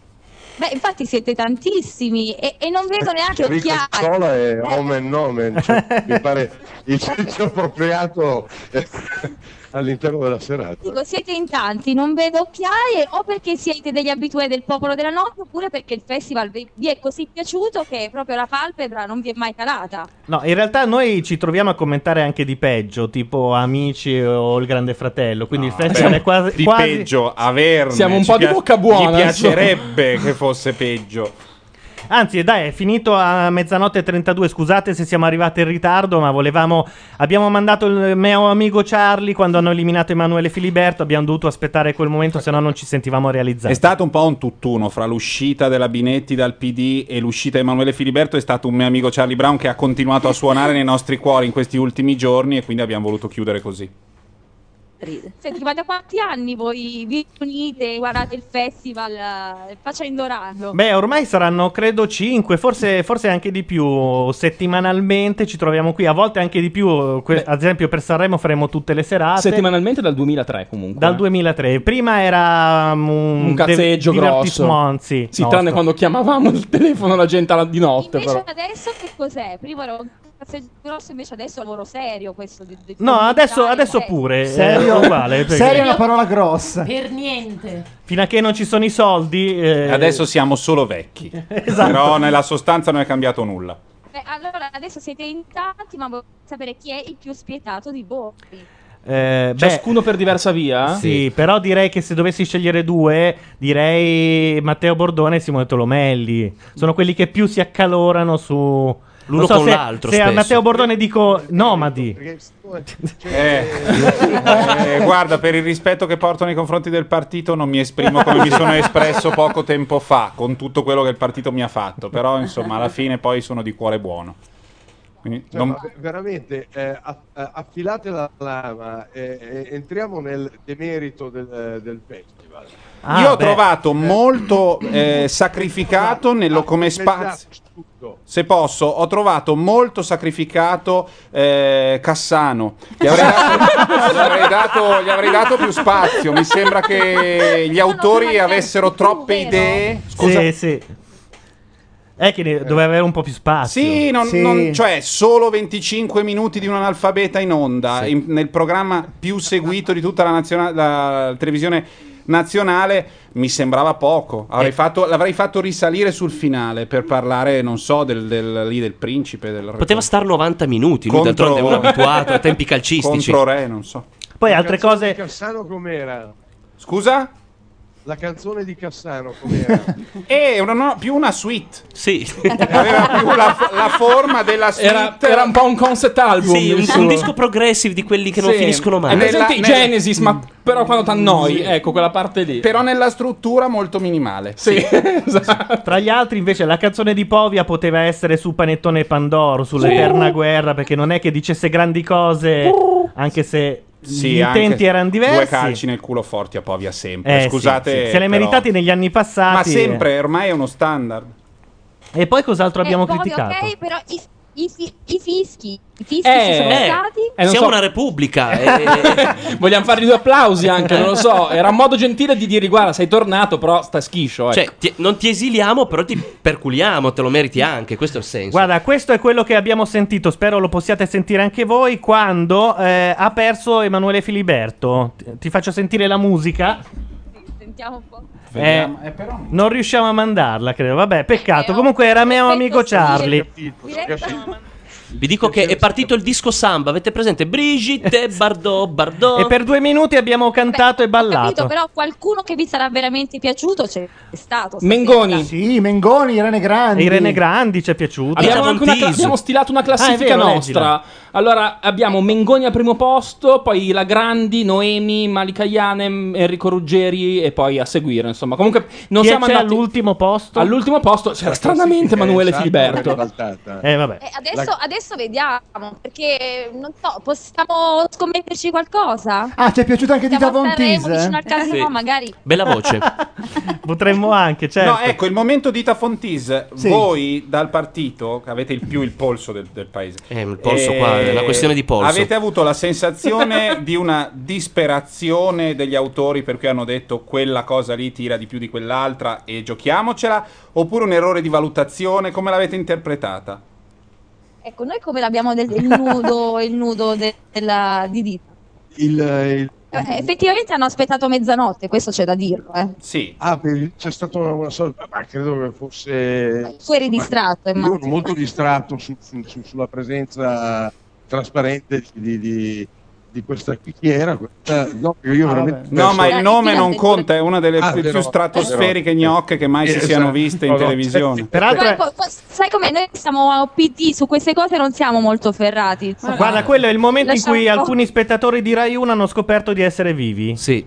Beh, infatti siete tantissimi e, e non vedo neanche Enrico occhiali. Sola è omen nomen, cioè, mi pare il senso appropriato eh, (laughs) all'interno della serata. Cioè, Dico, siete in tanti, non vedo occhiaie o perché siete degli abitué del popolo della notte oppure perché il festival vi vi è così piaciuto che proprio la palpebra non vi è mai calata. No, in realtà noi ci troviamo a commentare anche di peggio, tipo Amici o Il Grande Fratello. Quindi il festival è quasi. Di quasi- peggio, averne. Siamo un Ci po' di pia- bocca buona, Gli piacerebbe che fosse peggio. Anzi, dai, è finito a mezzanotte e 32. Scusate se siamo arrivati in ritardo, ma volevamo. Abbiamo mandato il mio amico Charlie quando hanno eliminato Emanuele Filiberto. Abbiamo dovuto aspettare quel momento, se no non ci sentivamo realizzati. È stato un po' un tutt'uno fra l'uscita della Binetti dal PD e l'uscita di Emanuele Filiberto. È stato un mio amico Charlie Brown che ha continuato a suonare nei nostri cuori in questi ultimi giorni e quindi abbiamo voluto chiudere così. Senti, ma da quanti anni voi vi unite, guardate il festival eh, facendo radio? Beh, ormai saranno credo 5, forse, forse anche di più settimanalmente. Ci troviamo qui, a volte anche di più. que- ad esempio, per Sanremo faremo tutte le serate. settimanalmente dal 2003 comunque. eh. Dal 2003, prima era um, un, un cazzeggio de- grosso. divertissement, Sì, Sì, tranne nostro. quando chiamavamo il telefono la gente alla- di notte. Invece Però. adesso che cos'è? Prima ero un cazzeggio grosso, invece adesso lavoro serio questo. Di, di- No, adesso, adesso eh. pure. Serio? Serio? Uguale, perché- Serio è una parola grossa. Per niente. Fino a che non ci sono i soldi. eh, Adesso siamo solo vecchi. (laughs) Esatto. Però nella sostanza non è cambiato nulla. Beh, allora adesso siete in tanti, ma voglio sapere chi è il più spietato di voi. eh, beh, Ciascuno per diversa via. Sì, però direi che se dovessi scegliere due, direi Matteo Bordone e Simone Tolomelli. Sono quelli che più si accalorano su. L'uno Non so con se- l'altro Se a spesso. Matteo Bordone dico nomadi. Eh, eh, guarda, per il rispetto che porto nei confronti del partito non mi esprimo come mi sono espresso poco tempo fa, con tutto quello che il partito mi ha fatto, però insomma alla fine poi sono di cuore buono. Quindi Cioè, non- ma ver- veramente eh, a- a- affilate la lama eh, eh, entriamo nel demerito del, del festival Esatto. Io ho trovato molto eh, sacrificato nello come Mezza- spazio. Se posso, ho trovato molto sacrificato eh, Cassano. Gli avrei, dato, gli avrei dato- gli avrei dato più spazio. Mi sembra che gli autori avessero troppe idee. Scusa, Sì, sì. È che ne- doveva avere un po' più spazio. Sì, non- non- cioè solo 25 minuti di un analfabeta in onda in- nel programma più seguito di tutta la, naziona- la televisione nazionale mi sembrava poco. Avrei Eh. fatto- l'avrei fatto risalire sul finale per parlare, non so, del, del- lì del principe. Del Poteva star 90 minuti, lui Contro- d'altronde è un abituato a tempi calcistici. Contro re, non so. Poi altre canzone cose. Di Cassano com'era? Scusa? La canzone di Cassano com'era? E Eh, una- no, più una suite. Sì. Aveva più la, la forma della suite. Era, era un po' un concept album. Sì, un, il suo. un disco progressive di quelli che non Sì. finiscono mai. È Mm. presente i Genesis, ma però quando t'annoi, ecco quella parte lì. Però nella struttura molto minimale. Sì. Tra gli altri, invece, la canzone di Povia poteva essere su Panettone e Pandoro, sull'eterna guerra, perché non è che dicesse grandi cose, anche se gli anche intenti erano diversi. Due calci nel culo forti a Povia sempre. Eh, Scusate. sì, sì. se le però- meritati negli anni passati. Ma sempre, ormai è uno standard. E poi cos'altro abbiamo Eh, proprio criticato? Ok, però i, i fi- i fischi, i fischi Eh, ci sono eh, stati. eh, non so- Siamo una repubblica. eh. (laughs) Vogliamo fargli due applausi anche, non lo so. Era un modo gentile di dire, guarda, sei tornato, però sta schiscio. Ecco. Cioè, ti- non ti esiliamo, però ti perculiamo, te lo meriti anche, questo è il senso. Guarda, questo è quello che abbiamo sentito, spero lo possiate sentire anche voi, quando eh, ha perso Emanuele Filiberto. Ti- Ti faccio sentire la musica. Sentiamo un po'. Eh, non riusciamo a mandarla, credo. Vabbè, peccato. Comunque era mio amico Charlie. Vi dico che è partito il disco samba, avete presente (laughs) Brigitte, Bardot, Bardot. E per due minuti abbiamo cantato e Capito, Esatto. ballato. però qualcuno che vi sarà veramente piaciuto c'è stato. stasera. Sì, Mengoni, Irene Grandi. Irene Grandi ci è piaciuto. Abbiamo, anche una cla- abbiamo stilato una classifica Ah, è vero, nostra. leggila. Allora abbiamo Mengoni al primo posto, poi La Grandi, Noemi, Malika Yanem, Enrico Ruggeri e poi a seguire. Insomma, comunque non Chi siamo c'è andati all'ultimo posto. All'ultimo posto c'era stranamente Emanuele Filiberto. Eh, vabbè. Eh, adesso, adesso vediamo, perché non so, possiamo scommetterci qualcosa? Ah, ti è piaciuto anche di Siamo a Davon Sanremo, Tease, vicino eh? al casino, Sì. magari. Bella voce. Potremmo anche, certo. No, ecco, il momento di Tafontis, voi dal partito, che avete il più il polso del, del paese. Eh, Eh, il polso qua, è una questione di polso. Avete avuto la sensazione (laughs) di una disperazione degli autori per cui hanno detto quella cosa lì tira di più di quell'altra e giochiamocela, oppure un errore di valutazione, come l'avete interpretata? (laughs) Ecco, noi come l'abbiamo del, il nudo, il nudo de- della, di Dita. Il, il- Eh, effettivamente hanno aspettato mezzanotte, questo c'è da dirlo. Eh. Sì. Ah, per- c'è stata una, una sorta, ma credo che fosse... Tu eri distratto, Io ero immagino. molto distratto su- su- su- sulla presenza trasparente di, di- di- di questa qui. Chi era questa? No, Ah, io veramente- No, ma il nome non conta, è una delle Ah, più, però- più stratosferiche però- gnocche che mai si Eh, siano esatto. viste No, in no, televisione. Poi- poi- poi- sai com'è? Noi siamo a OPT, su queste cose non siamo molto ferrati. insomma. Guarda, quello è il momento in Lasciamo cui un po'. alcuni spettatori di Rai 1 hanno scoperto di essere vivi. Sì.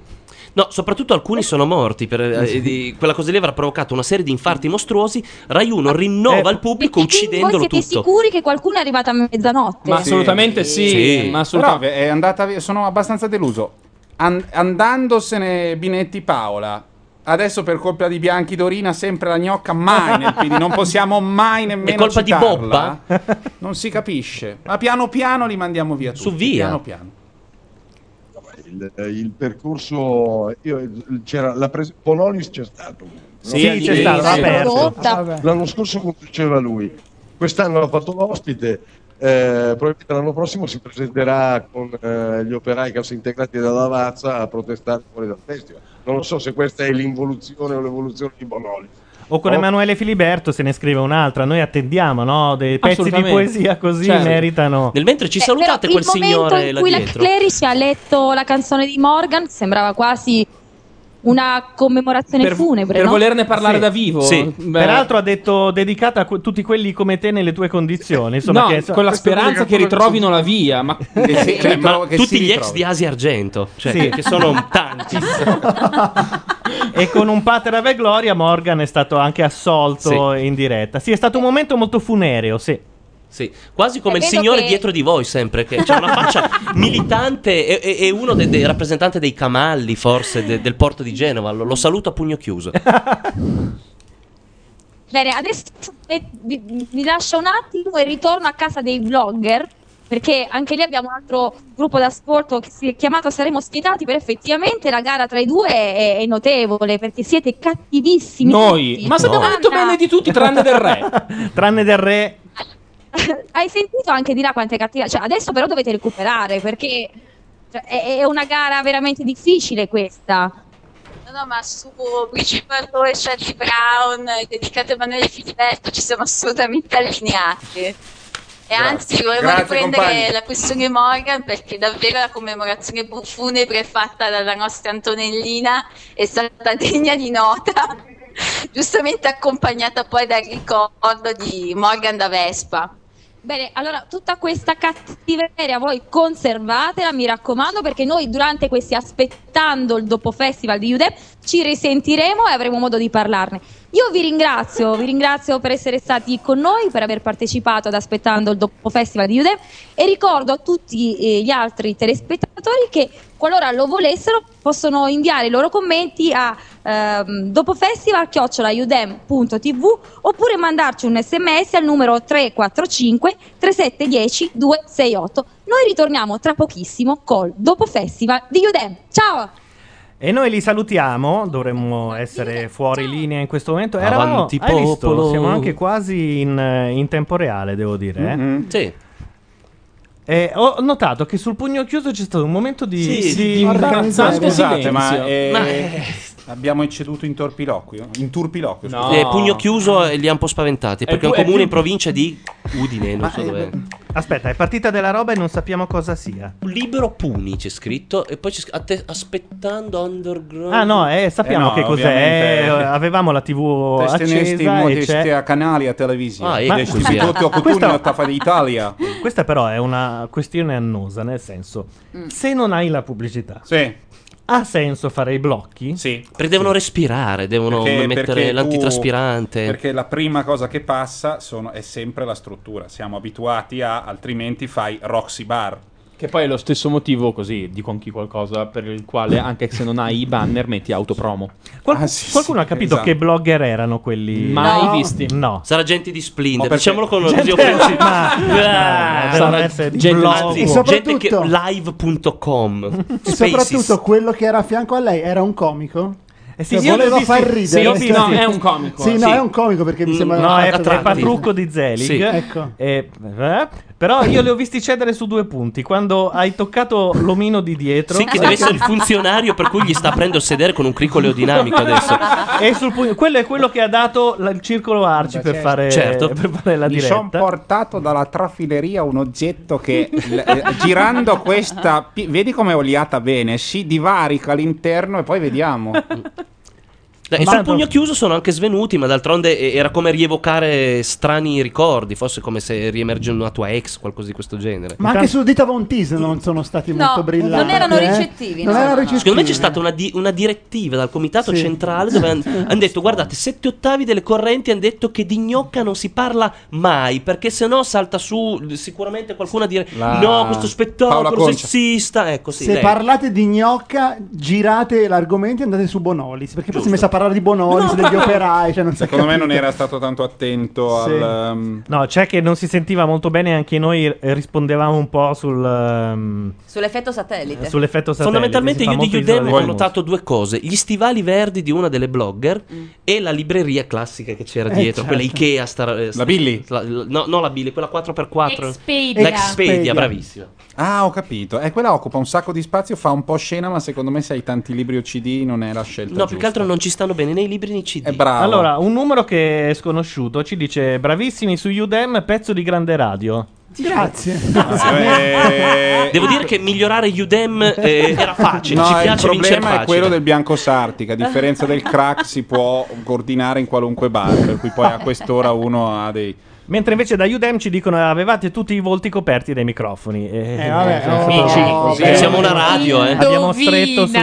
No, soprattutto alcuni sono morti. Per, eh, di- quella cosa lì avrà provocato una serie di infarti mostruosi. Rai 1 Ah, eh. rinnova il pubblico Voi uccidendolo siete tutto. sicuri che qualcuno è arrivato a mezzanotte? Ma assolutamente sì, Sì. ma assolutamente. Però è andata via- sono abbastanza deluso. An- andandosene Binetti Paola. Adesso per colpa di Bianchi Dorina sempre la gnocca mai nel PD, non (laughs) possiamo mai nemmeno È colpa di citarla. Non si capisce. Ma piano piano li mandiamo via tutti, Su via. piano piano. il, il percorso io- c'era la pres- Polonis c'è stato Sì, Sì, c'è sì, stato, sì. aperto. Rotta. l'anno scorso conduceva lui quest'anno ha fatto l'ospite eh, probabilmente l'anno prossimo si presenterà con eh, gli operai che sono integrati dalla Lavazza a protestare fuori dal festival non lo so se questa è l'involuzione o l'evoluzione di Bonolis O con Oh. Emanuele Filiberto se ne scrive un'altra. Noi attendiamo, no? Dei pezzi di Assolutamente. poesia così Certo. meritano. Nel mentre ci Beh, salutate però quel il momento signore in là cui la dietro. Clerici ha letto la canzone di Morgan sembrava quasi una commemorazione funebre. no? parlare da vivo. Sì. Beh. Peraltro ha detto dedicata a que- tutti quelli come te nelle tue condizioni. Insomma, no, che- so- con la speranza che ritrovino la via. (laughs) Ma, Sì, cioè, Eh, ma che tutti si gli ex ritrovi. di Asia Argento, cioè, Sì. che (laughs) sono tanti. e con un pater ave gloria Morgan è stato anche assolto in diretta. Sì, è stato un momento molto funereo, sì. Sì, quasi come E il vedo signore che- dietro di voi sempre, che ha una (laughs) faccia militante e, e- e uno dei dei rappresentanti dei camalli (laughs) forse de- del porto di Genova, lo, lo saluto a pugno chiuso. Bene, adesso eh, vi, vi lascio un attimo e ritorno a casa dei vlogger, perché anche lì abbiamo un altro gruppo d'ascolto che si è chiamato Saremo Spietati, però effettivamente la gara tra i due è, è notevole, perché siete cattivissimi. Noi, ma abbiamo No. detto bene di tutti tranne del re. (laughs) tranne del re. Hai sentito anche di là quante cattive... Cioè, adesso però dovete recuperare, perché cioè, è, è una gara veramente difficile questa. No, no, ma su Principal e Charlie Brown, eh, dedicato a Emanuele Filiberto, ci siamo assolutamente allineati. E anzi, volevo Grazie, riprendere compagni. la questione Morgan perché davvero la commemorazione bu- funebre fatta dalla nostra Antonellina è stata degna di nota, giustamente accompagnata poi dal ricordo di Morgan da Vespa. Bene, allora tutta questa cattiveria voi conservatela, mi raccomando, perché noi durante questi aspettando il dopo festival di UDEP ci risentiremo e avremo modo di parlarne. Io vi ringrazio, vi ringrazio per essere stati con noi, per aver partecipato ad aspettando il dopo festival di UDEP e ricordo a tutti eh, gli altri telespettatori che qualora lo volessero possono inviare i loro commenti a ehm, dopofestival.udem.tv oppure mandarci un sms al numero 345 3710 268. Noi ritorniamo tra pochissimo col Dopo Festival di Udem. Ciao! E noi li salutiamo, dovremmo essere fuori linea in questo momento. Eravamo, Avanti, hai visto? popolo. Siamo anche quasi in, eh, in tempo reale, devo dire. eh. Sì. E ho notato che sul pugno chiuso c'è stato un momento di, Sì, di di imbarazzante Scusate, ma, silenzio. eh, Ma- abbiamo ecceduto in torpiloquio? In turpiloquio, No. scusate. Eh, pugno chiuso e li hanno un po' spaventati perché è pu- un è comune più- in provincia di Udine, non Ma so è- dove. Aspetta, è partita della roba e non sappiamo cosa sia. Libero Puni c'è scritto e poi c'è scr- atte- aspettando Underground. Ah no, eh, sappiamo Eh no, che cos'è. ovviamente. eh, avevamo la TV Teste nesti, accesa e modeste c'è... a canali, a televisione. Ah, e Ma- questo Istituto via. Cotugno Questo- a Tafa (laughs) d'Italia. Questa però è una questione annosa, nel senso, se non hai la pubblicità, ha senso fare i blocchi? Sì. Perché devono respirare, devono Perché- mettere perché tu- l'antitraspirante. Perché la prima cosa che passa sono- è sempre la struttura. Siamo abituati a, altrimenti fai Roxy Bar. Che poi è lo stesso motivo, così dico anche qualcosa, per il quale anche se non hai i banner metti autopromo. Qual- qualcuno ha capito esatto. che blogger erano quelli? Mai No. visti. No. Sarà gente di Splinter, Ma perché- diciamolo con Gente- così (laughs) offensivo. Ma- Ah, no, devono sarà essere di gente, blog. anzi, E gente che soprattutto- (laughs) live.com. E Spaces. soprattutto quello che era a fianco a lei era un comico? Eh sì, Cioè, sì, io voleva l'ho visto- far sì, ridere. io ho visto- Sì. è un comico, Sì, no, sì. è un comico perché mi Mm, sembra. No, fatto era da- tra Patrucco di Zelig. Sì. Ecco. E- eh, però io li ho visti cedere su due punti. Quando hai toccato l'omino di dietro, Sì, che deve essere il funzionario per cui gli sta aprendo il sedere con un cricoleo dinamico adesso. (laughs) E sul pugno- quello è quello che ha dato la- il circolo Arci per (laughs) fare, Certo. per fare la Mi sono diretta. portato dalla trafileria un oggetto che l- eh, girando questa. pi- vedi come è oliata bene? Si divarica all'interno e poi vediamo. Dai, e Ma- sul pugno chiuso sono anche svenuti, ma d'altronde eh, era come rievocare strani ricordi, forse come se riemerge una tua ex, qualcosa di questo genere. Ma anche su Dita Von Teese non sono stati No, molto brillanti. non erano eh. ricettivi, Non no, erano no, no. ricettivi. Secondo me c'è stata una, di- una direttiva dal comitato Sì. centrale dove hanno detto: guardate, sette ottavi delle correnti hanno detto che di gnocca non si parla mai perché sennò salta su sicuramente qualcuno a dire: La- no, questo Paola spettacolo Concia." sessista. Ecco, sì, Se lei. parlate di gnocca, girate l'argomento e andate su Bonolis. Perché poi si è messa a parlare di Bonolis, degli operai. Cioè non si è Secondo me capito. non era stato tanto attento Sì. al. um, No, c'è che non si sentiva molto bene, anche noi eh, rispondevamo un po' sul, ehm, Sull'effetto satellite. sull'effetto satellite. Fondamentalmente si fa io di molto Udem ho isolare. notato due cose, gli stivali verdi di una delle blogger e la libreria classica che c'era Eh, dietro, quella certo. Ikea. Star, eh, La Billy? la- la- no, no, la Billy, quella 4x4. Expedia. L'Expedia, bravissima. Ah, ho capito. E quella occupa un sacco di spazio, fa un po' scena, ma secondo me se hai tanti libri o CD non è la scelta. No, più che altro non ci stanno bene né i libri né i CD. È bravo. Allora, un numero che è sconosciuto ci dice: Bravissimi su Udem, pezzo di grande radio. Grazie. (laughs) (laughs) Devo dire che migliorare Udem eh, era facile, No, ci il piace vincere problema facile. è quello del bianco sartica. A differenza del crack, si può ordinare in qualunque bar. Per cui poi a quest'ora uno ha dei. Mentre invece da Udem ci dicono avevate tutti i volti coperti dai microfoni. Eh, vabbè, oh, nel senso, amici, così. vabbè. Siamo una radio, eh. Abbiamo Indovina. stretto su,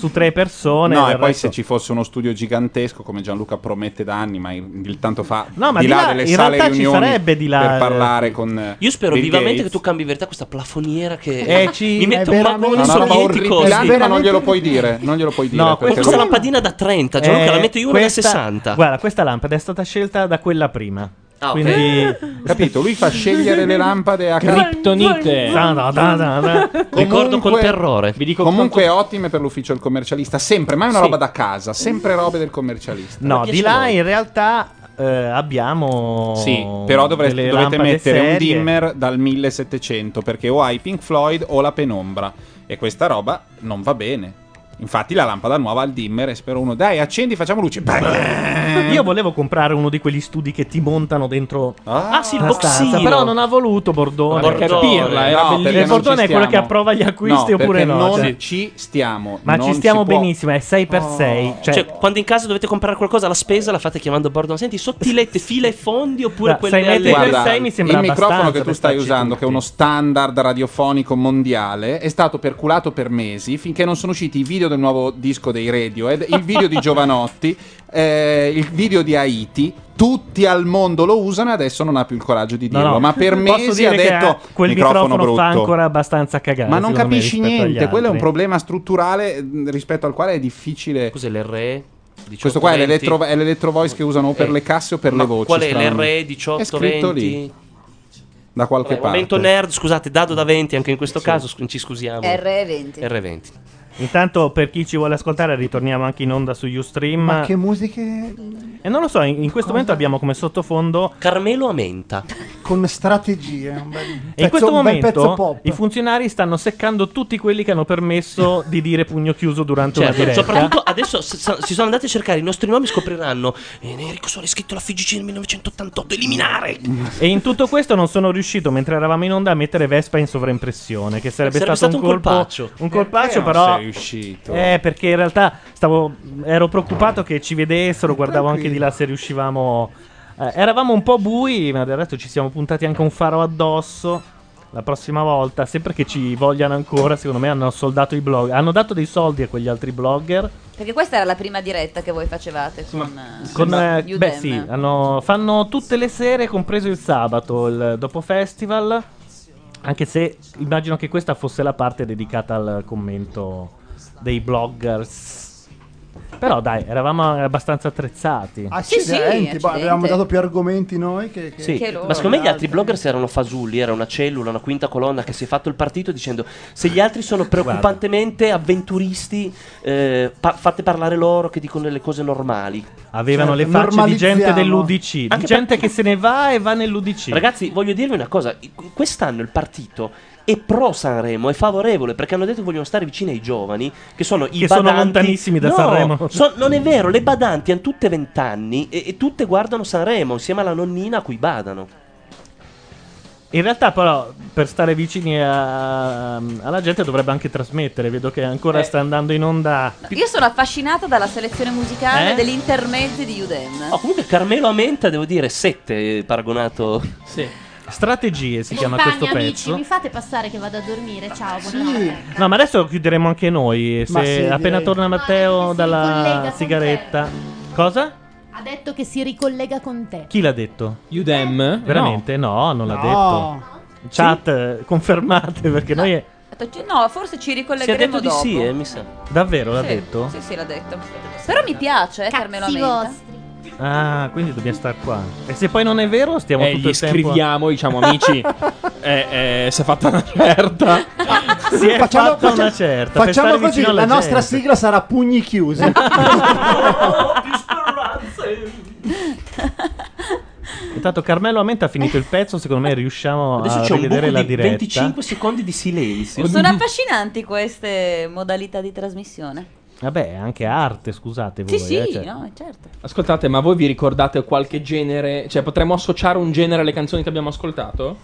su tre persone. No, del e poi resto- se ci fosse uno studio gigantesco come Gianluca promette da anni, ma il, il tanto fa No, ma di di là, là- delle in sale realtà ci riunioni sarebbe di là, per eh. parlare con Io spero Bill vivamente Gates. che tu cambi in verità questa plafoniera che (laughs) Eh, ci- mi mette è un magone veramente- No, no, ma sovietico. orripilante, Eh ma non glielo puoi dire, non glielo puoi dire No, perché questa è lui- la padina da 30, giuro che la Eh, metto io una da questa- 60. Guarda, questa lampada è stata scelta da quella prima. Ah, ok. Quindi... Capito, lui fa scegliere le (laughs) lampade a Criptonite. Da, da, da, da, da. Ricordo col terrore. Vi dico comunque ottime per l'ufficio del commercialista, sempre, ma è una Sì. roba da casa, sempre robe del commercialista. No, di là in realtà eh, abbiamo. Sì, però dovreste- delle dovete lampade mettere un serie. dimmer dal 1700 perché o hai Pink Floyd o la penombra e questa roba non va bene. Infatti la lampada nuova ha il dimmer e spero uno dai accendi facciamo luce. Io volevo comprare uno di quegli studi che ti montano dentro. Ah, sì, il la stanza, boxino. Però non ha voluto Bordone. eh, E Bordone è quello che approva gli acquisti oppure no? Non cioè. ci stiamo. Ma non ci si stiamo può. Oh, benissimo, è 6x6. Cioè, quando in casa dovete comprare qualcosa, la spesa la fate chiamando Bordone. Senti, (laughs) sottilette, fila e fondi oppure Ma quelle sei metri alle- per sei mi sembra il microfono abbastanza che tu per stai starci usando, che è uno standard radiofonico mondiale, è stato perculato per mesi finché non sono usciti i video del nuovo disco dei Radiohead, il video (laughs) di Giovanotti, eh, il video di Haiti. Tutti al mondo lo usano e adesso non ha più il coraggio di No, dirlo. no, Ma per posso mesi dire ha che detto: quel microfono, brutto. fa ancora abbastanza cagare. Ma non secondo me, capisci rispetto agli niente, quello è un altri. problema strutturale mh, rispetto al quale è difficile. Cos'è l'RE? Questo qua è 20? l'elettro, è l'elettro voice che usano o per Eh. le casse o per Ma le voci. Qual è strano. l'RE È 18, scritto 20? lì. Da qualche Vabbè, parte. momento nerd, scusate, dado da 20 anche in questo caso, scu- ci scusiamo. R20. R20. Intanto, per chi ci vuole ascoltare, ritorniamo anche in onda su Ustream. Ma che musiche E non lo so, in, in questo momento abbiamo come sottofondo Carmelo a menta. con strategie. un bel E in pezzo- questo un bel pezzo momento pop. i funzionari stanno seccando tutti quelli che hanno permesso di dire pugno chiuso durante Certo, una diretta. soprattutto adesso s- s- si sono andati a cercare i nostri nomi scopriranno eh, Enrico Sole scritto la FGC nel 1988 eliminare (laughs) E in tutto questo non sono riuscito, mentre eravamo in onda, a mettere Vespa in sovraimpressione, che sarebbe, Sarebbe stato un un colpo- colpaccio. Un Perché colpaccio, Eh, non però. sei riuscito? Eh, perché in realtà stavo, ero preoccupato che ci vedessero, guardavo anche di là se riuscivamo. eh, eravamo un po' bui, ma del resto ci siamo puntati anche un faro addosso. La prossima volta, sempre che ci vogliano ancora, secondo me hanno soldato i blog. Hanno dato dei soldi a quegli altri blogger. Perché questa era la prima diretta che voi facevate con, eh, Con, eh, Udem. beh, sì, hanno- fanno tutte le sere, compreso il sabato, il dopo festival. Anche se immagino che questa fosse la parte dedicata al commento dei bloggers. Però dai, eravamo abbastanza attrezzati. Accidenti, boh, avevamo accidenti. dato più argomenti noi che, che- Sì, che ma secondo me gli altri bloggers erano fasulli, era una cellula, una quinta colonna che si è fatto il partito dicendo se gli altri sono preoccupantemente avventuristi eh, pa- fate parlare loro che dicono le cose normali. Cioè, Avevano le facce di gente dell'UDC, di Certo, Anche gente che se ne va e va nell'UDC. Ragazzi, voglio dirvi una cosa: i- quest'anno il partito è pro Sanremo, è favorevole perché hanno detto che vogliono stare vicini ai giovani che sono i Che sono badanti- lontanissimi da No, Sanremo. so- non è vero, le badanti hanno tutte vent'anni e, e tutte guardano Sanremo insieme alla nonnina a cui badano. In realtà, però, per stare vicini a- alla gente dovrebbe anche trasmettere. Vedo che ancora Eh. sta andando in onda. Io sono affascinata dalla selezione musicale Eh? degli intermezzi di Udem. Oh, comunque, Carmelo Amenta, devo dire, 7 paragonato. Strategie si chiama Compagni, questo amici, pezzo. mi fate passare che vado a dormire. Ciao, buonanotte. No, ma adesso chiuderemo anche noi. Se Ma sì, direi. appena torna Matteo collega dalla con sigaretta. Cosa? Ha detto che si ricollega con te. Chi l'ha detto? Eh, Udem? Veramente? No, non l'ha No. detto. Chat, eh, confermate perché noi. Ah, è- "Cioè, No, forse ci ricollegheremo dopo. mi sa. Davvero eh? l'ha Sì, detto? Sì, sì, l'ha detto. Però mi piace, eh, Carmelo Cazzi Amenta. Ah, quindi dobbiamo star qua. E se poi non è vero, stiamo Eh, tutto gli il tempo. scriviamo, diciamo, (laughs) (laughs) amici, eh, eh, si è fatta una certa. Si Facciamo- è fatta facciamo- una certa. per Facciamo stare così, vicino la alla nostra gente. sigla sarà pugni (laughs) chiusi. Intanto Carmelo Amenta ha finito il pezzo, secondo me riusciamo Adesso a c'è un rivedere buco la di diretta. 25 secondi di silenzio. Sono affascinanti queste modalità di trasmissione. Vabbè, anche arte, scusate Sì, voi. sì, eh, cioè. no, certo. Ascoltate, ma voi vi ricordate qualche genere? Cioè, potremmo associare un genere alle canzoni che abbiamo ascoltato?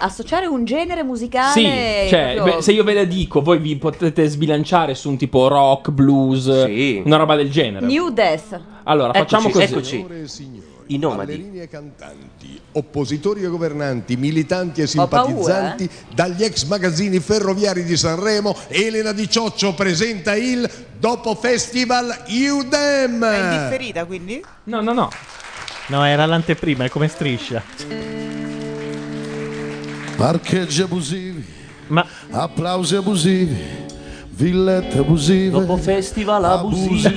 Associare un genere musicale Sì, cioè, proprio- beh, se io ve la dico, voi vi potete sbilanciare su un tipo rock, blues, una roba del genere. New Death. Allora, Eccoci, facciamo così. eccoci. Signore e signori, I nomadi. ballerini e cantanti, oppositori e governanti, militanti e Ho paura, eh? simpatizzanti, dagli ex magazzini ferroviari di Sanremo, Elena Di Cioccio presenta il Dopo Festival Udem. È indifferita quindi? No, no, no. No, era l'anteprima, è come striscia. Parcheggi abusivi, applausi abusivi, villette abusive. Dopo festival abusivi.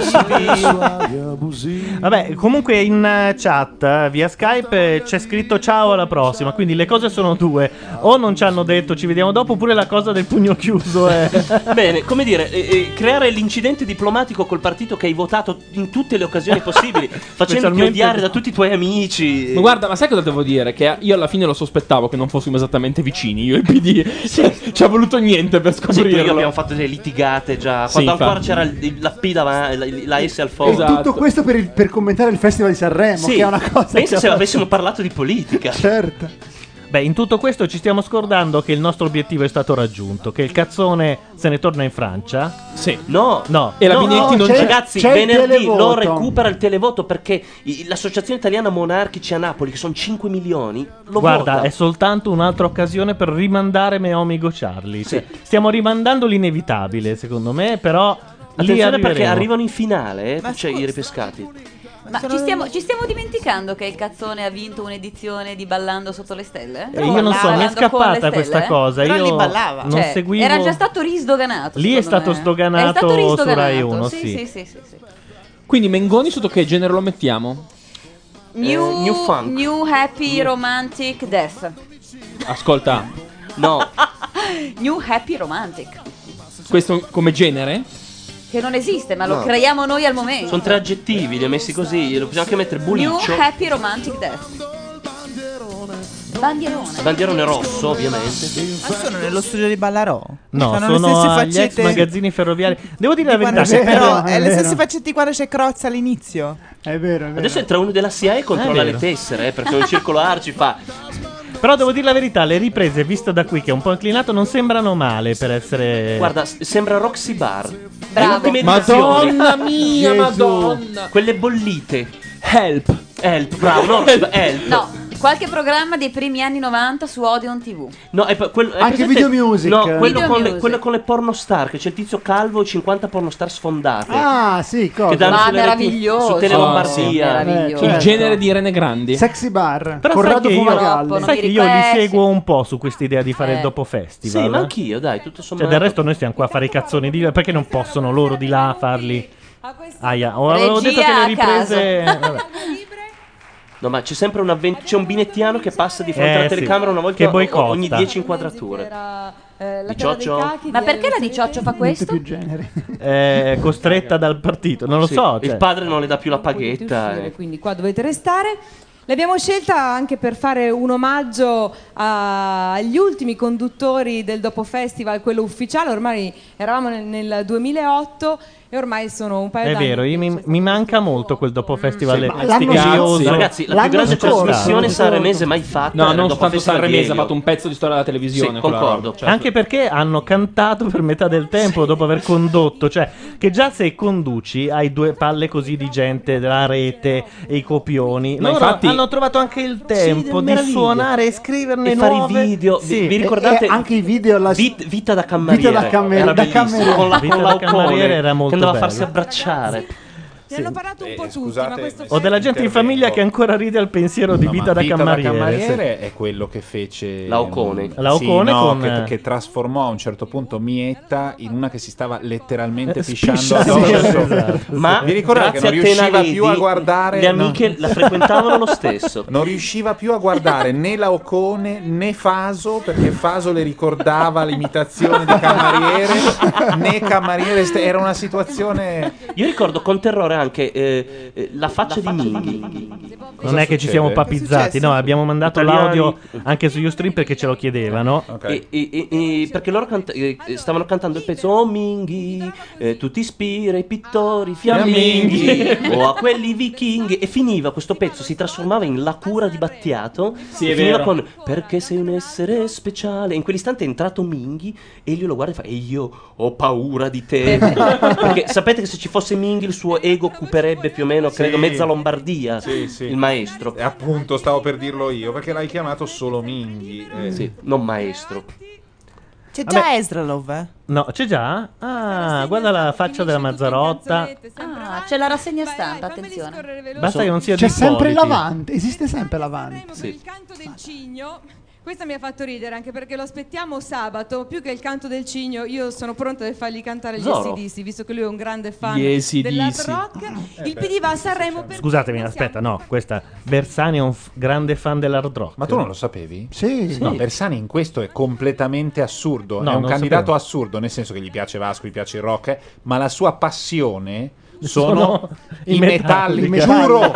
Vabbè, comunque in eh, chat eh, via Skype eh, c'è scritto ciao alla prossima. Quindi le cose sono due: o non ci hanno detto ci vediamo dopo, oppure la cosa del pugno chiuso è. (laughs) Bene, come dire, eh, eh, (laughs) creare l'incidente diplomatico col partito che hai votato in tutte le occasioni possibili, facendoti (laughs) Specialmente- odiare da tutti i tuoi amici. Ma guarda, ma sai cosa devo dire? Che io alla fine lo sospettavo che non fossimo esattamente vicini, io e PD. (laughs) Ci ha voluto niente per Sì, tu e scoprirlo. io abbiamo fatto delle litigate già. Sì, Quando ancora infatti. Esatto. c'era il- la P davanti, la, la S al E fondo. Esatto. tutto questo per, il- per commentare il Festival di Sanremo, Sì, che è una cosa. pensa che- se avessimo parlato di politica. Certo. Beh, in tutto questo ci stiamo scordando che il nostro obiettivo è stato raggiunto, che il cazzone se ne torna in Francia. Sì. No. No. No, no, Ragazzi, venerdì lo recupera il televoto perché i- l'Associazione Italiana Monarchici a Napoli, che sono 5 milioni, lo Guarda, vota. è soltanto un'altra occasione per rimandare Meomigo Charlie. Cioè, Stiamo rimandando l'inevitabile, secondo me, però. lì Attenzione perché arriveremo. arrivano in finale, eh, cioè i ripescati. Ma ci stiamo, ci stiamo dimenticando che il cazzone ha vinto un'edizione di Ballando sotto le stelle? Eh, io non so, mi è Ballando con le scappata stelle, questa eh? cosa, Però io lì ballava. non Cioè, seguivo- Era già stato risdoganato. Lì è secondo stato me. sdoganato È stato su risdoganato, Rai Uno, sì, sì. sì, sì, sì, sì. Quindi Mengoni sotto che genere lo mettiamo? New, new funk. new happy romantic death. (gasps) Ascolta, no, New happy romantic. questo come genere? Che non esiste, ma No. lo creiamo noi al momento. Sono tre aggettivi, li ho messi così, lo possiamo anche mettere New buliccio. happy romantic death. Bandierone. Bandierone rosso, ovviamente. Ma sono nello studio di Ballarò. Cioè, No, Fanno le sono stesse agli ex faccette- magazzini ferroviari. Devo dire la Guarda, verità, se che però per- è le stesse faccette di quando c'è Crozza all'inizio. È vero, è Adesso entra uno della SIAE e controlla È le vero. tessere, eh, perché il circolo Arci fa. Però devo dire la verità, le riprese viste da qui che è un po' inclinato non sembrano male per essere Guarda, s- sembra Roxy Bar. Bravo. Le ultime Madonna edizioni. mia, Gesù. Madonna. Quelle bollite. Help. Help, bravo, no, Roxy Bar, help. No, qualche programma dei primi anni 90 su Odeon TV. No, è pa- quello- è Anche presente- video music. No, quello, Video con le, music. quello con le porno star, che c'è il tizio calvo e 50 porno star sfondate. Ah, sì, cosa? Che danno Ma sulle reti- meraviglioso. Su Oh, Tele Ah, Lombardia. sì. meraviglioso. Cioè, Il genere di Irene Grandi. Sexy Bar. Però sai Corrado che, Fumagalli. io, sai che io li seguo un po' su questa idea di fare Eh. il dopo festival. Sì, ma anch'io, dai, tutto Cioè, sommato. del resto noi stiamo qua a fare i cazzoni di là, perché non possono loro di là farli? Aia, ho oh, avevo Regia detto che le a riprese eh, caso. vabbè. No, ma c'è sempre un avvent- c'è un binettiano che passa di fronte Eh, alla sì. telecamera una Che volta boicotta. ogni 10 inquadrature. eh, La terra dei Cioccio? cachi Ma perché la di Cioccio fa questo? Eh, costretta dal partito, non lo Sì, so, Il cioè. padre non le dà più la paghetta. eh. quindi qua dovete restare. L'abbiamo scelta anche per fare un omaggio a- agli ultimi conduttori del Dopo Festival, quello ufficiale, ormai eravamo nel, nel 2008 e ormai sono un paio È d'anni. vero, io Cioè, mi, mi manca molto quel dopo festival. Sì, ma sti l'anno cazzi. scorso- Mm. Ragazzi, la L'anno più grande scorso, trasmissione l'anno scorso. sanremese mai fatta. No, era non dopo soltanto Festival di Sanremese, ha Elio. fatto un pezzo di storia della televisione. Sì, quella concordo, certo. certo. roba. Cioè, Anche perché hanno cantato per metà del tempo dopo aver condotto, cioè che già se conduci hai due palle così di gente della rete e i copioni. Ma Loro infatti- hanno trovato anche il tempo di meraviglia. suonare e scriverne E fare i nuove. video. Vi, vi ricordate? anche i video alla Vita, da cammeriera. Vita da cammer- da era bellissimo, cameriera. Con la, Vita con da l'Aucone, cameriera era molto Che andava a bello. farsi abbracciare. Ne hanno parlato Eh, un po' tutti, ma questo Ho della gente in famiglia che ancora ride al pensiero di No, ma vita, da Vita da cameriere. Cameriere sì. è quello che fece Laocone. Laocone Ehm, sì, no, con- che, che trasformò a un certo punto Mietta in una che si stava letteralmente (laughs) Eh, pisciando spiscia- addosso. sì, esatto. Ma vi ricordate che non grazie a te, riusciva più a Navedi, guardare le amiche la frequentavano lo stesso. (laughs) Non riusciva più a guardare né Laocone né Faso perché Faso le ricordava l'imitazione di Camariere né Camariere ste- era una situazione Io ricordo con terrore anche eh, eh, la faccia di Minghi. Non è che ci siamo papizzati, no, abbiamo mandato Italiani. l'audio anche su Ustream perché ce lo chiedevano. E- e- e- e- perché loro canta- eh, eh, stavano cantando il pezzo Oh Minghi, eh, tu ti ispiri ai pittori fiamminghi Ah. Fiamminghi. (laughs) o a quelli vichinghi. E finiva questo pezzo, si trasformava in La cura di Battiato. Sì, e è finiva vero. con Perché sei un essere speciale. In quell'istante è entrato Minghi e (laughs) glielo guarda e fa E io ho paura di te. perché sapete che se ci fosse Minghi il suo ego occuperebbe più o meno, credo, Sì. mezza Lombardia Sì, sì. Eh, il maestro. Appunto, stavo per dirlo io, perché l'hai chiamato solo Minghi. eh. Sì, non maestro. C'è Vabbè. già Esralov. eh? No, c'è già? Ah, guarda la faccia della Mazzarotta. Ah, c'è la rassegna stampa, attenzione. Basta che non sia C'è di sempre Ippoliti. l'avante, esiste sempre l'avante. Sì. canto del cigno. Questa mi ha fatto ridere anche perché lo aspettiamo sabato. Più che il canto del cigno, io sono pronta a fargli cantare gli Zorro. ACDC, visto che lui è un grande fan Gli AC/DC. dell'hard rock. Il PD va a Sanremo per Scusatemi, aspetta, no, questa Bersani è un f- grande fan dell'hard rock. Ma tu non lo sapevi? Sì. No, Bersani in questo è completamente assurdo. No, è un non candidato sapevo. assurdo, nel senso che gli piace Vasco, gli piace il rock, eh, ma la sua passione Sono sono i i metallica. Metallica. Giuro,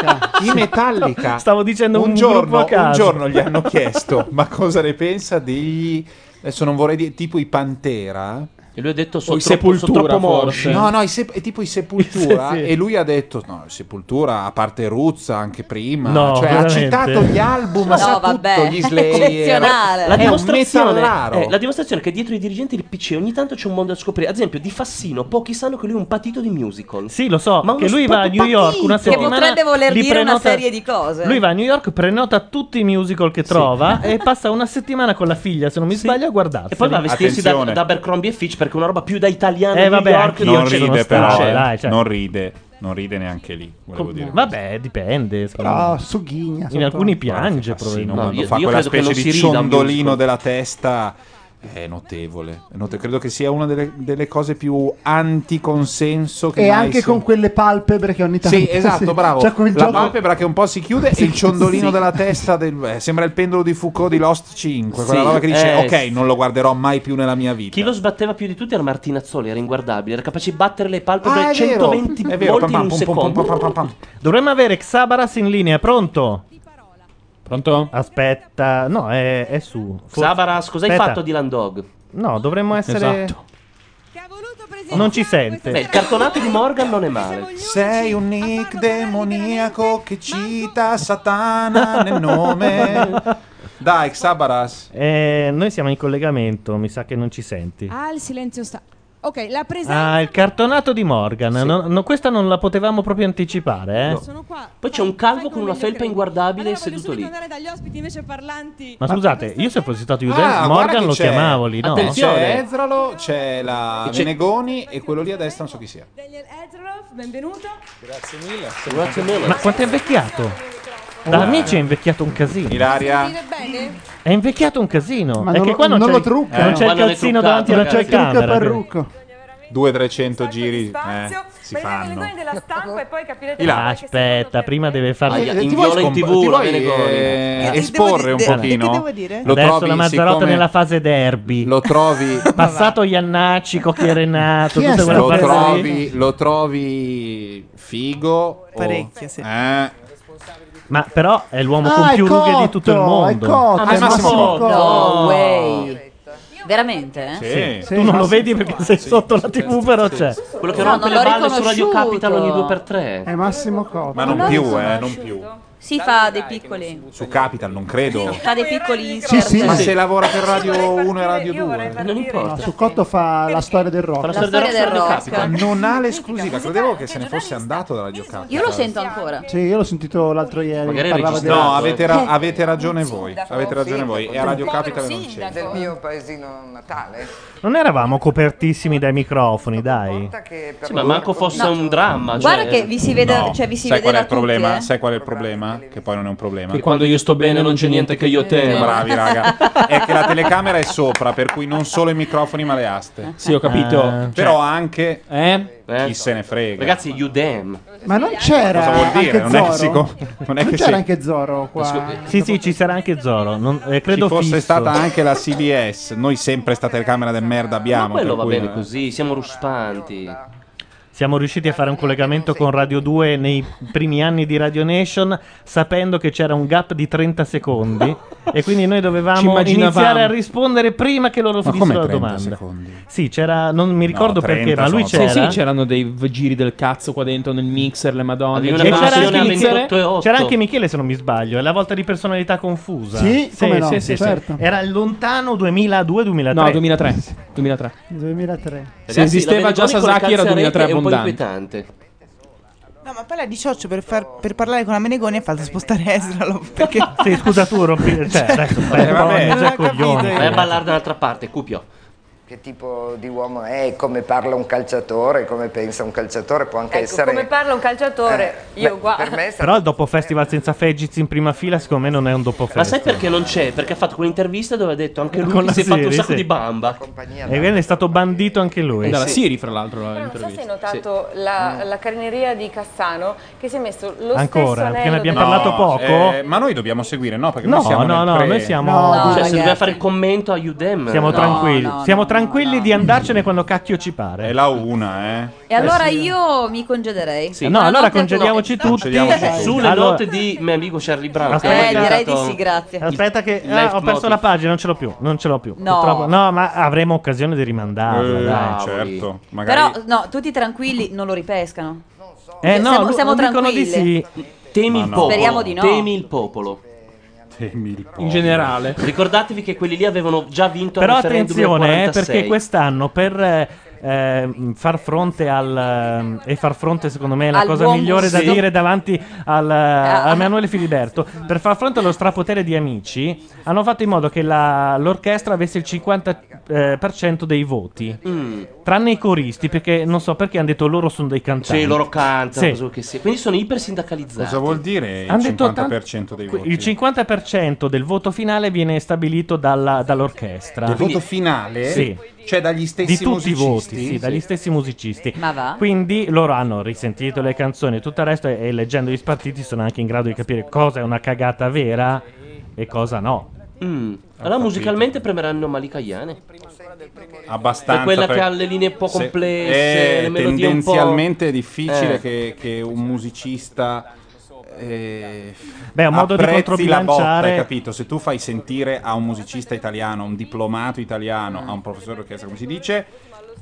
i metallica. Stavo dicendo un gruppo giorno, a caso. Un giorno gli hanno chiesto, (laughs) ma cosa ne pensa degli... Adesso non vorrei dire, tipo i Pantera. E lui ha detto, sono "Sono troppo, troppo- sono sono troppo troppo morbidi". forse. No, (laughs) no, i sep- è tipo i (laughs) Sepoltura. Sì, sì. E lui ha detto, no, Sepoltura, a parte Ruzza, anche prima. No, cioè, ha veramente. citato gli album, No, ha sa vabbè. (laughs) tutto, gli Slayer. La è un dimostrazione, metallaro. eh, la dimostrazione che dietro i dirigenti del PC ogni tanto c'è un mondo da scoprire. Ad esempio, di Fassino, pochi sanno che lui è un patito di musical. Sì, lo so, Ma che uno lui va a spatto New York una patito. settimana Potrebbe voler li dire una prenota- serie di cose. Lui va a New York, prenota tutti i musical che (laughs) trova e passa una settimana con la figlia, se non mi sbaglio, a guardarli. E poi va a vestirsi da, da Abercrombie e Fitch perché è una roba più da italiano Eh, New vabbè, York anch'io non ci sono ride stato, però, cioè, eh. dai, cioè. non ride, non ride neanche lì, volevo dire. Vabbè, dipende. Però sogghigna. In soprattutto. alcuni Ah, piange, Fassino, quando probabilmente. fa quella specie di ciondolino della testa è notevole, è note- Credo che sia una delle, delle cose più anticonsenso che E mai anche si- con quelle palpebre che ogni tanto. Sì, (laughs) esatto, sì. bravo. Cioè, quel la gioco- palpebra che un po' si chiude e il ciondolino sì. della testa del- eh, sembra il pendolo di Foucault di Lost 5, quella Sì, roba che dice eh, ok, non lo guarderò mai più nella mia vita. Chi lo sbatteva più di tutti era Martinazzoli, era inguardabile, era capace di battere le palpebre Ah, è vero, 120 è vero, volte in pam, pam, un pam, secondo. pam, pam, pam, pam. Dovremmo avere Xabaras in linea, pronto? Pronto? Aspetta, no, è, è su. For- Xabaras, cosa hai Aspetta. fatto di Landog? No, dovremmo essere. Esatto. Non ci sente. Beh, il cartonato di Morgan non è male. Sei un nick demoniaco che cita Satana nel nome. Dai, Xabaras. Eh, noi siamo in collegamento, mi sa che non ci senti. Ah, il silenzio sta. Ok, la presenza. Ah, il cartonato di Morgan. No, no, questa non la potevamo proprio anticipare, eh. Poi c'è un calvo con una felpa inguardabile seduto lì. dagli ospiti invece parlanti. Ma scusate, io se fossi stato Juden, Ah, guarda Morgan chi lo c'è. chiamavo lì, no? C'è Ezralo, c'è la E c'è- Venegoni e quello lì a destra non so chi sia. Daniel Edroff, benvenuto. Grazie mille. Ecco, Ma quanto è invecchiato? Da Ilaria. amici è invecchiato un casino. Sentire bene? È invecchiato un casino. Ma è non che lo- qua non, non c'è lo il- trucca. non Eh, c'è il ma non è calzino truccato, davanti, non c'è il ragazzi. Trucca camera. parrucco. 200 giri eh, si fanno. Venegoni della stampa e poi capirete Ah, aspetta, prima deve fare Eh, ti vuoi scom- ti vuoi, eh, Che ti esporre devo un dire? eh, pochino? Che ti devo dire? Lo Adesso trovi, la Mazzarotta siccome- nella fase derby. Lo trovi (laughs) passato Iannacci, Cocchierenato, Chi è tutta quella lo, parte lì. trovi, lo trovi figo Parecchio, sì. Eh, Ma però è l'uomo Ah, con è più rughe di cotto, tutto il mondo. è cotto, Ah, ma è Massimo Massimo Cotto. Cotto. No, way. Veramente? eh? Sì. tu non lo vedi perché sei sotto la TV, però c'è. Quello che No, non rompe le l'ho balle su Radio riconosciuto. Capital ogni Eh. 2x3. È Massimo Cotto. ma non Non più, sono eh, non più. Si fa dei piccoli. Su Capital, non credo. Fa dei piccoli Sì, insert. sì, ma se lavora per Radio 1 e Radio 2, non No, su Cotto fa la storia del rock. La storia del rock. Non ha l'esclusiva, credevo che se ne fosse andato da Radio Capital. Io lo sento ancora. Sì, io l'ho sentito l'altro ieri. Magari è parlava di registrato, No, rock. avete, Eh, ra- avete ragione voi. Avete ragione voi. E a Radio Capital non c'è. del mio paesino natale. Non eravamo copertissimi dai microfoni, dai. Cioè, Sì, ma manco fosse un dramma. Guarda che vi si vede, cioè vi si Sai vede qual è da il problema? tutti, eh. Sai qual è il problema? Che poi non è un problema. Che quando io sto bene non c'è niente che io temo. Bravi, (laughs) raga. è che la telecamera è sopra, per cui non solo i microfoni, ma le aste. Sì, ho Eh, capito. cioè, Eh. Ah. Però anche chi se ne frega. Ragazzi, you damn. Ma non c'era. Cosa vuol anche dire? Non è Zorro? sico- non è che c'era sì. anche Zoro qua. Sì, sì, ci sarà anche Zoro. Non, eh, credo Ci fosse fisso. stata anche la CBS, noi sempre sta telecamera del merda abbiamo. Ma quello per va cui- bene così, siamo ruspanti. Siamo riusciti a fare un collegamento con Radio 2 nei primi anni di Radio Nation, sapendo che c'era un gap di 30 secondi. e quindi noi Ci dovevamo immaginavamo. iniziare a rispondere prima che loro Ma finissero come la 30 domanda. Sì, c'era. Non mi ricordo perché, ma lui c'era. Sì, sì, c'erano dei v- giri del cazzo qua dentro nel mixer, le madonne. E C'era c'era, anche anche Michele- Michele, c'era anche Michele, se non mi sbaglio, è la volta di personalità confusa. Sì, come no, certo. Era lontano 2002-2003. No, 2003. 2003. 2003. Se esisteva già Sasaki era 2003 è un po' abbondante. inquietante. No, ma poi la 18 per, far- per parlare con la Menegoni ha fatto spostare (laughs) Ezra. lo- Perché... (laughs) Sì, scusa (laughs) tu, rompi. Cioè, (laughs) adesso Eh, vabbè, Già non ho coglione. capito. Vai a ballare dall'altra parte, Cupio. Che tipo di uomo è, come parla un calciatore, come pensa un calciatore, può anche Ecco, essere... come parla un calciatore, Eh, io beh, guardo. per me Però il dopo festival senza Fegiz in prima fila, secondo me, non è un dopo Ma sai festival. perché non c'è? Perché ha fatto quell'intervista dove ha detto anche lui Con che la si è fatto un Siri, sacco sì. di bamba. E quindi è stato bandito anche lui. Dalla Siri, fra l'altro, Non so se hai notato la, Mm. la carineria di Cassano che si è messo lo stesso Ancora, anello perché ne abbiamo del- parlato poco. eh, ma noi dobbiamo seguire, no? Perché No, noi siamo no, nel no, pre- noi siamo- No, cioè, se ragazzi. doveva fare il commento a Udem. Siamo no, tranquilli. no, no. Siamo tranquilli di andarcene quando cacchio ci pare. È la una, eh. E allora io mi congederei. No, Buonanotte allora a tutti. congediamoci tutti. Congediamoci tutti. Sulle Allora- note di mio amico Charlie Brown. Aspetta, che ha Eh, direi cantato di sì, grazie. Aspetta che Il ah, left ho perso motive. la pagina, non ce l'ho più, non ce l'ho più. No. Purtroppo- no ma avremo occasione di rimandarla, Eh, dai. certo. Però, no, tutti tranquilli non lo ripescano. Cioè, Eh no, siamo, lu- siamo non dicono tranquilli. di sì. Temi il no. popolo. Speriamo di no. Temi il popolo. In generale. Ricordatevi che quelli lì avevano già vinto Però al referendum del attenzione, eh, 46. perché quest'anno per eh, ehm, far fronte al ehm, e far fronte secondo me è la Al cosa buon migliore da gusto. dire davanti al, eh, a Emanuele Filiberto, per far fronte allo strapotere di Amici, hanno fatto in modo che la- l'orchestra avesse il 50% eh, per cento dei voti. Mm. Tranne i coristi, perché non so perché hanno detto loro sono dei cantanti. Sì, loro cantano. Sì. cosa che sia. Quindi sono ipersindacalizzati. Cosa vuol dire il Han detto 50% dei voti? Il 50% del voto finale viene stabilito dalla- dall'orchestra. Il voto Quindi- finale? Sì. Cioè dagli stessi Di tutti i musicisti? voti, sì, dagli stessi musicisti. Ma va? Quindi loro hanno risentito le canzoni e tutto il resto e, e leggendo gli spartiti sono anche in grado di capire cosa è una cagata vera e cosa no. Mm. Allora capito. musicalmente premeranno Malikayane. Abbastanza. È quella per- eh, che ha le linee un po' Sì. complesse, È le melodie un po'- tendenzialmente difficile Eh. che, che un musicista. eh, Beh, è un modo di apprezzi controbilanciare- la botta, hai capito? Se tu fai sentire a un musicista italiano, a un diplomato italiano, a un professore d'orchestra, come si dice,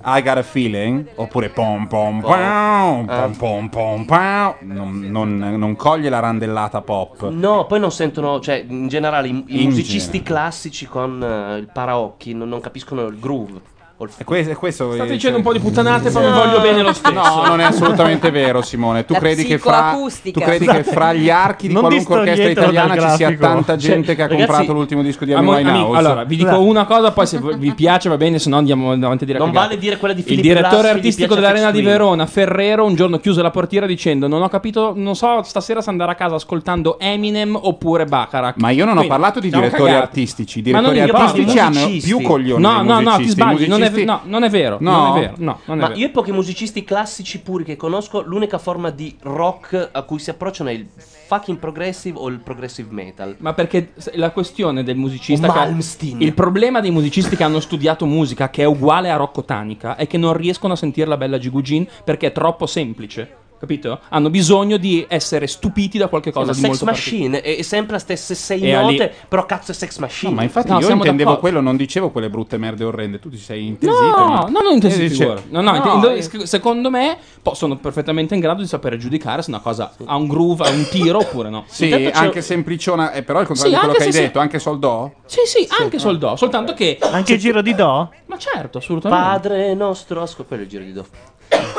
I got a feeling, oppure pom pom Eh. pom, pom pom pom, pom, non, non- non coglie la randellata pop. No, poi non sentono, cioè in generale i, i In musicisti classici con eh, il paraocchi non, non capiscono il groove. o il- Questo, questo State eh, dicendo un po' di puttanate, ma vi voglio bene lo stesso. No, non è assolutamente vero, Simone. Tu La credi, che fra, psicoacustica. tu credi che fra gli archi di Non qualunque disto orchestra dietro dal italiana ci sia grafico. tanta gente Cioè, che ha ragazzi, comprato l'ultimo disco di Amo- Amy Winehouse? amici, allora, vi dico una cosa, poi se v- vi piace va bene, se no andiamo avanti a dire Non cagate. vale dire quella di Il Philip direttore Glass, gli artistico piace dell'Arena Sex di Queen. Verona, Ferrero, un giorno chiuse la portiera dicendo: Non ho capito, non so stasera se andare a casa ascoltando Eminem oppure Baccarat. Ma io non ho parlato di direttori artistici. I direttori artistici hanno più coglioni No, dei no, no, ti musicisti. I sbagli. Non è, musicisti- no, non è vero. No. Non è vero. No, non è Ma vero. io e pochi musicisti classici puri che conosco, l'unica forma di rock a cui si approcciano è il fucking progressive o il progressive metal. Ma perché s- la questione del musicista. Un che ha- Malmsteen. il problema dei musicisti che hanno studiato musica, che è uguale a Rocco Tanica, è che non riescono a sentire la bella Gigugin perché è troppo semplice. Capito? Hanno bisogno di essere stupiti da qualche cosa Ma di Sex molto Machine è è sempre le stesse sei E note, Ali- però cazzo è Sex Machine. No, ma infatti io intendevo quello, non dicevo quelle brutte merde orrende. Tu ti sei intesito. No, ma- no, non intesi Eh, dice- figura. No, no, int- eh, sc- secondo me po- sono perfettamente in grado di sapere giudicare se una cosa ha un groove, ha un tiro oppure no. Sì, Intanto c'è- anche sempliciona, eh, però è il contrario Sì, di quello anche che hai se si- detto, anche soldò. Sì, sì, anche sul do, soltanto che... Anche il giro di do? Ma certo, assolutamente. Padre nostro, ascolta quello è il giro di do. (coughs)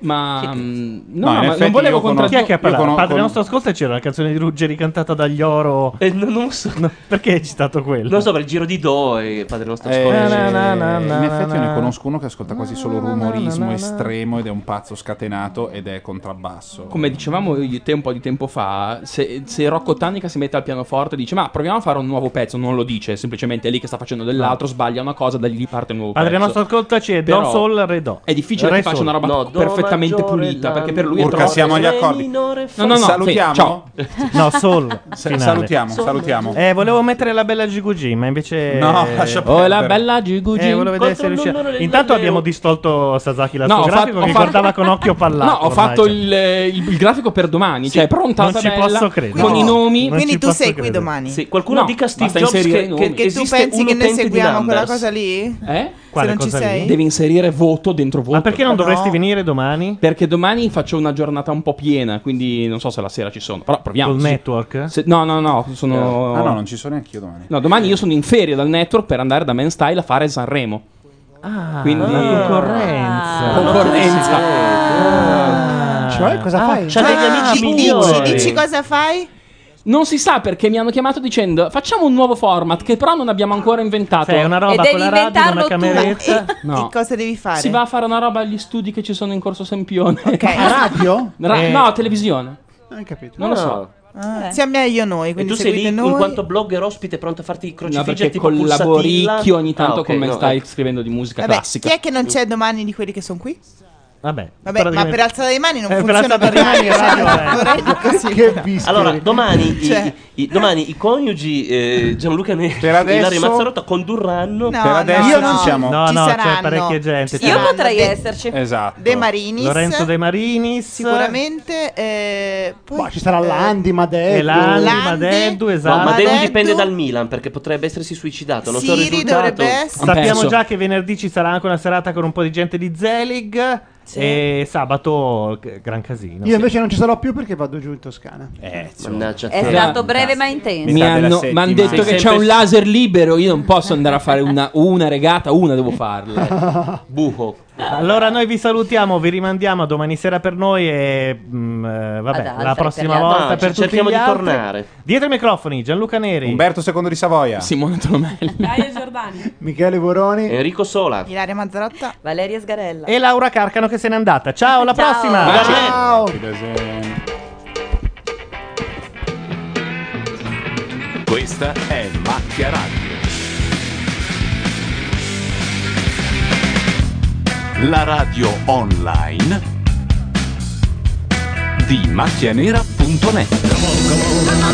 Ma Chi- mm, No, no, in no, ma effetti non volevo io conosco- Chi è contraddire. che ha parlato? conosco- Padre nostro ascolta c'era la canzone di Ruggeri cantata dagli oro. Eh, non, so. perché hai citato quello? Non so, per il giro di do e Padre nostro Eh, ascolta. in effetti io ne conosco uno che ascolta quasi solo rumorismo estremo ed è un pazzo scatenato ed è contrabbasso. Come dicevamo io e te un po' di tempo fa, se, se Rocco Tannica si mette al pianoforte e dice ma proviamo a fare un nuovo pezzo, non lo dice, semplicemente è lì che sta facendo dell'altro, sbaglia una cosa, da lì gli parte un nuovo Padre pezzo. nostro ascolta c'è Do Però Sol Re Do. È difficile Re che faccia Sol. una roba perfettamente pulita, perché per lui è Urca, troppo... siamo agli accordi. No, no, no, salutiamo. sì, ciao. (laughs) No, Sol. Sa- finale. salutiamo, Sol. salutiamo. Eh, volevo mettere la bella Gigugi, ma invece No, lascia perdere. Oh, la bella Gigugi. Eh, volevo vedere se Contro il numero riusciva. del Intanto Galileo. abbiamo distolto Sasaki dal No, suo ho grafico fatto- che ho fatto- guardavo con occhio No, pallato. ho ormai, fatto cioè. il, eh, il- il grafico per domani, Sì. cioè è pronta Non la ci tabella posso credere. con No. i nomi. Non Quindi ci tu posso sei qui credere. domani? Sì, qualcuno No, dica a Steve basta Jobs inserire i che, nomi. che, Che tu esiste pensi un che noi utente di seguiamo quella Numbers. cosa lì? Eh? Quale non ci cosa lì? sei? Devi inserire voto dentro voto. Ma perché non dovresti No. venire domani? Perché domani faccio una giornata un po' piena, quindi non so se la sera ci sono. Però proviamo. Col Sì. network? Se- no, no, no, sono... Ah no, non ci sono neanche io domani. No, domani io sono in ferie dal network per andare da Man Style a fare Sanremo. Ah, Quindi- Ah, la concorrenza. Concorrenza. Ah. Cioè, cosa Ah, fai? c'ha degli Ah, amici dici- migliori. dici cosa fai? Non si sa perché mi hanno chiamato dicendo facciamo un nuovo format che però non abbiamo ancora inventato. Cioè, una roba E devi con la radio, una inventarlo tu. (laughs) cameretta. No. E cosa devi fare? Si va a fare una roba agli studi che ci sono in corso Sempione. (laughs) A radio? Eh. No, televisione. Non Ah, capito. Non lo so. Eh. Siamo Ah, meglio noi, E quindi tu sei lì seguite in noi. quanto blogger ospite pronto a farti No, crocifigge perché tipo pulsatilla? collaboricchio ogni tanto Ah, ok, con me no, stai ecco. scrivendo di musica Vabbè, classica. chi è che non c'è domani di quelli che sono qui? Vabbè, Vabbè, ma per alzare le mani non funziona Eh, per per rimani Ah, (laughs) che Allora, domani, i- Cioè. i, i- domani i coniugi eh, Gianluca Neri e adesso- Ilaria Mazzarotta condurranno. No, Per no, adesso Io non siamo. No, Ci no, saranno. c'è parecchia gente. Ci saranno. De- Esatto. De Marinis. Lorenzo De Marinis. Sicuramente. eh, poi, Boh, ci sarà eh, Landi, Madeddu. E Landi, Landi, Madeddu, esatto. No, Madeddu Madeddu. dipende dal Milan perché potrebbe essersi suicidato. Non so il Siri risultato. dovrebbe essere- Sappiamo già che venerdì ci sarà anche una serata con un po' di gente di Zelig. E sabato, g- gran casino. Io invece non ci sarò più perché vado giù in Toscana. Eh, Mannaggia È stato breve ma intenso. Mi hanno mi han detto Sei che c'è sempre- un laser libero, io non posso andare a fare una, una regata, una devo (laughs) farla. Buco. Allora noi vi salutiamo, vi rimandiamo a domani sera per noi e mm, eh, vabbè, Ad altri, la per prossima gli altri. volta No, per ci- tutti cerchiamo gli di altri. tornare. Dietro i microfoni Gianluca Neri, Umberto II di Savoia. Simona Tromelli. Dario Giordani. Michele Boroni, Enrico Sola Ilaria Mazzarotta. Valeria Sgarella. e Laura Carcano che se n'è andata. Ciao, alla Ciao. prossima. Baci. Ciao. Questa è Macchia Radio. La radio online di macchianera.net.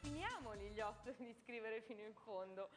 Finiamoli gli otto di scrivere fino in fondo.